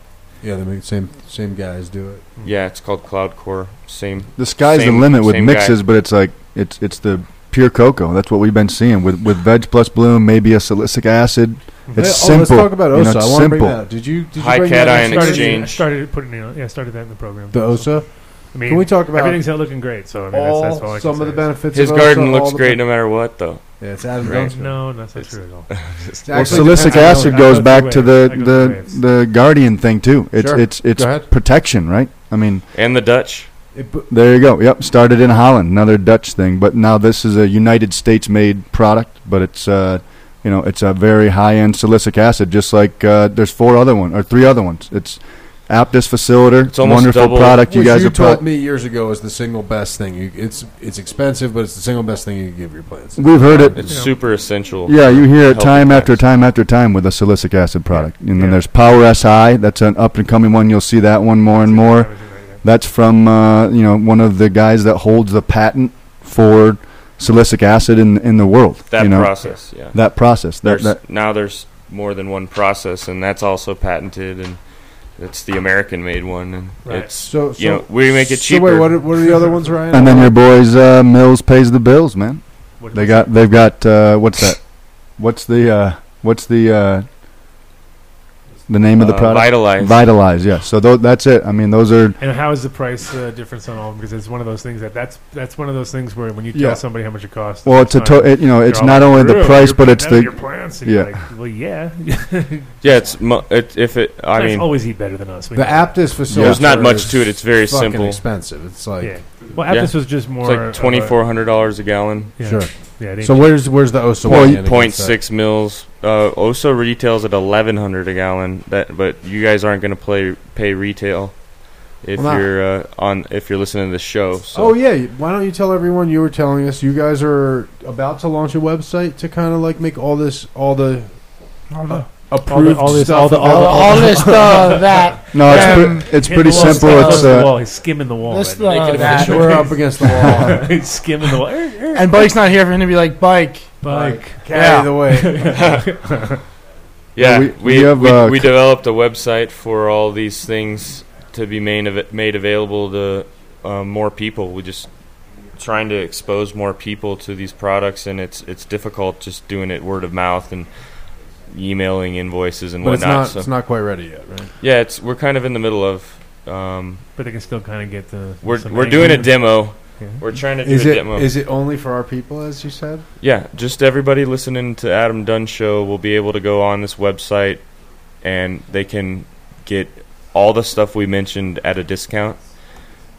Speaker 2: Yeah, they make the same same guys do it.
Speaker 1: Mm-hmm.
Speaker 5: Yeah, it's called cloud core. Same.
Speaker 6: The sky's
Speaker 5: Same-
Speaker 6: the limit with
Speaker 5: same
Speaker 6: mixes, but it's like it's it's the pure cocoa. That's what we've been seeing with with veg plus bloom, maybe a salicylic acid. It's
Speaker 2: oh,
Speaker 6: simple.
Speaker 2: let's talk about
Speaker 6: You know,
Speaker 2: OSA.
Speaker 6: it's
Speaker 2: I want to bring
Speaker 6: simple.
Speaker 2: that. up. Did you? Did you
Speaker 5: High
Speaker 2: bring
Speaker 5: cation
Speaker 2: that
Speaker 1: I
Speaker 2: up?
Speaker 5: and
Speaker 1: started,
Speaker 5: exchange.
Speaker 1: I started putting it. on- Yeah, I started that in the program.
Speaker 2: The
Speaker 1: So,
Speaker 2: OSA.
Speaker 1: I mean,
Speaker 2: Can we talk about
Speaker 1: everything's looking great. So I mean,
Speaker 2: all
Speaker 1: that's, that's all Oh, I can
Speaker 2: some of
Speaker 1: say.
Speaker 2: the benefits?
Speaker 5: His
Speaker 2: of
Speaker 5: garden
Speaker 2: OSA, all
Speaker 5: looks
Speaker 2: the
Speaker 5: great
Speaker 2: ben-
Speaker 5: no matter what, though.
Speaker 2: Yeah, it's Adam
Speaker 5: Right.
Speaker 2: Jones.
Speaker 1: No, that's not true at all.
Speaker 2: It's
Speaker 6: Well,
Speaker 2: actually
Speaker 6: salicylic
Speaker 2: depending on-
Speaker 6: acid
Speaker 1: I
Speaker 6: goes
Speaker 1: go
Speaker 6: back
Speaker 1: two
Speaker 6: to
Speaker 1: ways. I go two
Speaker 6: the
Speaker 1: ways.
Speaker 6: the the guardian thing too. It's
Speaker 2: Sure.
Speaker 6: it's it's
Speaker 2: Go ahead.
Speaker 6: protection, right? I mean,
Speaker 5: And the Dutch.
Speaker 2: It, bu-
Speaker 6: there you go. Yep, started in Holland, another Dutch thing, but now this is a United States made product, but it's uh you know, it's a very high end salicylic acid just like uh, there's four other one or three other ones. It's Aptus Faciliter,
Speaker 5: It's almost
Speaker 6: wonderful
Speaker 5: double-
Speaker 6: product. You
Speaker 2: which
Speaker 6: guys
Speaker 2: you
Speaker 6: are pro-
Speaker 2: told me years ago is the single best thing. You, it's it's expensive, but it's the single best thing you can give your plants.
Speaker 6: We've heard it
Speaker 5: It's
Speaker 1: Yeah.
Speaker 5: super essential.
Speaker 6: Yeah, you hear it
Speaker 5: healthy
Speaker 6: time after
Speaker 5: plants.
Speaker 6: time after time with a salicylic acid product. And then
Speaker 1: Yeah.
Speaker 6: there's Power SI. That's an up and coming one. You'll see that one more and more. That's from uh, you know one of the guys that holds the patent for salicylic acid in in the world.
Speaker 5: That
Speaker 6: you know,
Speaker 5: process. Yeah.
Speaker 6: That process. That,
Speaker 5: There's
Speaker 6: that
Speaker 5: now there's more than one process, and that's also patented, and it's the American-made one, and
Speaker 1: Right.
Speaker 5: it's
Speaker 2: So, so
Speaker 5: you know we make it
Speaker 2: So
Speaker 5: cheaper.
Speaker 2: wait, what are, what are the other ones, Ryan?
Speaker 6: and then your boys uh, Mills pays the bills, man. They got they've got uh, what's that? What's the uh, what's the uh, the name of the
Speaker 5: Uh,
Speaker 6: product?
Speaker 5: Vitalize.
Speaker 6: Vitalize. Yeah. So tho- that's it. I mean, those are
Speaker 1: And how is the price uh, difference on all of them? Because it's one of those things that that's that's one of those things where when you tell
Speaker 6: Yeah.
Speaker 1: somebody how much it costs, the
Speaker 6: well, it's
Speaker 1: first
Speaker 6: a
Speaker 1: time,
Speaker 6: to- it, you know,
Speaker 1: they're
Speaker 6: it's
Speaker 1: all
Speaker 6: not
Speaker 1: like,
Speaker 6: only
Speaker 1: "Really?
Speaker 6: the price,
Speaker 1: You're
Speaker 6: but
Speaker 1: putting
Speaker 6: it's
Speaker 1: that in
Speaker 6: the
Speaker 1: your plants. And you're
Speaker 6: yeah.
Speaker 1: like, well, yeah.
Speaker 5: yeah, it's mu- it, if it. I
Speaker 1: Plants
Speaker 5: mean,
Speaker 1: always eat better than us. We
Speaker 2: the
Speaker 1: know that.
Speaker 2: Aptus facility.
Speaker 5: there's not much to it. It's very
Speaker 2: fucking
Speaker 5: simple.
Speaker 2: expensive. It's like
Speaker 1: yeah. Well, Aptus
Speaker 5: Yeah.
Speaker 1: was just more
Speaker 5: It's
Speaker 1: of
Speaker 5: like
Speaker 1: a-
Speaker 5: twenty four hundred dollars a gallon.
Speaker 1: Yeah.
Speaker 2: sure.
Speaker 1: Yeah. They,
Speaker 2: So where's where's the OSA?
Speaker 6: Point-
Speaker 2: one
Speaker 5: Point
Speaker 2: against
Speaker 5: point
Speaker 2: that?
Speaker 5: six mils. Uh, Oso retails at eleven hundred a gallon. That, but you guys aren't going to play pay retail if
Speaker 2: Well, not-
Speaker 5: you're uh, on if you're listening to the show. So.
Speaker 2: Oh yeah, why don't you tell everyone you were telling us you guys are about to launch a website to kind of like make all this all the
Speaker 1: all, the,
Speaker 2: approved
Speaker 1: all this,
Speaker 2: stuff
Speaker 1: all the, all,
Speaker 2: available?
Speaker 1: the, all the,
Speaker 4: this, uh, that,
Speaker 6: No, it's,
Speaker 4: Um,
Speaker 6: pre- it's
Speaker 1: Hit
Speaker 6: pretty
Speaker 1: the wall,
Speaker 6: simple.
Speaker 1: stop
Speaker 6: It's
Speaker 1: the
Speaker 6: uh,
Speaker 1: wall. He's skimming the wall.
Speaker 4: this,
Speaker 1: right now.
Speaker 4: uh, that.
Speaker 2: We're up against the wall.
Speaker 1: He's skimming the wall. Er, er,
Speaker 4: And Bike's not here for him to be like, Bike,
Speaker 1: Bike.
Speaker 2: Carry the way.
Speaker 5: Yeah,
Speaker 6: We-
Speaker 5: we
Speaker 6: we
Speaker 5: we,
Speaker 6: have,
Speaker 5: we,
Speaker 6: uh,
Speaker 5: we developed a website for all these things to be made av- made available to uh, more people. We're just trying to expose more people to these products, and it's it's difficult just doing it word of mouth and emailing invoices and
Speaker 2: But it's
Speaker 5: whatnot.
Speaker 2: not
Speaker 5: so
Speaker 2: it's not quite ready yet, right?
Speaker 5: yeah, it's we're kind of in the middle of um,
Speaker 1: But they can still kind of get the.
Speaker 5: we're
Speaker 1: some
Speaker 5: we're doing a
Speaker 1: angle.
Speaker 5: demo.
Speaker 1: Yeah.
Speaker 5: We're trying to do
Speaker 2: Is
Speaker 5: a
Speaker 2: it
Speaker 5: demo.
Speaker 2: is it only for our people as you said?
Speaker 5: Yeah, just everybody listening to Adam Dunn show will be able to go on this website and they can get all the stuff we mentioned at a discount.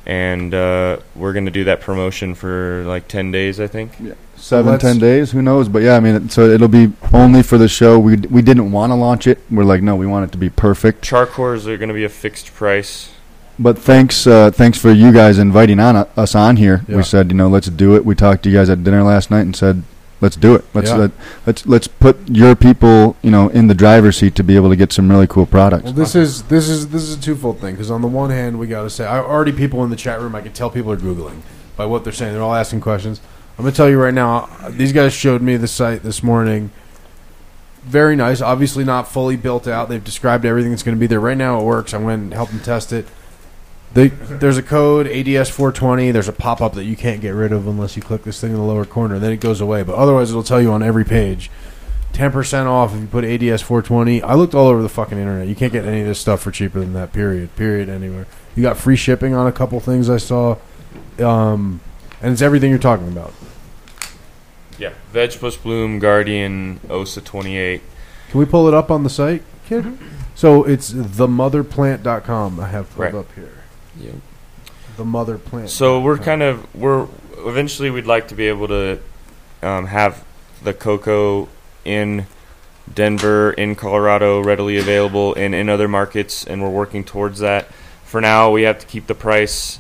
Speaker 5: And uh, we're going to do that promotion for like 10 days, I think.
Speaker 6: seven,
Speaker 2: Let's-
Speaker 6: ten days. Who knows? But yeah, I mean, it- so it'll be only for the show. We d- we didn't want to launch it. We're like, no, we want it to be perfect.
Speaker 5: Charcoals are going to be a fixed price.
Speaker 6: But thanks, uh, thanks for you guys inviting on us on here.
Speaker 2: Yeah.
Speaker 6: We said, you know, let's do it. We talked to you guys at dinner last night and said, let's do it. Let's
Speaker 2: Yeah.
Speaker 6: let, let's let's put your people, you know, in the driver's seat to be able to get some really cool products.
Speaker 2: Well, this is this is this is a twofold thing because on the one hand, we got to say, I already people in the chat room, I can tell people are googling by what they're saying. They're all asking questions. I'm gonna tell you right now, these guys showed me the site this morning. Very nice. Obviously, not fully built out. They've described everything that's going to be there. Right now, it works. I'm going to help them test it. They, there's a code ADS420. There's a pop up that you can't get rid of unless you click this thing in the lower corner. Then it goes away. But otherwise, it'll tell you on every page ten percent off if you put ADS four twenty. I looked all over the fucking internet. You can't get any of this stuff for cheaper than that. Period. Period. Anywhere. You got free shipping on a couple things I saw, um, and it's everything you're talking about.
Speaker 5: Yeah. Veg plus Bloom, Guardian, OSA 28.
Speaker 2: Can we pull it up on the site, kid? So it's themotherplant.com. I have pulled
Speaker 5: Right.
Speaker 2: up here.
Speaker 5: Yep.
Speaker 2: The mother plant.
Speaker 5: So we're kind of we're eventually we'd like to be able to um, have the cocoa in Denver, in Colorado, readily available, and in other markets, and we're working towards that. For now, we have to keep the price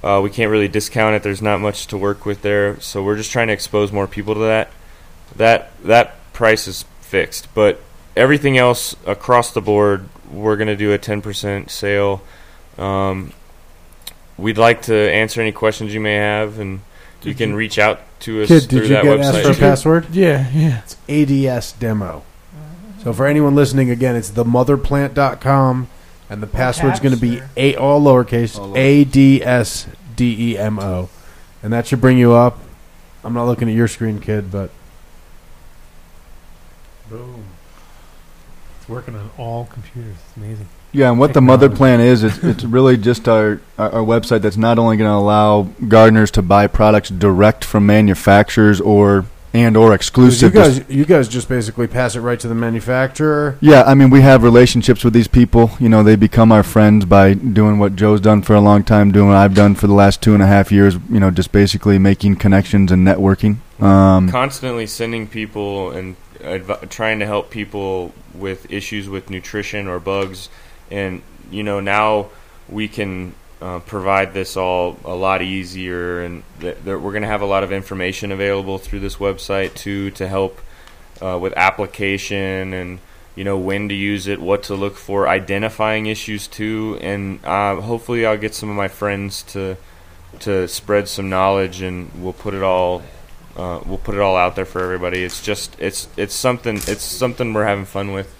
Speaker 5: Uh, we can't really discount it. There's not much to work with there, so we're just trying to expose more people to that. That that price is fixed, but everything else across the board, we're gonna do a 10% sale. Um, we'd like to answer any questions you may have, and you
Speaker 2: Did
Speaker 5: can
Speaker 2: you-
Speaker 5: reach out to us
Speaker 2: Kid,
Speaker 5: through
Speaker 2: did you
Speaker 5: that
Speaker 2: get asked for a
Speaker 5: website.
Speaker 2: password?
Speaker 3: Yeah, yeah.
Speaker 2: It's ADS demo. So for anyone listening, again, it's themotherplant.com, and the password's going to be a all lowercase
Speaker 6: All lowercase.
Speaker 2: A D S D E M O, and that should bring you up. I'm not looking at your screen, kid, but
Speaker 1: Boom. It's working on all computers. It's amazing.
Speaker 6: Yeah, and what the mother
Speaker 1: Technology.
Speaker 6: plan is, it's, it's really just our, our our website that's not only going to allow gardeners to buy products direct from manufacturers or and or
Speaker 2: 'cause you
Speaker 6: exclusive.
Speaker 2: guys, you guys just basically pass it right to the manufacturer.
Speaker 6: yeah, I mean, we have relationships with these people. You know, they become our friends by doing what Joe's done for a long time, doing what I've done for the last two and a half years. You know, just basically making connections and networking. Um,
Speaker 5: constantly sending people and adv- trying to help people with issues with nutrition or bugs and you know now we can uh, provide this all a lot easier and th- there, we're going to have a lot of information available through this website too to help uh, with application and you know when to use it what to look for identifying issues too and uh, hopefully i'll get some of my friends to to spread some knowledge and we'll put it all uh, we'll put it all out there for everybody. It's just it's it's something it's something we're having fun with,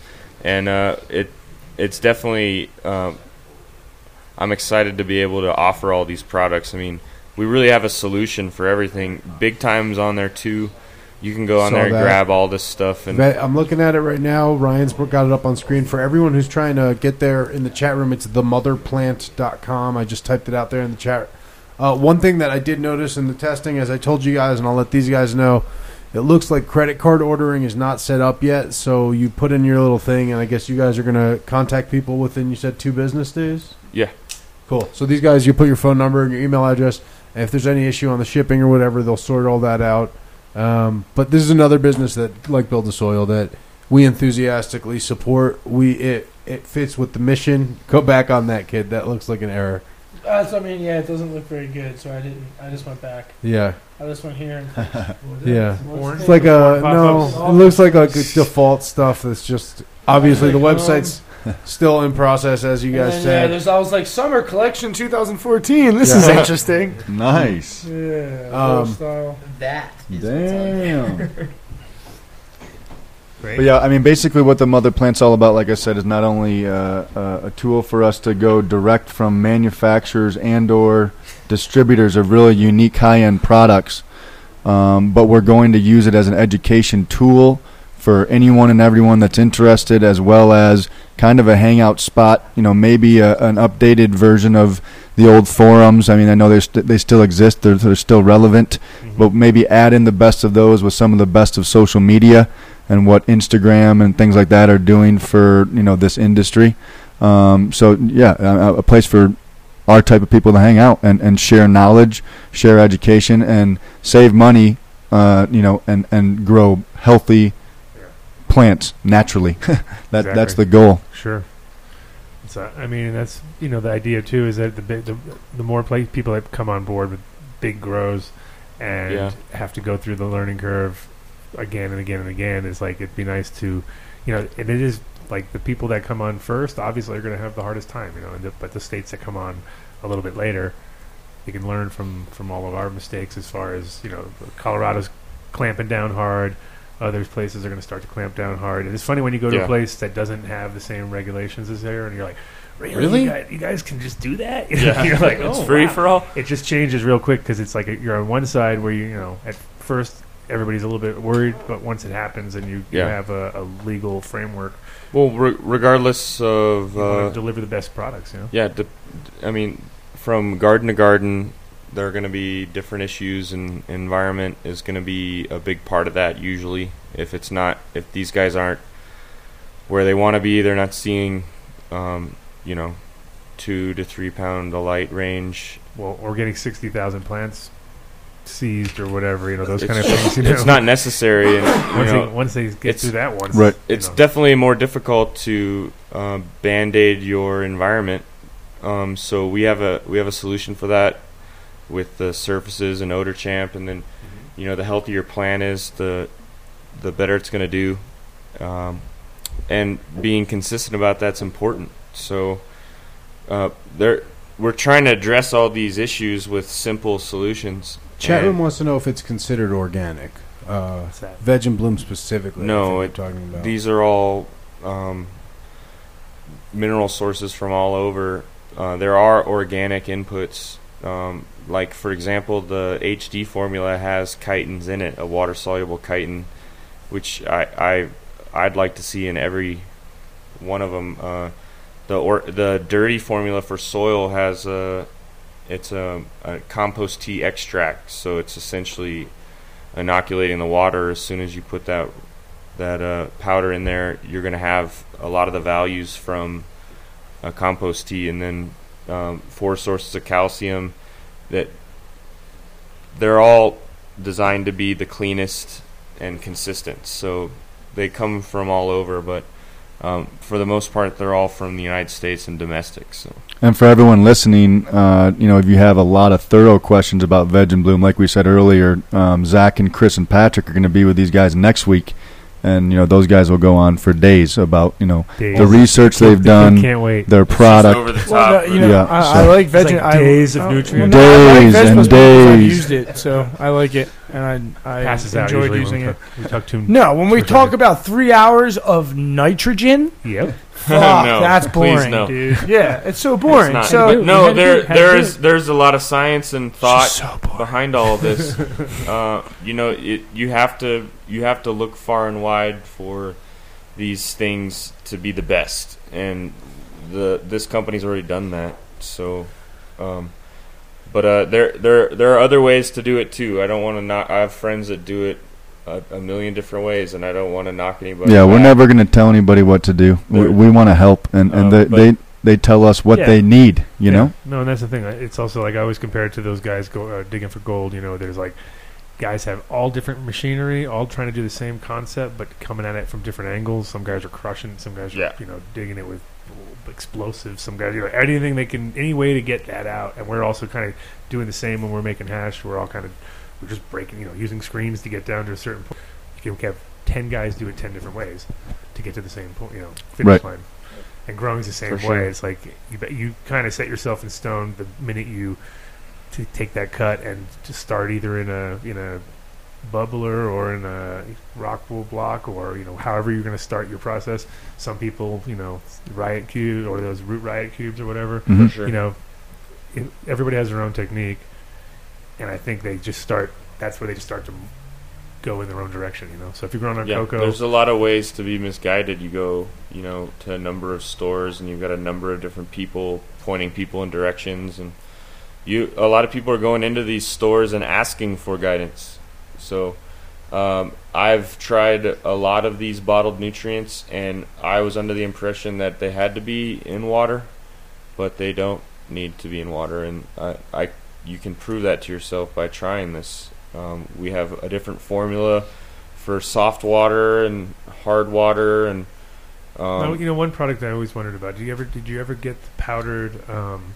Speaker 5: and uh, it it's definitely um, I'm excited to be able to offer all these products. I mean, we really have a solution for everything. Big times on there too. You can go on
Speaker 2: Saw
Speaker 5: there and
Speaker 2: that.
Speaker 5: grab all this stuff and
Speaker 2: That- I'm looking at it right now. Ryan's got it up on screen for everyone who's trying to get there in the chat room. It's themotherplant.com. I just typed it out there in the chat. Uh, one thing that I did notice in the testing, as I told you guys, and I'll let these guys know, it looks like credit card ordering is not set up yet. So you put in your little thing, and I guess you guys are going to contact people within, you said, two business days?
Speaker 5: Yeah.
Speaker 2: Cool. So these guys, you put your phone number and your email address. And if there's any issue on the shipping or whatever, they'll sort all that out. Um, but this is another business that, like Build the Soil, that we enthusiastically support. We it it fits with the mission. Go back on that kid. That looks like an error.
Speaker 3: That's, Uh, I mean, yeah, it doesn't look very good, so I didn't. I just went back.
Speaker 2: Yeah,
Speaker 3: I just went here.
Speaker 2: yeah.
Speaker 1: Orange.
Speaker 2: It's like a no.
Speaker 1: Pop-ups.
Speaker 2: It looks like like default stuff. That's just obviously the website's still in process, as you guys said.
Speaker 3: I was like, summer collection 2014.
Speaker 2: This is Yeah.
Speaker 3: interesting.
Speaker 6: nice.
Speaker 3: Yeah.
Speaker 2: Um,
Speaker 3: lifestyle.
Speaker 11: That is what's on there.
Speaker 6: Damn.
Speaker 1: Great.
Speaker 6: But yeah, I mean, basically, what the mother plant's all about, like I said, is not only uh, uh, a tool for us to go direct from manufacturers and/or distributors of really unique high-end products, um, but we're going to use it as an education tool for anyone and everyone that's interested, as well as kind of a hangout spot. You know, maybe a, an updated version of the old forums. I mean, I know they st- they still exist; they're, they're still relevant, but maybe add in the best of those with some of the best of social media and what Instagram and things like that are doing for you know this industry. Um, so yeah, a, a place for our type of people to hang out and, and share knowledge, share education, and save money. Uh, you know, and and grow healthy plants naturally. that that's
Speaker 1: Exactly.
Speaker 6: the goal.
Speaker 1: Sure. So I mean, that's you know the idea too is that the big, the, the more pla people that come on board with big grows and
Speaker 5: Yeah.
Speaker 1: have to go through the learning curve again and again and again is like it'd be nice to you know and it is like the people that come on first obviously are going to have the hardest time you know and the, but the states that come on a little bit later they can learn from from all of our mistakes as far as you know Colorado's clamping down hard other places are going to start to clamp down hard and it's funny when you go to
Speaker 5: Yeah.
Speaker 1: a place that doesn't have the same regulations as there and you're like really,
Speaker 2: Really?
Speaker 1: You, guys, you guys can just do that
Speaker 5: Yeah.
Speaker 1: you're like
Speaker 5: it's
Speaker 1: "Oh,
Speaker 5: free
Speaker 1: wow."
Speaker 5: for all.
Speaker 1: it just changes real quick because it's like you're on one side where you you know at first everybody's a little bit worried but once it happens and you, you
Speaker 5: Yeah.
Speaker 1: have a, a legal framework
Speaker 5: Well, re- regardless of
Speaker 1: you want
Speaker 5: uh,
Speaker 1: to deliver the best products you know
Speaker 5: Yeah, d I I mean, from garden to garden, there are going to be different issues, and environment is going to be a big part of that. Usually, if it's not, if these guys aren't where they want to be, they're not seeing, um, you know, two to three pound a light range.
Speaker 1: well or getting 60,000 plants seized or whatever you know those
Speaker 5: It's-
Speaker 1: kind of things you know
Speaker 5: It's not necessary, and you
Speaker 1: once,
Speaker 5: know,
Speaker 1: they, once they get
Speaker 5: it's-
Speaker 1: through that once
Speaker 6: Right.
Speaker 1: you
Speaker 5: it's
Speaker 1: know.
Speaker 5: definitely more difficult to um, band-aid your environment um, so we have a we have a solution for that with the surfaces and odor champ, and then
Speaker 1: Mm-hmm.
Speaker 5: you know the healthier plant is, the the better it's going to do. Um, and being consistent about that's important. So uh, there, we're trying to address all these issues with simple solutions.
Speaker 2: Chat
Speaker 5: And-
Speaker 2: room wants to know if it's considered organic. Uh,
Speaker 1: that?
Speaker 2: Veg and bloom specifically. I
Speaker 5: No, it,
Speaker 2: think we're talking about.
Speaker 5: these are all um, mineral sources from all over. Uh, there are organic inputs, um, like for example, the HD formula has chitins in it, a water soluble chitin, which I, I I'd like to see in every one of them. Uh, the or the dirty formula for soil has a it's a, a compost tea extract, so it's essentially inoculating the water as soon as you put that that uh, powder in there, you're going to have a lot of the values from a compost tea, and then um, four sources of calcium that they're all designed to be the cleanest and consistent. So they come from all over, but um, for the most part, they're all from the United States and domestic. So
Speaker 6: And for everyone listening, uh, you know, if you have a lot of thorough questions about Veg and Bloom, like we said earlier, um, Zach and Chris and Patrick are going to be with these guys next week, and you know those guys will go on for days about you know
Speaker 1: Days.
Speaker 6: the research
Speaker 1: Can't-
Speaker 6: they've done,
Speaker 1: can't wait.
Speaker 6: their
Speaker 5: It's just over
Speaker 6: product.
Speaker 5: the
Speaker 3: Well,
Speaker 5: top.
Speaker 3: no, you know,
Speaker 6: Yeah,
Speaker 3: I,
Speaker 6: so-
Speaker 3: I like
Speaker 1: It's
Speaker 3: veg.
Speaker 1: like
Speaker 3: I,
Speaker 1: days of
Speaker 3: uh,
Speaker 1: nutrients.
Speaker 3: no, I like
Speaker 6: Days
Speaker 3: vegetables
Speaker 6: and
Speaker 3: because I've
Speaker 6: days.
Speaker 3: used it, so I like it, and I, I
Speaker 1: passes out
Speaker 3: enjoyed
Speaker 1: usually when
Speaker 3: using
Speaker 1: we
Speaker 3: it.
Speaker 1: talk- we talk too.
Speaker 3: No, when we
Speaker 1: Perfect.
Speaker 3: talk about three hours of nitrogen,
Speaker 1: Yep.
Speaker 3: fuck,
Speaker 5: No,
Speaker 3: that's
Speaker 5: please
Speaker 3: boring,
Speaker 5: no.
Speaker 3: dude. Yeah, it's so boring.
Speaker 5: It's not.
Speaker 3: so
Speaker 5: But no, there
Speaker 3: Had to
Speaker 5: there
Speaker 3: do
Speaker 5: is
Speaker 3: it.
Speaker 5: there's a lot of science and thought
Speaker 3: She's so boring.
Speaker 5: behind all of this. uh, you know, it, you have to you have to look far and wide for these things to be the best, and the this company's already done that. So, um, but uh, there there there are other ways to do it too. I don't want to not. I have friends that do it a, a million different ways, and I don't want to knock anybody.
Speaker 6: Yeah, we're
Speaker 5: back.
Speaker 6: never going to tell anybody what to do. We,
Speaker 5: There-
Speaker 6: we want to help, and and
Speaker 5: Um,
Speaker 6: they,
Speaker 5: but-
Speaker 6: they they tell us what
Speaker 1: Yeah.
Speaker 6: they need. You
Speaker 1: Yeah.
Speaker 6: know,
Speaker 1: No, and that's the thing. I- It's also like I always compare it to those guys go uh, digging for gold. You know, there's like guys have all different machinery, all trying to do the same concept, but coming at it from different angles. Some guys are crushing, some guys
Speaker 5: Yeah.
Speaker 1: are you know digging it with explosives. Some guys, you know, anything they can, any way to get that out. And we're also kind of doing the same when we're making hash. We're all kind of we're just breaking, you know, using screens to get down to a certain point. You can have ten guys do it ten different ways to get to the same point, you know, finish
Speaker 6: Right.
Speaker 1: line. And growing's the same
Speaker 5: For
Speaker 1: way.
Speaker 5: sure.
Speaker 1: It's like you bet you kind of set yourself in stone the minute you to take that cut and just start either in a in a bubbler or in a rock wool block or you know however you're going to start your process. Some people, you know, riot cubes or those root riot cubes or whatever
Speaker 6: Mhm.
Speaker 5: Sure.
Speaker 1: you know, it, everybody has their own technique, and I think they just start. That's where they just start to go in their own direction, you know. So if you're growing on
Speaker 5: yeah,
Speaker 1: cocoa,
Speaker 5: There's a lot of ways to be misguided. You go, you know, to a number of stores and you've got a number of different people pointing people in directions and you a lot of people are going into these stores and asking for guidance. So um, I've tried a lot of these bottled nutrients and I was under the impression that they had to be in water, but they don't need to be in water and I, I you can prove that to yourself by trying this. Um, we have a different formula for soft water and hard water and
Speaker 1: Now,
Speaker 5: um,
Speaker 1: you know, one product I always wondered about. Did you ever did you ever get the powdered um,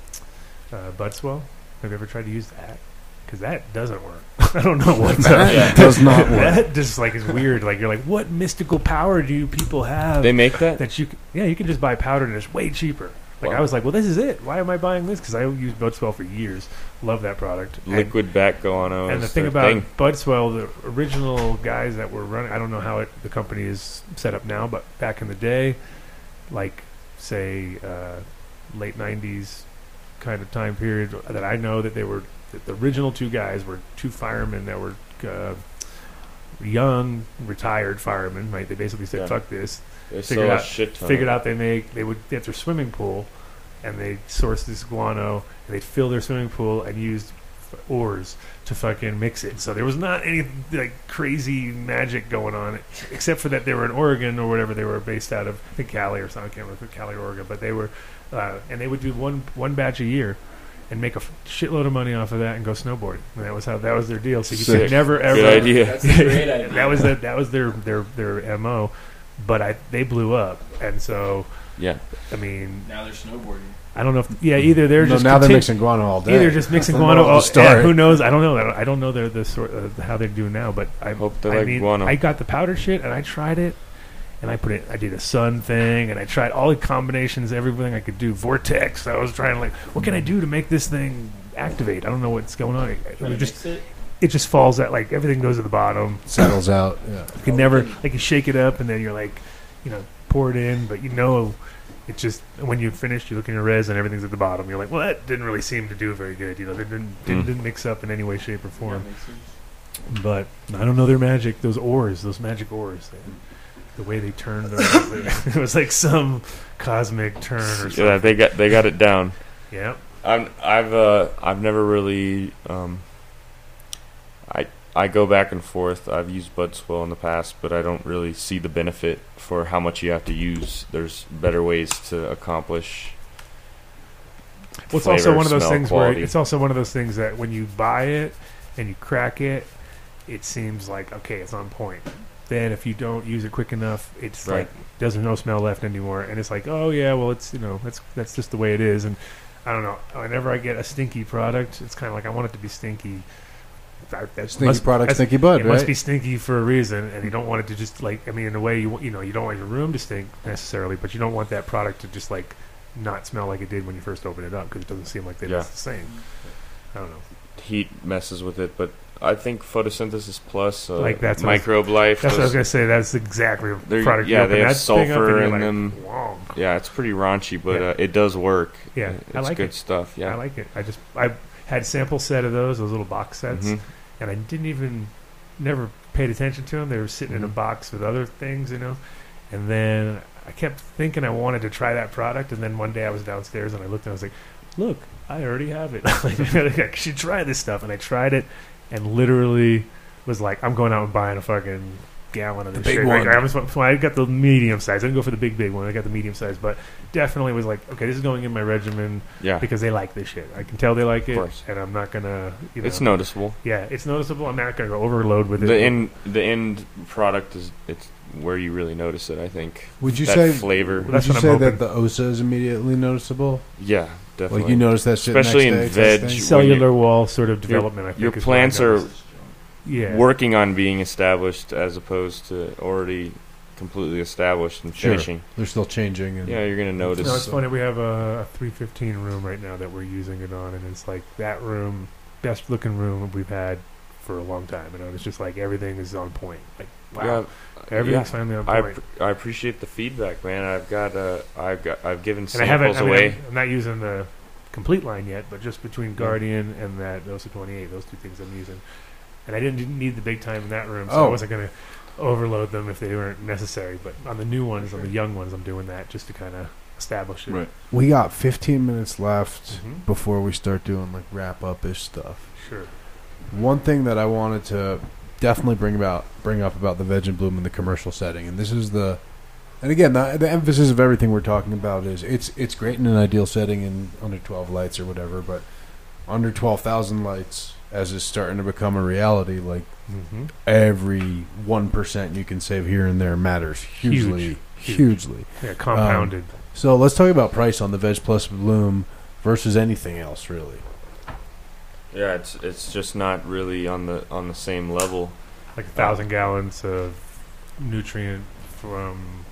Speaker 1: uh, Budswell? Have you ever tried to use that? Because that doesn't work. I don't know what's up.
Speaker 2: That does not work.
Speaker 1: that just like is weird. Like you're like, what mystical power do you people have?
Speaker 5: they make that.
Speaker 1: that you c- yeah you can just buy powdered and it's way cheaper. Like
Speaker 5: Wow.
Speaker 1: I was like, well, this is it. Why am I buying this? Because I used Budswell for years. Love that product. And-
Speaker 5: Liquid back going on.
Speaker 1: And, the thing about Budswell, the original guys that were running, I don't know how it, the company is set up now, but back in the day, like say uh, late '90s kind of time period that I know that they were that the original two guys were two firemen that were. Uh, Young retired firemen, right? They basically said,
Speaker 5: Yeah.
Speaker 1: "Fuck this."
Speaker 5: they
Speaker 1: figured
Speaker 5: sell a
Speaker 1: out-
Speaker 5: shit ton.
Speaker 1: figured out they make they would at their swimming pool, and they source this guano and they'd fill their swimming pool and used f- oars to fucking mix it. So there was not any like crazy magic going on, except for that they were in Oregon or whatever they were based out of, I think Cali or something. I can't remember if it was Cali or Oregon, but they were, uh, and they would do one one batch a year. And make a f- shitload of money off of that, and go snowboarding. And that was how that was their deal. So you
Speaker 5: Sick.
Speaker 1: could never ever
Speaker 5: Good idea.
Speaker 11: That's a great idea.
Speaker 1: that was the, that was their their their mo but i they blew up and so
Speaker 5: Yeah.
Speaker 1: i mean
Speaker 8: Now they're snowboarding.
Speaker 1: I don't know if yeah either they're
Speaker 2: No,
Speaker 1: just
Speaker 2: now they're
Speaker 1: conti-
Speaker 2: mixing guano all day.
Speaker 1: Either just mixing
Speaker 2: From
Speaker 1: guano
Speaker 2: all the
Speaker 1: all
Speaker 2: start.
Speaker 1: yeah, who knows? I don't know. I don't, I don't know their the sort of how they do now, but I
Speaker 5: Hope they
Speaker 1: I
Speaker 5: like
Speaker 1: mean,
Speaker 5: guano.
Speaker 1: I got the powder shit and I tried it and I put it I did a sun thing and I tried all the combinations, everything I could do. Vortex. I was trying like what can I do to make this thing activate? I don't know what's going on. It,
Speaker 8: to
Speaker 1: just
Speaker 8: mix it?
Speaker 1: it just falls at like everything goes to the bottom.
Speaker 2: Settles out. Yeah.
Speaker 1: You can never like you shake it up and then you're like, you know, pour it in, but you know, it's just when you finish, you look in your res and everything's at the bottom. You're like, well, that didn't really seem to do very good. You know, they didn't didn't,
Speaker 10: Mm-hmm.
Speaker 5: Mm.
Speaker 1: didn't mix up in any way, shape, or
Speaker 8: Yeah,
Speaker 1: form.
Speaker 8: makes sense.
Speaker 1: But I don't know their magic. Those ores, those magic ores, they,
Speaker 8: Mm.
Speaker 1: the way they turned them, it was like some cosmic turn or something.
Speaker 5: Yeah, they got they got it down.
Speaker 1: yeah.
Speaker 5: I'm, I've uh, I've never really um, I I go back and forth. I've used Bud Swell in the past, but I don't really see the benefit for how much you have to use. There's better ways to accomplish.
Speaker 1: Well, it's
Speaker 5: flavor,
Speaker 1: also one of those
Speaker 5: smell,
Speaker 1: things
Speaker 5: quality.
Speaker 1: where it's also one of those things that when you buy it and you crack it, it seems like okay, it's on point. Then if you don't use it quick enough, it's
Speaker 5: Right.
Speaker 1: like there's no smell left anymore, and it's like oh yeah, well it's you know that's that's just the way it is. And I don't know. Whenever I get a stinky product, it's kind of like I want it to be stinky. That, that
Speaker 2: Stinky
Speaker 1: must-
Speaker 2: product,
Speaker 1: that's-
Speaker 2: stinky bud,
Speaker 1: it must
Speaker 2: right?
Speaker 1: be stinky for a reason, and you don't want it to just like. I mean, in a way, you w- you know, you don't want your room to stink necessarily, but you don't want that product to just like not smell like it did when you first opened it up because it doesn't seem like that
Speaker 5: Yeah.
Speaker 1: it's the same. I don't know.
Speaker 5: Heat messes with it, but I think photosynthesis plus uh,
Speaker 1: Like, that's what I was-
Speaker 5: microbe life.
Speaker 1: That's what I was
Speaker 5: those-
Speaker 1: gonna say. That's exactly the
Speaker 5: They're-
Speaker 1: product.
Speaker 5: yeah,
Speaker 1: you open
Speaker 5: they have
Speaker 1: that thing up and
Speaker 5: sulfur
Speaker 1: you're
Speaker 5: in
Speaker 1: like,
Speaker 5: them.
Speaker 1: "Whoa."
Speaker 5: yeah, it's pretty raunchy, but
Speaker 1: Yeah.
Speaker 5: uh, it does work.
Speaker 1: Yeah,
Speaker 5: It- it's
Speaker 1: I like
Speaker 5: good
Speaker 1: it.
Speaker 5: stuff. Yeah,
Speaker 1: I like it. I just I had sample set of those, those little box sets,
Speaker 5: Mhm.
Speaker 1: and I didn't even never paid attention to them. They were sitting
Speaker 5: Mm-hmm.
Speaker 1: in a box with other things, you know. And then I kept thinking I wanted to try that product, and then one day I was downstairs and I looked and I was like, "Look, I already have it. like, I should try this stuff." And I tried it, and literally was like, "I'm going out and buying a fucking." Gallon of
Speaker 2: The
Speaker 1: this
Speaker 2: big
Speaker 1: shit. Like,
Speaker 2: one.
Speaker 1: I was, so I got the medium size. I didn't go for the big, big one. I got the medium size, but definitely was like, okay, this is going in my regimen
Speaker 5: yeah.
Speaker 1: because they like this shit. I can tell they like
Speaker 5: Of
Speaker 1: it,
Speaker 5: course.
Speaker 1: and I'm not gonna. You know,
Speaker 5: It's noticeable.
Speaker 1: Yeah, it's noticeable. I'm not gonna go overload with it.
Speaker 5: The end the end product is it's where you really notice it. I think
Speaker 2: Would you
Speaker 5: that
Speaker 2: say?
Speaker 5: flavor.
Speaker 1: that's
Speaker 2: would you
Speaker 1: what
Speaker 2: say
Speaker 1: I'm
Speaker 2: that the osa is immediately noticeable?
Speaker 5: Yeah, definitely.
Speaker 2: Like you notice that shit,
Speaker 5: Especially
Speaker 2: next
Speaker 5: in
Speaker 2: day, type
Speaker 5: veg.
Speaker 2: thing?
Speaker 1: cellular wall sort of development. I think
Speaker 5: your
Speaker 1: is what I
Speaker 5: plants are
Speaker 1: noticed. yeah.
Speaker 5: working on being established as opposed to already completely established and
Speaker 2: Sure.
Speaker 5: finishing.
Speaker 2: They're still changing. And
Speaker 5: Yeah, you're gonna notice.
Speaker 1: No, it's funny. We have a 315 room right now that we're using it on, and it's like that room, best looking room we've had for a long time. And I was just like, everything is on point. Like, wow,
Speaker 5: Yeah,
Speaker 1: everything's
Speaker 5: yeah.
Speaker 1: finally on
Speaker 5: I
Speaker 1: point.
Speaker 5: pr- I appreciate the feedback, man. I've got uh, I've got I've given
Speaker 1: and I haven't.
Speaker 5: samples
Speaker 1: I mean,
Speaker 5: away. Hmm.
Speaker 1: I'm, I'm not using the complete line yet, but just between Guardian and that Osa 28, those two things I'm using. And I didn't, didn't need the big time in that room, so
Speaker 2: Oh.
Speaker 1: I wasn't going to overload them if they weren't necessary. But on the new ones, on the young ones, I'm doing that just to kind of establish it.
Speaker 6: Right.
Speaker 2: We got 15 minutes left
Speaker 5: Mm-hmm.
Speaker 1: Mhm.
Speaker 2: before we start doing like wrap up ish stuff.
Speaker 1: Sure.
Speaker 2: One thing that I wanted to definitely bring about bring up about the veg and bloom in the commercial setting, and this is the and again the, the emphasis of everything we're talking about is it's it's great in an ideal setting in under twelve lights or whatever, but under twelve thousand lights as is starting to become a reality, like
Speaker 1: Mm-hmm.
Speaker 2: every one percent you can save here and there matters hugely,
Speaker 1: Huge.
Speaker 2: hugely. Um,
Speaker 1: Yeah, compounded.
Speaker 2: So let's talk about price on the Veg Plus Bloom versus anything else, really.
Speaker 5: Yeah, it's it's just not really on the on the same level.
Speaker 1: like a thousand gallons of nutrient from.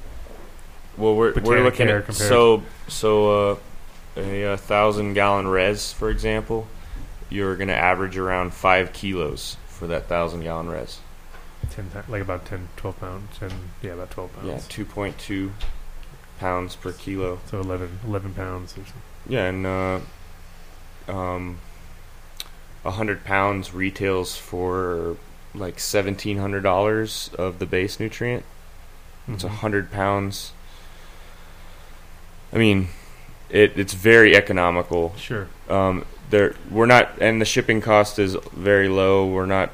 Speaker 5: Well, we're we're
Speaker 1: Botanic
Speaker 5: looking
Speaker 1: air
Speaker 5: at
Speaker 1: compared-
Speaker 5: so so uh, a, uh thousand gallon res, for example, you're going to average around five kilos for that thousand gallon res.
Speaker 1: 10, ti- like about 10, 12 pounds, and yeah, about 12 pounds.
Speaker 5: Yeah, two point two pounds per kilo.
Speaker 1: So 11, 11 pounds or something.
Speaker 5: Yeah, and uh, um, a hundred pounds retails for like seventeen hundred dollars of the base nutrient. It's a
Speaker 1: Mhm.
Speaker 5: hundred pounds. I mean, it it's very economical.
Speaker 1: Sure.
Speaker 5: Um, there we're not, and the shipping cost is very low. We're not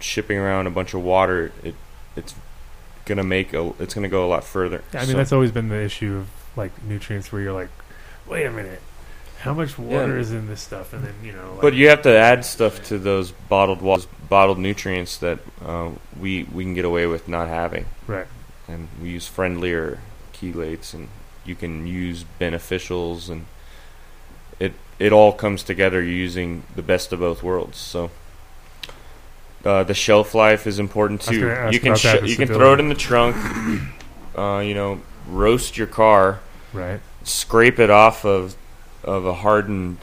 Speaker 5: shipping around a bunch of water. It it's gonna make a it's gonna go a lot further.
Speaker 1: Yeah, I mean,
Speaker 5: So-
Speaker 1: that's always been the issue of like nutrients where you're like, wait a minute, how much water is in this stuff? And then, you know, like,
Speaker 5: But you have to add stuff to those bottled wa- bottled nutrients that uh, we we can get away with not having.
Speaker 1: Right.
Speaker 5: And we use friendlier chelates, and you can use beneficials and it it all comes together. You're using the best of both worlds. So uh, the shelf life is important
Speaker 1: I was
Speaker 5: too.
Speaker 1: gonna ask
Speaker 5: You can
Speaker 1: about that,
Speaker 5: sh-
Speaker 1: the
Speaker 5: you can throw it
Speaker 1: stability.
Speaker 5: in the trunk. Uh, you know, roast your car.
Speaker 1: Right.
Speaker 5: Scrape it off of of a hardened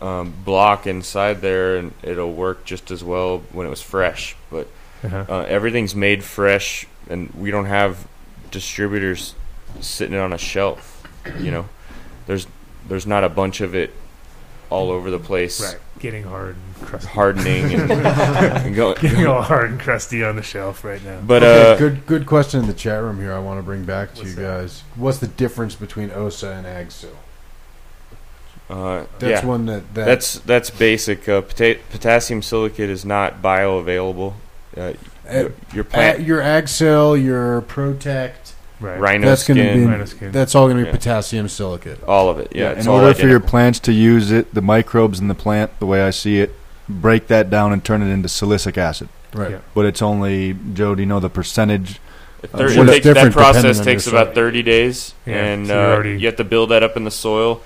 Speaker 5: um, block inside there, and it'll work just as well when it was fresh. But
Speaker 1: Uh-huh.
Speaker 5: uh, everything's made fresh, and we don't have distributors sitting on a shelf. You know, there's there's not a bunch of it all over the place.
Speaker 1: Right. Getting hard and crusty.
Speaker 5: Hardening and- and go-
Speaker 1: Getting all hard and crusty on the shelf right now.
Speaker 5: But,
Speaker 2: Okay,
Speaker 5: uh,
Speaker 2: good good question in the chat room here. I want to bring back to you guys. What's the difference between OSA and AGSIL?
Speaker 5: Uh,
Speaker 2: That's
Speaker 5: yeah.
Speaker 2: one that- that-
Speaker 5: that's that's basic. Uh, pota- potassium silicate is not bioavailable. Uh, your, your plant
Speaker 2: Uh, your AGSIL, your Protect,
Speaker 1: Right.
Speaker 5: Rhino
Speaker 2: that's gonna
Speaker 5: skin.
Speaker 2: be-
Speaker 5: Rhino skin.
Speaker 2: That's all going to be
Speaker 5: Yeah.
Speaker 2: potassium silicate.
Speaker 5: All of it, yeah.
Speaker 6: in order for your plants to use it, the microbes in the plant, the way I see it, break that down and turn it into salicylic acid.
Speaker 2: Right. Yeah.
Speaker 6: But it's only Joe. Do you know the percentage?
Speaker 5: It
Speaker 6: of
Speaker 5: thir-
Speaker 6: what-
Speaker 5: it takes, that process takes about 30 days,
Speaker 1: Yeah,
Speaker 5: and
Speaker 1: so you're
Speaker 5: uh,
Speaker 1: already-
Speaker 5: you have to build that up in the soil,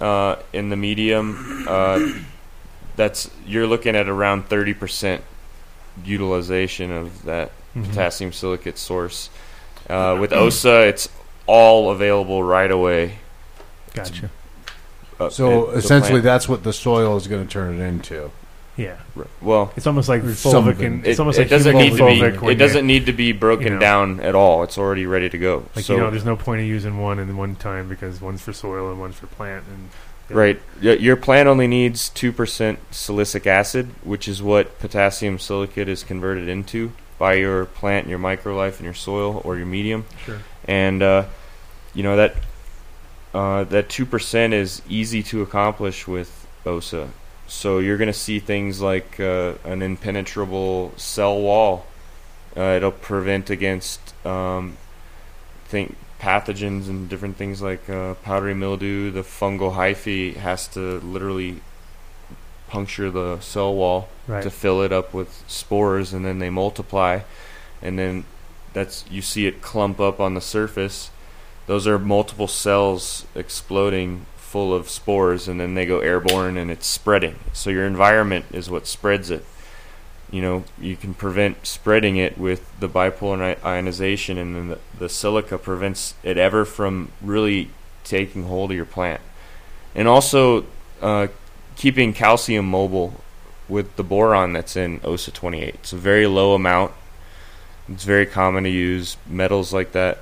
Speaker 5: uh, in the medium. Uh, that's you're looking at around 30 percent utilization of that
Speaker 1: Mhm.
Speaker 5: potassium silicate source. Uh, with OSA, it's all available right away.
Speaker 1: Gotcha.
Speaker 5: Uh,
Speaker 2: So
Speaker 5: it- the
Speaker 2: essentially,
Speaker 5: plant-
Speaker 2: that's what the soil is going to turn it into.
Speaker 1: Yeah.
Speaker 5: Well,
Speaker 1: It's almost like
Speaker 2: Or some of
Speaker 1: fulvic
Speaker 2: it.
Speaker 1: and it's
Speaker 5: it,
Speaker 1: almost
Speaker 5: it
Speaker 1: like
Speaker 5: doesn't need to be.
Speaker 1: hemophobic when
Speaker 5: It
Speaker 1: you-
Speaker 5: doesn't need to be broken
Speaker 1: you know.
Speaker 5: down at all. It's already ready to go.
Speaker 1: Like
Speaker 5: so
Speaker 1: you know, there's no point in using one and one time because one's for soil and one's for plant and
Speaker 5: Right. Y- Your plant only needs 2% silicic acid, which is what potassium silicate is converted into by your plant, your microlife, and your soil or your medium.
Speaker 1: Sure.
Speaker 5: And, uh, you know, that uh, that 2% is easy to accomplish with OSA. So you're going to see things like uh, an impenetrable cell wall. Uh, it'll prevent against um, think pathogens and different things like uh, powdery mildew. The fungal hyphae has to literally puncture the cell wall
Speaker 1: Right.
Speaker 5: to fill it up with spores, and then they multiply, and then that's you see it clump up on the surface. Those are multiple cells exploding full of spores, and then they go airborne, and it's spreading. So your environment is what spreads it you know, you can prevent spreading it with the bipolar ni- ionization, and then the, the silica prevents it ever from really taking hold of your plant. And also, uh, keeping calcium mobile with the boron that's in OSA 28. It's a very low amount. It's very common to use metals like that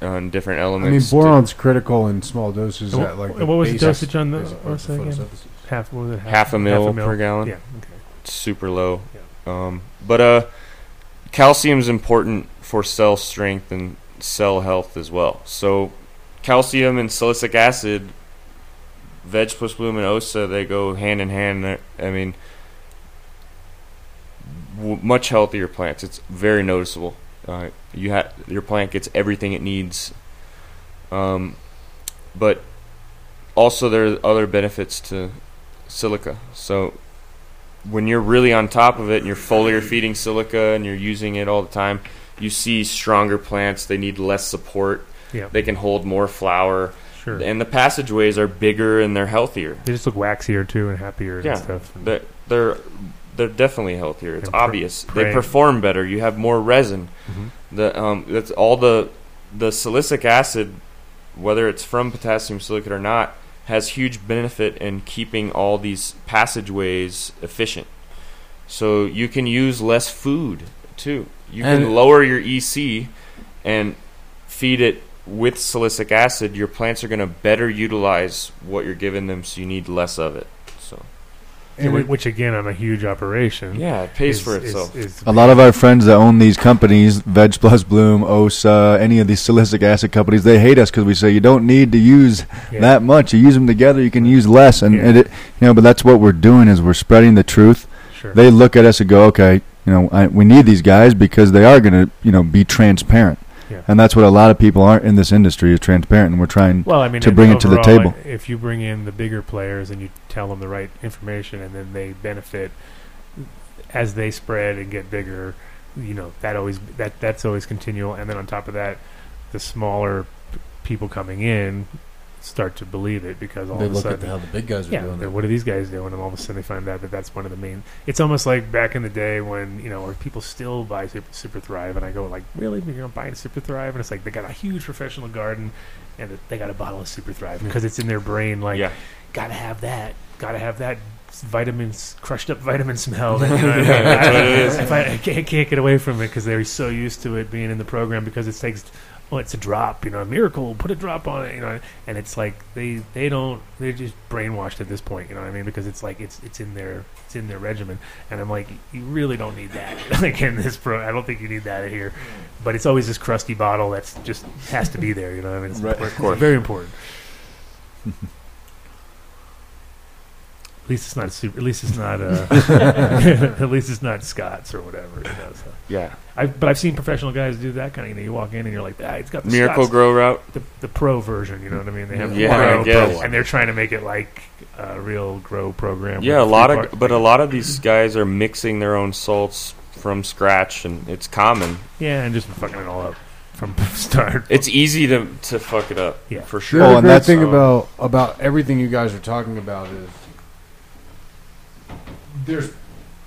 Speaker 5: on different elements.
Speaker 2: I mean,
Speaker 5: to-
Speaker 2: boron's critical in small doses.
Speaker 1: And
Speaker 2: at
Speaker 1: what,
Speaker 2: like
Speaker 1: and what was the
Speaker 2: basic-
Speaker 1: dosage on the
Speaker 2: basic part of
Speaker 1: OSA
Speaker 2: the
Speaker 1: again?
Speaker 2: photosynthesis.
Speaker 1: Half what was it?
Speaker 5: half a mil, per gallon.
Speaker 1: Yeah. Okay.
Speaker 5: It's super low. Um, but uh, calcium is important for cell strength and cell health as well. So calcium and salicylic acid, veg plus bloom and osa, they go hand in hand. They're- I mean, w- much healthier plants. It's very noticeable. Uh, you ha- your plant gets everything it needs. Um, but also there are other benefits to silica. So when you're really on top of it and you're foliar feeding silica and you're using it all the time, you see stronger plants. They need less support.
Speaker 1: Yeah.
Speaker 5: They can hold more flower.
Speaker 1: Sure.
Speaker 5: And the passageways are bigger and they're healthier.
Speaker 1: They just look waxier too and happier
Speaker 5: Yeah.
Speaker 1: and stuff. And
Speaker 5: They're they're, they're definitely healthier. It's
Speaker 1: And pr-
Speaker 5: obvious. They
Speaker 1: praying.
Speaker 5: perform better. You have more resin.
Speaker 1: Mhm.
Speaker 5: The um, that's all the the salicylic acid, whether it's from potassium silicate or not, has huge benefit in keeping all these passageways efficient. So you can use less food too. You can
Speaker 2: And-
Speaker 5: lower your EC and feed it with salicylic acid. Your plants are going to better utilize what you're giving them, so you need less of it. So.
Speaker 1: Yeah, whi- which again on a huge operation.
Speaker 5: Yeah, it pays for itself.
Speaker 1: Is, is
Speaker 6: A lot of our friends that own these companies, Veg Plus Bloom, OSA, any of these silicic acid companies, they hate us because we say you don't need to use
Speaker 1: Yeah.
Speaker 6: that much. You use them together, you can use less, and,
Speaker 1: Yeah.
Speaker 6: and it, you know. But that's what we're doing is we're spreading the truth.
Speaker 1: Sure.
Speaker 6: They look at us and go, okay, you know, I, we need these guys because they are going to, you know, be transparent.
Speaker 1: Yeah.
Speaker 6: And that's what a lot of people aren't in this industry is transparent, and we're trying
Speaker 1: well, I mean,
Speaker 6: to
Speaker 1: and
Speaker 6: bring it to the
Speaker 1: overall,
Speaker 6: table.
Speaker 1: i- If you bring in the bigger players and you tell them the right information, and then they benefit as they spread and get bigger, you know that always that that's always continual. And then on top of that, the smaller p- people coming in start to believe it because all
Speaker 2: They
Speaker 1: of a
Speaker 2: look at
Speaker 1: sudden
Speaker 2: how the big guys are
Speaker 1: yeah,
Speaker 2: doing
Speaker 1: they're,
Speaker 2: it.
Speaker 1: What are these guys doing? And all of a sudden they find out that that's one of the main. It's almost like back in the day when you know, or people still buy Super, Super Thrive, and I go like, really, you're not buying Super Thrive? And it's like they got a huge professional garden, and they got a bottle of Super Thrive because it's in their brain like,
Speaker 5: Yeah.
Speaker 1: gotta have that, gotta have that vitamins crushed up vitamin smell you know what I mean?
Speaker 5: Yeah, that's what it is.
Speaker 1: If I, I can't, I can't get away from it because they're so used to it being in the program because it takes well it's a drop you know a miracle put a drop on it you know and it's like they they don't they're just brainwashed at this point you know what I mean because it's like it's it's in their it's in their regimen and I'm like you really don't need that like in this pro I don't think you need that here but it's always this crusty bottle that's just has to be there you know what I mean it's
Speaker 6: Right, of
Speaker 1: important.
Speaker 6: course.
Speaker 1: very important at least it's not super. At least it's not. Uh, at least it's not Scott's or whatever. You know, so.
Speaker 5: Yeah.
Speaker 1: I, but I've seen professional guys do that kind of. You know, you walk in and you're like, ah, it's got the
Speaker 5: Miracle
Speaker 1: Scott's,
Speaker 5: Grow route.
Speaker 1: the, the pro version. You know what I mean? They have
Speaker 5: Yeah,
Speaker 1: the
Speaker 5: I
Speaker 1: pro,
Speaker 5: guess.
Speaker 1: pro- and they're trying to make it like a real grow program.
Speaker 5: Yeah, a
Speaker 1: with
Speaker 5: lot
Speaker 1: three-part-
Speaker 5: of but a lot of these guys are mixing their own salts from scratch, and it's common.
Speaker 1: yeah, and just fucking it all up from start.
Speaker 5: It's easy to to fuck it up.
Speaker 1: Yeah.
Speaker 5: for
Speaker 2: The
Speaker 5: sure.
Speaker 2: other
Speaker 6: and
Speaker 2: great
Speaker 6: that's-
Speaker 2: thing
Speaker 5: uh,
Speaker 2: about about everything you guys are talking about is there's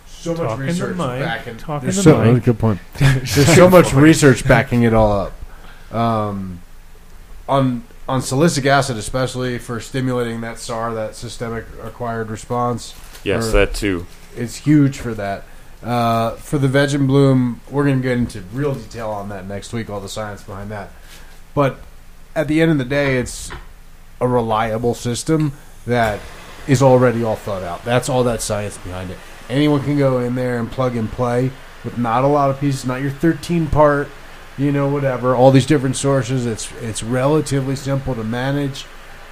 Speaker 2: so much
Speaker 1: Talk in the
Speaker 2: research
Speaker 1: mic,
Speaker 2: backing.
Speaker 1: talk in
Speaker 2: there's
Speaker 1: the
Speaker 2: so,
Speaker 1: mic.
Speaker 2: that's a good point. There's so much research backing it all up. Um, on on salicylic acid, especially for stimulating that SAR, that systemic acquired response.
Speaker 5: Yes,
Speaker 2: or-
Speaker 5: that too.
Speaker 2: It's huge for that. Uh, for the veg and bloom, we're going to get into real detail on that next week, all the science behind that. But at the end of the day, it's a reliable system that is already all thought out. That's all that science behind it. Anyone can go in there and plug and play with not a lot of pieces, not your 13 part, you know, whatever, all these different sources. It's it's relatively simple to manage.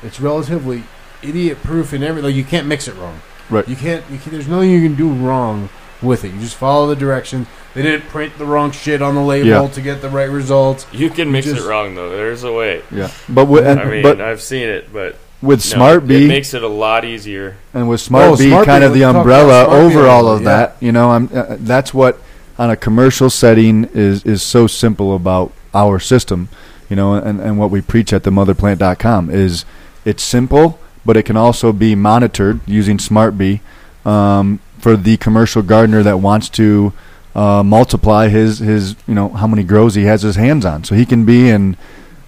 Speaker 2: It's relatively idiot proof in everything. Like you can't mix it wrong.
Speaker 6: Right.
Speaker 2: You can't, you can There's nothing you can do wrong with it. You just follow the directions. They didn't print the wrong shit on the label
Speaker 6: Yeah.
Speaker 2: to get the right results.
Speaker 5: You can mix
Speaker 2: just-
Speaker 5: it wrong though. There's a way.
Speaker 6: Yeah, but with, and,
Speaker 5: I mean,
Speaker 6: but
Speaker 5: I've seen it, but
Speaker 6: with
Speaker 5: no,
Speaker 6: Smart
Speaker 5: it
Speaker 6: Bee
Speaker 5: makes it a lot easier.
Speaker 6: and with Smart
Speaker 2: Oh,
Speaker 6: Bee
Speaker 2: Smart
Speaker 6: kind
Speaker 2: Bee,
Speaker 6: of the
Speaker 2: let's talk
Speaker 6: umbrella
Speaker 2: about Smart Bee a
Speaker 6: over all
Speaker 2: little,
Speaker 6: of
Speaker 2: yeah.
Speaker 6: that. You know, I'm uh, that's what on a commercial setting is is so simple about our system. You know, and and what we preach at themotherplant.com is it's simple, but it can also be monitored using Smart Bee um, for the commercial gardener that wants to uh, multiply his his you know how many grows he has his hands on, so he can be in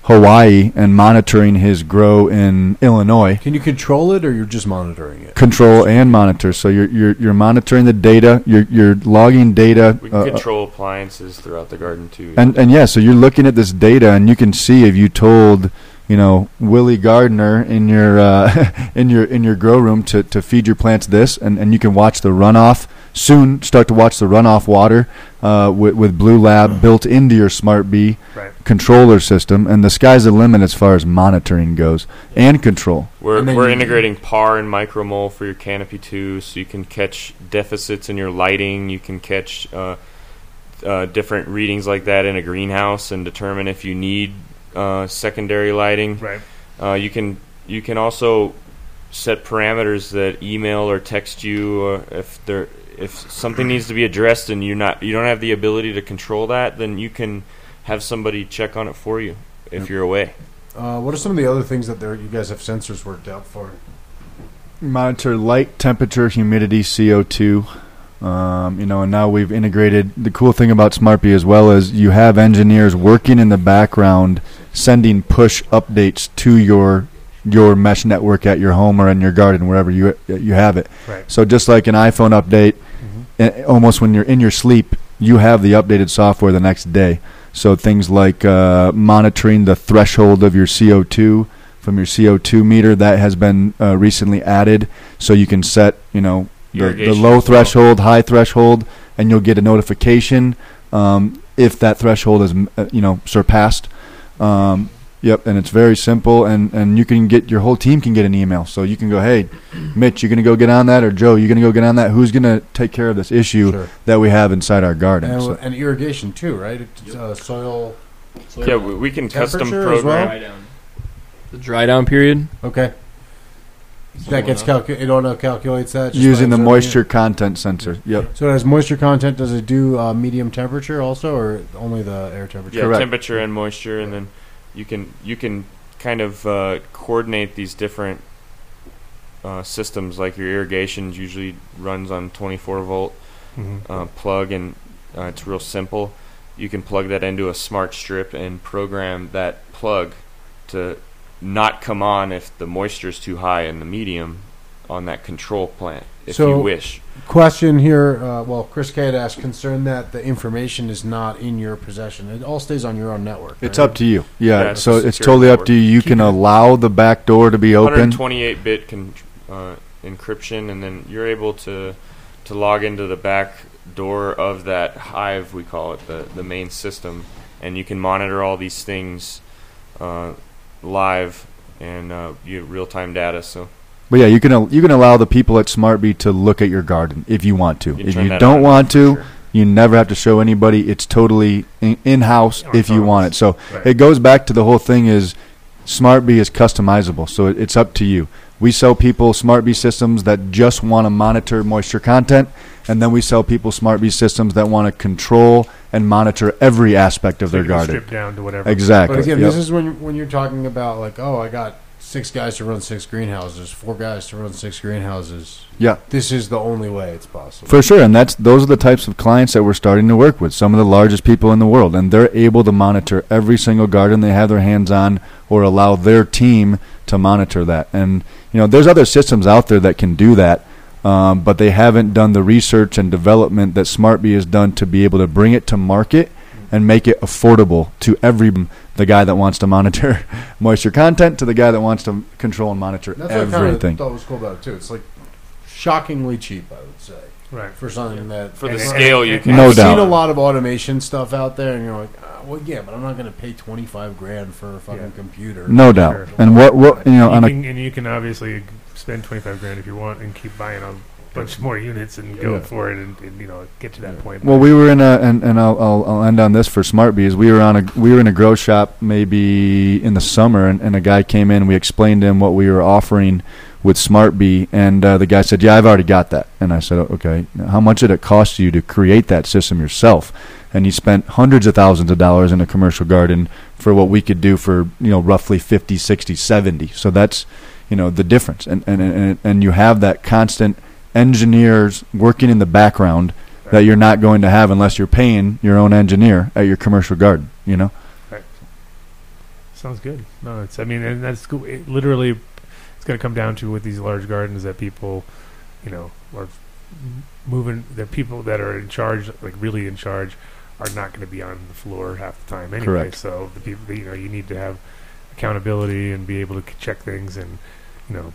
Speaker 6: Hawaii and monitoring his grow in Illinois
Speaker 2: Can you control it, or you're just monitoring it?
Speaker 6: control and monitor. So you're you're, you're monitoring the data. You're you're logging data.
Speaker 5: We can
Speaker 6: uh,
Speaker 5: control appliances throughout the garden too.
Speaker 6: and and yeah, so you're looking at this data, and you can see if you told you know Willie Gardner in your uh, in your in your grow room to, to feed your plants this, and, and you can watch the runoff soon. Start to watch the runoff water uh, with, with Blue
Speaker 5: Mm.
Speaker 6: Lab built into your Smart Bee
Speaker 1: Right.
Speaker 6: controller system, and the sky's the limit as far as monitoring goes and control.
Speaker 5: We're,
Speaker 2: And then
Speaker 5: we're
Speaker 2: you-
Speaker 5: integrating PAR and micromole for your canopy too, so you can catch deficits in your lighting. You can catch uh, uh, different readings like that in a greenhouse and determine if you need uh, secondary lighting.
Speaker 1: Right.
Speaker 5: Uh, you can you can also set parameters that email or text you uh, if there if something needs to be addressed and you're not you don't have the ability to control that, then you can have somebody check on it for you if you're away.
Speaker 2: Uh, what are some of the other things that there you guys have sensors worked out for?
Speaker 6: monitor light, temperature, humidity, CO2. Um, you know, and now we've integrated the cool thing about SmartBee as well is you have engineers working in the background sending push updates to your your mesh network at your home or in your garden wherever you you have it.
Speaker 1: Right.
Speaker 6: So just like an iPhone update, a- almost when you're in your sleep, you have the updated software the next day. So things like uh, monitoring the threshold of your CO2 from your CO2 meter that has been uh, recently added, so you can set you know the, the
Speaker 5: Irrigation
Speaker 6: low
Speaker 5: as well.
Speaker 6: threshold, high threshold, and you'll get a notification um, if that threshold is m- uh, you know surpassed. Um, yep, and it's very simple, and and you can get your whole team can get an email, so you can go, hey, Mitch, you're gonna go get on that, or Joe, you're gonna go get on that. Who's gonna take care of this issue
Speaker 2: Sure.
Speaker 6: that we have inside our garden?
Speaker 2: And,
Speaker 6: So-
Speaker 2: and irrigation too, right? It's, uh, soil.
Speaker 5: Yeah, we, we can custom
Speaker 2: Temperature as well?
Speaker 8: Dry
Speaker 5: program.
Speaker 8: down. The dry down period.
Speaker 2: Okay, that gets calcu- it auto calculates that just
Speaker 6: using
Speaker 2: by
Speaker 6: the
Speaker 2: observing
Speaker 6: moisture
Speaker 2: it.
Speaker 6: content sensor. Yep.
Speaker 2: So it has moisture content. Does it do uh, medium temperature also, or only the air temperature?
Speaker 5: Yeah,
Speaker 6: Correct.
Speaker 5: temperature and moisture, and then you can you can kind of uh, coordinate these different uh, systems. Like your irrigation usually runs on 24 volt
Speaker 1: Mhm.
Speaker 5: uh, plug, and uh, it's real simple. You can plug that into a smart strip and program that plug to not come on if the moisture is too high in the medium on that control plant, if
Speaker 2: So-
Speaker 5: you wish.
Speaker 2: Question here. Uh, well, Chris K had asked, concerned that the information is not in your possession. It all stays on your own network.
Speaker 6: It's
Speaker 2: right?
Speaker 6: up to you. Yeah.
Speaker 5: Yeah, it's
Speaker 6: so
Speaker 5: a
Speaker 6: it's
Speaker 5: secure
Speaker 6: totally up
Speaker 5: network.
Speaker 6: to you. You can allow the back door to be open.
Speaker 5: 128 bit con- uh, encryption, and then you're able to to log into the back door of that hive we call it the the main system, and you can monitor all these things uh, live and uh, you have real time data. So
Speaker 6: But yeah, you can al- you can allow the people at SmartBee to look at your garden if you want to.
Speaker 5: You
Speaker 6: if
Speaker 5: turn
Speaker 6: you
Speaker 5: that
Speaker 6: don't
Speaker 5: on,
Speaker 6: want
Speaker 5: for
Speaker 6: to,
Speaker 5: sure.
Speaker 6: you never have to show anybody. It's totally in house if you want it. So
Speaker 1: Right.
Speaker 6: it goes back to the whole thing is SmartBee is customizable. So it, it's up to you. We sell people SmartBee systems that just want to monitor moisture content, and then we sell people SmartBee systems that want to control and monitor every aspect of
Speaker 1: So
Speaker 6: their
Speaker 1: you can
Speaker 6: garden.
Speaker 1: Strip down to whatever.
Speaker 6: Exactly.
Speaker 2: But again,
Speaker 6: Yep.
Speaker 2: this is when when you're talking about like, oh, I got six guys to run six greenhouses, four guys to run six greenhouses.
Speaker 6: yeah.
Speaker 2: This is the only way it's possible.
Speaker 6: For sure, and that's those are the types of clients that we're starting to work with. Some of the largest people in the world, and they're able to monitor every single garden they have their hands on, or allow their team to monitor that. And you know, there's other systems out there that can do that, um, but they haven't done the research and development that SmartBee has done to be able to bring it to market and make it affordable to every the guy that wants to monitor moisture content to the guy that wants to control and monitor
Speaker 2: That's what I kind
Speaker 6: everything.
Speaker 2: of thought was cool about it too. It's like shockingly cheap, I would say,
Speaker 1: Right.
Speaker 2: for something that
Speaker 5: for
Speaker 1: And-
Speaker 5: the
Speaker 1: and-
Speaker 5: scale, you
Speaker 1: and-
Speaker 5: can
Speaker 6: No
Speaker 2: I've
Speaker 6: doubt.
Speaker 2: seen a lot of automation stuff out there, and you're like, ah, well, yeah, but I'm not going to pay 25 grand for a fucking
Speaker 1: Yeah.
Speaker 2: computer.
Speaker 6: No doubt. And what what you know
Speaker 1: You
Speaker 6: on a
Speaker 1: can, and you can obviously spend twenty five grand if you want and keep buying a bunch more units and go
Speaker 2: Yeah.
Speaker 1: for it and, and you know get to that point.
Speaker 6: Well, we were in a, and, and I'll, I'll, I'll end on this for Smart Bees. We were on a, we were in a grow shop maybe in the summer, and, and a guy came in. We explained to him what we were offering with Smart Bee, and uh, the guy said, "Yeah, I've already got that." And I said, "Oh, "Okay, how much did it cost you to create that system yourself?" And he spent hundreds of thousands of dollars in a commercial garden for what we could do for you know roughly 50, 60, 70. So that's you know the difference, and and and, and you have that constant engineers working in the background that you're not going to have unless you're paying your own engineer at your commercial garden. You know,
Speaker 1: Sounds good. No, it's. I mean, and that's cool. It literally, it's going to come down to with these large gardens that people, you know, are m- moving. The people that are in charge, like really in charge, are not going to be on the floor half the time anyway.
Speaker 6: Correct.
Speaker 1: So the people, you know, you need to have accountability and be able to c- check things, and you know,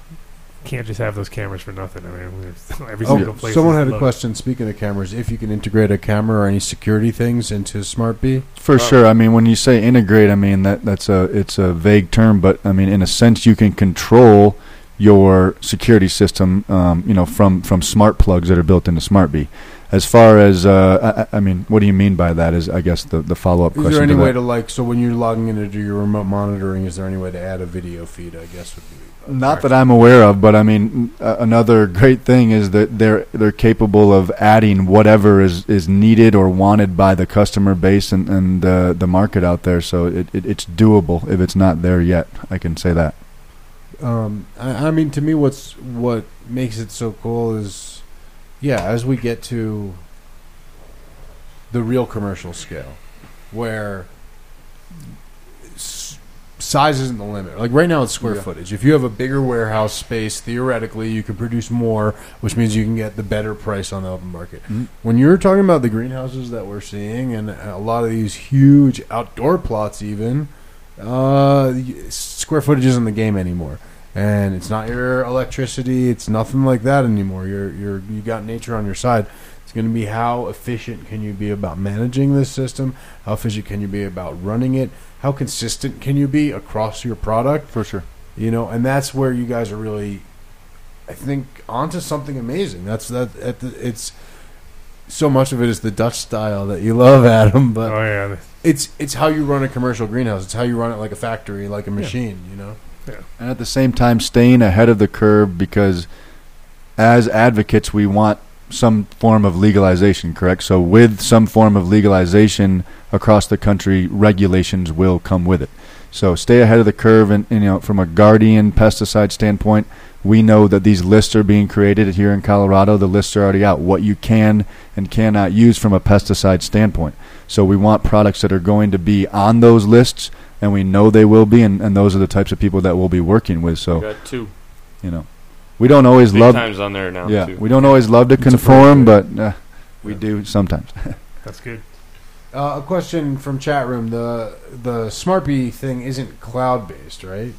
Speaker 1: can't just have those cameras for nothing. I mean, there's- every single
Speaker 2: Oh,
Speaker 1: place.
Speaker 2: someone
Speaker 1: is
Speaker 2: had a
Speaker 1: loaded.
Speaker 2: question. Speaking of cameras, if you can integrate a camera or any security things into Smart Bee,
Speaker 6: for sure. I mean, when you say integrate, I mean that that's a it's a vague term, but I mean in a sense you can control your security system. Um, you know, from from smart plugs that are built into SmartBee. As far as uh, I, I- I mean, what do you mean by that? Is I guess the the follow up
Speaker 2: is
Speaker 6: question.
Speaker 2: there any
Speaker 6: to that.
Speaker 2: way to like? So when you're logging in to do your remote monitoring, is there any way to add a video feed? I guess would be
Speaker 6: Not that I'm aware of, but I mean, uh, another great thing is that they're they're capable of adding whatever is, is needed or wanted by the customer base and and uh, the market out there. So it, it it's doable if it's not there yet. I can say that.
Speaker 2: um, I, I mean, to me, what's what makes it so cool is, yeah, as we get to the real commercial scale, where s- size isn't the limit. Like right now, it's square
Speaker 6: Yeah.
Speaker 2: footage. If you have a bigger warehouse space, theoretically, you can produce more, which means you can get the better price on the open market.
Speaker 6: Mhm.
Speaker 2: When you're talking about the greenhouses that we're seeing, and a lot of these huge outdoor plots, even. Uh, y- square footage isn't the game anymore, and it's not your electricity. It's nothing like that anymore. You're you're you got nature on your side. It's going to be how efficient can you be about managing this system? How efficient can you be about running it? How consistent can you be across your product?
Speaker 6: For sure.
Speaker 2: You know, and that's where you guys are really, I think, onto something amazing. That's that. At the, it's so much of it is the Dutch style that you love, Adam. But
Speaker 1: Oh yeah,
Speaker 2: it's it's how you run a commercial greenhouse. It's how you run it like a factory, like a machine. You know.
Speaker 6: and at the same time staying ahead of the curve because as advocates we want some form of legalization, correct? So, with some form of legalization across the country, regulations will come with it. So, stay ahead of the curve, and, and, you know, from a guardian pesticide standpoint, we know that these lists are being created here in Colorado. The lists are already out. What you can and cannot use from a pesticide standpoint. So, we want products that are going to be on those lists, and we know they will be, and, and those are the types of people that we'll be working with. So,
Speaker 5: Got two.
Speaker 6: you know, we don't always
Speaker 5: Big
Speaker 6: love.
Speaker 5: times on there now,
Speaker 6: Yeah,
Speaker 5: too.
Speaker 6: we don't always love to
Speaker 2: It's a
Speaker 6: conform, but uh, we do sometimes.
Speaker 1: That's good.
Speaker 2: Uh, a question from chat room: the the Smartbee thing isn't cloud based, right?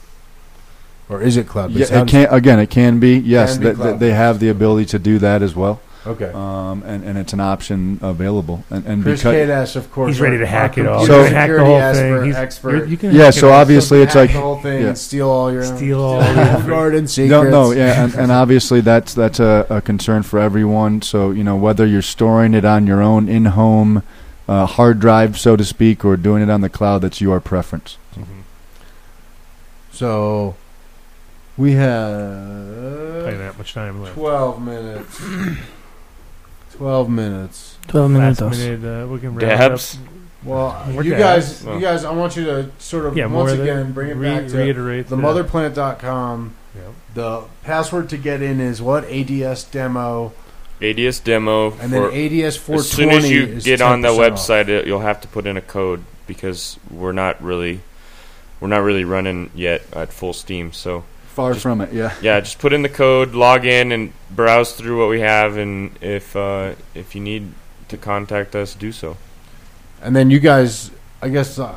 Speaker 2: Or is it cloud based?
Speaker 6: yeah, it can again. It can be. Yes,
Speaker 2: Can be
Speaker 6: th- th-
Speaker 2: cloud-based.
Speaker 6: they have the ability to do that as well.
Speaker 2: Okay.
Speaker 6: um, and and it's an option available. And, and
Speaker 2: Chris
Speaker 6: because
Speaker 2: Kadas, of course,
Speaker 1: He's ready to
Speaker 2: our-
Speaker 1: hack
Speaker 2: our
Speaker 1: it all.
Speaker 2: computer
Speaker 6: So-
Speaker 1: You can hack the
Speaker 2: security
Speaker 1: whole
Speaker 2: expert-
Speaker 1: thing. He's-
Speaker 2: expert.
Speaker 1: you can
Speaker 6: Yeah,
Speaker 1: hack
Speaker 6: so
Speaker 1: it all.
Speaker 6: obviously it's
Speaker 2: hack
Speaker 6: like-
Speaker 2: the whole thing
Speaker 6: yeah.
Speaker 2: and steal all your
Speaker 1: Steal all
Speaker 2: your
Speaker 1: your-
Speaker 2: garden secrets.
Speaker 6: no, no, yeah, and, and obviously that's that's a, a concern for everyone. So you know whether you're storing it on your own in-home uh, hard drive, so to speak, or doing it on the cloud, that's your preference.
Speaker 2: So we
Speaker 1: Probably
Speaker 2: have
Speaker 1: not much time left.
Speaker 2: twelve minutes. Twelve minutes.
Speaker 4: Twelve
Speaker 1: Last
Speaker 4: minutes.
Speaker 1: minute, uh, we can wrap
Speaker 5: Dabs.
Speaker 1: up.
Speaker 2: Well,
Speaker 1: We're
Speaker 2: you
Speaker 1: dead.
Speaker 2: guys,
Speaker 5: Well.
Speaker 2: you guys, I want you to sort of
Speaker 1: Yeah, more
Speaker 2: once
Speaker 1: of the-
Speaker 2: again bring it
Speaker 1: re-
Speaker 2: back to
Speaker 1: reiterate
Speaker 2: the
Speaker 1: the-
Speaker 2: motherplant.com.
Speaker 1: Yep.
Speaker 2: The password to get in is what ADS demo,
Speaker 5: ADS demo.
Speaker 2: and then
Speaker 5: for-
Speaker 2: ADS four twenty.
Speaker 5: as soon as you get on the website, it, you'll have to put in a code because we're not really we're not really running yet at full steam. So
Speaker 6: Far from it, yeah.
Speaker 5: yeah, just put in the code, log in, and browse through what we have. And if uh, if you need to contact us, do so.
Speaker 2: and then you guys, I guess, uh, I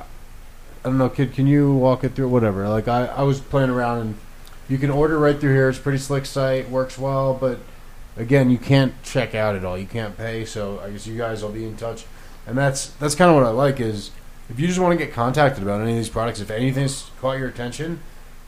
Speaker 2: don't know, kid. Can you walk it through? Whatever. Like I, I was playing around, and you can order right through here. It's a pretty slick site, works well, but again, you can't check out at all. You can't pay, so I guess you guys will be in touch. And that's that's kind of what I like is if you just want to get contacted about any of these products, if anything's caught your attention,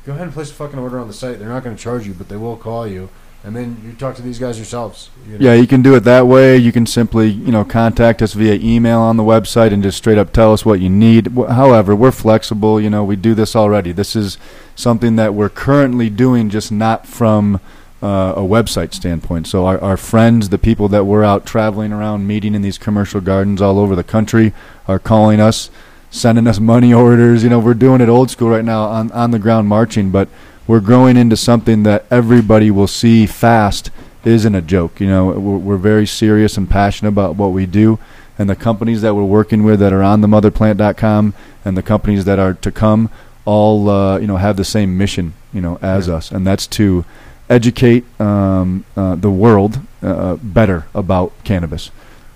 Speaker 2: go ahead and place a fucking order on the site. They're not going to charge you, but they will call you, and then you talk to these guys yourselves. You know?
Speaker 6: Yeah, you can do it that way. You can simply, you know, contact us via email on the website and just straight up tell us what you need. Wh- However, we're flexible. You know, we do this already. This is something that we're currently doing, just not from uh, a website standpoint. So our, our friends, the people that we're out traveling around, meeting in these commercial gardens all over the country, are calling us, sending us money orders. You know, we're doing it old school right now on on the ground marching, but we're growing into something that everybody will see fast isn't a joke. You know, we're, we're very serious and passionate about what we do, and the companies that we're working with that are on the motherplant.com and the companies that are to come all uh, you know have the same mission you know as us, and that's to educate um, uh, the world uh, better about cannabis.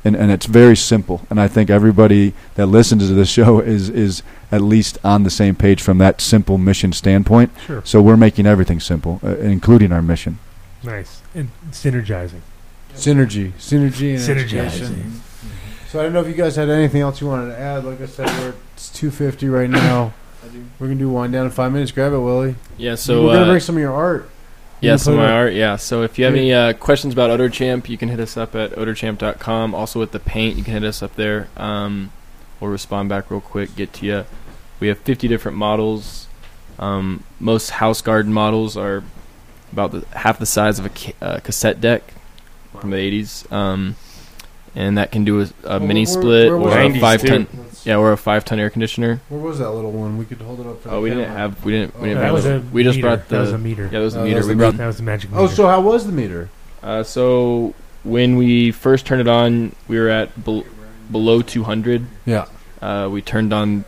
Speaker 6: And, and it's very simple, and I think everybody that listens to this show is is at least on the same page from that simple mission standpoint.
Speaker 1: Sure.
Speaker 6: So we're making everything simple, uh, including our mission.
Speaker 1: Nice. And synergizing.
Speaker 2: Synergy, synergy, and
Speaker 1: Synergizing.
Speaker 2: education. So I don't know if you guys had anything else you wanted to add. Like I said, we're it's two fifty right now. We're gonna do wind down in five minutes. Grab it, Willie.
Speaker 8: Yeah, so
Speaker 2: we're gonna
Speaker 8: uh,
Speaker 2: bring some of your art.
Speaker 8: yeah,
Speaker 2: You
Speaker 8: some of
Speaker 2: put
Speaker 8: my
Speaker 2: it-
Speaker 8: art. Yeah, so if you have any uh, questions about OdorChamp, you can hit us up at odorchamp.com. Also with the paint, you can hit us up there. Um, we'll respond back real quick, get to you. We have 50 different models. Um, most house garden models are about the, half the size of a ca- uh, cassette deck from the 80s, um, and that can do a, a
Speaker 2: Well,
Speaker 8: mini
Speaker 2: where-
Speaker 8: split
Speaker 2: where
Speaker 8: or
Speaker 2: was
Speaker 8: a
Speaker 5: that?
Speaker 8: five
Speaker 5: 90s
Speaker 8: ton.
Speaker 2: Let's-
Speaker 8: Yeah, or a five ton air conditioner.
Speaker 2: Where was that little one? We could hold it up. For
Speaker 8: Oh,
Speaker 2: the
Speaker 8: we didn't
Speaker 2: camera.
Speaker 8: have we didn't we
Speaker 2: Oh,
Speaker 8: didn't
Speaker 2: that
Speaker 8: bring
Speaker 2: was
Speaker 8: the- we just
Speaker 1: meter.
Speaker 8: brought the
Speaker 1: That was a meter.
Speaker 8: yeah that was
Speaker 2: Oh,
Speaker 8: the
Speaker 2: that
Speaker 8: meter
Speaker 2: was
Speaker 8: we
Speaker 2: the
Speaker 8: brought
Speaker 1: That was the magic meter.
Speaker 2: Oh, so how was the meter?
Speaker 8: Uh, so when we first turned it on, we were at bel below 200.
Speaker 2: Yeah.
Speaker 8: Uh, we turned on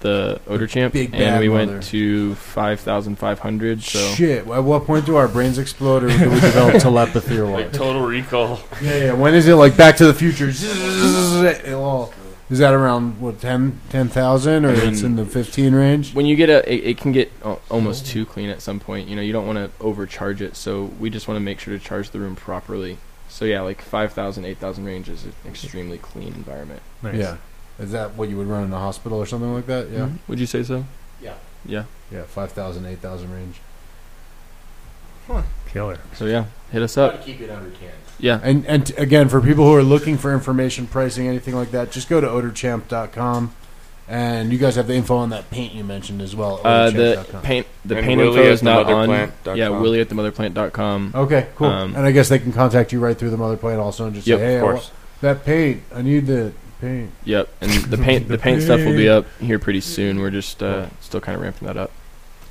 Speaker 8: the odor champ,
Speaker 2: Big bad
Speaker 8: and we
Speaker 2: mother.
Speaker 8: went to 5,500. So
Speaker 2: Shit. At what point do our brains explode, or do we develop telepathy or
Speaker 5: Like
Speaker 2: what?
Speaker 5: Total Recall.
Speaker 2: Yeah, yeah. When is it like Back to the Future? It'll all- Is that around what 10 10,000 or
Speaker 8: I mean-
Speaker 2: it's in the fifteen range?
Speaker 8: when you get a, it, it can get al- almost too clean at some point. You know, you don't want to overcharge it. So we just want to make sure to charge the room properly. So yeah, like 5,000, 8,000 range is an extremely clean environment.
Speaker 1: nice.
Speaker 2: Yeah. Is that what you would run in a hospital or something like that? Yeah.
Speaker 8: Mm-hmm. Would you say so?
Speaker 2: Yeah.
Speaker 8: Yeah.
Speaker 2: Yeah, 5,000, 8,000 range.
Speaker 1: Killer.
Speaker 8: So yeah, hit us up.
Speaker 9: Keep it under ten.
Speaker 8: Yeah.
Speaker 2: And and t- again, for people who are looking for information, pricing, anything like that, just go to odorchamp.com. And you guys have the info on that paint you mentioned as well. at
Speaker 8: Uh, the
Speaker 2: orderchamps.com.
Speaker 8: paint the
Speaker 5: And
Speaker 8: paint
Speaker 5: Willie
Speaker 8: info
Speaker 5: at
Speaker 8: is
Speaker 5: the
Speaker 8: not on.
Speaker 5: motherplant.com.
Speaker 8: Yeah, Willie at the motherplant.com.
Speaker 2: Okay, cool.
Speaker 8: Um,
Speaker 2: and I guess they can contact you right through the mother plate also and just
Speaker 8: Yep,
Speaker 2: say, hey,
Speaker 8: of
Speaker 2: I wa-
Speaker 8: course.
Speaker 2: that paint, I need the paint.
Speaker 8: Yep, and the paint the paint stuff will be up here pretty soon. We're just uh, still kind of ramping that up.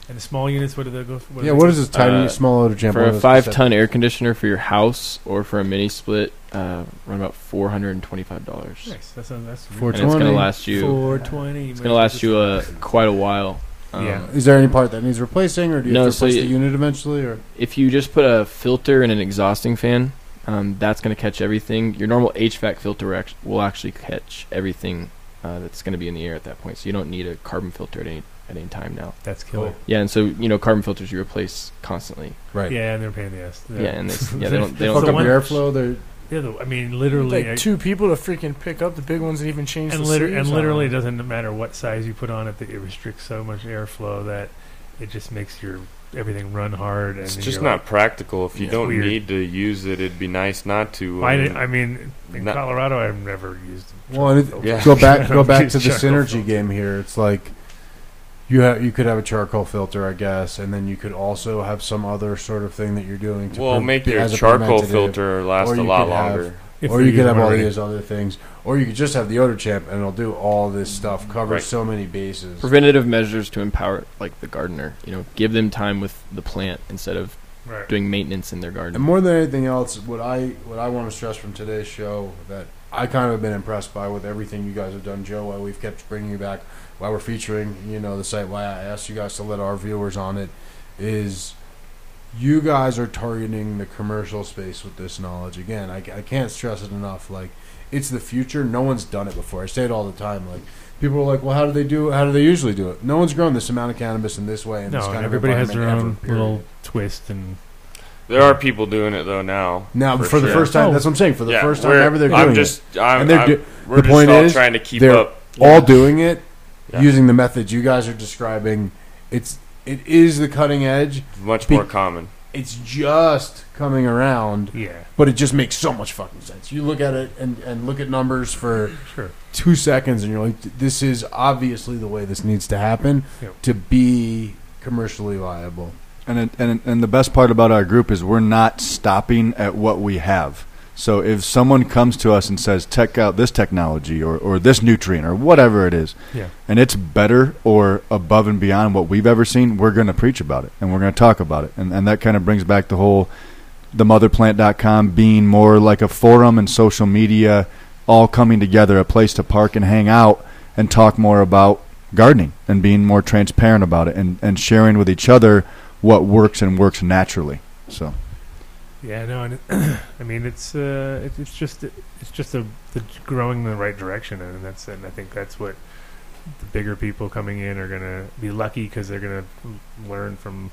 Speaker 1: And the small units, what do they go for? do
Speaker 2: yeah,
Speaker 1: they
Speaker 2: what
Speaker 1: go
Speaker 2: is this
Speaker 1: for?
Speaker 2: tiny,
Speaker 8: Uh,
Speaker 2: small odor jam?
Speaker 8: for a five ton air conditioner for your house or for a mini split, uh, run about four hundred and twenty five dollars.
Speaker 1: Nice. That's, that's
Speaker 2: Four
Speaker 8: And it's gonna
Speaker 2: 420.
Speaker 8: last you.
Speaker 1: 420.
Speaker 8: It's gonna last you uh, quite a while. Um,
Speaker 1: Yeah.
Speaker 2: Is there any part that needs replacing, or do you
Speaker 8: No,
Speaker 2: have to
Speaker 8: so
Speaker 2: replace
Speaker 8: you-
Speaker 2: the unit eventually? Or
Speaker 8: if you just put a filter and an exhausting fan, um, that's going to catch everything. Your normal HVAC filter act- will actually catch everything uh, that's going to be in the air at that point. So you don't need a carbon filter at any at any time now.
Speaker 1: That's killer.
Speaker 8: Yeah, and so you know carbon filters you replace constantly.
Speaker 2: right,
Speaker 1: Yeah, and they're paying the ass.
Speaker 8: Yeah, and they, yeah, they don't they
Speaker 2: They
Speaker 8: don't.
Speaker 2: fuck
Speaker 1: the
Speaker 2: up
Speaker 1: one-
Speaker 2: your airflow. They're
Speaker 1: Yeah, the, I mean, literally,
Speaker 3: like
Speaker 1: I-
Speaker 3: two people to freaking pick up the big ones and even change
Speaker 1: and,
Speaker 3: the
Speaker 1: liter-
Speaker 3: sleeves
Speaker 1: and
Speaker 3: on
Speaker 1: literally, it
Speaker 3: them.
Speaker 1: doesn't matter what size you put on it; that it restricts so much airflow that it just makes your everything run hard. And
Speaker 5: It's
Speaker 1: you're
Speaker 5: just
Speaker 1: like-
Speaker 5: not practical. If you
Speaker 1: Yeah.
Speaker 5: don't
Speaker 1: Weird.
Speaker 5: need to use it, it'd be nice not to.
Speaker 1: I,
Speaker 5: mean,
Speaker 1: didn't- I mean, in
Speaker 5: Not-
Speaker 1: Colorado, I've never used.
Speaker 2: well, and it,
Speaker 5: Yeah.
Speaker 2: go back, go back
Speaker 1: Use
Speaker 2: to the
Speaker 1: charcoal
Speaker 2: synergy
Speaker 1: filter.
Speaker 2: game here. It's like you ha- you could have a charcoal filter, I guess, and then you could also have some other sort of thing that you're doing to
Speaker 5: well,
Speaker 2: pre-
Speaker 5: make
Speaker 2: be-
Speaker 5: your
Speaker 2: as a
Speaker 5: charcoal
Speaker 2: preventative.
Speaker 5: filter last
Speaker 2: or
Speaker 5: a
Speaker 2: you
Speaker 5: lot
Speaker 2: could have-
Speaker 5: longer.
Speaker 1: If
Speaker 2: or
Speaker 1: we
Speaker 2: you
Speaker 1: use
Speaker 2: could have
Speaker 1: them
Speaker 2: all
Speaker 1: already.
Speaker 2: these other things, or you could just have the odor champ, and it'll do all this stuff, cover
Speaker 5: Right.
Speaker 2: so many bases.
Speaker 8: Preventative measures to empower like the gardener. You know, give them time with the plant instead of
Speaker 1: Right.
Speaker 8: doing maintenance in their garden.
Speaker 2: And more than anything else, what I what I want to stress from today's show that I kind of have been impressed by with everything you guys have done, Joe. Why we've kept bringing you back, why we're featuring, you know, the site. Why I asked you guys to let our viewers on it is you guys are targeting the commercial space with this knowledge. Again, I, I can't stress it enough. Like it's the future. No one's done it before. I say it all the time. Like. People are like, well, how do they do? How do they usually do it? No one's grown this amount of cannabis in this way. In this
Speaker 1: No,
Speaker 2: kind
Speaker 1: and
Speaker 2: of
Speaker 1: everybody has their own
Speaker 2: environment ever, period.
Speaker 1: little twist, and
Speaker 5: There are people doing it though now.
Speaker 2: Now, for,
Speaker 5: For
Speaker 2: the
Speaker 5: sure.
Speaker 2: first time,
Speaker 1: Oh.
Speaker 2: that's what I'm saying. For the
Speaker 5: Yeah,
Speaker 2: first time
Speaker 5: we're-
Speaker 2: ever, they're
Speaker 5: I'm
Speaker 2: doing
Speaker 5: just, I'm,
Speaker 2: And they're
Speaker 5: I'm-
Speaker 2: do-
Speaker 5: we're
Speaker 2: the
Speaker 5: just
Speaker 2: point
Speaker 5: all
Speaker 2: is,
Speaker 5: trying to keep
Speaker 2: they're-
Speaker 5: up.
Speaker 2: it. All doing it
Speaker 5: Yeah.
Speaker 2: using the methods you guys are describing. It's it is the cutting edge.
Speaker 5: Much
Speaker 2: Be-
Speaker 5: more common.
Speaker 2: It's just coming around,
Speaker 1: yeah,
Speaker 2: but it just makes so much fucking sense. You look at it and, and look at numbers for
Speaker 1: sure.
Speaker 2: two seconds, and you're like, this is obviously the way this needs to happen
Speaker 1: Yep.
Speaker 2: to be commercially viable.
Speaker 6: And it, and and the best part about our group is we're not stopping at what we have. So if someone comes to us and says, "Check out this technology or or this nutrient or whatever it is,"
Speaker 1: Yeah.
Speaker 6: and it's better or above and beyond what we've ever seen, we're going to preach about it and we're going to talk about it. And and that kind of brings back the whole the motherplant.com being more like a forum and social media all coming together, a place to park and hang out and talk more about gardening and being more transparent about it and, and sharing with each other what works and works naturally. So
Speaker 1: Yeah, no, and it, I mean it's uh, it, it's just it's just a the growing in the right direction, and that's and I think that's what the bigger people coming in are gonna be lucky because they're gonna learn from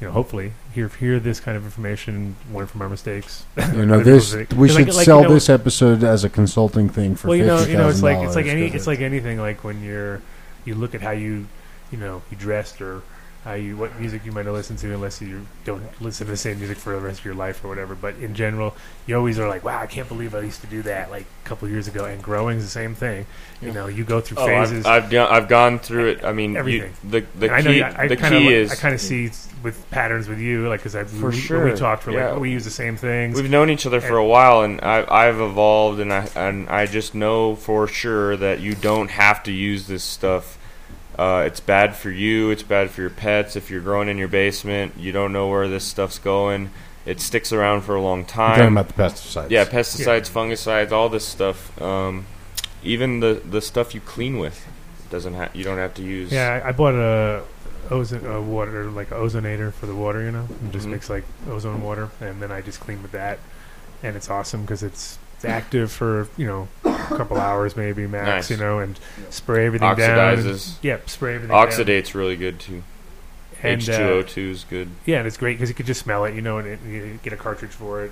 Speaker 1: you know hopefully hear hear this kind of information, learn from our mistakes.
Speaker 2: You know,
Speaker 1: Like,
Speaker 2: this
Speaker 1: like,
Speaker 2: we
Speaker 1: like,
Speaker 2: should
Speaker 1: like, you
Speaker 2: sell
Speaker 1: know-
Speaker 2: this episode as a consulting thing for.
Speaker 1: well, you know, you know, it's like
Speaker 2: $50,000,
Speaker 1: it's like any
Speaker 2: 'cause
Speaker 1: it's like anything like when you're you look at how you you know you dressed or how you what music you might have listened to unless you don't listen to the same music for the rest of your life or whatever. But in general, you always are like, wow, I can't believe I used to do that like a couple years ago. And growing's the same thing. You know, you go through
Speaker 5: Oh, I've,
Speaker 1: phases.
Speaker 5: I've done, I've gone through it. I mean, you,
Speaker 1: Everything.
Speaker 5: the the
Speaker 1: And I know
Speaker 5: key
Speaker 1: you- I,
Speaker 5: the
Speaker 1: kind of
Speaker 5: key is
Speaker 1: I kind of see with patterns with you like because I've
Speaker 5: For
Speaker 1: we, when
Speaker 5: sure.
Speaker 1: we talked for
Speaker 5: Yeah.
Speaker 1: like oh, we use the same things.
Speaker 5: We've known each other for a while, and I, I've evolved, and I and I just know for sure that you don't have to use this stuff. Uh, it's bad for you. It's bad for your pets. If you're growing in your basement, you don't know where this stuff's going. It sticks around for a long
Speaker 2: You're talking
Speaker 5: time.
Speaker 2: about the pesticides.
Speaker 5: Yeah, pesticides, fungicides, all this stuff. Um, even the the stuff you clean with doesn't have. You don't have to use.
Speaker 1: Yeah, I, I bought a ozone a water like ozonator for the water. You know, it just
Speaker 5: Mhm.
Speaker 1: makes like ozone water, and then I just clean with that, and it's awesome because it's active for you know a couple hours maybe max.
Speaker 5: Nice.
Speaker 1: You know, and spray everything down.
Speaker 5: Oxidizes.
Speaker 1: Yep, spray everything. down.
Speaker 5: Oxidate's really good too.
Speaker 1: And, uh,
Speaker 5: H2O2 is good.
Speaker 1: yeah, and it's great because you could just smell it, you know, and it, you get a cartridge for it,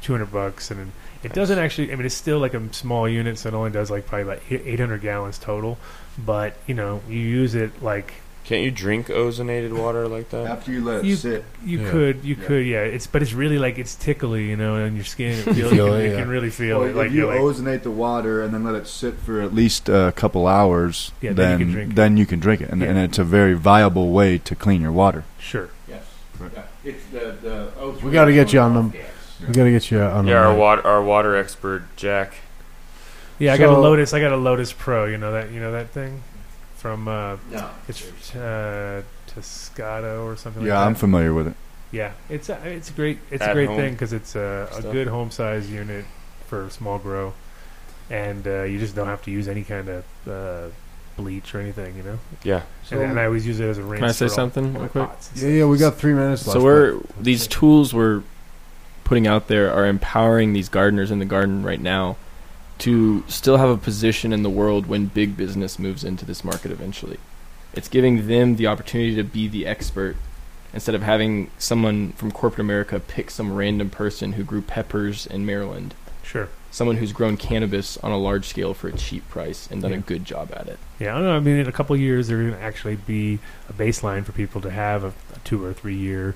Speaker 1: two hundred bucks, and it doesn't actually. I mean, it's still like a small unit, so it only does like probably like eight hundred gallons total. But you know, you use it like
Speaker 5: Can't you drink ozonated water like that?
Speaker 6: After you let it
Speaker 1: you,
Speaker 6: sit.
Speaker 1: You
Speaker 6: Yeah.
Speaker 1: could, you could, yeah. It's but it's really like it's tickly, you know, on your skin. It feels,
Speaker 6: feel
Speaker 1: you,
Speaker 6: it,
Speaker 1: can,
Speaker 6: yeah.
Speaker 1: you can really feel
Speaker 6: Well,
Speaker 1: it. Like
Speaker 6: if you
Speaker 1: you're like,
Speaker 6: ozonate the water and then let it sit for at least a couple hours,
Speaker 1: Yeah, then
Speaker 6: then
Speaker 1: you can drink it.
Speaker 6: then you can drink it, and, and
Speaker 1: Yeah.
Speaker 6: it's a very viable way to clean your water.
Speaker 1: sure.
Speaker 9: Yes. Yeah. It's the, the O3
Speaker 2: We got to get you on
Speaker 9: going
Speaker 2: them.
Speaker 9: off gas.
Speaker 2: We got to get you uh, on
Speaker 5: yeah, our
Speaker 2: them.
Speaker 5: water, our water expert Jack.
Speaker 1: yeah, I got a
Speaker 2: So-
Speaker 1: Lotus. I got a Lotus Pro. You know that. You know that thing from uh,
Speaker 9: No.
Speaker 1: it's uh, Toscado or something.
Speaker 6: Yeah,
Speaker 1: like
Speaker 6: I'm
Speaker 1: that.
Speaker 6: familiar with it.
Speaker 1: Yeah, it's a, it's a great it's
Speaker 5: At
Speaker 1: a great
Speaker 5: home
Speaker 1: thing because it's a, a
Speaker 5: stuff.
Speaker 1: good home size unit for small grow, and uh, you just don't have to use any kind of uh, bleach or anything, you know.
Speaker 5: Yeah.
Speaker 1: and, and I always use it as a rinse.
Speaker 8: Can I say
Speaker 1: for all-
Speaker 8: something real quick?
Speaker 1: pots and
Speaker 2: Yeah, yeah, we got three minutes left.
Speaker 8: So we're these tools we're putting out there are empowering these gardeners in the garden right now to still have a position in the world when big business moves into this market eventually. It's giving them the opportunity to be the expert instead of having someone from corporate America pick some random person who grew peppers in Maryland,
Speaker 1: Sure.
Speaker 8: someone who's grown cannabis on a large scale for a cheap price and done a
Speaker 1: Yeah.
Speaker 8: good job at it.
Speaker 1: Yeah, I don't know. I mean, in a couple of years, there's going to actually be a baseline for people to have a, a two or three year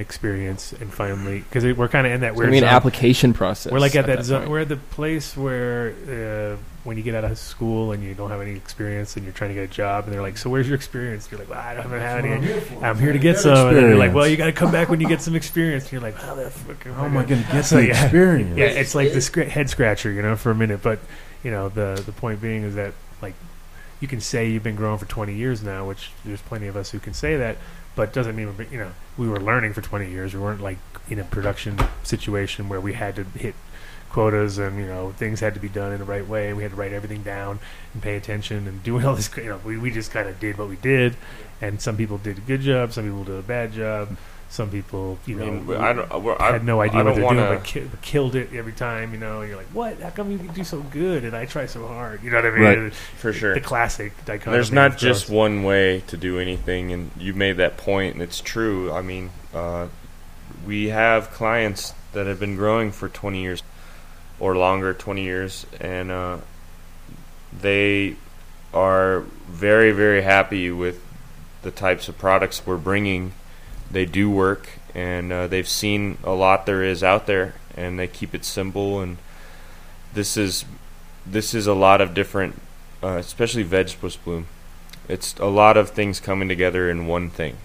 Speaker 1: experience, and finally, because we're kind of in that
Speaker 8: It's going
Speaker 1: weird
Speaker 8: to be an
Speaker 1: zone.
Speaker 8: application process.
Speaker 1: We're like at, that,
Speaker 8: point.
Speaker 1: zone. We're at the place where uh, when you get out of school and you don't have any experience and you're trying to get a job, and they're like, "So where's your experience?" you're like, well, "I don't have any. I'm here to get some." And then they're like, "Well, you got to come back when you get some experience." And you're like, "How the fuck am I
Speaker 2: How am I
Speaker 1: gonna
Speaker 2: going to Oh get
Speaker 1: So,
Speaker 2: the
Speaker 1: yeah.
Speaker 2: experience?
Speaker 1: yeah, it's like the scr- head scratcher, you know, for a minute. But you know, the the point being is that like you can say you've been growing for 20 years now, which there's plenty of us who can say that, but doesn't mean we're, you know we were learning for 20 years. We weren't like in a production situation where we had to hit quotas and you know things had to be done in the right way. We had to write everything down and pay attention and do all this. cra- You know, we we just kind of did what we did, and some people did a good job, some people did a bad job. Some people, you know,
Speaker 5: I mean, I don't. We're, I
Speaker 1: had no idea
Speaker 5: I
Speaker 1: what
Speaker 5: don't
Speaker 1: they're
Speaker 5: wanna,
Speaker 1: doing, but ki- but killed it every time. You know, and you're like, what? How come you can do so good and I try so hard? You know what I mean?
Speaker 6: Right.
Speaker 1: And
Speaker 5: for sure.
Speaker 1: The classic dichotomy.
Speaker 5: There's not
Speaker 1: of
Speaker 5: just
Speaker 1: growth.
Speaker 5: one way to do anything, and you made that point, and it's true. I mean, uh, we have clients that have been growing for 20 years or longer, 20 years, and uh, they are very, very happy with the types of products we're bringing. They do work, and uh, they've seen a lot there is out there, and they keep it simple. And this is this is a lot of different uh, especially Vegetables Bloom. It's a lot of things coming together in one thing.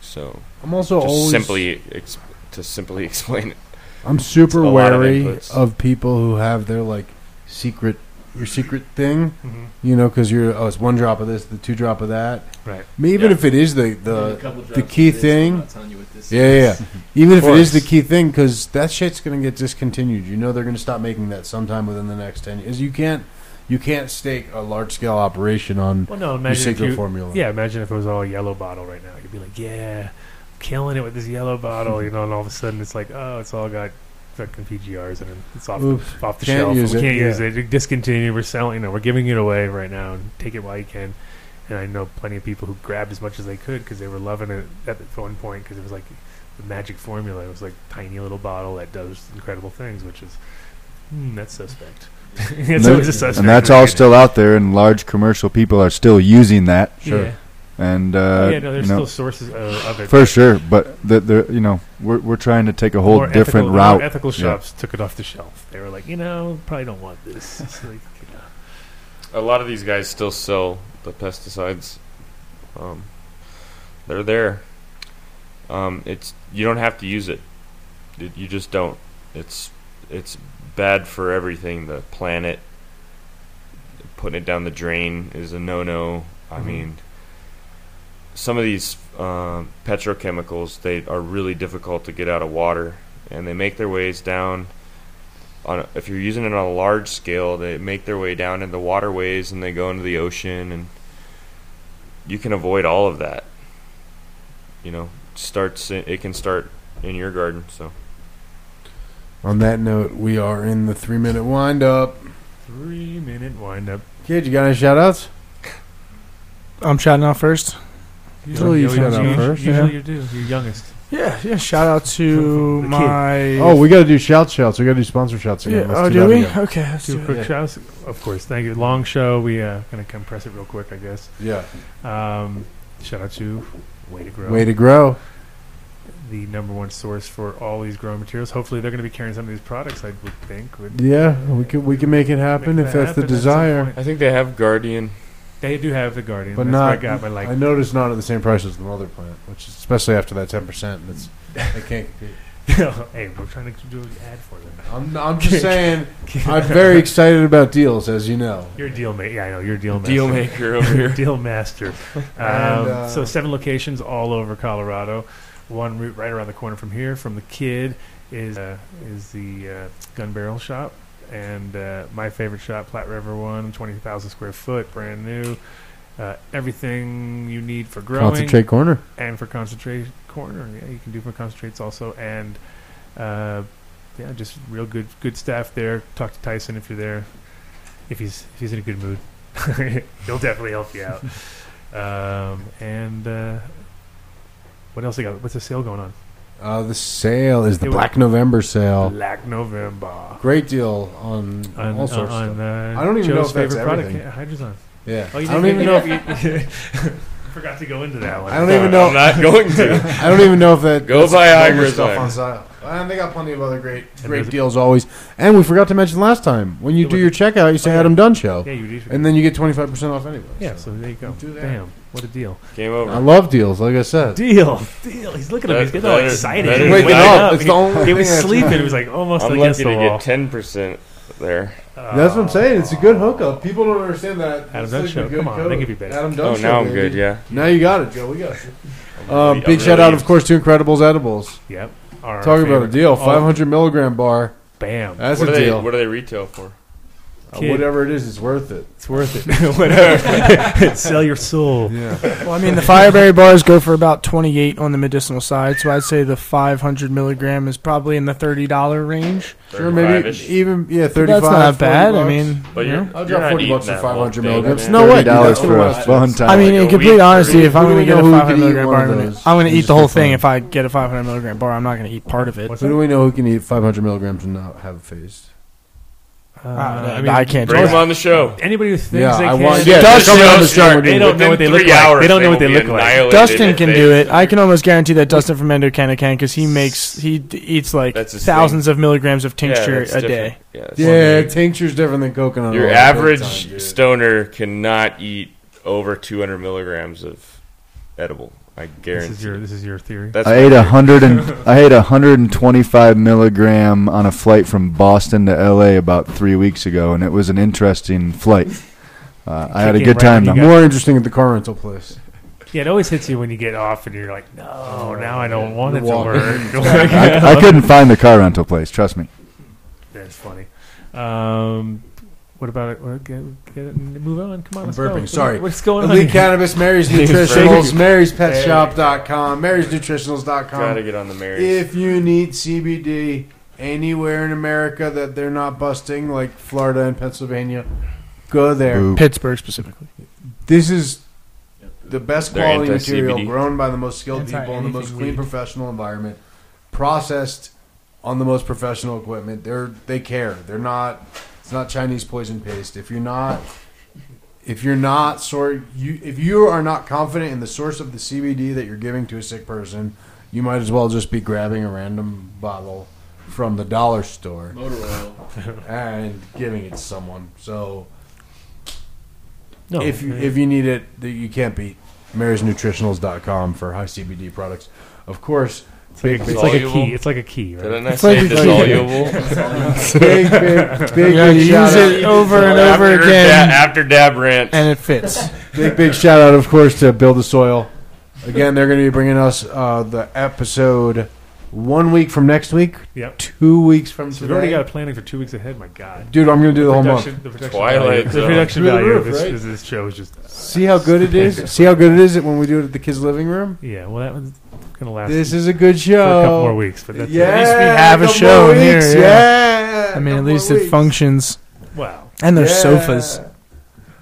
Speaker 5: So
Speaker 2: I'm also
Speaker 5: just
Speaker 2: always
Speaker 5: simply ex- to simply explain it.
Speaker 2: I'm super
Speaker 5: a lot of
Speaker 2: wary
Speaker 5: inputs.
Speaker 2: of, people who have their like secret your secret thing,
Speaker 1: Mhm.
Speaker 2: you know, because you're oh it's one drop of this, the two drop of that.
Speaker 1: Right.
Speaker 2: Me, even
Speaker 8: Yeah.
Speaker 2: if it is the the the key thing.
Speaker 8: Yeah.
Speaker 2: Yeah, yeah. yeah. Even if
Speaker 5: Of
Speaker 2: it is the
Speaker 5: course.
Speaker 2: key thing, because that shit's gonna get discontinued. You know, they're gonna stop making that sometime within the next ten years. You can't, you can't stake a large scale operation on
Speaker 1: Well, no,
Speaker 2: your
Speaker 1: imagine if
Speaker 2: secret
Speaker 1: you,
Speaker 2: formula.
Speaker 1: yeah, imagine if it was all yellow bottle right now. You'd be like, yeah, killing it with this yellow bottle, you know, and all of a sudden it's like, oh, it's all got fucking PGRs and it's off
Speaker 2: Oops.
Speaker 1: the, off the
Speaker 2: Can't
Speaker 1: shelf.
Speaker 2: use
Speaker 1: we
Speaker 2: it,
Speaker 1: can't
Speaker 2: yeah.
Speaker 1: use it. It Discontinue. We're selling. You know, we're giving it away right now. And take it while you can. And I know plenty of people who grabbed as much as they could because they were loving it at the one point because it was like the magic formula. It was like tiny little bottle that does incredible things, which is hmm, that's suspect.
Speaker 6: And
Speaker 1: it's always a
Speaker 6: that-
Speaker 1: suspect.
Speaker 6: and that's all still out there, and large commercial people are still using that.
Speaker 1: Sure. Yeah,
Speaker 6: And uh,
Speaker 1: Oh, yeah no, there's
Speaker 6: you know,
Speaker 1: still sources of, of it.
Speaker 6: for sure, but the, the you know we're we're trying to take a whole
Speaker 1: More
Speaker 6: different
Speaker 1: ethical,
Speaker 6: route.
Speaker 1: more ethical
Speaker 6: Yeah.
Speaker 1: shops took it off the shelf. They were like, you know, probably don't want this. It's like, you know.
Speaker 5: A lot of these guys still sell the pesticides. Um, they're there. Um, it's you don't have to use it. You- You just don't. It's it's bad for everything. The planet. Putting it down the drain is a no-no. I
Speaker 1: Mhm.
Speaker 5: mean, some of these um, petrochemicals they are really difficult to get out of water, and they make their ways down. On a, if you're using it on a large scale, they make their way down into waterways and they go into the ocean, and you can avoid all of that. You know, starts in, it can start in your garden. So
Speaker 2: On that note, we are in the three minute wind up.
Speaker 1: Three minute wind up.
Speaker 2: Kid, you got any shout outs?
Speaker 4: I'm shouting out first.
Speaker 2: Usually you shout out
Speaker 1: usually,
Speaker 2: first,
Speaker 1: Usually
Speaker 4: yeah.
Speaker 1: you do. You're youngest.
Speaker 4: Yeah, yeah. Shout out to
Speaker 1: The kid.
Speaker 4: my.
Speaker 2: Oh, we got to do shout shouts. We got to do sponsor shouts
Speaker 4: yeah.
Speaker 2: again. Let's
Speaker 4: Oh,
Speaker 2: that
Speaker 4: do we?
Speaker 2: again.
Speaker 4: Okay, let's
Speaker 1: Two
Speaker 4: do
Speaker 1: quick
Speaker 4: it.
Speaker 2: Yeah.
Speaker 1: shouts. Of course. Thank you. Long show. We uh, gonna compress it real quick, I guess.
Speaker 2: Yeah.
Speaker 1: Um, Shout out to Way to Grow.
Speaker 2: Way to grow.
Speaker 1: The number one source for all these growing materials. Hopefully, they're going to be carrying some of these products. I would think. Would-
Speaker 2: Yeah, we can we can make it happen
Speaker 1: Make
Speaker 2: if
Speaker 1: that
Speaker 2: that's the
Speaker 1: happen at some
Speaker 2: desire.
Speaker 1: point.
Speaker 5: I think they have Guardian.
Speaker 1: They do have the Guardian,
Speaker 2: But
Speaker 1: That's
Speaker 2: not.
Speaker 1: what I got my like.
Speaker 2: I noticed not at the same price as the mother plant, which is especially after that ten percent. That's I can't compete.
Speaker 1: hey, we're trying to do an ad for them.
Speaker 2: I'm, I'm just saying, I'm very excited about deals, as you know.
Speaker 1: You're a deal maker. Yeah, I know. You're a deal master.
Speaker 5: Deal maker over
Speaker 1: You're a
Speaker 5: here.
Speaker 1: deal master. Um,
Speaker 2: And, uh,
Speaker 1: so seven locations all over Colorado. One route right around the corner from here, from the kid, is uh, is the uh, Gun Barrel Shop, and uh, my favorite shop, Platte River One, twenty thousand square foot, brand new. Uh, everything you need for growing
Speaker 2: Concentrate corner.
Speaker 1: and for concentrate corner. Yeah, you can do for concentrates also, and uh, yeah, just real good good staff there. Talk to Tyson if you're there, if he's if he's in a good mood, he'll definitely help you out. Um, and uh, what else they got? What's the sale going on?
Speaker 2: Uh, the sale is the
Speaker 1: It
Speaker 2: Black November sale.
Speaker 1: Black November.
Speaker 2: Great deal on,
Speaker 1: On,
Speaker 2: all sorts.
Speaker 1: on,
Speaker 2: of stuff.
Speaker 1: uh,
Speaker 2: I don't even know
Speaker 1: Joe's
Speaker 2: if that's
Speaker 1: favorite product,
Speaker 2: everything.
Speaker 1: yeah, Hydrazon.
Speaker 2: Yeah,
Speaker 1: Oh,
Speaker 2: I
Speaker 1: you
Speaker 2: don't
Speaker 1: didn't-
Speaker 2: even know. If,
Speaker 1: you- Forgot to go into that one.
Speaker 2: I don't even know.
Speaker 5: I'm not going to.
Speaker 2: I don't even know if that
Speaker 5: Go
Speaker 2: that's
Speaker 5: buy
Speaker 2: November
Speaker 5: Igra's
Speaker 2: stuff
Speaker 5: Iron.
Speaker 2: on sale. And they got plenty of other great
Speaker 1: there's
Speaker 2: great
Speaker 1: a-
Speaker 2: deals always. And we forgot to mention last time when you
Speaker 1: It
Speaker 2: do
Speaker 1: was-
Speaker 2: your checkout, you say
Speaker 1: Oh, yeah.
Speaker 2: Adam Dunn Show,
Speaker 1: Yeah, you did.
Speaker 2: and then you get twenty five percent off anyway.
Speaker 1: yeah, so there you go.
Speaker 2: Do that.
Speaker 1: Bam! What a deal.
Speaker 5: Game
Speaker 2: I
Speaker 5: over.
Speaker 2: love deals, like I said.
Speaker 1: Deal, deal. He's looking at me. He's getting all
Speaker 5: That- that-
Speaker 1: excited.
Speaker 5: that
Speaker 1: He's
Speaker 5: is
Speaker 1: waking
Speaker 5: waking
Speaker 2: up. It's
Speaker 1: He-
Speaker 2: the only
Speaker 1: He was
Speaker 2: thing that's-
Speaker 1: sleeping. He was like almost
Speaker 5: I'm
Speaker 1: against
Speaker 5: lucky
Speaker 1: the
Speaker 5: to
Speaker 1: wall.
Speaker 5: get ten percent there.
Speaker 2: That's what I'm saying. It's a good hookup. People don't understand that.
Speaker 1: Adam
Speaker 2: It's
Speaker 1: Dunn
Speaker 2: like a
Speaker 1: Show.
Speaker 2: good
Speaker 1: Come on,
Speaker 2: code.
Speaker 1: they can be better.
Speaker 2: Adam Dunn
Speaker 5: Oh,
Speaker 2: Show,
Speaker 5: now I'm
Speaker 2: baby.
Speaker 5: good. Yeah.
Speaker 2: Now you got it, Joe. We got you. Um,
Speaker 5: really-
Speaker 2: big
Speaker 5: I'm
Speaker 2: shout
Speaker 5: really-
Speaker 2: out, of course, to Incredibles Edibles.
Speaker 1: Yep. Our
Speaker 2: Talking about a
Speaker 1: favorite.
Speaker 2: deal.
Speaker 1: Oh,
Speaker 2: 500 milligram bar.
Speaker 1: Bam.
Speaker 2: That's
Speaker 5: what
Speaker 2: a
Speaker 5: do they
Speaker 2: deal.
Speaker 5: What do they retail for?
Speaker 2: Uh,
Speaker 1: Kid.
Speaker 2: whatever it is, it's worth it.
Speaker 1: It's worth it. Whatever. Sell your soul.
Speaker 2: Yeah.
Speaker 3: Well, I mean, the Fireberry bars go for about 28 on the medicinal side, so I'd say the 500 milligram is probably in the $30 range.
Speaker 2: sure, maybe
Speaker 5: 35-ish.
Speaker 2: even, yeah, 35
Speaker 3: That's not
Speaker 2: 40
Speaker 3: bad. I
Speaker 2: bucks.
Speaker 3: mean,
Speaker 5: But
Speaker 3: you
Speaker 5: you're,
Speaker 3: know.
Speaker 2: I'll
Speaker 5: you're
Speaker 2: drop
Speaker 5: not
Speaker 2: 40
Speaker 5: eating
Speaker 2: bucks for
Speaker 5: that whole
Speaker 2: 500
Speaker 5: thing,
Speaker 2: milligrams.
Speaker 5: man.
Speaker 2: No way.
Speaker 6: Thirty dollars
Speaker 2: That's
Speaker 6: for a
Speaker 2: what I-
Speaker 6: fun time.
Speaker 3: I mean,
Speaker 5: like a
Speaker 3: in complete
Speaker 5: week,
Speaker 3: honesty,
Speaker 5: thirty.
Speaker 3: if I'm
Speaker 2: We
Speaker 3: going to
Speaker 2: don't
Speaker 3: get
Speaker 2: know
Speaker 3: a
Speaker 2: who could
Speaker 3: 500
Speaker 2: eat
Speaker 3: milligram
Speaker 2: one
Speaker 3: bar,
Speaker 2: of
Speaker 3: I'm gonna-
Speaker 2: those.
Speaker 3: I'm going
Speaker 2: It's
Speaker 3: to eat
Speaker 2: just
Speaker 3: the whole
Speaker 2: for fun.
Speaker 3: thing. If I get a 500 milligram bar, I'm not going to eat part of it.
Speaker 1: What's
Speaker 2: Who do we know who can eat 500 milligrams and not have phased?
Speaker 3: Uh,
Speaker 1: Ah, I
Speaker 3: I,
Speaker 1: mean,
Speaker 3: can't.
Speaker 5: Bring
Speaker 3: do
Speaker 5: them on the show.
Speaker 1: Anybody who thinks
Speaker 2: Yeah,
Speaker 1: they
Speaker 2: I
Speaker 1: can,
Speaker 2: want- yeah,
Speaker 3: Dust
Speaker 2: they're coming on the
Speaker 5: Dustin-
Speaker 2: show and we're
Speaker 1: they
Speaker 2: doing
Speaker 1: don't know what
Speaker 5: Within
Speaker 1: they look
Speaker 5: three
Speaker 1: like.
Speaker 5: hours,
Speaker 1: they don't know what
Speaker 5: will be
Speaker 1: they look like.
Speaker 5: annihilated
Speaker 3: Dustin
Speaker 5: if
Speaker 3: can
Speaker 5: they-
Speaker 3: do it. I can almost guarantee that Dustin from Endocanna can because he makes he d- eats like
Speaker 5: That's his
Speaker 3: thousands of milligrams of
Speaker 5: Yeah,
Speaker 3: tincture a
Speaker 5: that's different.
Speaker 3: day.
Speaker 5: Yeah, that's
Speaker 2: Yeah, tincture's different than coconut.
Speaker 5: Your
Speaker 2: oil.
Speaker 5: average
Speaker 2: Oh, Big time, dude.
Speaker 5: stoner cannot eat over 200 milligrams of edible. I
Speaker 1: This
Speaker 5: guarantee.
Speaker 1: is your this is your theory.
Speaker 5: That's
Speaker 6: I
Speaker 5: my
Speaker 6: ate a
Speaker 5: theory.
Speaker 6: hundred and I ate a hundred and twenty-five milligram on a flight from Boston to L.A. about three weeks ago, and it was an interesting flight. Uh, I had a
Speaker 1: Kicking
Speaker 6: good
Speaker 1: right
Speaker 6: time
Speaker 1: when
Speaker 6: though.
Speaker 1: you
Speaker 2: More interesting at the car rental place.
Speaker 1: Yeah, it always hits you when you get off and you're like, no, now I don't want it to
Speaker 2: walking.
Speaker 1: work.
Speaker 6: I, I couldn't find the car rental place. Trust me.
Speaker 1: That's funny. Um, what about it? Well, Get, get it and move on. Come on,
Speaker 2: I'm
Speaker 1: let's
Speaker 2: burping.
Speaker 1: go.
Speaker 2: Sorry.
Speaker 1: What's going on?
Speaker 2: Elite
Speaker 1: here?
Speaker 2: Cannabis, Mary's
Speaker 5: He was
Speaker 2: Nutritionals,
Speaker 5: burping.
Speaker 2: Mary's Pet Shop.com, Mary's Nutritionals.com.
Speaker 5: Gotta get on the Marys.
Speaker 2: If you need CBD anywhere in America that they're not busting, like Florida and Pennsylvania, go there.
Speaker 6: Boo.
Speaker 3: Pittsburgh specifically.
Speaker 2: This is the best
Speaker 5: They're
Speaker 2: quality
Speaker 5: anti-CBD.
Speaker 2: material grown by the most skilled
Speaker 3: Anti-
Speaker 2: people in the most
Speaker 3: anything
Speaker 2: clean
Speaker 3: weed.
Speaker 2: professional environment, processed on the most professional equipment. They're they care. They're not. It's not Chinese poison paste. If you're not, if you're not sort you if you are not confident in the source of the CBD that you're giving to a sick person, you might as well just be grabbing a random bottle from the dollar store
Speaker 8: Motor oil.
Speaker 2: and giving it to someone. So
Speaker 1: No,
Speaker 2: if you,
Speaker 1: uh,
Speaker 2: if you need it, th- you can't beat marysnutritionals.com for high CBD products. Of course, big,
Speaker 1: it's
Speaker 2: big,
Speaker 1: like a
Speaker 5: Soluble.
Speaker 1: key. It's like a key, right?
Speaker 5: Didn't I
Speaker 2: It's like
Speaker 5: say
Speaker 2: it's like-
Speaker 5: dissoluble?
Speaker 2: big, big, big,
Speaker 3: Yeah,
Speaker 2: big
Speaker 3: you
Speaker 2: shout
Speaker 3: use
Speaker 2: out.
Speaker 3: it over and
Speaker 5: After
Speaker 3: over
Speaker 5: da-
Speaker 3: again,
Speaker 5: after dab rant.
Speaker 3: and it fits.
Speaker 2: Big, big shout out, of course, to Build the Soil. Again, they're going to be bringing us uh, the episode one week from next week,
Speaker 1: Yep.
Speaker 2: two weeks from
Speaker 1: So we've already
Speaker 2: today.
Speaker 1: got planning for two weeks ahead. My God.
Speaker 2: Dude, I'm going to do the whole month.
Speaker 1: production, the production
Speaker 5: Twilight
Speaker 1: value, the
Speaker 5: Zone.
Speaker 1: production
Speaker 2: Through the
Speaker 1: value of
Speaker 2: roof,
Speaker 1: this,
Speaker 2: right?
Speaker 1: is- this show is just uh,
Speaker 2: See how good it is. See how good it is it when we do it at the kids' living room.
Speaker 1: yeah. Well, that one's gonna last
Speaker 2: This is a good
Speaker 1: for
Speaker 2: show.
Speaker 1: a couple more weeks, but that's
Speaker 2: Yeah,
Speaker 3: At least we have a
Speaker 2: couple
Speaker 3: show
Speaker 2: more
Speaker 3: in here,
Speaker 2: weeks, yeah.
Speaker 3: I mean, at
Speaker 2: Couple
Speaker 3: least
Speaker 2: more
Speaker 3: it
Speaker 2: weeks.
Speaker 3: functions.
Speaker 1: it. Wow.
Speaker 3: And there's
Speaker 2: Yeah.
Speaker 3: sofas.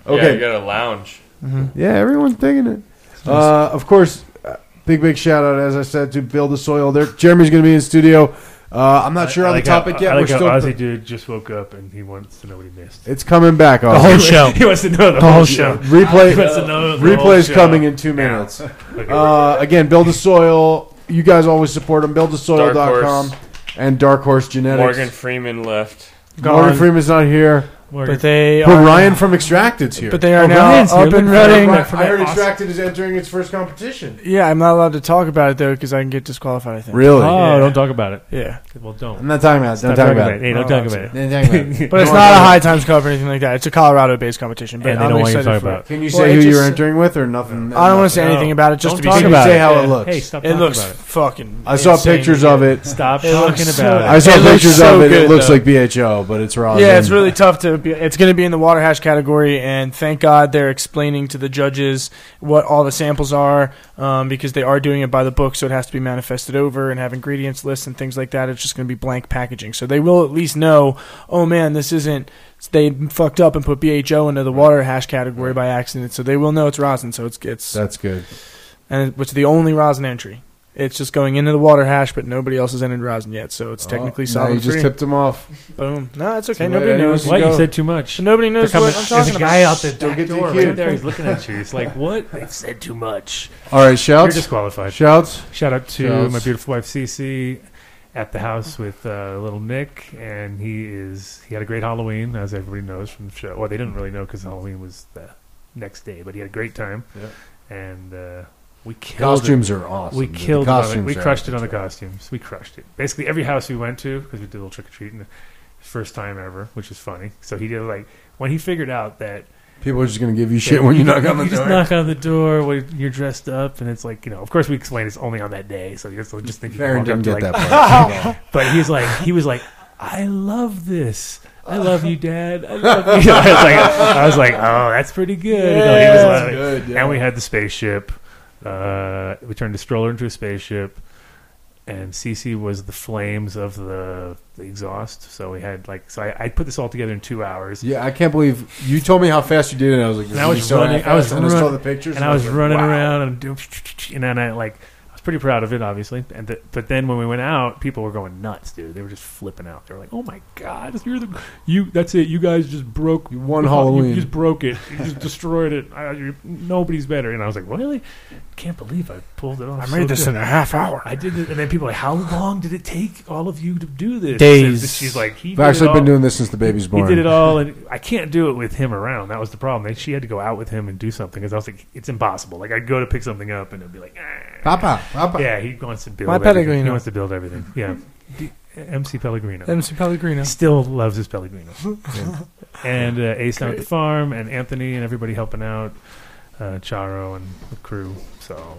Speaker 5: Yeah, you
Speaker 2: Okay.
Speaker 5: got a lounge.
Speaker 1: Mm-hmm.
Speaker 2: Yeah, everyone's digging it. Uh, of course, uh, big, big shout out, as I said, to Build the Soil. There, Jeremy's going to be in studio. Uh, I'm not sure
Speaker 1: I
Speaker 2: on
Speaker 1: like
Speaker 2: the topic
Speaker 1: how,
Speaker 2: yet.
Speaker 1: I like
Speaker 2: We're still.
Speaker 1: how Ozzy dude just woke up and he wants to know what he missed.
Speaker 2: It's coming back.
Speaker 1: The
Speaker 2: Ozzy.
Speaker 1: whole show. He wants to know the whole show.
Speaker 2: Replay.
Speaker 1: He wants to know the whole
Speaker 2: replay's
Speaker 1: show.
Speaker 2: coming in two minutes. Uh, again, build the soil. You guys always support them.
Speaker 5: Dark
Speaker 2: Buildthesoil.com
Speaker 5: Horse.
Speaker 2: and Dark Horse Genetics.
Speaker 5: Morgan Freeman left.
Speaker 2: Morgan Freeman's not here.
Speaker 3: But they
Speaker 2: But
Speaker 3: are-
Speaker 2: Ryan from Extracted's here.
Speaker 3: But they are now up and running.
Speaker 2: I heard Extracted is entering its first competition.
Speaker 3: Yeah, I'm not allowed to talk about it though because I can get disqualified. I think.
Speaker 2: Really?
Speaker 1: Oh,
Speaker 3: Yeah.
Speaker 1: don't talk about it.
Speaker 3: Yeah.
Speaker 1: Well, don't.
Speaker 2: I'm not talking about it. Don't
Speaker 1: Stop
Speaker 2: talk
Speaker 1: talking
Speaker 2: about it.
Speaker 1: Hey, don't
Speaker 3: Oh,
Speaker 1: talk
Speaker 3: I'm
Speaker 1: about
Speaker 3: sorry.
Speaker 1: it.
Speaker 2: Don't talk about it.
Speaker 3: But it's not a high times cup or anything like that. It's a Colorado-based competition. But
Speaker 1: And they
Speaker 3: I'm
Speaker 1: don't want you to
Speaker 3: excited
Speaker 1: talk
Speaker 3: for
Speaker 1: about
Speaker 3: it.
Speaker 1: it.
Speaker 2: Can you
Speaker 3: Well,
Speaker 2: say
Speaker 3: it
Speaker 2: who
Speaker 3: just-
Speaker 2: you're entering with or nothing?
Speaker 3: I don't want to say anything
Speaker 1: No.
Speaker 3: about it.
Speaker 1: Don't
Speaker 3: Just to be
Speaker 1: talk
Speaker 3: safe.
Speaker 1: about
Speaker 2: Say
Speaker 1: it.
Speaker 2: how it
Speaker 1: Yeah.
Speaker 2: looks.
Speaker 1: Hey, stop
Speaker 3: It
Speaker 1: talking
Speaker 3: looks
Speaker 1: about it.
Speaker 3: fucking.
Speaker 2: I saw
Speaker 3: insane.
Speaker 2: pictures of it.
Speaker 1: Stop
Speaker 3: It
Speaker 1: talking
Speaker 3: looks so-
Speaker 1: about
Speaker 2: I
Speaker 1: it.
Speaker 2: saw
Speaker 3: It looks
Speaker 2: pictures
Speaker 3: so
Speaker 2: of it. It
Speaker 3: good,
Speaker 2: looks
Speaker 3: though.
Speaker 2: like BHO, but it's raw.
Speaker 3: Yeah, it's really tough to be. It's going to be in the water hash category, and thank God they're explaining to the judges what all the samples are, um, because they are doing it by the book, so it has to be manifested over and have ingredients lists and things like that. It's just going to be blank packaging, so they will at least know. Oh man, this isn't. They fucked up and put BHO into the water hash category by accident, so they will know it's rosin. So it's it's
Speaker 2: That's good.
Speaker 3: and it- which is the only rosin entry. It's just going into the water hash, but nobody else has entered rosin yet, so it's technically
Speaker 2: Oh, now
Speaker 3: solid
Speaker 2: you just
Speaker 3: free.
Speaker 2: tipped him off.
Speaker 3: Boom. No, it's okay.
Speaker 2: Too
Speaker 3: Nobody
Speaker 2: late.
Speaker 3: knows.
Speaker 1: What?
Speaker 2: Go.
Speaker 1: You said too much.
Speaker 3: Nobody knows
Speaker 1: They're
Speaker 3: what
Speaker 1: coming- there's
Speaker 3: I'm talking
Speaker 1: a
Speaker 3: about.
Speaker 1: guy out the
Speaker 2: Don't
Speaker 1: back
Speaker 2: get
Speaker 1: door
Speaker 2: DQ'd.
Speaker 1: right there. He's looking at you. He's like, "What? They said too much."
Speaker 2: All right,
Speaker 1: You're
Speaker 2: shouts.
Speaker 1: disqualified.
Speaker 2: Shouts.
Speaker 1: Shout out to
Speaker 2: Shouts.
Speaker 1: my beautiful wife Cece at the house with uh, little Nick, and he is he had a great Halloween, as everybody knows from the show. Well, they didn't really know because Halloween was the next day, but he had a great time, and uh, we killed it.
Speaker 2: Costumes are awesome.
Speaker 1: We
Speaker 2: dude. The
Speaker 1: killed it. on it.
Speaker 2: costumes
Speaker 1: We
Speaker 2: are
Speaker 1: crushed it on the
Speaker 2: epic.
Speaker 1: costumes. We crushed it. Basically, every house we went to because we did a little trick or treating, first time ever, which is funny. So he did like when he figured out that
Speaker 2: People are just going to give you shit when you knock on the
Speaker 1: you just
Speaker 2: door.
Speaker 1: knock on the door when you're dressed up, and it's like you know. Of course, we explain it's only on that day, so you just, just think you can
Speaker 2: Farron
Speaker 1: walk up
Speaker 2: didn't
Speaker 1: to
Speaker 2: get
Speaker 1: like.
Speaker 2: that part.
Speaker 1: But he's like, he was like, I love this. I love you, Dad. I love you. I was like, I was like, oh, that's pretty good.
Speaker 2: Yeah,
Speaker 1: Like, he was
Speaker 2: that's
Speaker 1: like-
Speaker 2: good, yeah.
Speaker 1: And we had the spaceship. Uh, we turned the stroller into a spaceship, and Cece was the flames of the, the exhaust. So we had like, so I, I put this all together in two hours.
Speaker 2: Yeah, I can't believe you told me how fast you did it. I was like,
Speaker 1: And I was
Speaker 2: so
Speaker 1: running. I was
Speaker 2: and I saw
Speaker 1: running-
Speaker 2: the pictures,
Speaker 1: and I was
Speaker 2: like,
Speaker 1: running
Speaker 2: wow.
Speaker 1: around and doing, and then I like, I was pretty proud of it, obviously. And the, but then when we went out, people were going nuts, dude. They were just flipping out. They were like, "Oh my god, you're the you. That's it. You guys just broke
Speaker 2: You won
Speaker 1: you-
Speaker 2: Halloween."
Speaker 1: You just broke it. You just destroyed it. I, you, nobody's better." And I was like, "Really? Can't believe I pulled it off.
Speaker 3: I
Speaker 1: so
Speaker 3: made this
Speaker 1: good."
Speaker 3: in a half hour.
Speaker 1: I did it, and then people were like, "How long did it take all of you to do this?"
Speaker 3: Days.
Speaker 1: She's like, "He
Speaker 2: I've
Speaker 1: did it
Speaker 2: actually
Speaker 1: all-
Speaker 2: been doing this since the baby's born.
Speaker 1: he did it all, and I can't do it with him around. That was the problem. They, she had to go out with him and do something because I was like, it's impossible. Like I'd go to pick something up, and it'd be like, "Ah."
Speaker 2: Papa, Papa.
Speaker 1: yeah, he wants to build.
Speaker 3: My
Speaker 1: everything. He
Speaker 3: Pellegrino.
Speaker 1: wants to build everything. Yeah, D- MC Pellegrino
Speaker 3: MC Pellegrino.
Speaker 1: still loves his Pellegrino, and uh, Ace down at the farm, and Anthony, and everybody helping out, uh, Charo and the crew. So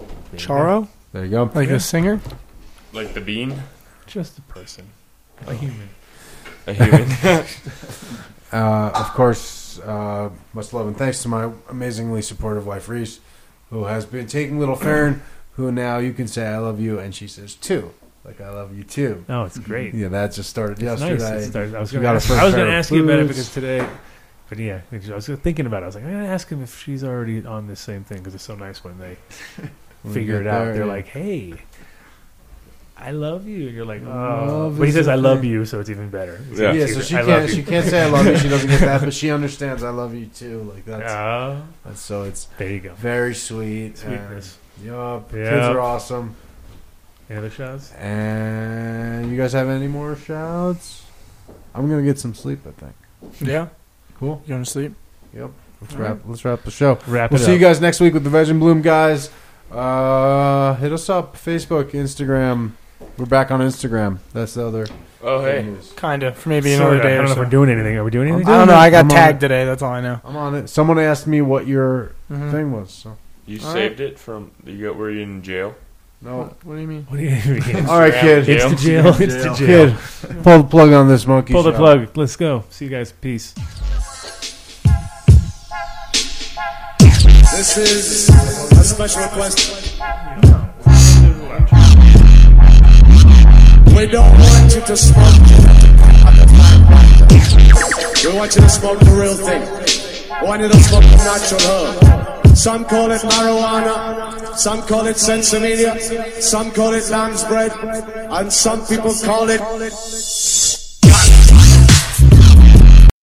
Speaker 1: there you go.
Speaker 3: Charo,
Speaker 2: There you go.
Speaker 3: like a singer.
Speaker 5: Like the bean?
Speaker 1: just a person,
Speaker 2: Oh.
Speaker 1: a human.
Speaker 5: Oh. A human.
Speaker 2: Uh, of course, uh, much love and thanks to my amazingly supportive wife Reese, who has been taking little Fern, who now you can say I love you, and she says too, like I love you too.
Speaker 1: Oh, it's great.
Speaker 2: Yeah, that just started
Speaker 1: It's
Speaker 2: yesterday.
Speaker 1: Nice. It started- I was
Speaker 2: You
Speaker 1: going to
Speaker 2: got a
Speaker 1: ask,
Speaker 2: first
Speaker 1: I was gonna
Speaker 2: pair of
Speaker 1: ask you about it
Speaker 2: boots.
Speaker 1: because today, but yeah, I was thinking about it. I was like, I'm going to ask him if she's already on this same thing because it's so nice when they
Speaker 2: When
Speaker 1: figure
Speaker 2: you
Speaker 1: it
Speaker 2: get
Speaker 1: out.
Speaker 2: there,
Speaker 1: They're
Speaker 2: yeah.
Speaker 1: like, hey, I love you. And you're like, oh.
Speaker 2: Love
Speaker 1: But he
Speaker 2: is
Speaker 1: says,
Speaker 2: a
Speaker 1: I love
Speaker 2: thing.
Speaker 1: you, so it's even better. It's
Speaker 5: Yeah.
Speaker 2: Yeah,
Speaker 1: even
Speaker 2: so
Speaker 1: cuter.
Speaker 2: she
Speaker 1: I love
Speaker 2: can't
Speaker 1: you.
Speaker 2: she can't say I love you. She doesn't get that, but she understands I love you too. Like that's,
Speaker 1: Oh,
Speaker 2: that's so it's
Speaker 1: there you go.
Speaker 2: very sweet.
Speaker 1: Sweetness.
Speaker 2: And, yup. Kids
Speaker 1: Yup.
Speaker 2: are awesome.
Speaker 1: Any other shots?
Speaker 2: And you guys have any more shouts? I'm gonna get some sleep. I think.
Speaker 3: Yeah.
Speaker 2: Cool.
Speaker 3: You want to sleep?
Speaker 2: Let's
Speaker 3: All
Speaker 2: wrap. Let's wrap the show.
Speaker 1: Wrap
Speaker 2: We'll
Speaker 1: it
Speaker 2: see
Speaker 1: up.
Speaker 2: you guys next week with the Veg and Bloom guys. Uh, hit us up Facebook, Instagram. We're back on Instagram. That's the other
Speaker 5: oh,
Speaker 2: good
Speaker 5: hey.
Speaker 2: news.
Speaker 3: Kinda for maybe
Speaker 1: Sorta.
Speaker 3: another day
Speaker 1: I don't
Speaker 3: or
Speaker 1: know
Speaker 3: so.
Speaker 1: if we're doing anything. Are we doing anything?
Speaker 3: I don't know. I got
Speaker 2: I'm on
Speaker 3: tagged today. That's all I know.
Speaker 2: I'm on it. Someone asked me what your
Speaker 3: Mhm.
Speaker 2: thing was. So
Speaker 5: You
Speaker 3: All
Speaker 5: saved it from. You got, were you in jail?
Speaker 2: no.
Speaker 3: What do you mean?
Speaker 1: What do you mean?
Speaker 2: All right, kid.
Speaker 5: It's
Speaker 1: It's the jail. It's the jail.
Speaker 2: Kid, pull the plug on this monkey.
Speaker 1: Pull the
Speaker 2: show.
Speaker 1: plug. Let's go. See you guys. Peace.
Speaker 12: This is a special request. We don't want you to smoke. We want you to smoke the real thing. We want you to smoke the natural herb. Some call it marijuana, some call it sensimedia, some call it lamb's bread, and some people call it